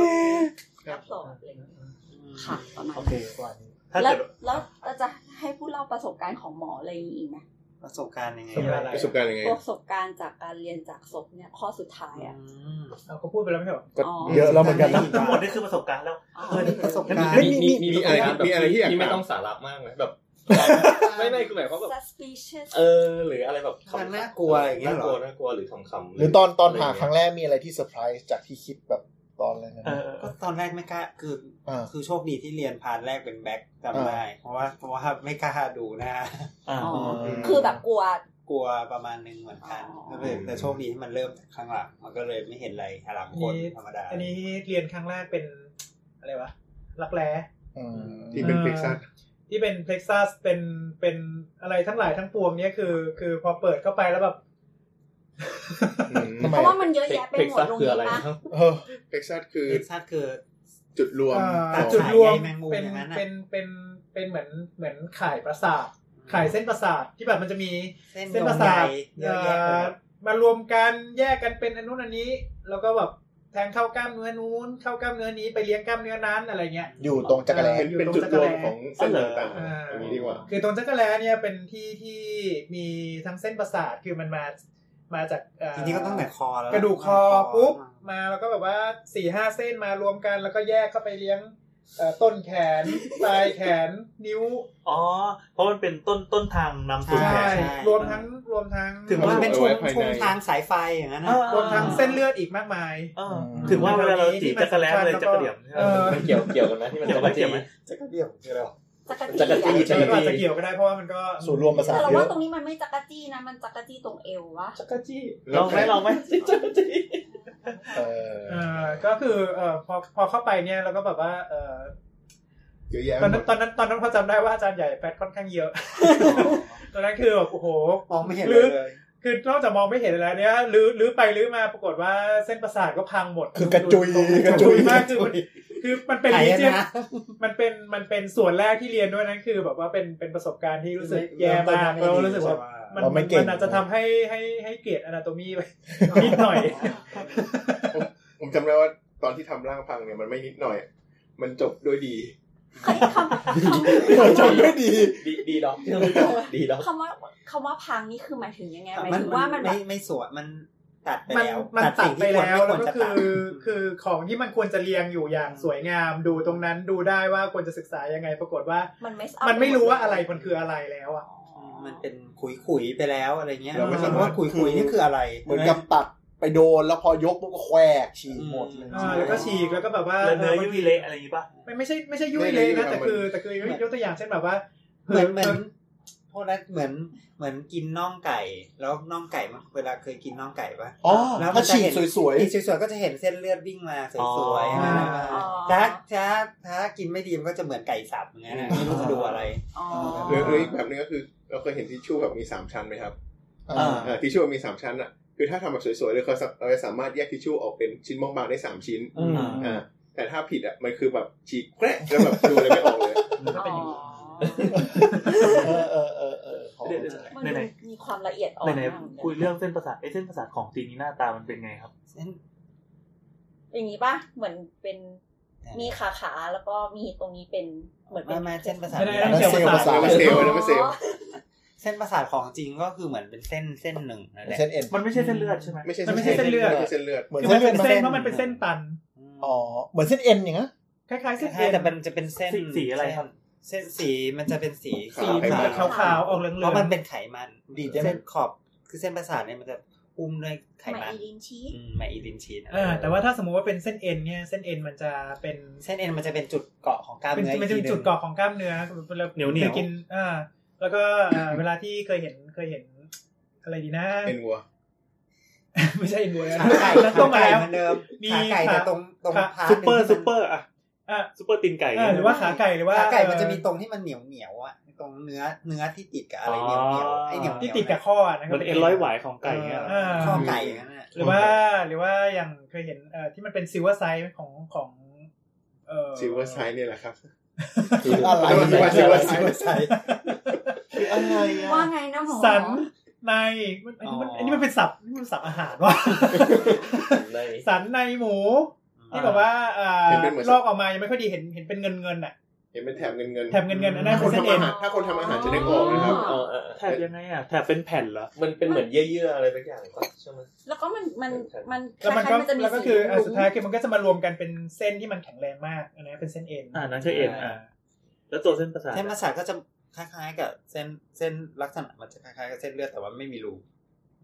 [SPEAKER 2] ณรับสอนอะไรอย่างเงี้ยค่ะประมาณ
[SPEAKER 11] โอเค
[SPEAKER 2] นี้
[SPEAKER 5] กว่านี้
[SPEAKER 11] ถ้า
[SPEAKER 2] แล้ว
[SPEAKER 11] เกิด
[SPEAKER 2] แล้วเราจะให้ผู้เล่าประสบการณ์ของหมออะไรอย่างนี้อีกไหม
[SPEAKER 3] ประสบการณ์ยังไง
[SPEAKER 4] ประสบการณ์
[SPEAKER 6] ประสบการณ์ยังไง
[SPEAKER 2] ประสบการณ์จากการเรียนจากศพเนี่ยข้อสุดท้ายอ่ะ
[SPEAKER 3] อืม
[SPEAKER 4] เอาเขาพูดไปแล้วไม่ใช่เหรอ
[SPEAKER 5] ก็
[SPEAKER 2] อ๋อ
[SPEAKER 5] เยอะแล้วเหมือนกันนะ
[SPEAKER 11] ทั้งหมดนี่คือประสบการณ์แล้ว
[SPEAKER 2] อ๋อ
[SPEAKER 3] เออนี่ประสบการณ์
[SPEAKER 7] มี
[SPEAKER 6] มีมีอะไรมีอะไรที่อยาก
[SPEAKER 7] ไม่ต้องสาระมากนะ แบบ ไม่ไม่คือหมายความแบบ
[SPEAKER 2] suspicious
[SPEAKER 7] เออ หรืออะไรแบบ
[SPEAKER 3] มันน่ากลัวอย่างเงี้ยเหรอ
[SPEAKER 7] น่ากลัวน่ากลัวหรือขำๆ
[SPEAKER 5] หรือตอนตอนผ่าครั้งแรกมีอะไรที่เซอร์ไพรส์จากที่คิดแบบตอนอะไรนะ
[SPEAKER 11] เออ
[SPEAKER 3] ก็ตอนแรกไม่กล้าคือ
[SPEAKER 5] อ่า
[SPEAKER 3] คือโชคดีที่เรียนพาร์ทแรกเป็นแบ็คจำ
[SPEAKER 5] อ่า
[SPEAKER 3] ได้ เพราะว่าเพราะว่าไม่กล้าดูหนะ
[SPEAKER 11] อ่า
[SPEAKER 2] อ๋ออ
[SPEAKER 6] ม
[SPEAKER 2] คือแบบกลัว
[SPEAKER 3] กลัวประมาณนึงเหมือนกัน
[SPEAKER 2] อ๋อ
[SPEAKER 3] ก็เลยแต่โชคดีที่มันเริ่มจากข้างหลังมันก็เลยไม่เห็นอะไรหลังคนธรรมดา
[SPEAKER 4] อันนี้เรียนครั้งแรกเป็นอะไรวะรักแร้
[SPEAKER 5] อืม
[SPEAKER 6] ที่เป็นพิกซัส
[SPEAKER 4] ที่เป็นเท็กซัสเป็นเป็นอะไรทั้งหลายทั้งปวงเนี่ยคือ คือพอเปิดเข้าไปแล้วแบบ
[SPEAKER 5] ทำไม
[SPEAKER 2] เพราะ
[SPEAKER 5] อ่ะ
[SPEAKER 2] ว่ามันเยอะแยะไป
[SPEAKER 7] เพ็ก
[SPEAKER 2] หมด
[SPEAKER 7] ซัส
[SPEAKER 2] โรง
[SPEAKER 7] คื
[SPEAKER 2] เรี
[SPEAKER 7] อ
[SPEAKER 2] ย
[SPEAKER 7] อะ
[SPEAKER 2] น
[SPEAKER 7] ไร
[SPEAKER 2] ปะ
[SPEAKER 7] ครับ
[SPEAKER 5] เออ
[SPEAKER 6] พิกซัสคือ
[SPEAKER 3] เท็กซัสคือ
[SPEAKER 6] จุดรวม
[SPEAKER 4] เอ่อ
[SPEAKER 6] ของ
[SPEAKER 4] จุดรวม
[SPEAKER 3] ขายใยแมงมุม
[SPEAKER 4] เป็น
[SPEAKER 3] อย่างนั้นอะ
[SPEAKER 4] เป็นเป็นเป็นเหมือนเหมือนข่ายประสาทข่ายเส้นประสาทที่แบบมันจะมี
[SPEAKER 3] เส้น
[SPEAKER 4] ป
[SPEAKER 3] ประ ระ
[SPEAKER 4] สา
[SPEAKER 3] สา
[SPEAKER 4] ท
[SPEAKER 3] ทเยอะแยะไปหมด
[SPEAKER 4] เอ่อมารวมกันแยกกันเป็นอันนู้นอันนี้ แล้วก็แบบแทงเข้ากล้ามเนื้อนู้น เข้ากล้ามเนื้อนี้ไปเลี้ยงกล้ามเนื้อนั้นอะไรเงี้ย
[SPEAKER 5] อยู่ตรงจักรแล
[SPEAKER 6] เป็น
[SPEAKER 4] อยู่
[SPEAKER 6] เป็น
[SPEAKER 4] ตรง
[SPEAKER 6] จุดรวม
[SPEAKER 4] จักรแล
[SPEAKER 6] ของเส้น
[SPEAKER 11] อ๋อเหรอ
[SPEAKER 6] ต่างๆ
[SPEAKER 4] อ่า
[SPEAKER 6] อย่างนี้ดีกว่า
[SPEAKER 4] คือตรงจักรแลเนี่ยเป็นที่ที่มีทั้งเส้นประสาทคือมันมามาจากเอ่อ
[SPEAKER 3] ทีนี้ก็ตั้งแต่คอแล้ว
[SPEAKER 4] กระดูกคอปุ๊บมาแล้วก็แบบว่าสี่ห้าเส้นมารวมกันแล้วก็แยกเข้าไปเลี้ยงเอ่อต้นแขน ปลายแขนนิ้ว
[SPEAKER 11] อ๋อ เพราะมันเป็นต้นต้นทางนำสู่
[SPEAKER 3] ใช่
[SPEAKER 11] แผล
[SPEAKER 4] รวมทั้งรวมทั้ง
[SPEAKER 11] ถึง
[SPEAKER 3] มันเป็นชง
[SPEAKER 6] เอาไว้ภายใน
[SPEAKER 3] ชงทางสายไฟอย่างนั้นนะ
[SPEAKER 11] เออ
[SPEAKER 4] รวมทั้งเส้นเลือดอีกมากมาย
[SPEAKER 11] เออถึงว่าเวลาเราจีบจักรแล้เลยจักรเดี่ยมใช่ไหม
[SPEAKER 4] เออ
[SPEAKER 7] มันเกี่ยวเกี่ยวกันนะที่มัน
[SPEAKER 11] เกี่ยวไหมเกี่ยวไหม
[SPEAKER 3] จะกระเดี่ยวเกี่ยวหรอ
[SPEAKER 2] จักร
[SPEAKER 7] จักร
[SPEAKER 2] จี้
[SPEAKER 7] จี้
[SPEAKER 2] อะ
[SPEAKER 4] จะ
[SPEAKER 7] จักร
[SPEAKER 4] อาจ
[SPEAKER 7] จี้
[SPEAKER 4] จะเกี่ยวก็ได้เพราะว่ามันก็
[SPEAKER 5] ศูนย์รวมประสาท
[SPEAKER 2] แต่เรา
[SPEAKER 5] เย
[SPEAKER 2] ว่า
[SPEAKER 5] อะ
[SPEAKER 2] ตรงนี้มันไม่จักรจี้นะ มันจักรจี้ตรงเอววะ
[SPEAKER 7] จักรจี้
[SPEAKER 11] ลองไหมลองไหมจักรจี้
[SPEAKER 5] เออ
[SPEAKER 4] เอ่อก็คือเอ่อพอพอเข้าไปเนี่ยเราก็แบบว่าเอ่อ
[SPEAKER 6] จ เยอะแยะ
[SPEAKER 4] ตอนนั้นตอนนั้นตอนนั้นพอจำได้ว่าอาจารย์ใหญ่แฟตค่อนข้างเยอะ ตอนนั้นคือแบบโอ้โห
[SPEAKER 3] มองไม่เห็น
[SPEAKER 4] หรื
[SPEAKER 3] เล
[SPEAKER 4] อ
[SPEAKER 3] ย
[SPEAKER 4] คือนอกจากมองไม่เห็นแล้วเนี่ยลื้อลื้อไปลื้อมาปรากฏว่าเส้นประสาทก็พังหมด
[SPEAKER 5] คือกระจุย
[SPEAKER 4] ก
[SPEAKER 5] ก
[SPEAKER 4] ระ
[SPEAKER 5] ระจุ
[SPEAKER 4] จุย
[SPEAKER 5] ย
[SPEAKER 4] มากคือมันคือมันเป็น
[SPEAKER 3] หาย
[SPEAKER 4] รีเจน
[SPEAKER 3] นะ
[SPEAKER 4] มันเป็นมันเป็นส่วนแรกที่เรียนด้วยนั้นคือแบบว่าเป็นเป็นประสบการณ์ที่รู้สึกแย่มากแล้วรู้สึกว่า มัน
[SPEAKER 5] เราไม่เก่ง
[SPEAKER 4] มันอาจจะทำให้ให้ให้เกรดอนาโตมีไปนิดหน่อย
[SPEAKER 6] ผมจำได้ว่าตอนที่ทำร่างพังเนี่ยมันไม่นิดหน่อย มันจบด้วยดี
[SPEAKER 2] คำค
[SPEAKER 5] จำไม่ดี
[SPEAKER 7] ดีดีดอกดีดอก
[SPEAKER 2] ำคำว่าคำว่าพังนี่คือหมายถึงยังไงหมาย
[SPEAKER 3] มัน
[SPEAKER 2] ถึงว่ามันแบ
[SPEAKER 3] ไม่
[SPEAKER 2] บ
[SPEAKER 3] ไม่สวยมันตัดไป
[SPEAKER 4] มัน
[SPEAKER 3] แล้ว
[SPEAKER 4] มันตัดไปแล้วแล้วก็
[SPEAKER 3] สิ่งที่รไม่รจะ
[SPEAKER 4] คื
[SPEAKER 3] ตัด
[SPEAKER 4] อคือของที่มันควรจะเรียงอยู่อย่างสวยงาม ดูตรงนั้นดูได้ว่าควรจะศึกษายังไง ปรากฏว่า
[SPEAKER 2] มันไม่
[SPEAKER 4] มันไม่รู้ว่าอะไรมันคืออะไรแล้วอ่ะ
[SPEAKER 3] มันเป็นขุยขุยๆไปแล้วอะไรเงี้ย
[SPEAKER 6] เราไม่สามารถ
[SPEAKER 3] ว่าขุยขุยๆนี่คืออะไร
[SPEAKER 5] เหมือนกับตัดไปโดนแล้วพอยกปุ๊บก็แควกฉีกหมดเลย
[SPEAKER 4] อ่าแล้วก็ฉีกแล้วก็แบบว่า
[SPEAKER 11] เนื้อ
[SPEAKER 4] ออ
[SPEAKER 11] ยุ่ยเละอะไรอย่างงี้ป่ะ
[SPEAKER 4] มันไม่ไม่ใช่ไม่ใช่ยุ่ยเละนะแต่คือแต่คือยกตัวอย่างเช่นแบบว่า
[SPEAKER 3] เหมือนเหมือนพวกนั้นเหมือนเหมือนกินน่องไก่ แล้วน่องไก่มันเวลาเคยกินน่องไก่ปะ
[SPEAKER 5] อ๋อ
[SPEAKER 3] แล้ว
[SPEAKER 5] ถ้า
[SPEAKER 3] มั
[SPEAKER 5] น
[SPEAKER 3] จะ
[SPEAKER 5] ฉี
[SPEAKER 3] เห็
[SPEAKER 5] ก
[SPEAKER 3] น
[SPEAKER 5] สวย
[SPEAKER 3] อีกสวยๆก็จะเห็นเส้นเลือดวิ่งมาสวยๆ
[SPEAKER 11] อ๋อ
[SPEAKER 3] นะ
[SPEAKER 2] อ๋อ
[SPEAKER 3] ถ้าถ้าถ้ากินไม่ดีมันก็จะเหมือนไก่สับอย่างเงี้ยนะไม่รู้จะดูอะไร
[SPEAKER 2] อ๋อ
[SPEAKER 6] หรือหรืออีกแบบนึงก็คือ เราเคยเห็นทิชชู่แบบมีสามชั้นไหมครับ
[SPEAKER 5] ๆ
[SPEAKER 3] อ่า
[SPEAKER 5] อ่า
[SPEAKER 6] อ่าทิชชู่มีสามชั้นอ่ะคือถ้าทำแบบสวยๆเลยเขาเราจะสามารถแยกทิชชู่ออกเป็นชิ้นบางๆได้สามชิ้น
[SPEAKER 3] อืม
[SPEAKER 6] อ่าแต่ถ้าผิดอ่ะมันคือแบบฉีกแกรกแล้วแบบดูอะไรไม่ออกเลย
[SPEAKER 2] อ๋อ
[SPEAKER 5] เออเออเออเออของ
[SPEAKER 11] เดี๋ยว
[SPEAKER 2] มัน
[SPEAKER 11] ไหน
[SPEAKER 2] มีความละเอียดอ่อน
[SPEAKER 11] ไหน
[SPEAKER 2] มากเหมือนกัน
[SPEAKER 11] คุยเรื่องเส้นประสาทไอ้เส้นประสาทของจริงนี่หน้าตามันเป็นไงครับ
[SPEAKER 3] เส้น
[SPEAKER 2] อย่างนี้ป่ะเหมือนเป็นมีขาขาๆแล้วก็มีตรงนี้เป็นเหมือนเป็
[SPEAKER 3] ไม่
[SPEAKER 2] น
[SPEAKER 3] ไม่เส้นประสาท
[SPEAKER 4] ไม่ได้
[SPEAKER 3] ไม่
[SPEAKER 4] นะ
[SPEAKER 3] ได้
[SPEAKER 4] เซลล์ประสาท
[SPEAKER 6] ไม่เซลล์ไม่เซลล์
[SPEAKER 3] เส้นประสาทของจริงก็คือเหมือนเป็นเส้นเส้นหนึ่งนั่นแหละ
[SPEAKER 5] เส้นเอ็น
[SPEAKER 11] มันไม่ใช่เส้นเลือดใช่ไหม
[SPEAKER 6] ไม่ใช่
[SPEAKER 4] มันไม่ใช่เส้นเลือด
[SPEAKER 6] ไม่ใช่เส้นเลือด
[SPEAKER 5] เหมือน
[SPEAKER 4] คือ
[SPEAKER 5] เส้น
[SPEAKER 4] มัน
[SPEAKER 5] เลือ
[SPEAKER 4] เป็
[SPEAKER 5] ดมัน
[SPEAKER 4] นเส้นเพราะมันเป็นเส้นตัน
[SPEAKER 5] อ๋อเหมือนเส้นเอ็นอย่างนั้น
[SPEAKER 4] คล้ายๆเส้น
[SPEAKER 3] ใช่
[SPEAKER 4] เอ็น
[SPEAKER 3] แต่มันจะเป็นเส้น
[SPEAKER 11] สีสีอะไรครับ
[SPEAKER 3] เส้นสีมันจะเป็นสี
[SPEAKER 4] สี
[SPEAKER 3] ขาว
[SPEAKER 4] ขาวๆออกเหลืองๆ
[SPEAKER 3] เพราะมันเป็นไขมัน
[SPEAKER 5] ดีด
[SPEAKER 3] เส้
[SPEAKER 5] เส้
[SPEAKER 3] น
[SPEAKER 5] น
[SPEAKER 3] ขอบคือเส้นประสาทเนี่ยมันจะหุ้มด้วยไขมัน
[SPEAKER 2] ไมลินชีส
[SPEAKER 3] อืมไมอีลินชีน
[SPEAKER 4] อ่าแต่ว่าถ้าสมมุติว่าเป็นเส้นเอ็นเนี่ยเส้นเอ็นมันจะเป็น
[SPEAKER 3] เส้นเอ็นมันจะเป็นจุดเกาะของกล้าม
[SPEAKER 4] เป็น
[SPEAKER 3] เนื้ออีก
[SPEAKER 4] มันจะ
[SPEAKER 3] ที
[SPEAKER 4] เป็
[SPEAKER 3] ห
[SPEAKER 4] น
[SPEAKER 3] นึ
[SPEAKER 4] จุด
[SPEAKER 3] ง
[SPEAKER 4] เกาะของกล้ามเนื้อเรา
[SPEAKER 11] เหนียวเหนียว
[SPEAKER 4] กินอ่าแล้วก็อ่าเวลาที่เคยเห็นเคยเห็นอะไรดีนะ
[SPEAKER 6] เอ็นวัว
[SPEAKER 4] ไม่ใช่เอ็นบัวนะ
[SPEAKER 3] ขาไก่
[SPEAKER 4] นั่นต้ม
[SPEAKER 3] ขา
[SPEAKER 4] มา
[SPEAKER 3] ไก่
[SPEAKER 4] แล้ว
[SPEAKER 3] เหมือนเดิม
[SPEAKER 4] มี
[SPEAKER 3] ขาไก่แต่ตรงตรง
[SPEAKER 4] ขา
[SPEAKER 3] พาร์ท
[SPEAKER 11] ซูเปอ
[SPEAKER 3] ห
[SPEAKER 11] ร์
[SPEAKER 3] นึ่ง
[SPEAKER 11] ซูเปอร์อะ
[SPEAKER 4] อ่า
[SPEAKER 11] ซูเปอร์ตีนไก่
[SPEAKER 4] เออหรือว่าขาไก่หรือว่า
[SPEAKER 3] ขาไก่มัน
[SPEAKER 4] เอ่อ
[SPEAKER 3] จะมีตรงที่มันเหนียวเหนียวๆอ่ะตรงเนื้อเนื้อที่ติดกับอะไรเหนียวเหนียวๆไอเหนียวๆ
[SPEAKER 4] ที่ติดกับข้อนะค
[SPEAKER 11] เห
[SPEAKER 4] รั
[SPEAKER 11] มือนเอ็นร้อยหวายของไก่เงี้ย
[SPEAKER 4] เออ
[SPEAKER 3] ข้อไก่อย่างนั้นน่ะ
[SPEAKER 4] หรือว่าหรือว่าอย่างเคยเห็นเอ่อที่มันเป็นซิลเวอร์ไซส์ของของเอ่อ
[SPEAKER 6] ซิลเวอร์ไซด์เนี่ยแหละครับ
[SPEAKER 5] อะไร
[SPEAKER 6] เส้นเอ็น
[SPEAKER 5] เส้นเอ็น
[SPEAKER 6] คืออะไร
[SPEAKER 2] ว่าไงนะหมอ
[SPEAKER 4] สันในมันอันนี้มันอันนี้มันเป็นสับนี่มันสับอาหารว่ะ
[SPEAKER 7] ใน
[SPEAKER 4] สันในหมูที่แบบว่าเอ่อลอกออกมายังไม่ค่อยดีเห็นเห็นเป็นเงินเงินอ่ะ
[SPEAKER 6] เห็นเป็นแถบเงินเงิน
[SPEAKER 4] แถมเงินเงินอันนั้คื
[SPEAKER 6] ถ้าน ค
[SPEAKER 4] อน เส้น
[SPEAKER 6] ทำ
[SPEAKER 4] เอ็
[SPEAKER 6] อาน หารถ้าคนทำอาหารจะได้ออกนะครับ
[SPEAKER 7] เออเออเออ
[SPEAKER 11] แถบยังไงอ่ะแถบเป็นแผ่นเหรอ
[SPEAKER 7] มันเป็นเหมือนเยื่อๆอะไรสักอย่างปะใช่ไหม
[SPEAKER 2] แล้วก็มันมันมัน
[SPEAKER 4] แล้วมัน
[SPEAKER 2] ค
[SPEAKER 4] ก็
[SPEAKER 2] ล้ายๆจะมี
[SPEAKER 4] แล้วก็คืออ่ะ
[SPEAKER 2] หลุม
[SPEAKER 4] สุดท้ายคือมันก็จะมารวมกันเป็นเส้นที่มันแข็งแรงมากอันนี้เป็นเส้นเอ็น
[SPEAKER 11] อ่านั่นคือเอ็นอ่าแล้วตัวเส้นประสาท
[SPEAKER 3] เส้นประสาทก็จะคล้ายๆ กับเส้นเส้นลักษณะมันจะคล้ายๆกับเส้นเลือดแต่ว่าไม่มีรู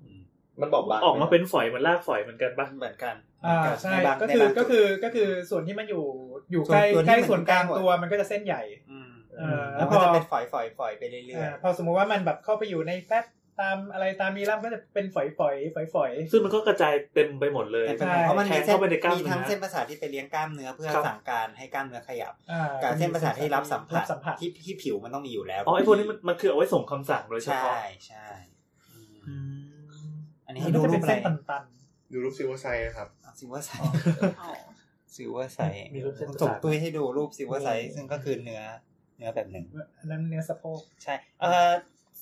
[SPEAKER 3] อืม
[SPEAKER 7] มันบอกบาง
[SPEAKER 11] ออกมาเป็นฝอยเหมือนลากฝอยเหมือนกันปะ
[SPEAKER 3] เหมือนกัน
[SPEAKER 4] อ่าใช่
[SPEAKER 3] นบาง
[SPEAKER 4] ก็คื
[SPEAKER 3] ใน
[SPEAKER 4] อ
[SPEAKER 3] บางจุด
[SPEAKER 4] ก็คือก็คือส่วนที่มันอยู่อยู่
[SPEAKER 3] ส่วน
[SPEAKER 4] ใกล้
[SPEAKER 3] ตัวที่
[SPEAKER 4] ใกล้
[SPEAKER 3] มัน
[SPEAKER 4] ส่วนกลาง
[SPEAKER 3] ใกล้หมด
[SPEAKER 4] ตัวมันก็จะเส้นใหญ่
[SPEAKER 3] อืม
[SPEAKER 4] เออแล้
[SPEAKER 3] แล้ว ว
[SPEAKER 4] พ
[SPEAKER 3] ก็
[SPEAKER 4] อ
[SPEAKER 3] จะเป็นฝอยฝอยฝอยไปเรื่อย
[SPEAKER 4] อ่าพอสมมติว่ามันแบบเข้าไปอยู่ในแฟตตามอะไรตามมีร่างก็จะเป็นฝอยฝอยฝอยฝอย
[SPEAKER 11] ซึ่งมันก็กระจายเต็มไปหมดเลย
[SPEAKER 3] ๆเป็น
[SPEAKER 4] ใช่
[SPEAKER 3] เพราะมัน
[SPEAKER 11] แท
[SPEAKER 3] มี
[SPEAKER 11] ง
[SPEAKER 3] เส้น
[SPEAKER 11] เข้าไปในกล้าม
[SPEAKER 3] มี
[SPEAKER 11] เนื้อ
[SPEAKER 3] ทั้งเส้นประสาทที่ไปเลี้ยงกล้ามเนื้อเพื่อ
[SPEAKER 11] ครับ
[SPEAKER 3] สั่งการให้กล้ามเนื้อขยับ
[SPEAKER 4] อ่า
[SPEAKER 3] กับเส้นประสาทที่รับสัมผัส
[SPEAKER 4] รับสัมผัส
[SPEAKER 3] ที่ที่ผิวมันต้องมีอยู่แล้ว
[SPEAKER 11] อ๋อไอ้พวกนี้มันมันคือเอาไว้ส่งคำสั่งโดยเฉ
[SPEAKER 3] ใช่
[SPEAKER 11] พาะ
[SPEAKER 3] ใช่อืม
[SPEAKER 11] อืม
[SPEAKER 3] อันนี้
[SPEAKER 4] มั
[SPEAKER 3] ให้
[SPEAKER 4] น
[SPEAKER 3] ดู
[SPEAKER 4] ก็จะ
[SPEAKER 3] รูปอะไร
[SPEAKER 4] เป็นเส้นตัน
[SPEAKER 6] ดูรูปซิลเวอร์ไซด์นะครับ
[SPEAKER 3] ซิลเวอร์ไซ
[SPEAKER 2] อ๋อ
[SPEAKER 3] ซิลเวอร์ไซ
[SPEAKER 11] มีรูปเส้นประ
[SPEAKER 3] ส่ง
[SPEAKER 11] สาท
[SPEAKER 3] ตุ้ยให้ดูรูปซิลเวอร์ไซซึ่งก็คือเนื้อเนื้อแบบหนึ่ง
[SPEAKER 4] ๆอันนั้นเนื้อสะโพก
[SPEAKER 3] ใช่เออ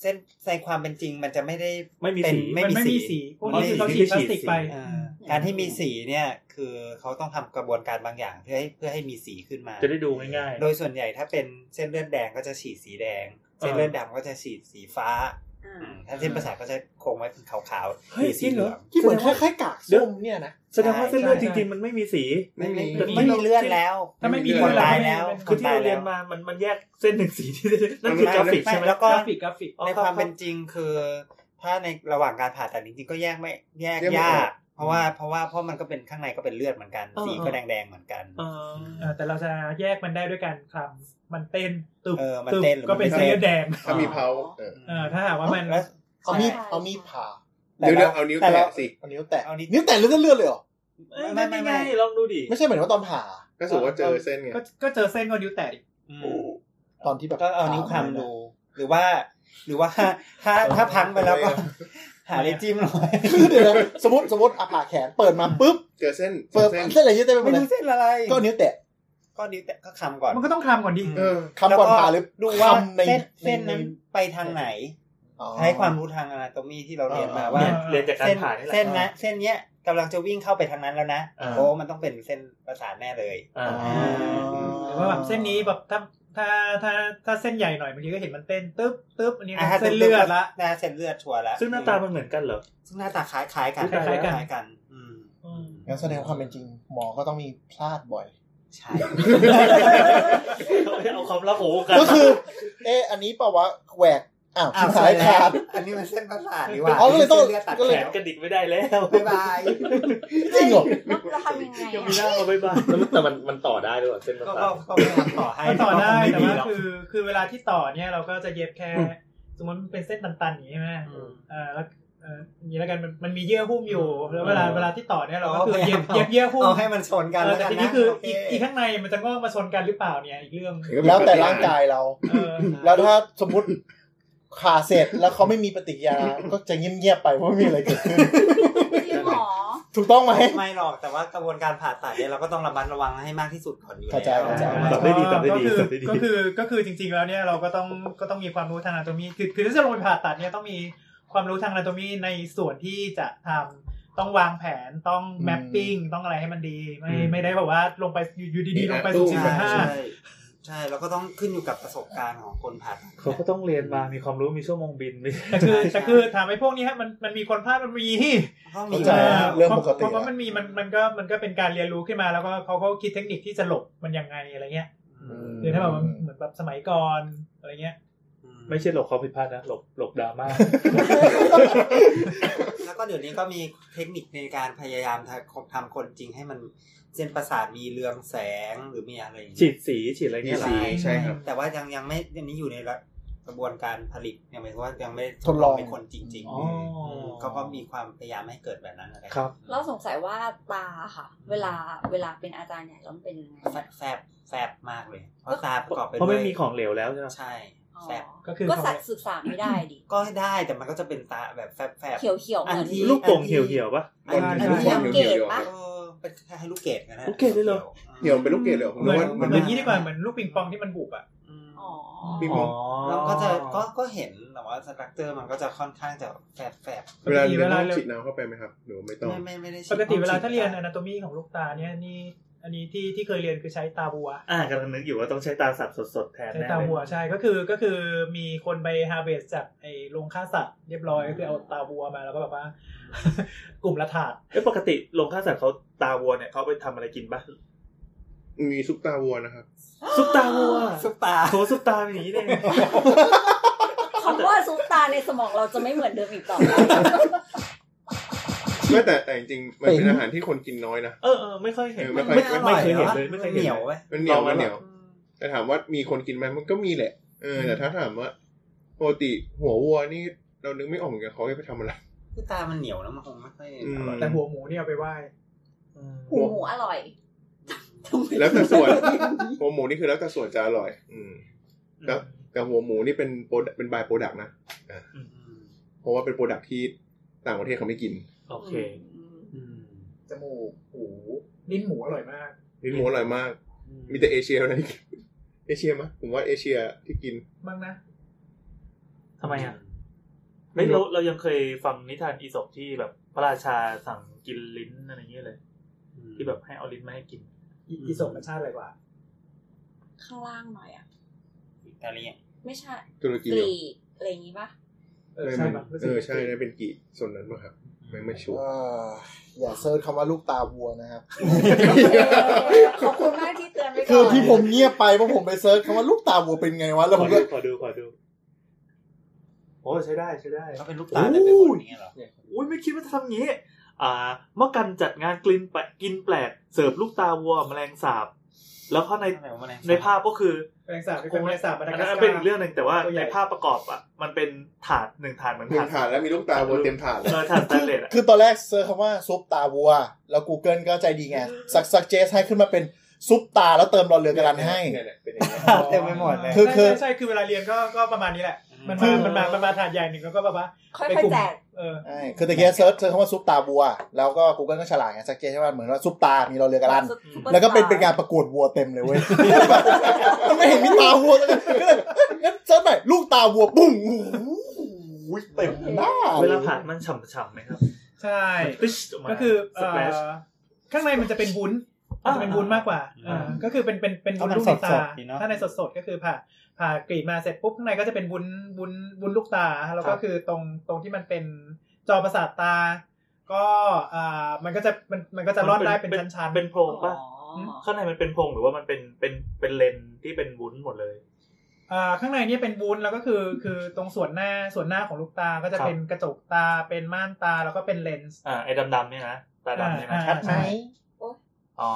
[SPEAKER 3] เส้นในความเป็นจริงมันจะไม่ได้
[SPEAKER 11] ไม่มี
[SPEAKER 3] เป็น
[SPEAKER 11] สี
[SPEAKER 3] ไม่
[SPEAKER 4] มันไม่มีสีพวกนี้คือเขาฉีดพลาสติกไป
[SPEAKER 3] เอ่อการที่มีสีเนี่ยคือเขาต้องทำกระบวนการบางอย่างเพื่อให้เพื่อให้มีสีขึ้นมา
[SPEAKER 11] จะได้ดูง่ายๆ
[SPEAKER 3] โดยส่วนใหญ่ถ้าเป็นเส้นเลือดแดงก็จะฉีดสีแดง เส้นเลือดดำก็จะฉีดสีฟ้า
[SPEAKER 2] อ่า
[SPEAKER 3] อืมถ้าเส้นประสาทก็จะคงไว้เป็นขาวๆ
[SPEAKER 4] เฮ้ย
[SPEAKER 3] หรือสี
[SPEAKER 4] จริง
[SPEAKER 5] ที่
[SPEAKER 3] เหลือง
[SPEAKER 4] เหรอ
[SPEAKER 5] เหมือนคล้ายๆกาก
[SPEAKER 11] เดี๋ยว
[SPEAKER 5] ส้มเนี่ยนะ
[SPEAKER 11] แสดงว่าเส้นเลือดจ
[SPEAKER 4] ใช่
[SPEAKER 11] ริงๆ มันไม่มีสี
[SPEAKER 3] ไม่มี
[SPEAKER 11] แต่นี่
[SPEAKER 3] ไม่มี
[SPEAKER 11] เรา
[SPEAKER 3] เลือดแล้ว
[SPEAKER 4] ถ้าไม่มี
[SPEAKER 6] มี
[SPEAKER 3] คน
[SPEAKER 4] เร
[SPEAKER 3] ตายแล้ว
[SPEAKER 11] คือที่เรา
[SPEAKER 3] ตายแล้ว
[SPEAKER 11] เรียนมามันมันแยกเส้นหนึ่งสี ที่นั่นคือกราฟิก
[SPEAKER 3] ไม่
[SPEAKER 11] ใช่ไหม
[SPEAKER 3] แล้ว
[SPEAKER 4] ก
[SPEAKER 3] ก็
[SPEAKER 4] ราฟิกกราฟิก
[SPEAKER 11] อ๋อ
[SPEAKER 3] ในความเป็นจริงคือ ถ้าในระหว่างการผ่าตัดจริงๆก็แยกไม่แยก
[SPEAKER 6] แยกไม่
[SPEAKER 3] ยา
[SPEAKER 6] ออก ก
[SPEAKER 3] เพราะว่าเพราะว่าเพราะมันก็เป็นข้างในก็เป็นเลือดเหมือนกัน
[SPEAKER 11] เออ
[SPEAKER 3] สีก็แดงๆเหมือนกัน
[SPEAKER 11] เออ
[SPEAKER 4] เออแต่เราจะแยกมันได้ด้วยการคลำมันเต้นตึบ
[SPEAKER 3] เออมัน
[SPEAKER 4] ตึบ
[SPEAKER 3] เต้นหรือ
[SPEAKER 4] ก็เป็น
[SPEAKER 3] มันไม่
[SPEAKER 4] เส้น
[SPEAKER 3] เต้น
[SPEAKER 4] เลือดแดง
[SPEAKER 6] ถ้ามีเพาเออ
[SPEAKER 4] เออถ้าหากว่ามัน
[SPEAKER 3] แล้ว
[SPEAKER 5] เอามีดเอามีดผ่า
[SPEAKER 6] เดี๋ยวเดี๋ยวเอานิ้ว
[SPEAKER 3] แต่
[SPEAKER 6] แตะ
[SPEAKER 3] เรา
[SPEAKER 6] สิ
[SPEAKER 5] เอานิ้วแตะ
[SPEAKER 3] เอานิ้ว
[SPEAKER 5] นิ้วแตะเลือดเลือดเลยเหรอ
[SPEAKER 11] เอ้ย
[SPEAKER 3] ไม่ไม่ไม่
[SPEAKER 11] ลองดูดิ
[SPEAKER 5] ไม่ใช่หมายถึงว่าตอนผ่า
[SPEAKER 6] ถ้าสมมติว่าเจอเส้นไง
[SPEAKER 4] ก็ก็เจอเส้นก็นิ้วแตะดิ
[SPEAKER 3] อืม
[SPEAKER 5] ตอนที่แบบ
[SPEAKER 3] ก็เอานิ้วคำดู หรือว่า หรือว่า ถ้าถ้าพังไปแล้วก็ หาเลนจิ้มหน่อย
[SPEAKER 5] คือเดี๋ยวนะ สมมติสมมติอ่ะผ่าแขนเปิดมาปุ๊บ
[SPEAKER 6] เจอเส้น
[SPEAKER 5] เปิด
[SPEAKER 6] เส้น
[SPEAKER 5] เส้นอะไรเยอะเต็มไปหม
[SPEAKER 3] ไม่
[SPEAKER 5] ดเล
[SPEAKER 3] รู้
[SPEAKER 5] ย
[SPEAKER 3] เส้นอะไร
[SPEAKER 5] ก็นิ้วแตะ
[SPEAKER 3] ก็นิ้วแตะก็คำก่อน
[SPEAKER 4] มันก็ต้องคำก่อนดิ
[SPEAKER 3] เออ
[SPEAKER 5] คำก่อน
[SPEAKER 3] แล้ว
[SPEAKER 5] ผ่าหรือ
[SPEAKER 3] ดูว่า
[SPEAKER 5] คำใน
[SPEAKER 3] เส้น
[SPEAKER 5] ใ
[SPEAKER 3] เส้นนั้นไปทางไหน
[SPEAKER 5] อ๋อ
[SPEAKER 3] ใช้ความรู้ทางอนาโตมีที่เราเรียนมา
[SPEAKER 5] อ๋อ
[SPEAKER 3] ว่า
[SPEAKER 11] เรียนจากการ
[SPEAKER 3] เส้น
[SPEAKER 11] ผ่านนี่แหละ
[SPEAKER 3] เส้นนะเส้นเนี้ยกำลังจะวิ่งเข้าไปทางนั้นแล้วนะ
[SPEAKER 11] อ่า
[SPEAKER 3] โอ้มันต้องเป็นเส้นประสาทแน่เลย
[SPEAKER 11] อ่า
[SPEAKER 5] อ๋อ
[SPEAKER 4] หรือว่าแบบเส้นนี้แบบถ้าถ้าถ้าถ้าเส้นใหญ่หน่อยบางทีก็เห็นมันเต้นตึ๊บตึ๊บอันนี้
[SPEAKER 3] อ่ะถ้า
[SPEAKER 4] เส้นเลือดละ
[SPEAKER 3] หน้าเส้นเลือดชัวร์ละ
[SPEAKER 11] ซึ่งหน้าตามันเหมือนกั นเหรอ
[SPEAKER 3] ซึ่งหน้าตาคล้ายคล้ายๆกัน
[SPEAKER 11] คล้ายๆกัน
[SPEAKER 3] กัน อืม
[SPEAKER 4] อืม
[SPEAKER 5] งั้นแสดงความเป็นจริงหมอก็ต้องมีพลาดบ่อย
[SPEAKER 3] ใช่
[SPEAKER 11] เอาความลับโอ้กัน
[SPEAKER 5] ก็คือ เอะอันนี้เปล่าวะแหวกอ้าว
[SPEAKER 3] อ้าว
[SPEAKER 5] สายขาด
[SPEAKER 3] อันนี้มันเส้นประสาทดีกว่า
[SPEAKER 5] อ๋อก็เลยต้อง
[SPEAKER 3] ส้นดตัด
[SPEAKER 5] ก็เล
[SPEAKER 11] แข
[SPEAKER 5] ย
[SPEAKER 11] นกระดิกไม่ได้แล้ว
[SPEAKER 3] บ๊ายบาย
[SPEAKER 5] จริงเหรอ
[SPEAKER 2] แล้วเราทำยังไง
[SPEAKER 11] ยังมีห
[SPEAKER 2] อะ
[SPEAKER 11] น้ามาบายบาย
[SPEAKER 7] แล้วมันแต่มันมันต่อได้ด้วยเหรอเส้นประ
[SPEAKER 3] ก็ก็
[SPEAKER 7] สาท
[SPEAKER 3] ก็ไม่ทำต่อให้
[SPEAKER 4] มันต่อได้แต่ว่า
[SPEAKER 3] หรก
[SPEAKER 4] คือคือเวลาที่ต่อเนี่ยเราก็จะเย็บแค่ สมมติมันเป็นเส้นตันๆอย่างนี้ใช่ไหม
[SPEAKER 3] อืม
[SPEAKER 4] เอ่าแล้วเอ่ออย่างนี้แล้วกันมันมันมีเยื่อหุ้มอยู่แล้วเวลา
[SPEAKER 3] อืม
[SPEAKER 4] เวลาที่ต่อเนี่ยเราก็
[SPEAKER 3] โ
[SPEAKER 4] คือเย็บ
[SPEAKER 3] อา
[SPEAKER 4] เย็บเยื่อหุ้ม
[SPEAKER 3] เอาให้มันชนกัน
[SPEAKER 4] เออ
[SPEAKER 3] แล้ว
[SPEAKER 4] แต่
[SPEAKER 3] กัน
[SPEAKER 4] ที
[SPEAKER 3] นะ
[SPEAKER 4] นี้คือ
[SPEAKER 3] โเ
[SPEAKER 4] อีกอีกข้างในมันจะงอกมาชนกันหรือเปล่าเนี่ยอีกเรื่อง
[SPEAKER 5] แล้วแต่ร่างกายเรา
[SPEAKER 4] เออ
[SPEAKER 5] แล้วถ้าสมมติผ่าเสร็จแล้วเขาไม่มีปฏิกิริยา ก็จะเงียบๆไปเพราะไม่มีอะไรเกิดขึ้น
[SPEAKER 2] จริงเหรอ
[SPEAKER 5] ถูกต้องไหม
[SPEAKER 3] ไม่หรอกแต่ว่ากระบวนการผ่าตัดเนี่ยเราก็ต้องระมัดระวังให้มากที่สุดก่อนอยู่
[SPEAKER 5] เข้าใจ
[SPEAKER 3] แล้ว
[SPEAKER 5] อา เข้า จารย์
[SPEAKER 11] ตอบได้ดีตอบได้
[SPEAKER 4] ก็
[SPEAKER 11] ดี
[SPEAKER 4] คือ
[SPEAKER 11] ตอบได้ดี
[SPEAKER 4] ก็คือก็คือจริง ๆ แล้วเนี่ยเราก็ต้องก็ต้องมีความรู้ทางอนาโตมีคือคือถ้าจะลงไปผ่าตัดเนี่ยต้องมีความรู้ทางอนาโตมีในส่วนที่จะทำต้องวางแผนต้อง
[SPEAKER 5] อืม
[SPEAKER 4] แมปปิ้งต้องอะไรให้มันดีไม่
[SPEAKER 11] อืม
[SPEAKER 4] ไม่ได้แบบว่าลงไปอยู่อยู่ดีๆลงไปสูง
[SPEAKER 3] ใช่
[SPEAKER 4] สิบห้า
[SPEAKER 3] ใช่ใช่แล้วก็ต้องขึ้นอยู่กับประสบการณ์ของคนผ่าตัด
[SPEAKER 11] เขาก็ต้องเรียนมามีความรู้มีชั่วโมงบินมี
[SPEAKER 4] แต่คือ
[SPEAKER 3] ใช่
[SPEAKER 4] แต่คือถามไอ้พวกนี้ฮะมันมันมีคนพลาดมันมีที่
[SPEAKER 3] ต้องมี
[SPEAKER 5] เข้าใจ
[SPEAKER 3] นะ
[SPEAKER 5] เรื่องปกติอะ
[SPEAKER 4] เพราะว่ามันมีมันมันก็มันก็เป็นการเรียนรู้ขึ้นมาแล้วก็เขาก็คิดเทคนิคที่จะหลบมันยังไงอะไรเงี้ยหรือถ้าแบบว่าเหมือนแบบสมัยก่อนอะไรเงี้ย
[SPEAKER 11] ไม่ใช่หลบความผิดพลาดนะหลบหลบดราม่า
[SPEAKER 3] แล้วก็เดี๋ยวนี้ก็มีเทคนิคในการพยายามทำทำคนจริงให้มันเส้นประสาทมีเรืองแสงหรือมีอะไรอย่างเงี้ย
[SPEAKER 11] ฉีดสีฉีดอะไรเงี้
[SPEAKER 6] มี
[SPEAKER 11] ยเหร
[SPEAKER 6] สี
[SPEAKER 11] อ
[SPEAKER 6] ใช่ครับ
[SPEAKER 3] แต่ว่ายังยังไม่ยังนี้อยู่ในระกระบวนการผลิตยังหมายถึงว่ายังไม่
[SPEAKER 5] ทดลอง
[SPEAKER 3] เป็นคนจริง
[SPEAKER 11] อ๋อ
[SPEAKER 3] มก็ก็มีความพยายามให้เกิดแบบนั้นอะไร
[SPEAKER 11] ครับ
[SPEAKER 2] เราสงสัยว่าตาค่ะ เวลาเวลาเป็นอาจารย์เนี่ยแล้วมันเป็นยังไง
[SPEAKER 3] แฟบแฟบแฟบมากเลยเพราะตาประกอบไปด้วย
[SPEAKER 11] เพราะไม่มีของเหลวแล้วใช่ไหม
[SPEAKER 3] ใช่
[SPEAKER 2] อ๋อ
[SPEAKER 3] แฟบ
[SPEAKER 4] ก็คือ
[SPEAKER 2] ก็สัตว์ศึกษาไม่ได้ดิ
[SPEAKER 3] ก็ให้ได้แต่มันก็จะเป็นตาแบบแฟบแฟบ
[SPEAKER 2] เขียวเขียวๆเหมือน
[SPEAKER 3] อันที่
[SPEAKER 11] ลูกโป่งเหี่ยวเหี่ยวๆปะ
[SPEAKER 3] อันอันนี้
[SPEAKER 6] บอ
[SPEAKER 3] ยั
[SPEAKER 6] ล
[SPEAKER 3] ง
[SPEAKER 6] เหี่ยว
[SPEAKER 3] เกต
[SPEAKER 6] เหี่ยว
[SPEAKER 3] ปะ
[SPEAKER 6] ปะ
[SPEAKER 3] เออเป็นให้ลูกเกตกันนะ
[SPEAKER 11] ลูกเกดด้วยเหรอ
[SPEAKER 6] เหี่ยวเป็นลูกเกดเหรอผม
[SPEAKER 4] เหมือน
[SPEAKER 6] ว่า
[SPEAKER 4] เหมื
[SPEAKER 6] มั
[SPEAKER 4] อน นอย่างนี้ดีกว่าเหมือนลูกปิงปองที่มันบุบอ่ะ
[SPEAKER 3] อืม
[SPEAKER 2] อ๋อ
[SPEAKER 6] มีมุม
[SPEAKER 3] เราก็จะก็ก็เห็นแต่ว่าสตรัคเจอร์มันก็จะค่อนข้างจะแฟบแฟบ
[SPEAKER 6] เวลาเรียนต้องฉีดน้ำเข้าไปไหมครับหรือว่าไม่ต้อง
[SPEAKER 3] ไม่ไม่ไม่ได้
[SPEAKER 4] ปกติเวลาถ้าเรียนอนาโตมีของลูกตาเนี่ยนี่อันนี้ที่ที่เคยเรียนคือใช้ตาบัว
[SPEAKER 11] อ่ากำลังนึกอยู่ว่าต้องใช้ตาสับสดๆแทน
[SPEAKER 4] ใช้
[SPEAKER 11] แน่
[SPEAKER 4] ตา
[SPEAKER 11] เลย
[SPEAKER 4] วัวใช่ก็คือก็คือมีคนไปฮาร์เวสจากไอ้โรงฆ่าสัตว์เรียบร้อยก็คือเอาตาวัวมาแล้วก็แบบว่า กลุ่มละถาด
[SPEAKER 11] เอ้ยปกติโรงฆ่าสัตว์เขาตาวัวเนี่ยเขาไปทำอะไรกินบ้าง
[SPEAKER 6] มีซุปตาวัวนะครับ
[SPEAKER 11] ซุปตาวัว
[SPEAKER 3] ซุปตา
[SPEAKER 11] โถซุปตาเป็นอย่างนี้ได้ไง
[SPEAKER 2] คำว่าซุปตาในสมองเราจะไม่เหมือนเดิมอีกต่อไป
[SPEAKER 6] ไม่แต่แต่จริงๆมันเป็นอาหารที่คนกินน้อยนะ
[SPEAKER 11] เออเออไม่ค่อยเห็น
[SPEAKER 6] ไม่ค่อย
[SPEAKER 3] ไม่อร่
[SPEAKER 11] ไม่
[SPEAKER 3] อย
[SPEAKER 11] เคย
[SPEAKER 3] เห
[SPEAKER 11] เห็
[SPEAKER 3] ร
[SPEAKER 11] น
[SPEAKER 3] อ
[SPEAKER 11] เลยไม่เคย
[SPEAKER 3] เห
[SPEAKER 11] เห็น
[SPEAKER 3] นียวไหม
[SPEAKER 6] มันเหนียวมันเหนียว
[SPEAKER 3] อืม
[SPEAKER 6] แต่ถามว่ามีคนกินไหมมันก็มีแหละ เออ แต่ถ้าถามว่าปกติหัววัวนี่เรานึกไม่ออกเหมือนกันเขาเอาไปทำอะไร
[SPEAKER 3] คือตามันเหนียวนะมันคงไม่ค่อยอร่อย
[SPEAKER 6] อืม
[SPEAKER 4] แต่หัวหมูเนี่ยเอาไปไหว้
[SPEAKER 2] หูหมูอร่อย
[SPEAKER 6] แล้วแต่ส่วน หัวหมูนี่คือแล้วแต่ส่วนจะอร่อย อืม แล้ว แต่หัวหมูนี่เป็นโปรเป็นบายโปรดักนะ
[SPEAKER 3] อืม
[SPEAKER 6] เพราะว่าเป็นโปรดักที่ต่างประเทศเขาไม่กิน
[SPEAKER 11] โอเค
[SPEAKER 3] อืม
[SPEAKER 5] จมูกหู
[SPEAKER 4] ลิ้นหมูอร่อยมาก
[SPEAKER 6] ลิ้นหมูอร่อยมาก มีแต่เอเชียเท่านั้นที่กินเอเชียมั้ยผมว่าเอเชียที่กิน
[SPEAKER 4] มั้งนะ
[SPEAKER 11] ทำไมอ่ะ ไม่เราเรายังเคยฟังนิทานอีสปที่แบบพระราชาสั่งกินลิ้นอะไรอย่างเงี้ยเลย ที่แบบให้เอาลิ้นมาให้กิน
[SPEAKER 4] อีอีสมมันชาติอะไรกว่า
[SPEAKER 2] ข้างล่างหน่อยอ่ะ
[SPEAKER 3] อิตาเลียน
[SPEAKER 2] ไม่ใช่
[SPEAKER 6] ตุรกี
[SPEAKER 2] ก
[SPEAKER 6] เหรอ
[SPEAKER 2] รีกอะไรอย่างงี้ปะ
[SPEAKER 4] เออใช่ปะรู้สึก
[SPEAKER 6] เออใช่นะเป็นกี่ส่วนนั้นป่ะครับ ไม่ไม่ชัวร์
[SPEAKER 5] เอ่ออย่าเซิร์ชคำว่าลูกตาวัวนะครับ
[SPEAKER 2] ขอบคุณมากที่เตือนไว้ก่อน
[SPEAKER 5] คือที่ผมเงียบไปเพราะผมไปเซิร์ชคำว่าลูกตาวัวเป็นไงวะแล้ว
[SPEAKER 11] ข
[SPEAKER 5] ผ
[SPEAKER 11] อ
[SPEAKER 5] ม
[SPEAKER 11] ดู
[SPEAKER 5] ก็
[SPEAKER 11] ขอดูขอดูโอ้ใช้ได้ใช้ได้
[SPEAKER 3] ก็เป็นลูกตาแต่เป็นคนอย่างเงี้ยเหรอ
[SPEAKER 11] อุ้ยไม่คิดว่าจะทำอย่างงี้ อ่าเมื่อกันจัดงานกลินแปะกินแปลกเสิร์ฟลูกตาวัวแมลงสาบ แล้วก็ใน
[SPEAKER 3] อะไรวะมันอะไร
[SPEAKER 11] ในภาพก็คือ
[SPEAKER 4] แมลงสาบเป็นแมลงสาบมาดา
[SPEAKER 11] อัน
[SPEAKER 4] กัส
[SPEAKER 11] นั้น
[SPEAKER 4] การ์
[SPEAKER 11] เป็นอีกเรื่องหนึ่งแต่ว่า
[SPEAKER 4] ตัวใหญ่
[SPEAKER 11] ในภาพประกอบอ่ะ มันเป็นถาดหนึ่งถาดเหมือน
[SPEAKER 6] เต็
[SPEAKER 11] ถาด
[SPEAKER 6] มถาดแล้วมีลูกตาวัวเต็มถาดเลย
[SPEAKER 11] เออถาดสแตนเลสอะ
[SPEAKER 5] คือตอนแรกเซิร์ชคำว่าซุปตาวัว แล้ว Google ก็ใจดีไงสักสักเจสให้ขึ้นมาเป็น ซุปตาแล้วเติมรอเรือกระดานให้
[SPEAKER 6] เนี่ยๆเป็นอย่างเงี้ย
[SPEAKER 3] เต็มไปหมดเลย
[SPEAKER 5] คือคือ
[SPEAKER 11] ใช่ใช่คือเวลาเรียนก็ก็ประมาณนี้แหละ มัน
[SPEAKER 5] คื
[SPEAKER 11] มา
[SPEAKER 5] อ
[SPEAKER 11] มันมามันมาถาดใหญ่หนึ่งแล้วก็แบบว่า
[SPEAKER 2] ค่อย
[SPEAKER 11] ไป
[SPEAKER 2] ๆ
[SPEAKER 11] กลุ่ม
[SPEAKER 2] แจก
[SPEAKER 11] เออ
[SPEAKER 5] ใช่คือตะเกียเซิร์ชเซิร์ชคำว่าซุปตาบัว แล้วก็ Google ก็ฉลาดไงสังเกตใช่ไหมเหมือนว่าซุปตา มีรอเรือกระดาน
[SPEAKER 2] ซุปปอร์
[SPEAKER 5] แล้วก็เป็น
[SPEAKER 2] สตร์
[SPEAKER 5] เป็นการประกวดวัวเต็มเลยเว้ย มันไม่เห็นมีตาวัวเลยก็เลยเอ้ยงั้นเซิร์ชหน่อยลูกตาวัวปุ้งโอ้โหเต็มหน้า
[SPEAKER 4] เวลาผ่านมันฉ่ำๆไหมครับ
[SPEAKER 11] ใช่
[SPEAKER 4] ปิ๊ชออกมา
[SPEAKER 11] ก็คือเอ
[SPEAKER 4] สแปรช
[SPEAKER 11] อข้างในมันจะเป็นวุ้น
[SPEAKER 4] อ่า
[SPEAKER 11] จะเป็นวุ้นมากกว่าอ่าก็คือเป็นเป็นเป็นวุ้น
[SPEAKER 3] ถ้ามัน
[SPEAKER 11] ลูกใน
[SPEAKER 3] ส
[SPEAKER 11] ตา
[SPEAKER 3] ดๆดีเนอะ
[SPEAKER 11] ถ้าในสดๆก็คือผ่าผ่ากรีดมาเสร็จปุ๊บข้างในก็จะเป็นวุ้นวุ้นวุ้นลูกตา แล้วก็คือตรงตรงที่มันเป็นจอประสาทตา ก็อ่ามันก็จะมันมันก็จะรอดได้เป็นชั้นๆ
[SPEAKER 4] เป็นโพรงป่ะ
[SPEAKER 2] อ๋อ
[SPEAKER 4] ข้างในมันเป็นโพรงหรือว่ามันเป็นเป็นเป็นเลนส์ที่เป็นวุ้นหมดเลย
[SPEAKER 11] อ่าข้างในเนี่ยเป็นวุ้นแล้วก็คือคือตรงส่วนหน้าส่วนหน้าของลูกตาก็จะ
[SPEAKER 4] ครับ
[SPEAKER 11] เป็นกระจกตาเป็นม่านตาแล้วก็เป็นเลนส์
[SPEAKER 4] อ่าไอ้ดำๆเนี่ยนะตาดำเนี่ยนะ
[SPEAKER 11] อ่าชัดไหม
[SPEAKER 4] อ๋อ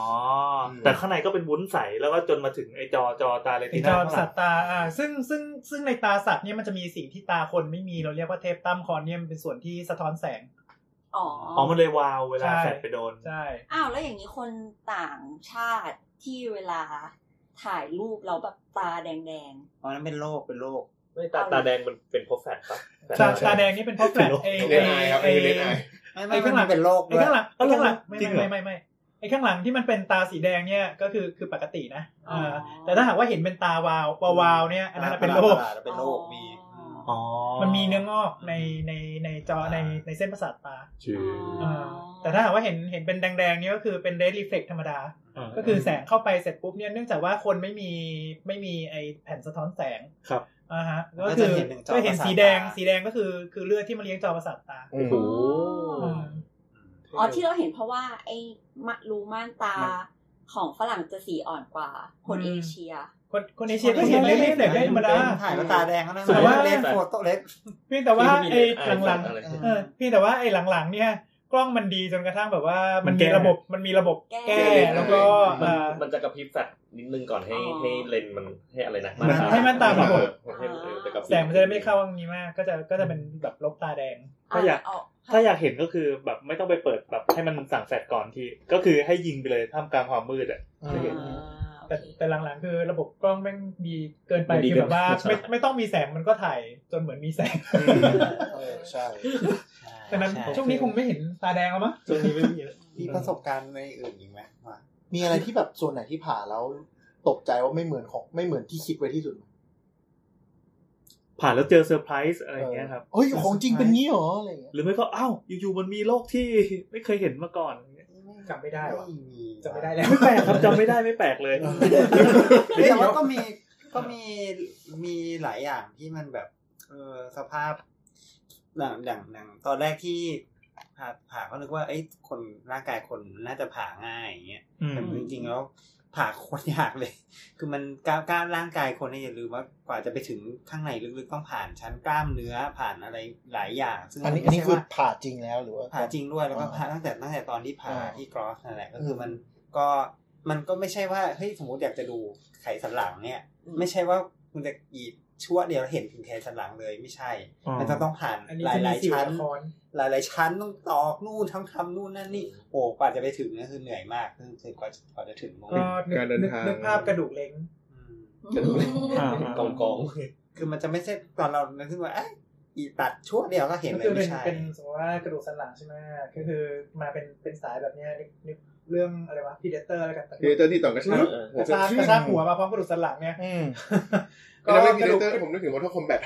[SPEAKER 4] อ
[SPEAKER 6] ม
[SPEAKER 4] แต่ข้างในก็เป็นวุ้นใสแล้วก็จนมาถึงไอ้จอจอตาเล
[SPEAKER 11] เป็
[SPEAKER 4] ติ
[SPEAKER 11] นจ
[SPEAKER 4] น่า
[SPEAKER 11] อ
[SPEAKER 4] ข้างห
[SPEAKER 11] สั
[SPEAKER 4] ลั
[SPEAKER 11] ต
[SPEAKER 4] ง
[SPEAKER 11] ว์ตาอ่าซึ่งซึ่งซึ่งในตาสัตว์เนี่ยมันจะมีสิ่งที่ตาคนไม่มีเราเรียกว่าเทปตั้มคอนเนี่ยมันเป็นส่วนที่สะท้อนแสง
[SPEAKER 2] อ๋อ
[SPEAKER 4] อ๋อมันเลยวาวเวลา
[SPEAKER 11] ใช่
[SPEAKER 4] แฟดไปโดน
[SPEAKER 11] ใช่
[SPEAKER 2] อ้าวแล้วอย่างนี้คนต่างชาติที่เวลาถ่ายรูปเราแบบตาแดง
[SPEAKER 3] อ๋อนั่นเป็นโรคเป็นโรค
[SPEAKER 7] ไม่ตาตาแดงมันเป็นเพราะแฟดปะ
[SPEAKER 11] ตาตาแดงนี่เป็นเพราะแฟลชไอ้
[SPEAKER 6] เล
[SPEAKER 11] ไอ้
[SPEAKER 6] นไอครับ
[SPEAKER 11] ไอ้
[SPEAKER 6] ไอ้เลนไอ
[SPEAKER 3] ไม่ไม่มันเป็นโรค
[SPEAKER 11] ไอ้
[SPEAKER 3] ด้วย
[SPEAKER 11] ข้างหลังไอ้ข้างหลังไม่
[SPEAKER 4] จริงเหรอ
[SPEAKER 11] ไม่ไม่ไม่ไม่ไอ้ข้างหลังที่มันเป็นตาสีแดงเนี่ยก็คือคือปกตินะ
[SPEAKER 2] อ๋ออ่
[SPEAKER 11] าแต่ถ้าหากว่าเห็นเป็นตาวาววาวาวเนี่ยอันนั้นนะเป็นโรค
[SPEAKER 5] เป็นโรคมี
[SPEAKER 4] อ๋อ
[SPEAKER 11] มันมีเนื้องอกในในในจอในในเส้นประสาทตา
[SPEAKER 2] ๆอ๋อ
[SPEAKER 11] อ่าแต่ถ้าหากว่าเห็นเห็นเป็นแดงๆเนี่ยก็คือเป็นเรดรีเฟล็กธรรมดา
[SPEAKER 4] า
[SPEAKER 11] ก็คือแสงเข้าไปเสร็จปุ๊บเนี่ยเนื่องจากว่าคนไม่มีไม่มีไอแผ่นสะท้อนแสง
[SPEAKER 4] ครับ
[SPEAKER 11] อ่าฮะ
[SPEAKER 3] ก็
[SPEAKER 11] ก็
[SPEAKER 3] จะ
[SPEAKER 11] คือ
[SPEAKER 3] เห็นเป็นจอ
[SPEAKER 11] ก็เห็น
[SPEAKER 3] ประสาท
[SPEAKER 11] สีแดง
[SPEAKER 3] ตา
[SPEAKER 11] สีแดงก็คือคือเลือดที่มาเลี้ยงจอประสาทตา
[SPEAKER 6] อืม
[SPEAKER 4] โอ้โห
[SPEAKER 2] อ๋อ อ๋อที่เราเห็นเพราะว่า ไอ้มะรูม่านตาของฝรั่งจะสีอ่อนกว่า คนเอเชีย
[SPEAKER 11] คนคนเอเชียก็เห็นเล็กๆเด็กๆธรรมดา
[SPEAKER 3] ถ่ายแล้วตาแดงเขานั่น
[SPEAKER 11] แต่ว่า
[SPEAKER 3] เล่นโฟโต้เล่น
[SPEAKER 11] เพียงแต่ว่า
[SPEAKER 7] ที่
[SPEAKER 11] ไอ้
[SPEAKER 7] มีเลนส์
[SPEAKER 11] หลัง
[SPEAKER 7] อะ
[SPEAKER 11] ๆ
[SPEAKER 7] ไร
[SPEAKER 3] ๆ
[SPEAKER 11] เออเพียงแต่ว่าไอ้หลังๆเนี่ยกล้องมันดีจนกระทั่งแบบว่ามัน
[SPEAKER 4] มันแก้
[SPEAKER 11] มีระบบมันมีระบบ
[SPEAKER 2] แก้
[SPEAKER 11] แก้แล้วก็
[SPEAKER 7] มัน
[SPEAKER 11] เอ่อ
[SPEAKER 7] มันจะกระพริบแฟดนิดนึงก่อนให้
[SPEAKER 2] อ๋อ
[SPEAKER 7] ให้เลนส์มันให้อะไรนะ
[SPEAKER 11] มันให้มันตาบอก
[SPEAKER 7] ให้มันเออแต่กระพริบ
[SPEAKER 11] แสงมันจะได้ไม่เข้าตรงนี้มาก ก็จะก็จะเป็นแบบลบตาแดง
[SPEAKER 4] ถ้าอยาก ถ้าอยากเห็นก็คือแบบไม่ต้องไปเปิดแบบให้มันสั่งแฟดก่อนที่ ก็คือให้ยิงไปเลยท่ามกลางความมืดอ่ะ
[SPEAKER 2] อ่าโอ
[SPEAKER 11] แต่
[SPEAKER 2] เค
[SPEAKER 11] แต่หลังๆคือระบบกล้องแม่งดีเกินไป
[SPEAKER 7] มันดี
[SPEAKER 11] คือแบบว่า
[SPEAKER 7] เกินไป
[SPEAKER 11] ไม่ไม่ต้องมีแสงมันก็ถ่ายจนเหมือนมีแสง
[SPEAKER 5] เออใช่
[SPEAKER 11] ดังนั้นช่วงนี้คงไม่เห็นตาแดงแล้วมั้ง
[SPEAKER 4] ช่วงนี้ไม่มีแล้ว
[SPEAKER 3] มีประสบการณ์ในอื่นอีกไหมว่า
[SPEAKER 5] มีอะไรที่แบบส่วนไหนที่ผ่าแล้วตกใจว่าไม่เหมือนของไม่เหมือนที่คิดไว้ที่สุดไหม
[SPEAKER 4] ผ่านแล้วเจอเซอร์ไพรส์อะไรอย่างเงี้ยครับ
[SPEAKER 5] เฮ้ยของจริงเป็นงี้เหรออะไรอย่างเงี้ย
[SPEAKER 4] หรือไม่ก็อ้าวอยู่ๆมันมีโรคที่ไม่เคยเห็นมาก่อน
[SPEAKER 11] จำไม่ได้วะ
[SPEAKER 5] ไม่มี
[SPEAKER 11] จำไม่ได้แล้ว
[SPEAKER 4] ไม่แปลกครับจำไม่ได้ไม่แปลกเลย
[SPEAKER 3] แต่ว่าก็มีก็มีมีหลายอย่างที่มันแบบ เออสภาพอย่างอย่างอย่างตอนแรกที่ผ่าผ่าก็นึกว่าไอ้ยคนร่างกายคนน่าจะผ่าง่ายอย่างเงี้ย
[SPEAKER 4] อืม
[SPEAKER 3] แต่จริงๆแล้วผ่าโคนยากเลย คือมันก้าวก้าวร่างกายคนเนี่ยอย่าลืมว่ากว่าจะไปถึงข้างในลึกๆต้องผ่านชั้นกล้ามเนื้อผ่านอะไรหลายอย่าง ซึ่ง
[SPEAKER 5] อันนี้อั
[SPEAKER 3] ไม่
[SPEAKER 5] นนี้
[SPEAKER 3] ใช่
[SPEAKER 5] คือ
[SPEAKER 3] ว่า
[SPEAKER 5] ผ่าจริงแล้วหรือว่า
[SPEAKER 3] ผ่าจริงด้วยแล้วก็
[SPEAKER 5] อ่า
[SPEAKER 3] ผ่าตั้งแต่ตั้งแต่ตอนที่ผ่า
[SPEAKER 5] อ่า
[SPEAKER 3] ที่กรอสนั่นแหละก็คืออ
[SPEAKER 5] ม
[SPEAKER 3] มันก็มันก็ไม่ใช่ว่าเฮ้ยสมมติอยากจะดูไขสันหลังเนี่ย ไม่ใช่ว่าคุณจะกรีดชั่วเดียวแล้วเห็นถึงไขสันหลังเลยไม่ใช่ มันจะต้องผ่าน
[SPEAKER 11] อันนี้
[SPEAKER 3] หลาย
[SPEAKER 11] จะ
[SPEAKER 3] หลาย
[SPEAKER 11] มีสิว
[SPEAKER 3] ชั้น
[SPEAKER 11] ละคร
[SPEAKER 3] หลายหลายๆชั้นต้องตอกนู่นทั้งทำนู่นนั่นนี่โอ้กว่าจะไปถึงนั่นคือเหนื่อยมากคือคือกว่ากว่าจะถึงตรง
[SPEAKER 11] ก็
[SPEAKER 3] นั้น
[SPEAKER 6] กา
[SPEAKER 11] นึก
[SPEAKER 6] รเดิน
[SPEAKER 11] นึก
[SPEAKER 6] ทาง
[SPEAKER 11] นึกภาพกระดูกเล้ง
[SPEAKER 3] อืม
[SPEAKER 4] อ่าก
[SPEAKER 7] องกอง
[SPEAKER 3] คือมันจะไม่ใช่ตอนเรานึกขึ้นว่าเอ้ยอีตัดชั่วเดียวก็เห็น
[SPEAKER 11] ก็
[SPEAKER 3] เลย
[SPEAKER 11] คือเป็
[SPEAKER 3] ไม่
[SPEAKER 11] น
[SPEAKER 3] ใช่
[SPEAKER 11] เป็นสมมติว่ากระดูกสันหลังใช่ไหมก็คือมาเป็นเป็นสายแบบเนี้ยนึกนึกเรื่องอะไรวะพีเดเตอร์แล้วกัน
[SPEAKER 6] พีเดเตอร์ที่ต่องกระชาก
[SPEAKER 11] กระชากกระชากหัวมาพร้อมกระดูกสันหลังเนี่ย
[SPEAKER 5] อืม
[SPEAKER 6] ก็ไม่พีเดเตอร์ผมนึกถึงมอเตอร์คอมแบท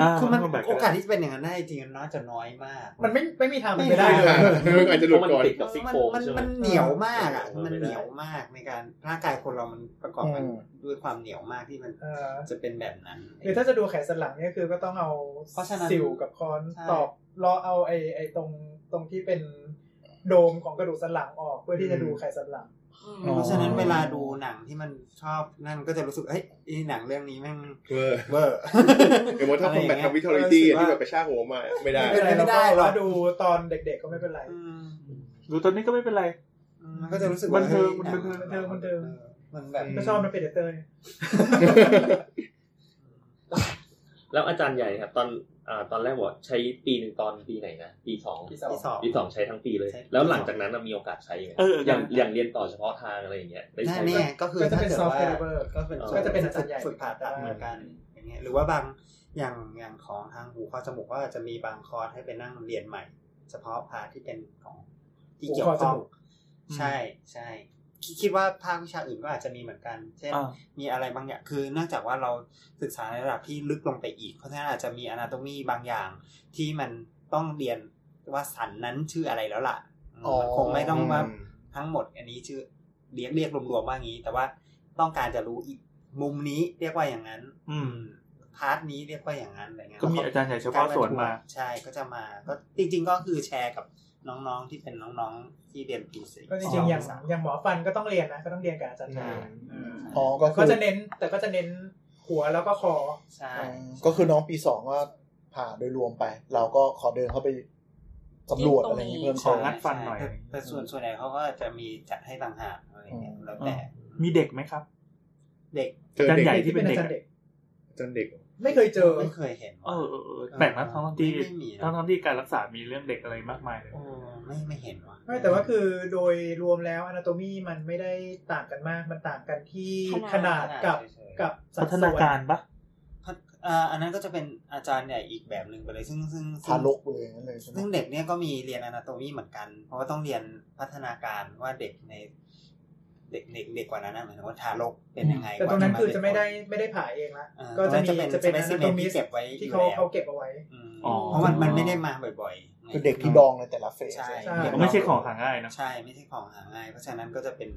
[SPEAKER 4] อ่า
[SPEAKER 3] คือมัน
[SPEAKER 4] ต้งแบบ
[SPEAKER 3] โอกาสที่จะเป็นอย่างนั้นได้จริงๆน่าจะน้อยมาก
[SPEAKER 11] มันไม่ไม่มีทางเป็นไปได้เลย
[SPEAKER 6] มันอาจจะหลุด
[SPEAKER 7] เพราะมัน
[SPEAKER 6] ก่อน
[SPEAKER 7] ติดกับซี่โครง
[SPEAKER 3] มัน
[SPEAKER 7] ใช่ไหม
[SPEAKER 3] มันเหนียวมากอ่ะ
[SPEAKER 7] เออ
[SPEAKER 3] มัน
[SPEAKER 7] ไม่ได้
[SPEAKER 3] เหนียวมากในการร่างกายคนเรามันประกอบกัน
[SPEAKER 5] อืม
[SPEAKER 3] ด้วยความเหนียวมากที่มัน
[SPEAKER 11] เออ
[SPEAKER 3] จะเป็นแบบนั้น
[SPEAKER 11] คือถ้าจะดูแขนสันหลังเนี่ยคือก็ต้องเอา
[SPEAKER 3] เพราะฉะนั้น
[SPEAKER 11] สิวกับค้อน
[SPEAKER 3] ใช่
[SPEAKER 11] ตอกรอเอาไอ้ไอ้ตรงตรงที่เป็นโดมของกระดูกสันหลังออกเพื่อที่จะดูแขนสันหลัง
[SPEAKER 2] อืม
[SPEAKER 3] เพราะฉะนั้นเวลาดูหนังที่มันชอบนั่นก็จะรู้สึกเฮ้ยไอ้หนังเรื่องนี้แม่ง
[SPEAKER 6] เวอร์
[SPEAKER 3] เวอร์
[SPEAKER 6] ไอ้มอเตอร์คอมแบท
[SPEAKER 3] อะไรอย่างเงี้ย
[SPEAKER 6] ทำวิทอริตี้
[SPEAKER 3] เออ
[SPEAKER 6] ที่แบบกระชากหัวมาไม่ได้
[SPEAKER 3] ม่เป็นไร
[SPEAKER 11] แล้วก็
[SPEAKER 3] ไม่ได้หรอก
[SPEAKER 11] ว่าดูตอนเด็กๆก็ไม่เป็นไร
[SPEAKER 3] อืม
[SPEAKER 4] ดูตอนนี้ก็ไม่เป็นไร
[SPEAKER 3] มันก็จะรู้สึก
[SPEAKER 4] บันเทิง
[SPEAKER 3] ว่าฮ้ย
[SPEAKER 11] บันเทิง
[SPEAKER 3] ห
[SPEAKER 11] บันเทิง
[SPEAKER 3] ออมันแบบ
[SPEAKER 6] อืม
[SPEAKER 11] ก็ชอบมันเป็นเดเตอร์เนี่ย
[SPEAKER 7] แล้วอาจารย์ใหญ่ครับ ตอน อ่าตอนแรกบอกใช้ปีหนึ่งตอนปีไหนนะปีสอง
[SPEAKER 3] ที่สอง
[SPEAKER 7] ปีสองใช้ทั้งปีเลย
[SPEAKER 3] ใช้
[SPEAKER 7] แล้วหลังจากนั้นน่ะมีโอกาสใช้ไหม
[SPEAKER 4] เอออ
[SPEAKER 7] อย่างอย่างเรียนต่อเฉพาะทางอะไรอย่างเงี้ยได้
[SPEAKER 3] แน่
[SPEAKER 7] ใช้
[SPEAKER 3] แน่
[SPEAKER 7] ไหม
[SPEAKER 3] ก็คือ
[SPEAKER 11] ก็จะ
[SPEAKER 3] ถ้า
[SPEAKER 11] เป็น
[SPEAKER 3] เกิด
[SPEAKER 11] soft
[SPEAKER 3] ว่า
[SPEAKER 11] caliber
[SPEAKER 3] ก็เป็น
[SPEAKER 7] ก็จะเป็น
[SPEAKER 3] ฝึกฝึกผ่าตัดเหมือนกันอย่างเงี้ยหรือว่าบางอย่างอย่างของทางหูคอจมูกก็อาจจะมีบางคอร์สให้ไปนั่งเรียนใหม่ เฉพาะพาร์ทที่เป็นของที่เกี่ยวข้อง
[SPEAKER 11] หูคอจมูก
[SPEAKER 3] ใช่ใช่คิดคิดว่าภาควิชาอื่นก็อาจจะมีเหมือนกัน เช่น
[SPEAKER 4] อ่า
[SPEAKER 3] มีอะไรบางอย่าง คือเนื่องจากว่าเราศึกษาในระดับที่ลึกลงไปอีก เพราะฉะนั้นอาจจะมีอนาโตมีบางอย่าง ที่มันต้องเรียนว่าสันนั้นชื่ออะไรแล้วล่ะอืม
[SPEAKER 5] อ๋อ
[SPEAKER 3] มันคงไม่ต้องว่าทั้งหมดอันนี้ชื่อเรียกเรียกรวมๆว่างี้ แต่ว่าต้องการจะรู้อีกมุมนี้เรียกว่าอย่างนั้น
[SPEAKER 4] อืม
[SPEAKER 3] พาร์ทนี้เรียกว่าอย่างนั้นอะไรเงี้ย
[SPEAKER 4] ก็มีอาจารย์ใหญ่เฉพาะส่วนมา
[SPEAKER 3] ใช่ก็จะมา ก็จริง ๆ ก็คือแชร์กับน้องๆที่เป็นน้องๆที่เรียนปีสี่
[SPEAKER 11] ก็จริงๆอย่าง
[SPEAKER 3] สม
[SPEAKER 11] อย่างหมอฟันก็ต้องเรียนนะก็ต้องเรียนกับอาจารย์
[SPEAKER 4] อ่า
[SPEAKER 5] อ๋อก็คื
[SPEAKER 11] ก็
[SPEAKER 5] อ
[SPEAKER 11] จะเน้นแต่ก็จะเน้นหัวแล้วก็คอ
[SPEAKER 3] ใช่
[SPEAKER 5] ก็คือน้องปีสองก็ผ่าโดยรวมไป เราก็ขอเดินเข้าไปสำรวจอะไรอย่างนี้เพิ่ม
[SPEAKER 4] ขอ
[SPEAKER 5] เติม
[SPEAKER 4] งัดฟันหน่อย
[SPEAKER 3] แต่แต่ส่วนส่วนใหญ่เขาก็จะมีจัดให้ต่างหากอะไรเงี้ยแล้วแต่
[SPEAKER 4] มีเด็กไหมครับ
[SPEAKER 3] เด็ก
[SPEAKER 6] เจอเด็ก
[SPEAKER 4] ใหญ่ที่เป็นเด็ก
[SPEAKER 6] จนเด็ก
[SPEAKER 11] ไม่เคยเจอ
[SPEAKER 3] ไม่เคยเห็น
[SPEAKER 4] เอ
[SPEAKER 3] ว่า
[SPEAKER 4] อเออเออแปลกนะทั้งๆที่
[SPEAKER 3] ไม่มีนะ
[SPEAKER 4] ทั้งทั้งๆที่การรักษามีเรื่องเด็กอะไรมากมายเลย
[SPEAKER 3] โอ้ไม่ไม่เห็นว่ะ
[SPEAKER 11] ไม่แต่ว่าคือโดยรวมแล้ว a น a t o มีมันไม่ได้ต่างกันมาก มันต่างกันที่ขนาดกับกับสัดส่ว
[SPEAKER 4] พัฒนาการปะ
[SPEAKER 3] เอ่ออันนั้นก็จะเป็นอาจารย์ใหญ่อีกแบบหนึ่งไปเลยซึ่งซึ่งซึ่ง
[SPEAKER 5] ทารกเลยนั่นเลยใช่ไหม
[SPEAKER 3] ซึ่งเด็กเนี่ยก็มีเรียนอนาโตมีเหมือนกัน เพราะว่าต้องเรียนพัฒนาการว่าเด็กใน เด็กเด็กเด็กกว่านั้นนะหมายถึงว่าทารกเป็นยังไง
[SPEAKER 11] แต่ตรงนั้น
[SPEAKER 3] กว่า
[SPEAKER 11] คือจะไม่ได้
[SPEAKER 3] เป็น
[SPEAKER 11] ไม่ได้ผ่าเองละ
[SPEAKER 3] เอ่อ
[SPEAKER 11] ก็จะมี
[SPEAKER 3] ตรงนั้น
[SPEAKER 11] จะเป็น
[SPEAKER 3] จะเป็น
[SPEAKER 11] a น a
[SPEAKER 3] specimen
[SPEAKER 11] t o มี
[SPEAKER 3] ที่เก็บไว้อยู่
[SPEAKER 11] ที่เขา
[SPEAKER 3] แล้ว
[SPEAKER 11] เขาเก็บเอาไว้
[SPEAKER 3] อืม
[SPEAKER 4] อ๋อ
[SPEAKER 3] เพราะมันมันไม่ได้มาบ่อยๆ
[SPEAKER 5] คือเด็กที่ดองในแต่ละเฟส
[SPEAKER 3] ใช่
[SPEAKER 11] ใช่
[SPEAKER 3] เด็ก
[SPEAKER 4] ไม่ใช่ของหาง่ายนะ
[SPEAKER 3] ใช่ไม่ใช่ของหาง่าย เพราะฉะนั้นก็จะเป็น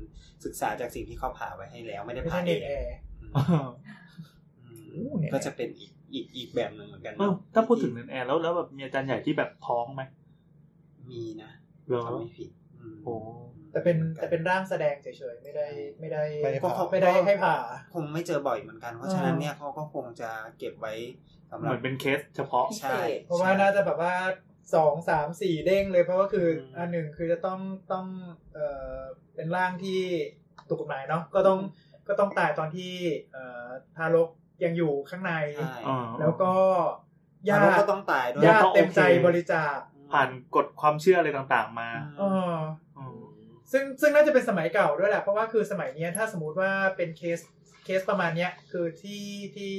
[SPEAKER 3] ศึกษาจากสิ่งที่เขาผ่าไว้ให้แล้วไม่ได้
[SPEAKER 11] ไม่
[SPEAKER 3] ผ่าเอ
[SPEAKER 11] ใช่เน็ต
[SPEAKER 3] ง
[SPEAKER 11] แอร์
[SPEAKER 3] อืมอืมก็จะเป็นอีกอีกอีกแบบหนึ่งเหมือนกัน
[SPEAKER 4] เออถ้าพูดถึงเนนแอร์แล้วแล้วแบบมีอาจารย์ใหญ่ที่แบบท้องไหม
[SPEAKER 3] มีนะ
[SPEAKER 4] เหรอ
[SPEAKER 3] ถ้าไม่ผิดอืม
[SPEAKER 4] โอ้
[SPEAKER 11] แต่เป็นแต่เป็นร่างแสดงเฉยๆ ไม่ได้ไม่ได้
[SPEAKER 5] ไม่ได้
[SPEAKER 3] ก็
[SPEAKER 5] ผ่า
[SPEAKER 3] เขา
[SPEAKER 11] ไม่ได้ให้ผ่า
[SPEAKER 3] คงไม่เจอบ่อยเหมือนกัน เพราะฉะนั้นเนี่ยเขาก็คงจะเก็บไว้สำห
[SPEAKER 4] เห
[SPEAKER 3] รับ
[SPEAKER 4] มือนเป็นเคสเฉพาะ
[SPEAKER 3] ใช่
[SPEAKER 11] เพราะว่าน่าจะแบบว่าสองสามสี่เด้งเลยเพราะว่าคือ
[SPEAKER 4] ม
[SPEAKER 11] อันหนึ่งคือจะต้องต้องเอ่อเป็นร่างที่ถูกกฎหมายเนาะก็ต้องก็ต้องตายตอนที่เอ่อทารกยังอยู่ข้างใน
[SPEAKER 3] ใช่
[SPEAKER 4] อ่า
[SPEAKER 11] แล้วก็ญา
[SPEAKER 3] แล้ว
[SPEAKER 11] ติ
[SPEAKER 3] ก็ต้องตายด้วย
[SPEAKER 11] ญาติ
[SPEAKER 4] ก็โอเค
[SPEAKER 11] เต็มใจบริจาค
[SPEAKER 4] ผ่านกฎความเชื่ออะไรต่างๆ มา
[SPEAKER 11] เออ
[SPEAKER 4] อืม
[SPEAKER 11] ซึ่งซึ่งน่าจะเป็นสมัยเก่าด้วยแหละเพราะว่าคือสมัยเนี้ยถ้าสมมติว่าเป็นเคสเคสประมาณเนี้ยคือที่ที่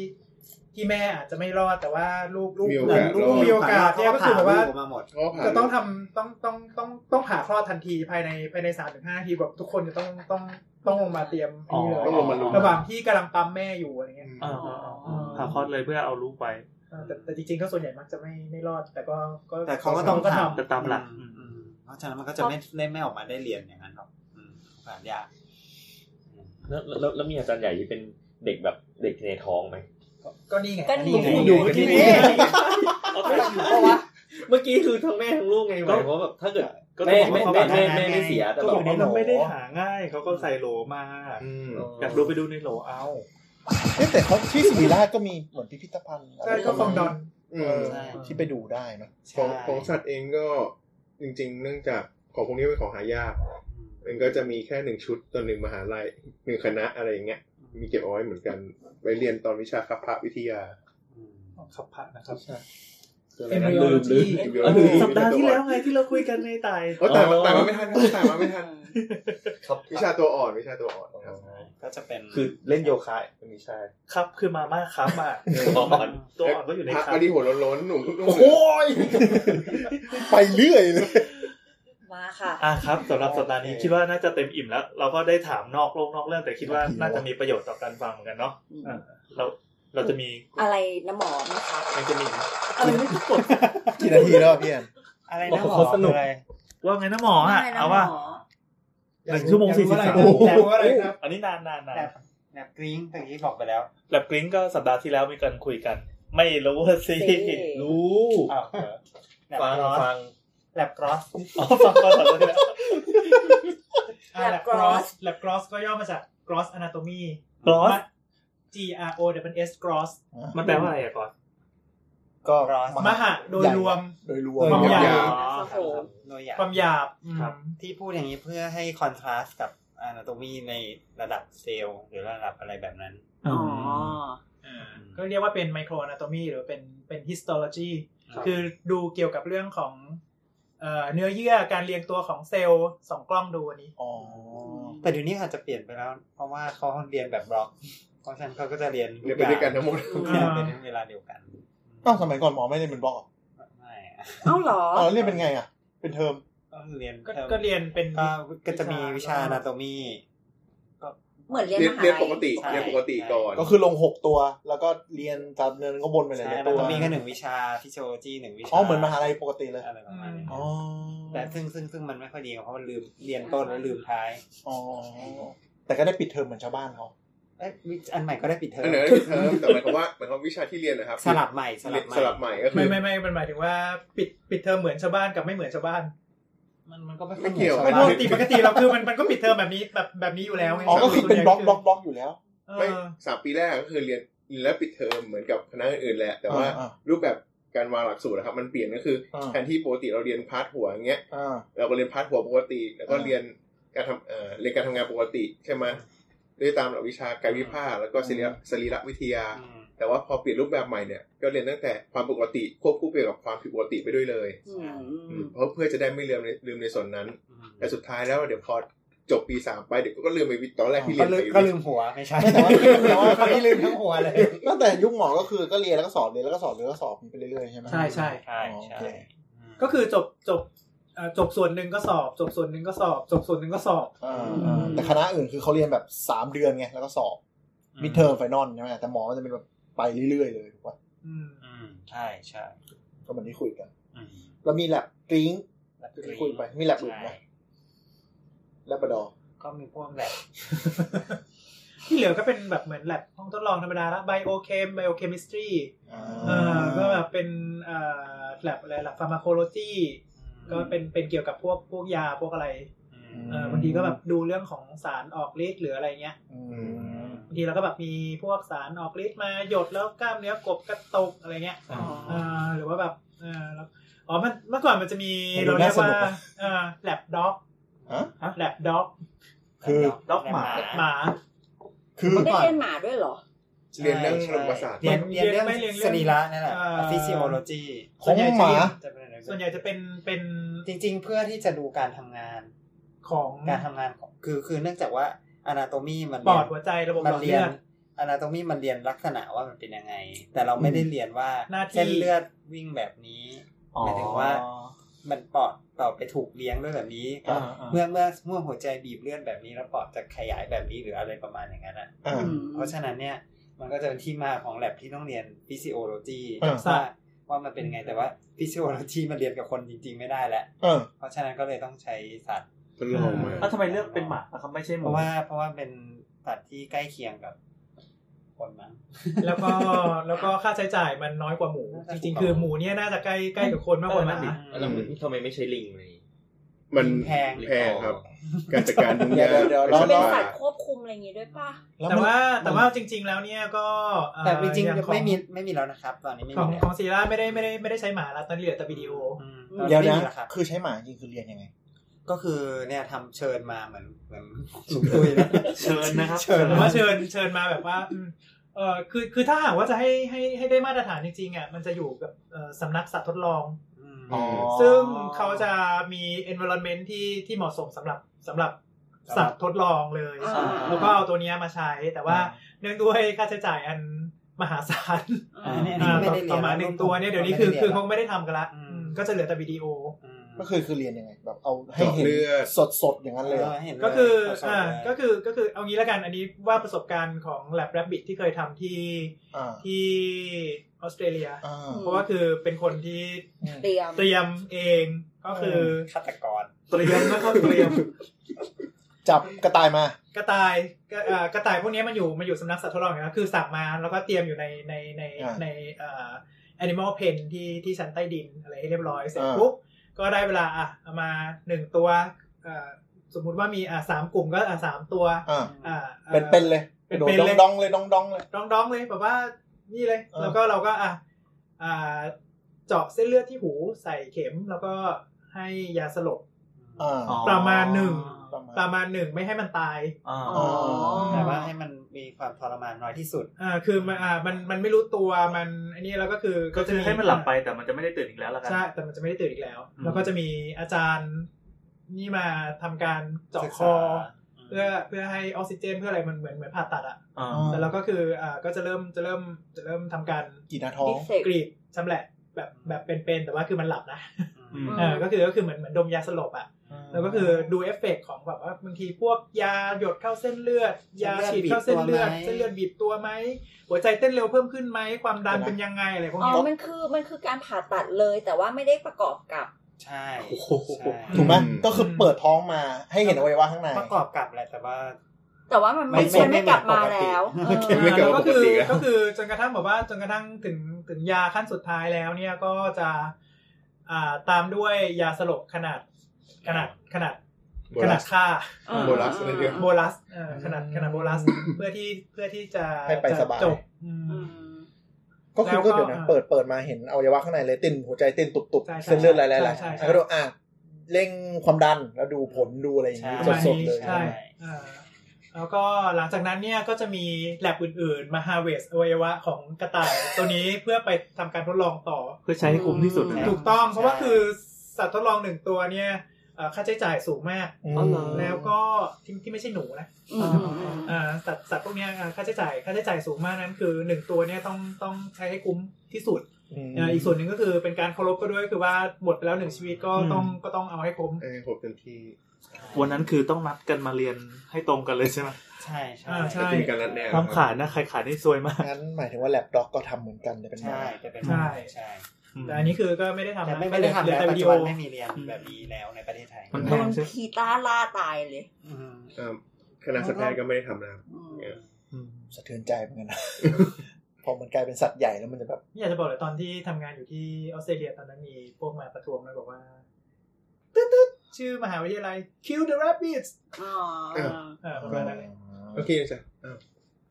[SPEAKER 11] ที่แม่อาจจะไม่รอดแต่ว่าลูกลูก
[SPEAKER 6] มีโอ
[SPEAKER 11] หลาก
[SPEAKER 6] าน ส
[SPEAKER 11] ลูกมีโอกาสเนี่ยก็คือแบบว่า
[SPEAKER 3] ผ่นลูกมาหมด
[SPEAKER 6] ก็ผ่าน
[SPEAKER 11] จะต้องทำต้องต้องต้องต้องผ่าคลอดทันทีภายในภายในสามถึงห้านาทีแบบทุกคนจะต้องต้องต้องลงมาเตรียมอันนี้เลย
[SPEAKER 6] ต้องลงมาลุ้น
[SPEAKER 11] ระหว่างที่กำลังปั๊มแม่อยู่อะไรเงี้ย
[SPEAKER 4] เออเออเออเออผ่าคลอดเลยเพื่อเอาลูกไป
[SPEAKER 11] เออแต่แต่จริงๆก็ส่วนใหญ่มักจะไม่ไม่รอด แต่ก็ก็
[SPEAKER 3] แต่เขาก็ต้อง
[SPEAKER 11] ก็
[SPEAKER 3] ทำ
[SPEAKER 11] ทำ
[SPEAKER 4] แต่ตามหลัก
[SPEAKER 3] อืมอืมเพราะฉะนั้นมันก็จะไม่ได้ไม่ออกมาได้เรียนอย่างนั้นหรอกอืมผ่านยาก
[SPEAKER 7] แล้วแล้วแล้วแล้วมีอาจารย์ใหญ่ที่เป็นเด็กแบบเด็กในท้องไหม
[SPEAKER 11] ก็นี่ไง
[SPEAKER 2] ก็นี่ไง
[SPEAKER 11] อยู่ที่นี่
[SPEAKER 7] เพราะว่าเมื่อกี้คือทั้งแม่ทั้งลูกไงหมายเพราะแบบถ้าเกิด
[SPEAKER 4] ก็
[SPEAKER 7] แม่
[SPEAKER 4] ต้อง
[SPEAKER 7] แม่
[SPEAKER 4] บอกว่าเขาแบบ
[SPEAKER 7] แม่แม่แม่ไม่เสียแต่
[SPEAKER 4] ก็
[SPEAKER 7] แบบ
[SPEAKER 4] เดี๋ยวนี้มันไม่ได้หาง่ายเขาก็ใส่โหลมา
[SPEAKER 6] อืม
[SPEAKER 4] อยากรู้ไปดูในโหลเอา
[SPEAKER 5] เอ๊ะแต่เขาที่ศิริราชก็มีเหมือนพิพิธภัณฑ์อะไร
[SPEAKER 11] ใช่ก็คองดอน
[SPEAKER 6] อืม
[SPEAKER 3] ใช่
[SPEAKER 5] ที่ไปดูได้เนอะ
[SPEAKER 6] ของของ
[SPEAKER 3] ใช่
[SPEAKER 6] สัตว์เองก็จริง ๆ เนื่องจากของพวกนี้เป็นของหายาก มันก็จะมีแค่หนึ่งชุดตอนหนึ่งมหาลัยหนึ่งคณะอะไรอย่างเงี้ย มีเก็บเอาไว้เหมือนกัน ไปเรียนตอนวิชาคัพพะวิทยา
[SPEAKER 3] อืม
[SPEAKER 4] ขับผ่านนะครับ
[SPEAKER 11] เอ็ม
[SPEAKER 6] นะ
[SPEAKER 11] บิโอจี
[SPEAKER 4] เออสัปดาห์ที่แล้วไงที่เราคุยกันในไตาย
[SPEAKER 6] โอ้แต่แต่แต่ว่าไม่ทันครับแต่ว่าไม่ทัน
[SPEAKER 7] ครับ
[SPEAKER 6] วิชาตัวอ่อนวิชาตัวอ่อนครับ
[SPEAKER 3] ก็จะเป็น
[SPEAKER 7] คือเล่นโยคะเป็นวิชา
[SPEAKER 4] ครับคือมาม่าครับอ่ะ
[SPEAKER 7] ตัวอ่อน
[SPEAKER 4] ตัวอ่อนก็อยู่ใน
[SPEAKER 6] พัก
[SPEAKER 4] ครับ
[SPEAKER 6] มาดีหัวโล้นๆหนุ่มทุกนุ่ม
[SPEAKER 5] โอ้ยไปเรื่อยเลย
[SPEAKER 2] มาค่ะ
[SPEAKER 4] อ่ะครับสำหรับสัปดาห์นี้คิดว่าน่าจะเต็มอิ่มแล้ว เราก็ได้ถามนอกโลกนอกเรื่องแต่คิดว่าน่าจะมีประโยชน์ต่อการฟังเหมือนกันเนาะอ่ะเราเราจะมี
[SPEAKER 2] อะไรนะหมอนะคะ
[SPEAKER 4] มันจะมีอะไรไม่ทุกกด
[SPEAKER 5] กี่นาทีแล้วอะพี่แอน
[SPEAKER 3] อะไร
[SPEAKER 4] บ
[SPEAKER 3] นะ
[SPEAKER 4] อ
[SPEAKER 3] ห
[SPEAKER 4] ก
[SPEAKER 3] ม
[SPEAKER 4] เขา
[SPEAKER 3] อ
[SPEAKER 4] สนุก
[SPEAKER 3] อะไร
[SPEAKER 4] ว่าไงนะหมออ่ะ
[SPEAKER 2] ไม่นะ
[SPEAKER 4] เอาว่า
[SPEAKER 2] หมอ
[SPEAKER 4] หนึ่งชั่วโมงสี่สิบสาม
[SPEAKER 11] อยากรู้อะไรครับ
[SPEAKER 4] อันนี้นานนานนาน
[SPEAKER 3] แบบแบบกริ้งตะกี้บอกไปแล้ว
[SPEAKER 4] แลบกริ้งก็สัปดาห์ที่แล้วมีการคุยกัน ไม่รู้ว่าสิรู้
[SPEAKER 3] อ้าวเหรอแลบ
[SPEAKER 7] ฟัง
[SPEAKER 3] กรอส
[SPEAKER 7] ฟัง
[SPEAKER 3] แลบกรอส
[SPEAKER 4] อ๋อฟังก็สัปดาห์ที่แล้ว
[SPEAKER 11] อ่าแลบกรอสแลบกรอสก็ย่อมาจาก gross anatomy
[SPEAKER 4] กรอส
[SPEAKER 11] G R O W S gross
[SPEAKER 4] มันแปลว่าอะไรอะก่อน
[SPEAKER 5] ก็
[SPEAKER 3] รอ
[SPEAKER 11] มหะโดยรวม
[SPEAKER 5] โดยรวม
[SPEAKER 11] ความยาว
[SPEAKER 2] โอ้โห
[SPEAKER 3] โดยอย่าง
[SPEAKER 11] ความหยาบอืม
[SPEAKER 4] ครับ
[SPEAKER 3] ที่พูดอย่างนี้เพื่อให้คอนทราสต์กับอนาโตมีในระดับเซลล์หรือระดับอะไรแบบนั้น
[SPEAKER 2] อ๋อ
[SPEAKER 4] อ่าก็เรียกว่าเป็นไมโครอนาโตมีหรือเป็นเป็น histology คือดูเกี่ยวกับเรื่องของเอ่อเนื้อเยื่อการเรียงตัวของเซลล์สองกล้องดูอันนี้
[SPEAKER 5] อ๋อ
[SPEAKER 3] แต่เดี๋ยวนี้อาจจะเปลี่ยนไปแล้ว เพราะว่าเขาเรียนแบบบล็อก เพราะฉะนั้นเขาก็จะเรียน
[SPEAKER 6] เรียนไปด้วยกันทั้งหมด
[SPEAKER 3] เรียนไปในเวลาเดียวกัน
[SPEAKER 5] เอ้าวสมัยก่อนหมอไม่ได้เป็นบล็อกเหรอ
[SPEAKER 3] ไม่อะ
[SPEAKER 2] เอ้าเหรอ
[SPEAKER 5] อ๋อแล้วเรียนเป็นไงอ่ะ เป็นเทอม
[SPEAKER 3] ก็เรียน
[SPEAKER 4] ก็ก็เรียนเป็น
[SPEAKER 3] ก็ก็จะมีวิชา anatomy
[SPEAKER 2] เหมือนเรียน
[SPEAKER 6] เรี
[SPEAKER 2] มหา
[SPEAKER 6] ยนเรียน
[SPEAKER 2] ลั
[SPEAKER 6] ปกติ
[SPEAKER 3] ใช่
[SPEAKER 6] เรียนปกติก่อน
[SPEAKER 5] ก็คือลงหกตัว แล้วก็เรียนตามเนินข้างบนไปเลย
[SPEAKER 3] ใช่
[SPEAKER 5] เนี่ย
[SPEAKER 3] anatomy
[SPEAKER 5] ตัว
[SPEAKER 3] ก็หนึ่งวิชา physiology หนึ่งวิชา
[SPEAKER 5] อ๋อเหมือนมหาลัยปกติเลย
[SPEAKER 3] อะไรประมาณนี้
[SPEAKER 5] อ๋อ
[SPEAKER 3] แต่ซึ่งซึ่งซึ่งมันไม่ค่อยดีเพราะมันลืมเรียนต้นแล้วลืมท้าย
[SPEAKER 5] อ๋อแต่ก็ได้ปิดเทอมเหมือนชาวบ้านเขา
[SPEAKER 3] เอ้ยวิอันใหม่ก็ได้ปิดเทอม
[SPEAKER 6] อันไหนเทอมแต่หมายความว่าหมายความว่าวิชาที่เรียนนะครับ
[SPEAKER 3] สลับใหม่สลับใหม่
[SPEAKER 6] สลับใหม่ก็คื
[SPEAKER 4] ไม่
[SPEAKER 6] อ
[SPEAKER 4] ไม่ไม่มันหมายถึงว่าปิดปิดเทอมเหมือนชาวบ้านกับไม่เหมือนชาวบ้าน
[SPEAKER 3] มันมันก็ไม่
[SPEAKER 6] ไม่เกี่ยว
[SPEAKER 3] ห
[SPEAKER 4] ป
[SPEAKER 3] มือน
[SPEAKER 4] ป
[SPEAKER 3] ชาว
[SPEAKER 4] ก
[SPEAKER 3] บ้าน
[SPEAKER 4] ติปกติเราคือมันมันก็ปิดเทอมแบบนี้แบบแบบนี้อยู่แล้วไง
[SPEAKER 5] อ๋อก็คือเป็นบล็อกบล็อกบล็อกอยู่แล้ว
[SPEAKER 4] เอ
[SPEAKER 6] ไม่
[SPEAKER 4] อ
[SPEAKER 6] สามปีแรกก็คือเรียนเรียนแล้วปิดเทอมเหมือนกับคณะอื่นๆแหละ แต่ว่า
[SPEAKER 5] อ่า
[SPEAKER 6] รูปแบบการวางหลักสูตรนะครับมันเปลี่ยนก็คืออา แทนที่ปกติเราเรียนพาร์ทหัวอย่างเงี้ย
[SPEAKER 5] อ่า
[SPEAKER 6] เราก็เรียนพาร์ทหัวปกติ แล้วก็
[SPEAKER 5] อ่า
[SPEAKER 6] เรียนการทำเอ่อเรียนการทำงานปกติใช่ไหมด้วยตามหลักวิชากายวิภาคแล้วก็ศิลปสรีรวิทยา
[SPEAKER 3] อืม
[SPEAKER 6] แต่ว่าพอเปลี่ยนรูปแบบใหม่เนี่ยก็เรียนตั้งแต่ความปกติควบคู่ไปกับความผิดปกติไปด้วยเลย
[SPEAKER 2] อืม
[SPEAKER 6] อืมเพราะเพื่อจะได้ไม่ลืมในลืมในส่วนนั้น
[SPEAKER 3] อืม
[SPEAKER 6] แต่สุดท้ายแล้วเดี๋ยวพอจบปีสามไปเดี๋ยวก็ลืมไปวิทย์ตอนแรกที่เรี
[SPEAKER 3] ก็ลื
[SPEAKER 6] ยนไป
[SPEAKER 3] ม
[SPEAKER 6] อยู่
[SPEAKER 3] ก็ลืมหัวไม่ใช่
[SPEAKER 5] แต่ว่าแต่ว่า
[SPEAKER 3] ก็ลืมทั้งหัวเลย
[SPEAKER 5] ตั้งแต่ยุคหมอก็คือก็เรียนแล้วก็สอบเรียนแล้วก็สอบเรียนแล้วก็สอบไปเรื่อยๆใช่ไหม
[SPEAKER 4] ใช่ใช่
[SPEAKER 3] ใช่
[SPEAKER 5] อ๋อโอ
[SPEAKER 3] ใช่
[SPEAKER 5] เค
[SPEAKER 4] ก็คือจบจบเอ่อจบส่วนหนึ่งก็สอบ จบส่วนหนึ่งก็สอบ จบส่วนหนึ่งก็สอบ
[SPEAKER 5] อ่าอ่าแต่คณะอื่นคือเขาเรียนแบบสามเดือนไงแล้วก็สอบมิดเทอมไฟนอลใช่ไหมแต่หมอมันจะเป็นแบบไปเรื่อยๆเลยถูกปะ
[SPEAKER 4] อืม
[SPEAKER 3] อืมใช่ใช่
[SPEAKER 5] ก็เหมือนที่คุยกัน
[SPEAKER 3] อืม
[SPEAKER 5] แล้วมีแลบกริ้ง
[SPEAKER 3] แล้ว
[SPEAKER 5] ที่คุยไปมีแลบอื่นไหม
[SPEAKER 3] ใช่
[SPEAKER 5] แลบดอร์
[SPEAKER 3] ก็มีพวกแล บ
[SPEAKER 4] ที่เหลือก็เป็นแบบเหมือนแลบห้องทดลองธรรมดาละไบโอเคมไบโอเคมิสตรีเออก็แบบเป็นเอ่อแลบอะไรแลบฟาร์มาโคโลจีก็เป็นเป็นเกี่ยวกับพวกพวกยาพวกอะไร
[SPEAKER 3] อืม
[SPEAKER 4] เออบางทีก็แบบดูเรื่องของสารออกฤทธิ์หรืออะไรเงี้ย
[SPEAKER 5] อื
[SPEAKER 3] อื
[SPEAKER 5] ม
[SPEAKER 3] ม
[SPEAKER 4] บางทีเราก็แบบมีพวกสารออกฤทธิ์มาหยดแล้วกล้ามเนื้อกบกระตุกอะไรเงี้ย
[SPEAKER 2] อ๋อ
[SPEAKER 4] เอ่อหรือว่าแบบเอ่อแล้วอ๋อมันเมื่อก่อนมันจะมีเราเรียกว่าเอ่อแลบด็อก
[SPEAKER 5] ฮะ
[SPEAKER 4] แลบด็อก
[SPEAKER 5] คือ
[SPEAKER 3] ล็อกหมา
[SPEAKER 4] หมา
[SPEAKER 5] คือ
[SPEAKER 2] ได้เรียนหมาด้วยเหรอ
[SPEAKER 6] เรียนเรื่องระบบประสาท
[SPEAKER 3] เรียนเรียนเรื่อง
[SPEAKER 4] ไม่เรียนเรื่
[SPEAKER 3] ส
[SPEAKER 4] อง
[SPEAKER 3] รีระนั่นแหละ
[SPEAKER 4] เอ่อ
[SPEAKER 3] physiology
[SPEAKER 5] ของหมา
[SPEAKER 4] ส่วนใหญ่จะเป็นเป็น
[SPEAKER 3] จริง ๆ เพื่อที่จะดูการทำงาน
[SPEAKER 4] ของ
[SPEAKER 3] การทำงานของคือคือเนื่องจากว่า anatomy มัน
[SPEAKER 4] ป
[SPEAKER 3] เรียน
[SPEAKER 4] อดหัวใจระบบ
[SPEAKER 3] มั
[SPEAKER 4] ห
[SPEAKER 3] น
[SPEAKER 4] ลอด
[SPEAKER 3] เรี
[SPEAKER 4] เลื
[SPEAKER 3] ย
[SPEAKER 4] อน ด
[SPEAKER 3] อนาโตมีมันเรียนลักษณะว่ามันเป็นยังไง แต่เราไม่ได้เรียนว่า
[SPEAKER 4] หน้าที่
[SPEAKER 3] เส้นเลือดวิ่งแบบนี้หมายถึงว่า มันปอดต่อไปถูกเลี้ยงด้วยแบบนี้
[SPEAKER 5] อ่าอ่า
[SPEAKER 3] เมื่อเมื่อเมื่อหัวใจบีบเลือดแบบนี้แล้วปอดจะขยายแบบนี้หรืออะไรประมาณอย่างนั้นอ่ะ
[SPEAKER 5] อ่า
[SPEAKER 2] อืม
[SPEAKER 3] เพราะฉะนั้นเนี่ยมันก็จะเป็นที่มาของแลบที่ต้องเรียน physiology
[SPEAKER 5] อ่า
[SPEAKER 3] ว่าว่ามันเป็นยังไงแต่ว่า physiology มันเรียนกับคนจริง ๆ ไม่ได้แล้ว
[SPEAKER 5] เออ
[SPEAKER 3] เพราะฉะนั้นก็เลยต้องใช้สัตว์
[SPEAKER 6] ทดลองมา
[SPEAKER 3] แล้วทำไมเลือกเป็นหมาอะครับ
[SPEAKER 11] ไม่ใช่ห
[SPEAKER 3] เพ
[SPEAKER 11] มู
[SPEAKER 3] ราะว่าเพราะว่าเป็นสัตว์ที่ใกล้เคียงกับคนมั้ง
[SPEAKER 4] แล้วก็ แล้วก็ค่าใช้จ่ายมันน้อยกว่าหมู จริงๆ คือหมูเนี่ยน่าจะใกล้ใกล้กับคนมากกว่าหมา
[SPEAKER 7] แล้วมันทำไมไม่ใช่ลิงเลย
[SPEAKER 6] มัน
[SPEAKER 3] แพง
[SPEAKER 6] แพงครับ การจัดการยุ่งยาก
[SPEAKER 5] เดี๋ยวๆ
[SPEAKER 6] ป็น
[SPEAKER 2] เป็น
[SPEAKER 6] ป่า
[SPEAKER 2] สัตว์ควบคุมอะไรอย่างงี้ด้วยป่ะ
[SPEAKER 4] แต่ว่าแต่ว่าจริง ๆ แล้วเนี่ยก็เอ่อ
[SPEAKER 3] แต่จริง
[SPEAKER 4] อย่าขอ
[SPEAKER 3] ๆไม่มีไม่มีแล้วนะครับ ตอนนี้ไม่
[SPEAKER 4] ขอ
[SPEAKER 3] มี
[SPEAKER 4] ง
[SPEAKER 3] แล้ว
[SPEAKER 4] ของซีร่าไม่ได้ไม่ได้ไม่ได้ใช้หมาแล้วตอนนี้เหลือแต่วิดีโอ
[SPEAKER 3] อืม
[SPEAKER 2] อืม
[SPEAKER 3] ตอน
[SPEAKER 5] เดี๋ยว
[SPEAKER 3] นี้ไม่
[SPEAKER 5] นะ
[SPEAKER 3] มีแล้วครับ
[SPEAKER 5] คือใช้หมาจริงคือเรียนยังไง
[SPEAKER 3] ก็คือเนี่ยทำเชิญมาเหมือนเหมือนลุงตุ้ยนะ
[SPEAKER 11] เชิญนะครับ
[SPEAKER 3] เชิญ
[SPEAKER 4] หรือว่าเชิญเชิญมาแบบว่าอืมเออคือคือถ้าหากว่าจะให้ให้ให้ได้มาตรฐานจริงๆอ่ะมันจะอยู่กับเอ่อสำนักสัตว์ทดลอง
[SPEAKER 3] ม
[SPEAKER 5] อ๋อ
[SPEAKER 4] ซึ่งเขาจะมี environment ที่ที่เหมาะสมสำหรับสำหรับสัตว์ทดลองเลย
[SPEAKER 2] อ่า
[SPEAKER 4] แล้วก็เอาตัวเนี้ยมาใช้แต่ว่าเนื่องด้วยค่าใช้จ่ายอันมหาศาล
[SPEAKER 3] อ่าเนี่ยอัน
[SPEAKER 4] อ่า
[SPEAKER 3] นี้ไม่
[SPEAKER 4] ต่อ
[SPEAKER 3] ได้เรียน
[SPEAKER 4] ต่อมาหนึ่งตัวเนี่ยเดี๋ยวนี้คือ
[SPEAKER 3] ไม่ไรี
[SPEAKER 4] คือ
[SPEAKER 3] แล้
[SPEAKER 4] เขา
[SPEAKER 3] ว
[SPEAKER 4] ไม่ได้ทำกันละ
[SPEAKER 3] อืม
[SPEAKER 4] อืมก็จะเหลือแต่วิดีโอ
[SPEAKER 3] ม
[SPEAKER 5] ก็คือคือเรียนยังไงแบบเอาให้เห็น
[SPEAKER 6] เลือด
[SPEAKER 5] สดสดๆอย่างนั้นเลยเหรอ
[SPEAKER 3] เห็นเลย
[SPEAKER 4] ก็คือ
[SPEAKER 3] เขาสน
[SPEAKER 4] อ่า
[SPEAKER 3] เลย
[SPEAKER 4] ก็คือก็คือเอางี้แล้วกัน อันนี้ว่าประสบการณ์ของ Lab Rabbit ที่เคยทำที่
[SPEAKER 5] อ่า
[SPEAKER 4] ที่ออสเตรเลีย
[SPEAKER 5] อ่า
[SPEAKER 4] เพราะว่าคือเป็นคนที่
[SPEAKER 2] เตรียม
[SPEAKER 4] เตรียมเองก็คือ
[SPEAKER 3] ฆาตกร
[SPEAKER 4] เตรียมนะครับเตรียม
[SPEAKER 5] จับกระต่ายมา
[SPEAKER 4] กระต่ายก็อ่ากระต่ายพวกนี้มันอยู่มันอยู่สำนักสัตว์ทดลองอยู่แล้วคือสั่งมาแล้วก็เตรียมอยู่ในในใน
[SPEAKER 5] อ่า
[SPEAKER 4] ในเอ่อ animal pen ที่ที่ชั้นใต้ดินอะไรให้เรียบร้อยเสร็จ
[SPEAKER 5] อ่า
[SPEAKER 4] ปุ๊บก็ได้เวลาอ่ะเอามาหนึ่งตัวเอ่อสมมุติว่ามีอ่ะสามกลุ่มก็อ่ะสามตัว
[SPEAKER 5] อ่า
[SPEAKER 4] อ่าอ่อ
[SPEAKER 5] เป็นเป็นๆเลย
[SPEAKER 4] เป็น
[SPEAKER 5] โด
[SPEAKER 4] ๆ
[SPEAKER 5] น
[SPEAKER 4] เลย
[SPEAKER 5] ดองๆเลยดองดองๆเลย
[SPEAKER 4] ดองดองเลยแบบว่านี่เลย
[SPEAKER 5] เออ
[SPEAKER 4] แล้วก็เราก็อ่ะอ่า เจาะเส้นเลือดที่หูใส่เข็มแล้วก็ให้ยาสลบ
[SPEAKER 5] อ่า
[SPEAKER 4] ประมาณหนึ่ง
[SPEAKER 5] ประมาณ
[SPEAKER 4] ประมาณหนึ่งไม่ให้มันตาย
[SPEAKER 11] อ๋อ
[SPEAKER 5] อ๋อ
[SPEAKER 3] แต่ว่าให้มันมีความทรมานน้อยที่สุด
[SPEAKER 4] อ่าคือมันอ่ามันมันไม่รู้ตัวมันไอันนี้แล้วก็คือ
[SPEAKER 11] ก็จะให้มันหลับไปแต่มันจะไม่ได้ตื่นอีกแล้วละกัน
[SPEAKER 4] ใช่แต่มันจะไม่ได้ตื่นอีกแล้ว
[SPEAKER 11] อืม
[SPEAKER 4] แล้วก็จะมีอาจารย์นี่มาทำการเจาะ
[SPEAKER 3] ศึก
[SPEAKER 4] ค
[SPEAKER 3] ษา
[SPEAKER 4] อ เพื่อเพื่อให้ออกซิเจนเพื่ออะไรมันเหมือนเหมือนผ่าตัดอ่ะ
[SPEAKER 11] อ๋อ
[SPEAKER 4] แต่เราก็คืออ่าก็จะเริ่มจะเริ่มจะเริ่มทำการ
[SPEAKER 5] กีนาท้อง
[SPEAKER 2] ดิเซก
[SPEAKER 4] กรีดชำแหละแบบแบบเป็นๆแต่ว่าคือมันหลับนะ
[SPEAKER 11] อืม
[SPEAKER 4] เออก็คือก็คือเหมือนเหมือนดมยาสลบอ่ะ แล้วก็คือดูเอฟเฟกต์ของแบบว่าบางทีพวกยาหยดเข้าเส้นเลือด ยาฉีดเข้าเส้นเลือด
[SPEAKER 3] เส้น
[SPEAKER 4] เส้น
[SPEAKER 3] เลื
[SPEAKER 4] เลื
[SPEAKER 3] อ
[SPEAKER 4] อ
[SPEAKER 3] ด
[SPEAKER 4] ด
[SPEAKER 3] บีบบ
[SPEAKER 4] บี
[SPEAKER 3] ตั
[SPEAKER 4] ตัว ว
[SPEAKER 3] ไห
[SPEAKER 4] ไห
[SPEAKER 3] ม
[SPEAKER 4] ม หัวใจเต้นเร็วเพิ่มขึ้นไหมความดันเป็นยังไงอะไรพวก
[SPEAKER 2] อ๋อ
[SPEAKER 4] นี้
[SPEAKER 2] มันคือมันคือการผ่าตัดเลยแต่ว่าไม่ได้ประกอบกับ
[SPEAKER 3] ใช่
[SPEAKER 11] โอ้โห
[SPEAKER 3] ใช่
[SPEAKER 5] ถูกไหม
[SPEAKER 6] อืม
[SPEAKER 5] ก็คือเปิดท้องมาให้เห็นอวัยวะข้างใน
[SPEAKER 3] ประกอบกับแหละแต่ว่า
[SPEAKER 2] แต่ว่ามันไม่
[SPEAKER 3] ไม่
[SPEAKER 2] มันไม่
[SPEAKER 3] ไม่
[SPEAKER 2] กลับ
[SPEAKER 3] ป
[SPEAKER 2] มาก
[SPEAKER 3] ติ
[SPEAKER 2] แล้วเออ
[SPEAKER 6] ไม่เกี่ยวกับ
[SPEAKER 4] แล้วก็คื
[SPEAKER 6] ปกติ
[SPEAKER 4] อ
[SPEAKER 6] อะ
[SPEAKER 4] ก็คือจนกระทั่งแบบว่าจนกระทั่งถึงถึงยาขั้นสุดท้ายแล้วเนี่ยก็จะอ่าตามด้วยยาสลบขนาดขนาดขนาด
[SPEAKER 6] โบ
[SPEAKER 4] ข
[SPEAKER 6] รั
[SPEAKER 4] นาด
[SPEAKER 6] ส
[SPEAKER 4] ค่า
[SPEAKER 6] โบรัสอะไรเรียก
[SPEAKER 4] โบลัสเออขนาดขนาดโบลัสเพื่อที่เพื่อที่จะ
[SPEAKER 5] ให้ไปสบาย
[SPEAKER 4] จะจบอืม
[SPEAKER 5] ก็คือก็
[SPEAKER 4] แล้วก็
[SPEAKER 5] เดี๋ยวนะ
[SPEAKER 4] อ่า
[SPEAKER 5] เปิดเปิดมาเห็นอวัยวะข้างในเลยเต้นหัวใจเต้นตุบๆ
[SPEAKER 4] ใช่ใช่
[SPEAKER 5] เส้นเลือดไหลไหลไหล
[SPEAKER 4] ใช่ใช่
[SPEAKER 5] แล้วก็ดูอ่ะเร่งความดันแล้วดูผลดูอะไรอย่างนี้
[SPEAKER 4] ประ
[SPEAKER 5] ส
[SPEAKER 4] มาณ
[SPEAKER 5] ดๆ
[SPEAKER 4] นี้
[SPEAKER 5] เลย
[SPEAKER 4] ใช่เอ่อแล้วก็หลังจากนั้นเนี่ยก็จะมีแลบอื่นๆ มาฮาเวสอวัยวะของกระต่าย ตัวนี้เพื่อไปทำการทดลองต่อ
[SPEAKER 11] เพื่อใช้ให้คุ้มที่สุดนะ
[SPEAKER 4] ถูกต้องเพราะว่า
[SPEAKER 3] ใช่
[SPEAKER 4] คือสัตว์ทดลองหนึ่งตัวเนี่ยเอ่อค่าใช้จ่ายสูงมาก
[SPEAKER 5] อืม
[SPEAKER 2] อ๋อเหรอ
[SPEAKER 4] แล้วก็ที่ที่ไม่ใช่หนูนะ
[SPEAKER 2] อืมอืมอืม
[SPEAKER 4] เอ่อสัตว์สัตว์พวกเนี้ยเอ่อค่าใช้จ่ายค่าใช้จ่ายสูงมากนั้นคือหนึ่งตัวเนี่ยต้องต้องใช้ให้คุ้มที่สุดเอ่ออีกส่วนหนึ่งก็คือเป็นการเคารพก็ด้วยคือว่าหมดไปแล้วหนึ่งชีวิตก็ต้องก็ต้องเอาให้คุ้ม
[SPEAKER 6] เออผมเต็มที่
[SPEAKER 11] วันนั้นคือต้องนัดกันมาเรียนให้ตรงกันเลยใช่ไหม
[SPEAKER 3] ใช่ใช่
[SPEAKER 4] อ่าใช่
[SPEAKER 6] แต่จะมีการนัดแนะ
[SPEAKER 11] ห้ามขาดนะใครขาดนี่ซวยมาก
[SPEAKER 5] งั้นหมายถึงว่าแลบด็อกก็ทำเหมือนกันแต่เป็น
[SPEAKER 3] ใช่
[SPEAKER 5] ไม้
[SPEAKER 3] จะเป็น
[SPEAKER 4] ใช่
[SPEAKER 3] ใช่
[SPEAKER 4] แต่อันนี้คือก็ไม่ได้ทำ
[SPEAKER 3] แต่
[SPEAKER 4] นะ
[SPEAKER 3] ไม่ไม่ได้ทำ
[SPEAKER 4] เหลือ
[SPEAKER 3] แล้ว
[SPEAKER 4] แต่
[SPEAKER 3] ปัจ
[SPEAKER 4] วิดี
[SPEAKER 3] จุ
[SPEAKER 4] โอ
[SPEAKER 3] บันไม่มีเรียนแบบนี้แล้วในประเทศไทย
[SPEAKER 11] มันแพ
[SPEAKER 2] โด
[SPEAKER 11] ง
[SPEAKER 2] น
[SPEAKER 11] ใช่ไหม
[SPEAKER 2] คีต้าล่าตายเลย
[SPEAKER 3] อืม
[SPEAKER 6] อ่าคณะสัตวแพทย์ก็ไม่ได้ทำนะครับ
[SPEAKER 2] อืม
[SPEAKER 11] อืม
[SPEAKER 5] สะเทือนใจเหมือนกันนะ พอมันกลายเป็นสัตว์ใหญ่แล้วมันจะแบบ
[SPEAKER 4] ไม่อยากจะบอกเลยตอนที่ทำงานอยู่ที่ออสเตรเลียตอนนั้นมีพวกมาประท้วงแล้วบอกว่าตึ๊ดตึ๊ดชื่อมหาวิทยาลัย Kill the Rabbits
[SPEAKER 2] อ๋อ
[SPEAKER 6] เออ
[SPEAKER 4] เออประมาณนั้นเลย
[SPEAKER 6] โอเคจ้ะอ้าว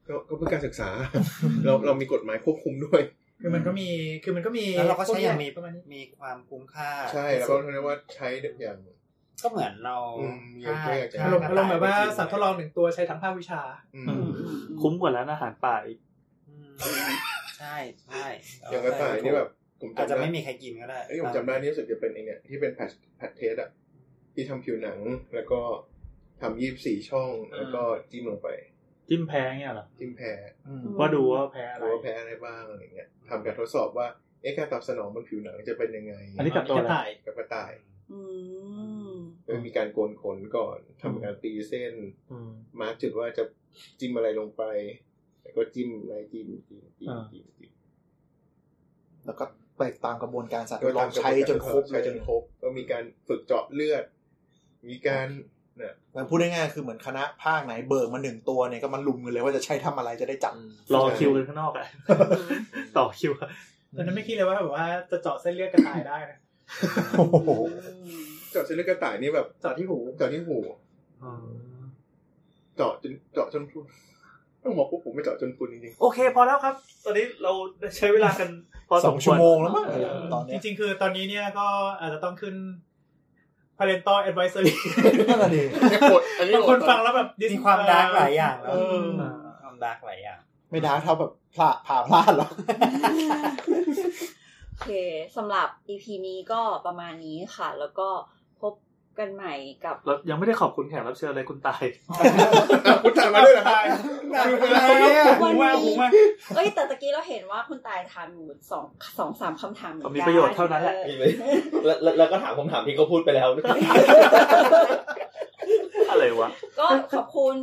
[SPEAKER 6] ก็ก็เพื่อการศึกษา เราเรามีกฎหมายควบคุมด้วย
[SPEAKER 4] คือมันก็มีคือมันก็มี
[SPEAKER 3] แล้วเราก็ใช้อย่างมี
[SPEAKER 4] พวกเนี้ประมาณนี้
[SPEAKER 3] มีความคุ้มค่า
[SPEAKER 6] ใช่แล้วก็เรียกว่าใช้อย่าง
[SPEAKER 3] ก็เหมือนเรา
[SPEAKER 6] อืม
[SPEAKER 3] ฆ่
[SPEAKER 6] ยกตัวอย่าง
[SPEAKER 3] ฆ่
[SPEAKER 4] อารม
[SPEAKER 3] กะต่ย
[SPEAKER 4] ณ์อารมณ์แบบว่า
[SPEAKER 3] ไปกิน
[SPEAKER 4] สัตว์ทดลองหนึ่งตัวใช้ทั้งภาควิชา
[SPEAKER 6] อืม
[SPEAKER 11] อืมคุ้มกว่าร้านอาหารป่าอีก
[SPEAKER 3] อืมใช่ใช่
[SPEAKER 6] อย่างกระต่ายนี่แบบผม
[SPEAKER 3] อาจ
[SPEAKER 6] จำ
[SPEAKER 3] จะ
[SPEAKER 6] ได้
[SPEAKER 3] ไม่มีใครกินก็ได้
[SPEAKER 6] เอ้ยผมจำได้นี่รู้สึกจะเป็นไอเนี่ยที่เป็นแพทแพทเทสอะที่ทำผิวหนังแล้วก็ทำยี่สิบสี่ช่องแล้วก็จิ้มลงไป
[SPEAKER 11] จิ้มแพ้เงี้ยเหรอ
[SPEAKER 6] จิ้มแพ้
[SPEAKER 11] ว่าดูว่าแพ้อะไร
[SPEAKER 6] ดูว่าแพ้อะไรบ้างอะไรเงี้ยทำการทดสอบว่าเอ๊ะการตอบสนองบนผิวหนังจะเป็นยังไง
[SPEAKER 11] อันนี้กับตัวอะไร
[SPEAKER 6] กับกระต่าย
[SPEAKER 2] อืม
[SPEAKER 6] เออมีการโกนขนก่อนทำการตีเส้น
[SPEAKER 11] อืม
[SPEAKER 6] มาร์กจุดว่าจะจิ้มอะไรลงไป แล้วก็จิ้มอะไรจิ้มจิ้มจิ้ม
[SPEAKER 11] อ่า
[SPEAKER 6] จิ้มจิ้ม
[SPEAKER 5] แล้วก็ไปตามกระบวนการสัตว์ทดลองใช้จนครบเล
[SPEAKER 6] ใช้
[SPEAKER 5] ย
[SPEAKER 6] จนครบ ก็มีการฝึกเจาะเลือด มีการน่ะ
[SPEAKER 5] มันพูดง่ายๆคือเหมือนคณะภาคไหนเบิกมาหนึ่งตัวเนี่ยก็มาลุมกันเลยว่าจะใช้ทำอะไรจะได้จับ
[SPEAKER 11] รอคิวกันข้างนอกอะต่อคิวอะ
[SPEAKER 4] ตอนนั้นไม่คิดเลยว่าแบบว่าจะเจาะเส้นเลือดกระต่ายได้นะ
[SPEAKER 5] โอ้โห
[SPEAKER 6] เจาะเส้นเลือดกระต่ายนี่แบบ
[SPEAKER 4] เจาะที่หู
[SPEAKER 6] เจาะที่หู
[SPEAKER 11] อืม
[SPEAKER 6] เจาะจนเจาะจนพุนต้องบอกว่าผมไม่เจาะจนพุนจริง
[SPEAKER 11] โอเค พอแล้วครับ ตอนนี้เราใช้เวลากัน พอ
[SPEAKER 5] ส
[SPEAKER 11] ส
[SPEAKER 5] อง
[SPEAKER 11] มควร
[SPEAKER 5] ชั่วโมงแล้วมั้งตอน
[SPEAKER 4] จ
[SPEAKER 5] เนี้ย
[SPEAKER 4] ริงๆ คือตอนนี้เนี่ยก็อาจจะต้องขึ้น parental advisory
[SPEAKER 5] นั่นแหละดิ
[SPEAKER 6] ๆเนี่ยโกรธอันนี้
[SPEAKER 4] บางคน
[SPEAKER 6] โกรธ
[SPEAKER 4] ฟังแล้วแบบ dis-
[SPEAKER 3] มีความดาร์กหลายอย่างแล้ว
[SPEAKER 4] เออ
[SPEAKER 3] มีความดาร์กหลายอย่าง
[SPEAKER 5] ไม่ดาร์กเท่าแบบพลาดผ่าพลาดหรอก
[SPEAKER 2] โอเคสำหรับ EP นี้ก็ประมาณนี้ค่ะ แล้วก็พบกันใหม่กับ
[SPEAKER 11] เรายังไม่ได้ขอบคุณแขกรับเชิญเลยคุณตาย
[SPEAKER 6] อ่ะคุณถ่ายมาด้วยเหรอครับ
[SPEAKER 4] หูว่าหูว่า
[SPEAKER 2] เอ้ยแต่ตะกี้เราเห็นว่าคุณตายถามอยู่สองสองสามคำถามเหมือนกัน
[SPEAKER 11] มีประโยชน์เท่านั้นแหละ
[SPEAKER 2] ออ
[SPEAKER 7] แล้วแล้วแล้วก็ถามคำถามที่เขาพูดไปแล้ว
[SPEAKER 11] อะไรวะ
[SPEAKER 2] ก็ขอบคุณ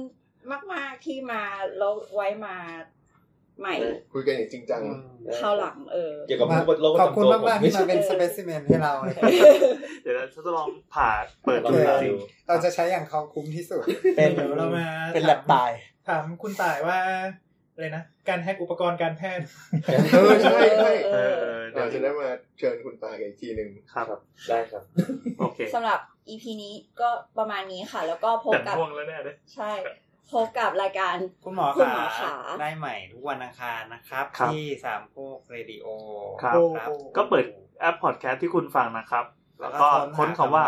[SPEAKER 2] มาก ๆ ที่มาแล้วไว้มาใหม่
[SPEAKER 6] คุยกันอย่างจริงจัง
[SPEAKER 2] คราวหลังเออ
[SPEAKER 7] เกี่ยวกับโลก
[SPEAKER 3] ขอบคุณ
[SPEAKER 7] ประจำตัว
[SPEAKER 3] มากมากๆ
[SPEAKER 7] ผ
[SPEAKER 3] ที่มาเป็น
[SPEAKER 2] เออ
[SPEAKER 3] สเปซิเมนให้เราเลย
[SPEAKER 11] เดี๋ยวเราจะลองผ่าเปิด
[SPEAKER 7] ลอ
[SPEAKER 11] ดู
[SPEAKER 7] งหา
[SPEAKER 11] จริง
[SPEAKER 7] ดู
[SPEAKER 3] เราจะใช้อย่างเขาคุ้มที่สุด
[SPEAKER 5] เป็น
[SPEAKER 4] เดี๋ยวเรามา
[SPEAKER 5] เป็นแลบตาย
[SPEAKER 4] ถามคุณต่ายว่าอะไรนะ การแฮกอุปกรณ์การแพทย์
[SPEAKER 6] เออใช่ใช่
[SPEAKER 2] เอ
[SPEAKER 11] เอ
[SPEAKER 2] อ
[SPEAKER 11] อ
[SPEAKER 2] เออ
[SPEAKER 11] เดี๋ย
[SPEAKER 6] เรา
[SPEAKER 11] ว
[SPEAKER 6] จะได้มาเชิญคุณตากันอีกทีหนึ่ง
[SPEAKER 11] ครับ
[SPEAKER 7] ได้ครับ
[SPEAKER 11] โอเค
[SPEAKER 2] สำหรับ EP นี้ก็ประมาณนี้ค่ะ แล้วก็พบ
[SPEAKER 11] แต่
[SPEAKER 2] กับ
[SPEAKER 11] ง่วงแล้วแน่เลย
[SPEAKER 2] ใช่ พบกับรายการ
[SPEAKER 3] คุณหมอ
[SPEAKER 2] คุณ
[SPEAKER 3] ขา
[SPEAKER 2] หมอขา
[SPEAKER 3] ได้ใหม่ทุกวันอังคารนะครับ
[SPEAKER 11] ครับ
[SPEAKER 3] ที่สามโคกเรดิโอ
[SPEAKER 11] ครับ
[SPEAKER 3] ครับ
[SPEAKER 11] ก็เปิดแอปพอดแคสต์ที่คุณฟังนะครับ แล้วก็ค้นคำว่า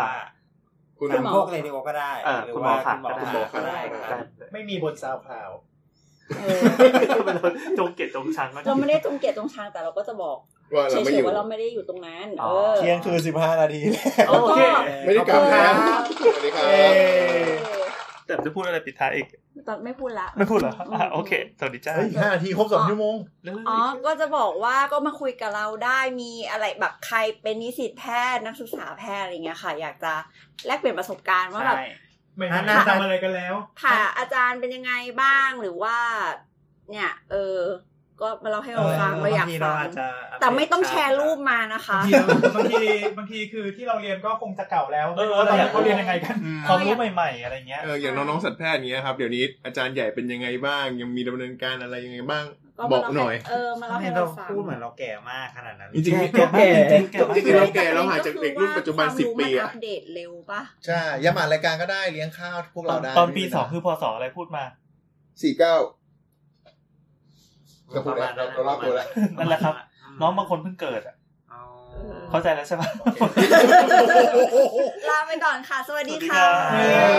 [SPEAKER 6] คุณ
[SPEAKER 3] คุณพวกเรดิโอก็ได้
[SPEAKER 11] อ่า
[SPEAKER 3] หรือ
[SPEAKER 11] คุณหม
[SPEAKER 3] ว่า
[SPEAKER 11] อขาด
[SPEAKER 3] คุณหมอ
[SPEAKER 11] ก็ได้
[SPEAKER 3] ขาดก็ได้
[SPEAKER 2] ได้
[SPEAKER 4] ไม่มีบนซาวคลาว
[SPEAKER 11] มันจงเกลียดจงชังก็
[SPEAKER 2] เราไม่ได้จงเกลียดจงชังแต่เราก็จะบอก
[SPEAKER 6] ว่า
[SPEAKER 2] เฉ
[SPEAKER 6] เราไม่อย
[SPEAKER 2] ๆ
[SPEAKER 6] ยู่
[SPEAKER 2] ว่าเราไม่ได้อยู่ตรงนั้น เออ
[SPEAKER 13] เที่ยงคืนสิบห้านาทีแล้ว
[SPEAKER 2] แล้วก็
[SPEAKER 6] ไม่ได้กลับครับสวัสดีครับ
[SPEAKER 11] แต่จะพูดอะไรปิดท้ายอีก
[SPEAKER 2] ตอนไม่พูดละ
[SPEAKER 11] ไม่พูดเหรออ่ะโอเค สวัสดีจ้า
[SPEAKER 13] เฮ้ยห้านาทีครบสองชั่วโมง
[SPEAKER 11] เรื่อย
[SPEAKER 2] อ๋อ ก็จะบอกว่าก็มาคุยกับเราได้มีอะไรแบบใครเป็นนิสิตแพทย์นักศึกษาแพทย์อะไรเงี้ยค่ะ อยากจะแลกเปลี่ยนประสบการณ์ว่าแบบ
[SPEAKER 3] ใช่
[SPEAKER 4] ไม่ไม่ทำอะไรกันแล้ว
[SPEAKER 2] ผ่าอาจารย์เป็นยังไงบ้างหรือว่า เนี่ย เออ ก็มาเล่าให้เราฟังเราอยาก
[SPEAKER 3] บที
[SPEAKER 2] ฟั
[SPEAKER 3] อจ
[SPEAKER 2] ง
[SPEAKER 3] จะ
[SPEAKER 2] แต่ไม่ต้องแชร์รูปมานะ
[SPEAKER 4] บา
[SPEAKER 2] คะ
[SPEAKER 4] งทีบางทีบางทีคือที่เราเรียนก็คงจะเก่าแล้ว
[SPEAKER 11] เอ
[SPEAKER 4] ไม่
[SPEAKER 11] อ
[SPEAKER 4] รู้
[SPEAKER 11] เออ
[SPEAKER 4] ว่าต
[SPEAKER 11] เรา
[SPEAKER 4] อน
[SPEAKER 11] อยา
[SPEAKER 4] นี้
[SPEAKER 11] ก
[SPEAKER 4] เขาเรียนยังไงกัน
[SPEAKER 11] อืมความรู้ใหม่ๆ อะไรเงี้ย
[SPEAKER 6] เอออย่างน้องๆสัตวแพทย์อย่างเงี้ยครับเดี๋ยวนี้อาจารย์ใหญ่เป็นยังไงบ้าง ยังมีดำเนินการอะไรยังไงบ้าง
[SPEAKER 2] ก็มา
[SPEAKER 6] บอก
[SPEAKER 2] เล่า
[SPEAKER 6] หน่อย
[SPEAKER 2] เออ มาเล่าให้
[SPEAKER 3] ให้
[SPEAKER 2] เรา
[SPEAKER 3] เรา
[SPEAKER 2] ฟัง
[SPEAKER 3] พูดเหมือนเราแก่มากขนาดนั้น
[SPEAKER 6] จริงๆ
[SPEAKER 3] แก่แก่จริงๆแก่
[SPEAKER 6] จริงๆ
[SPEAKER 3] มาก
[SPEAKER 6] เราแก่เราหายจากเด็กรุ่นปัจจุบัน
[SPEAKER 2] ความ
[SPEAKER 6] สิบ
[SPEAKER 2] รู้
[SPEAKER 6] ปี
[SPEAKER 2] มัน
[SPEAKER 6] อะ
[SPEAKER 2] อัปเดตเร็วปะ
[SPEAKER 13] ใช่อย่ามารายการก็ได้เลี้ยงข้าวพวกเราได้
[SPEAKER 11] ตอนปีสองคือพศอะไรพูดมา
[SPEAKER 6] สี่เก้า
[SPEAKER 13] ก็พูดแล้วเราเล่าตัวแล้ว
[SPEAKER 11] นั่นแหละครับ น้องบางคนเพิ่งเกิดอะ
[SPEAKER 3] อ๋อ
[SPEAKER 11] เข้าใจแล้วใช่ปะ
[SPEAKER 2] ลาไปก่อนค่ะ สวัสดี
[SPEAKER 11] สวัสดี
[SPEAKER 2] ค่ะ
[SPEAKER 11] ครับ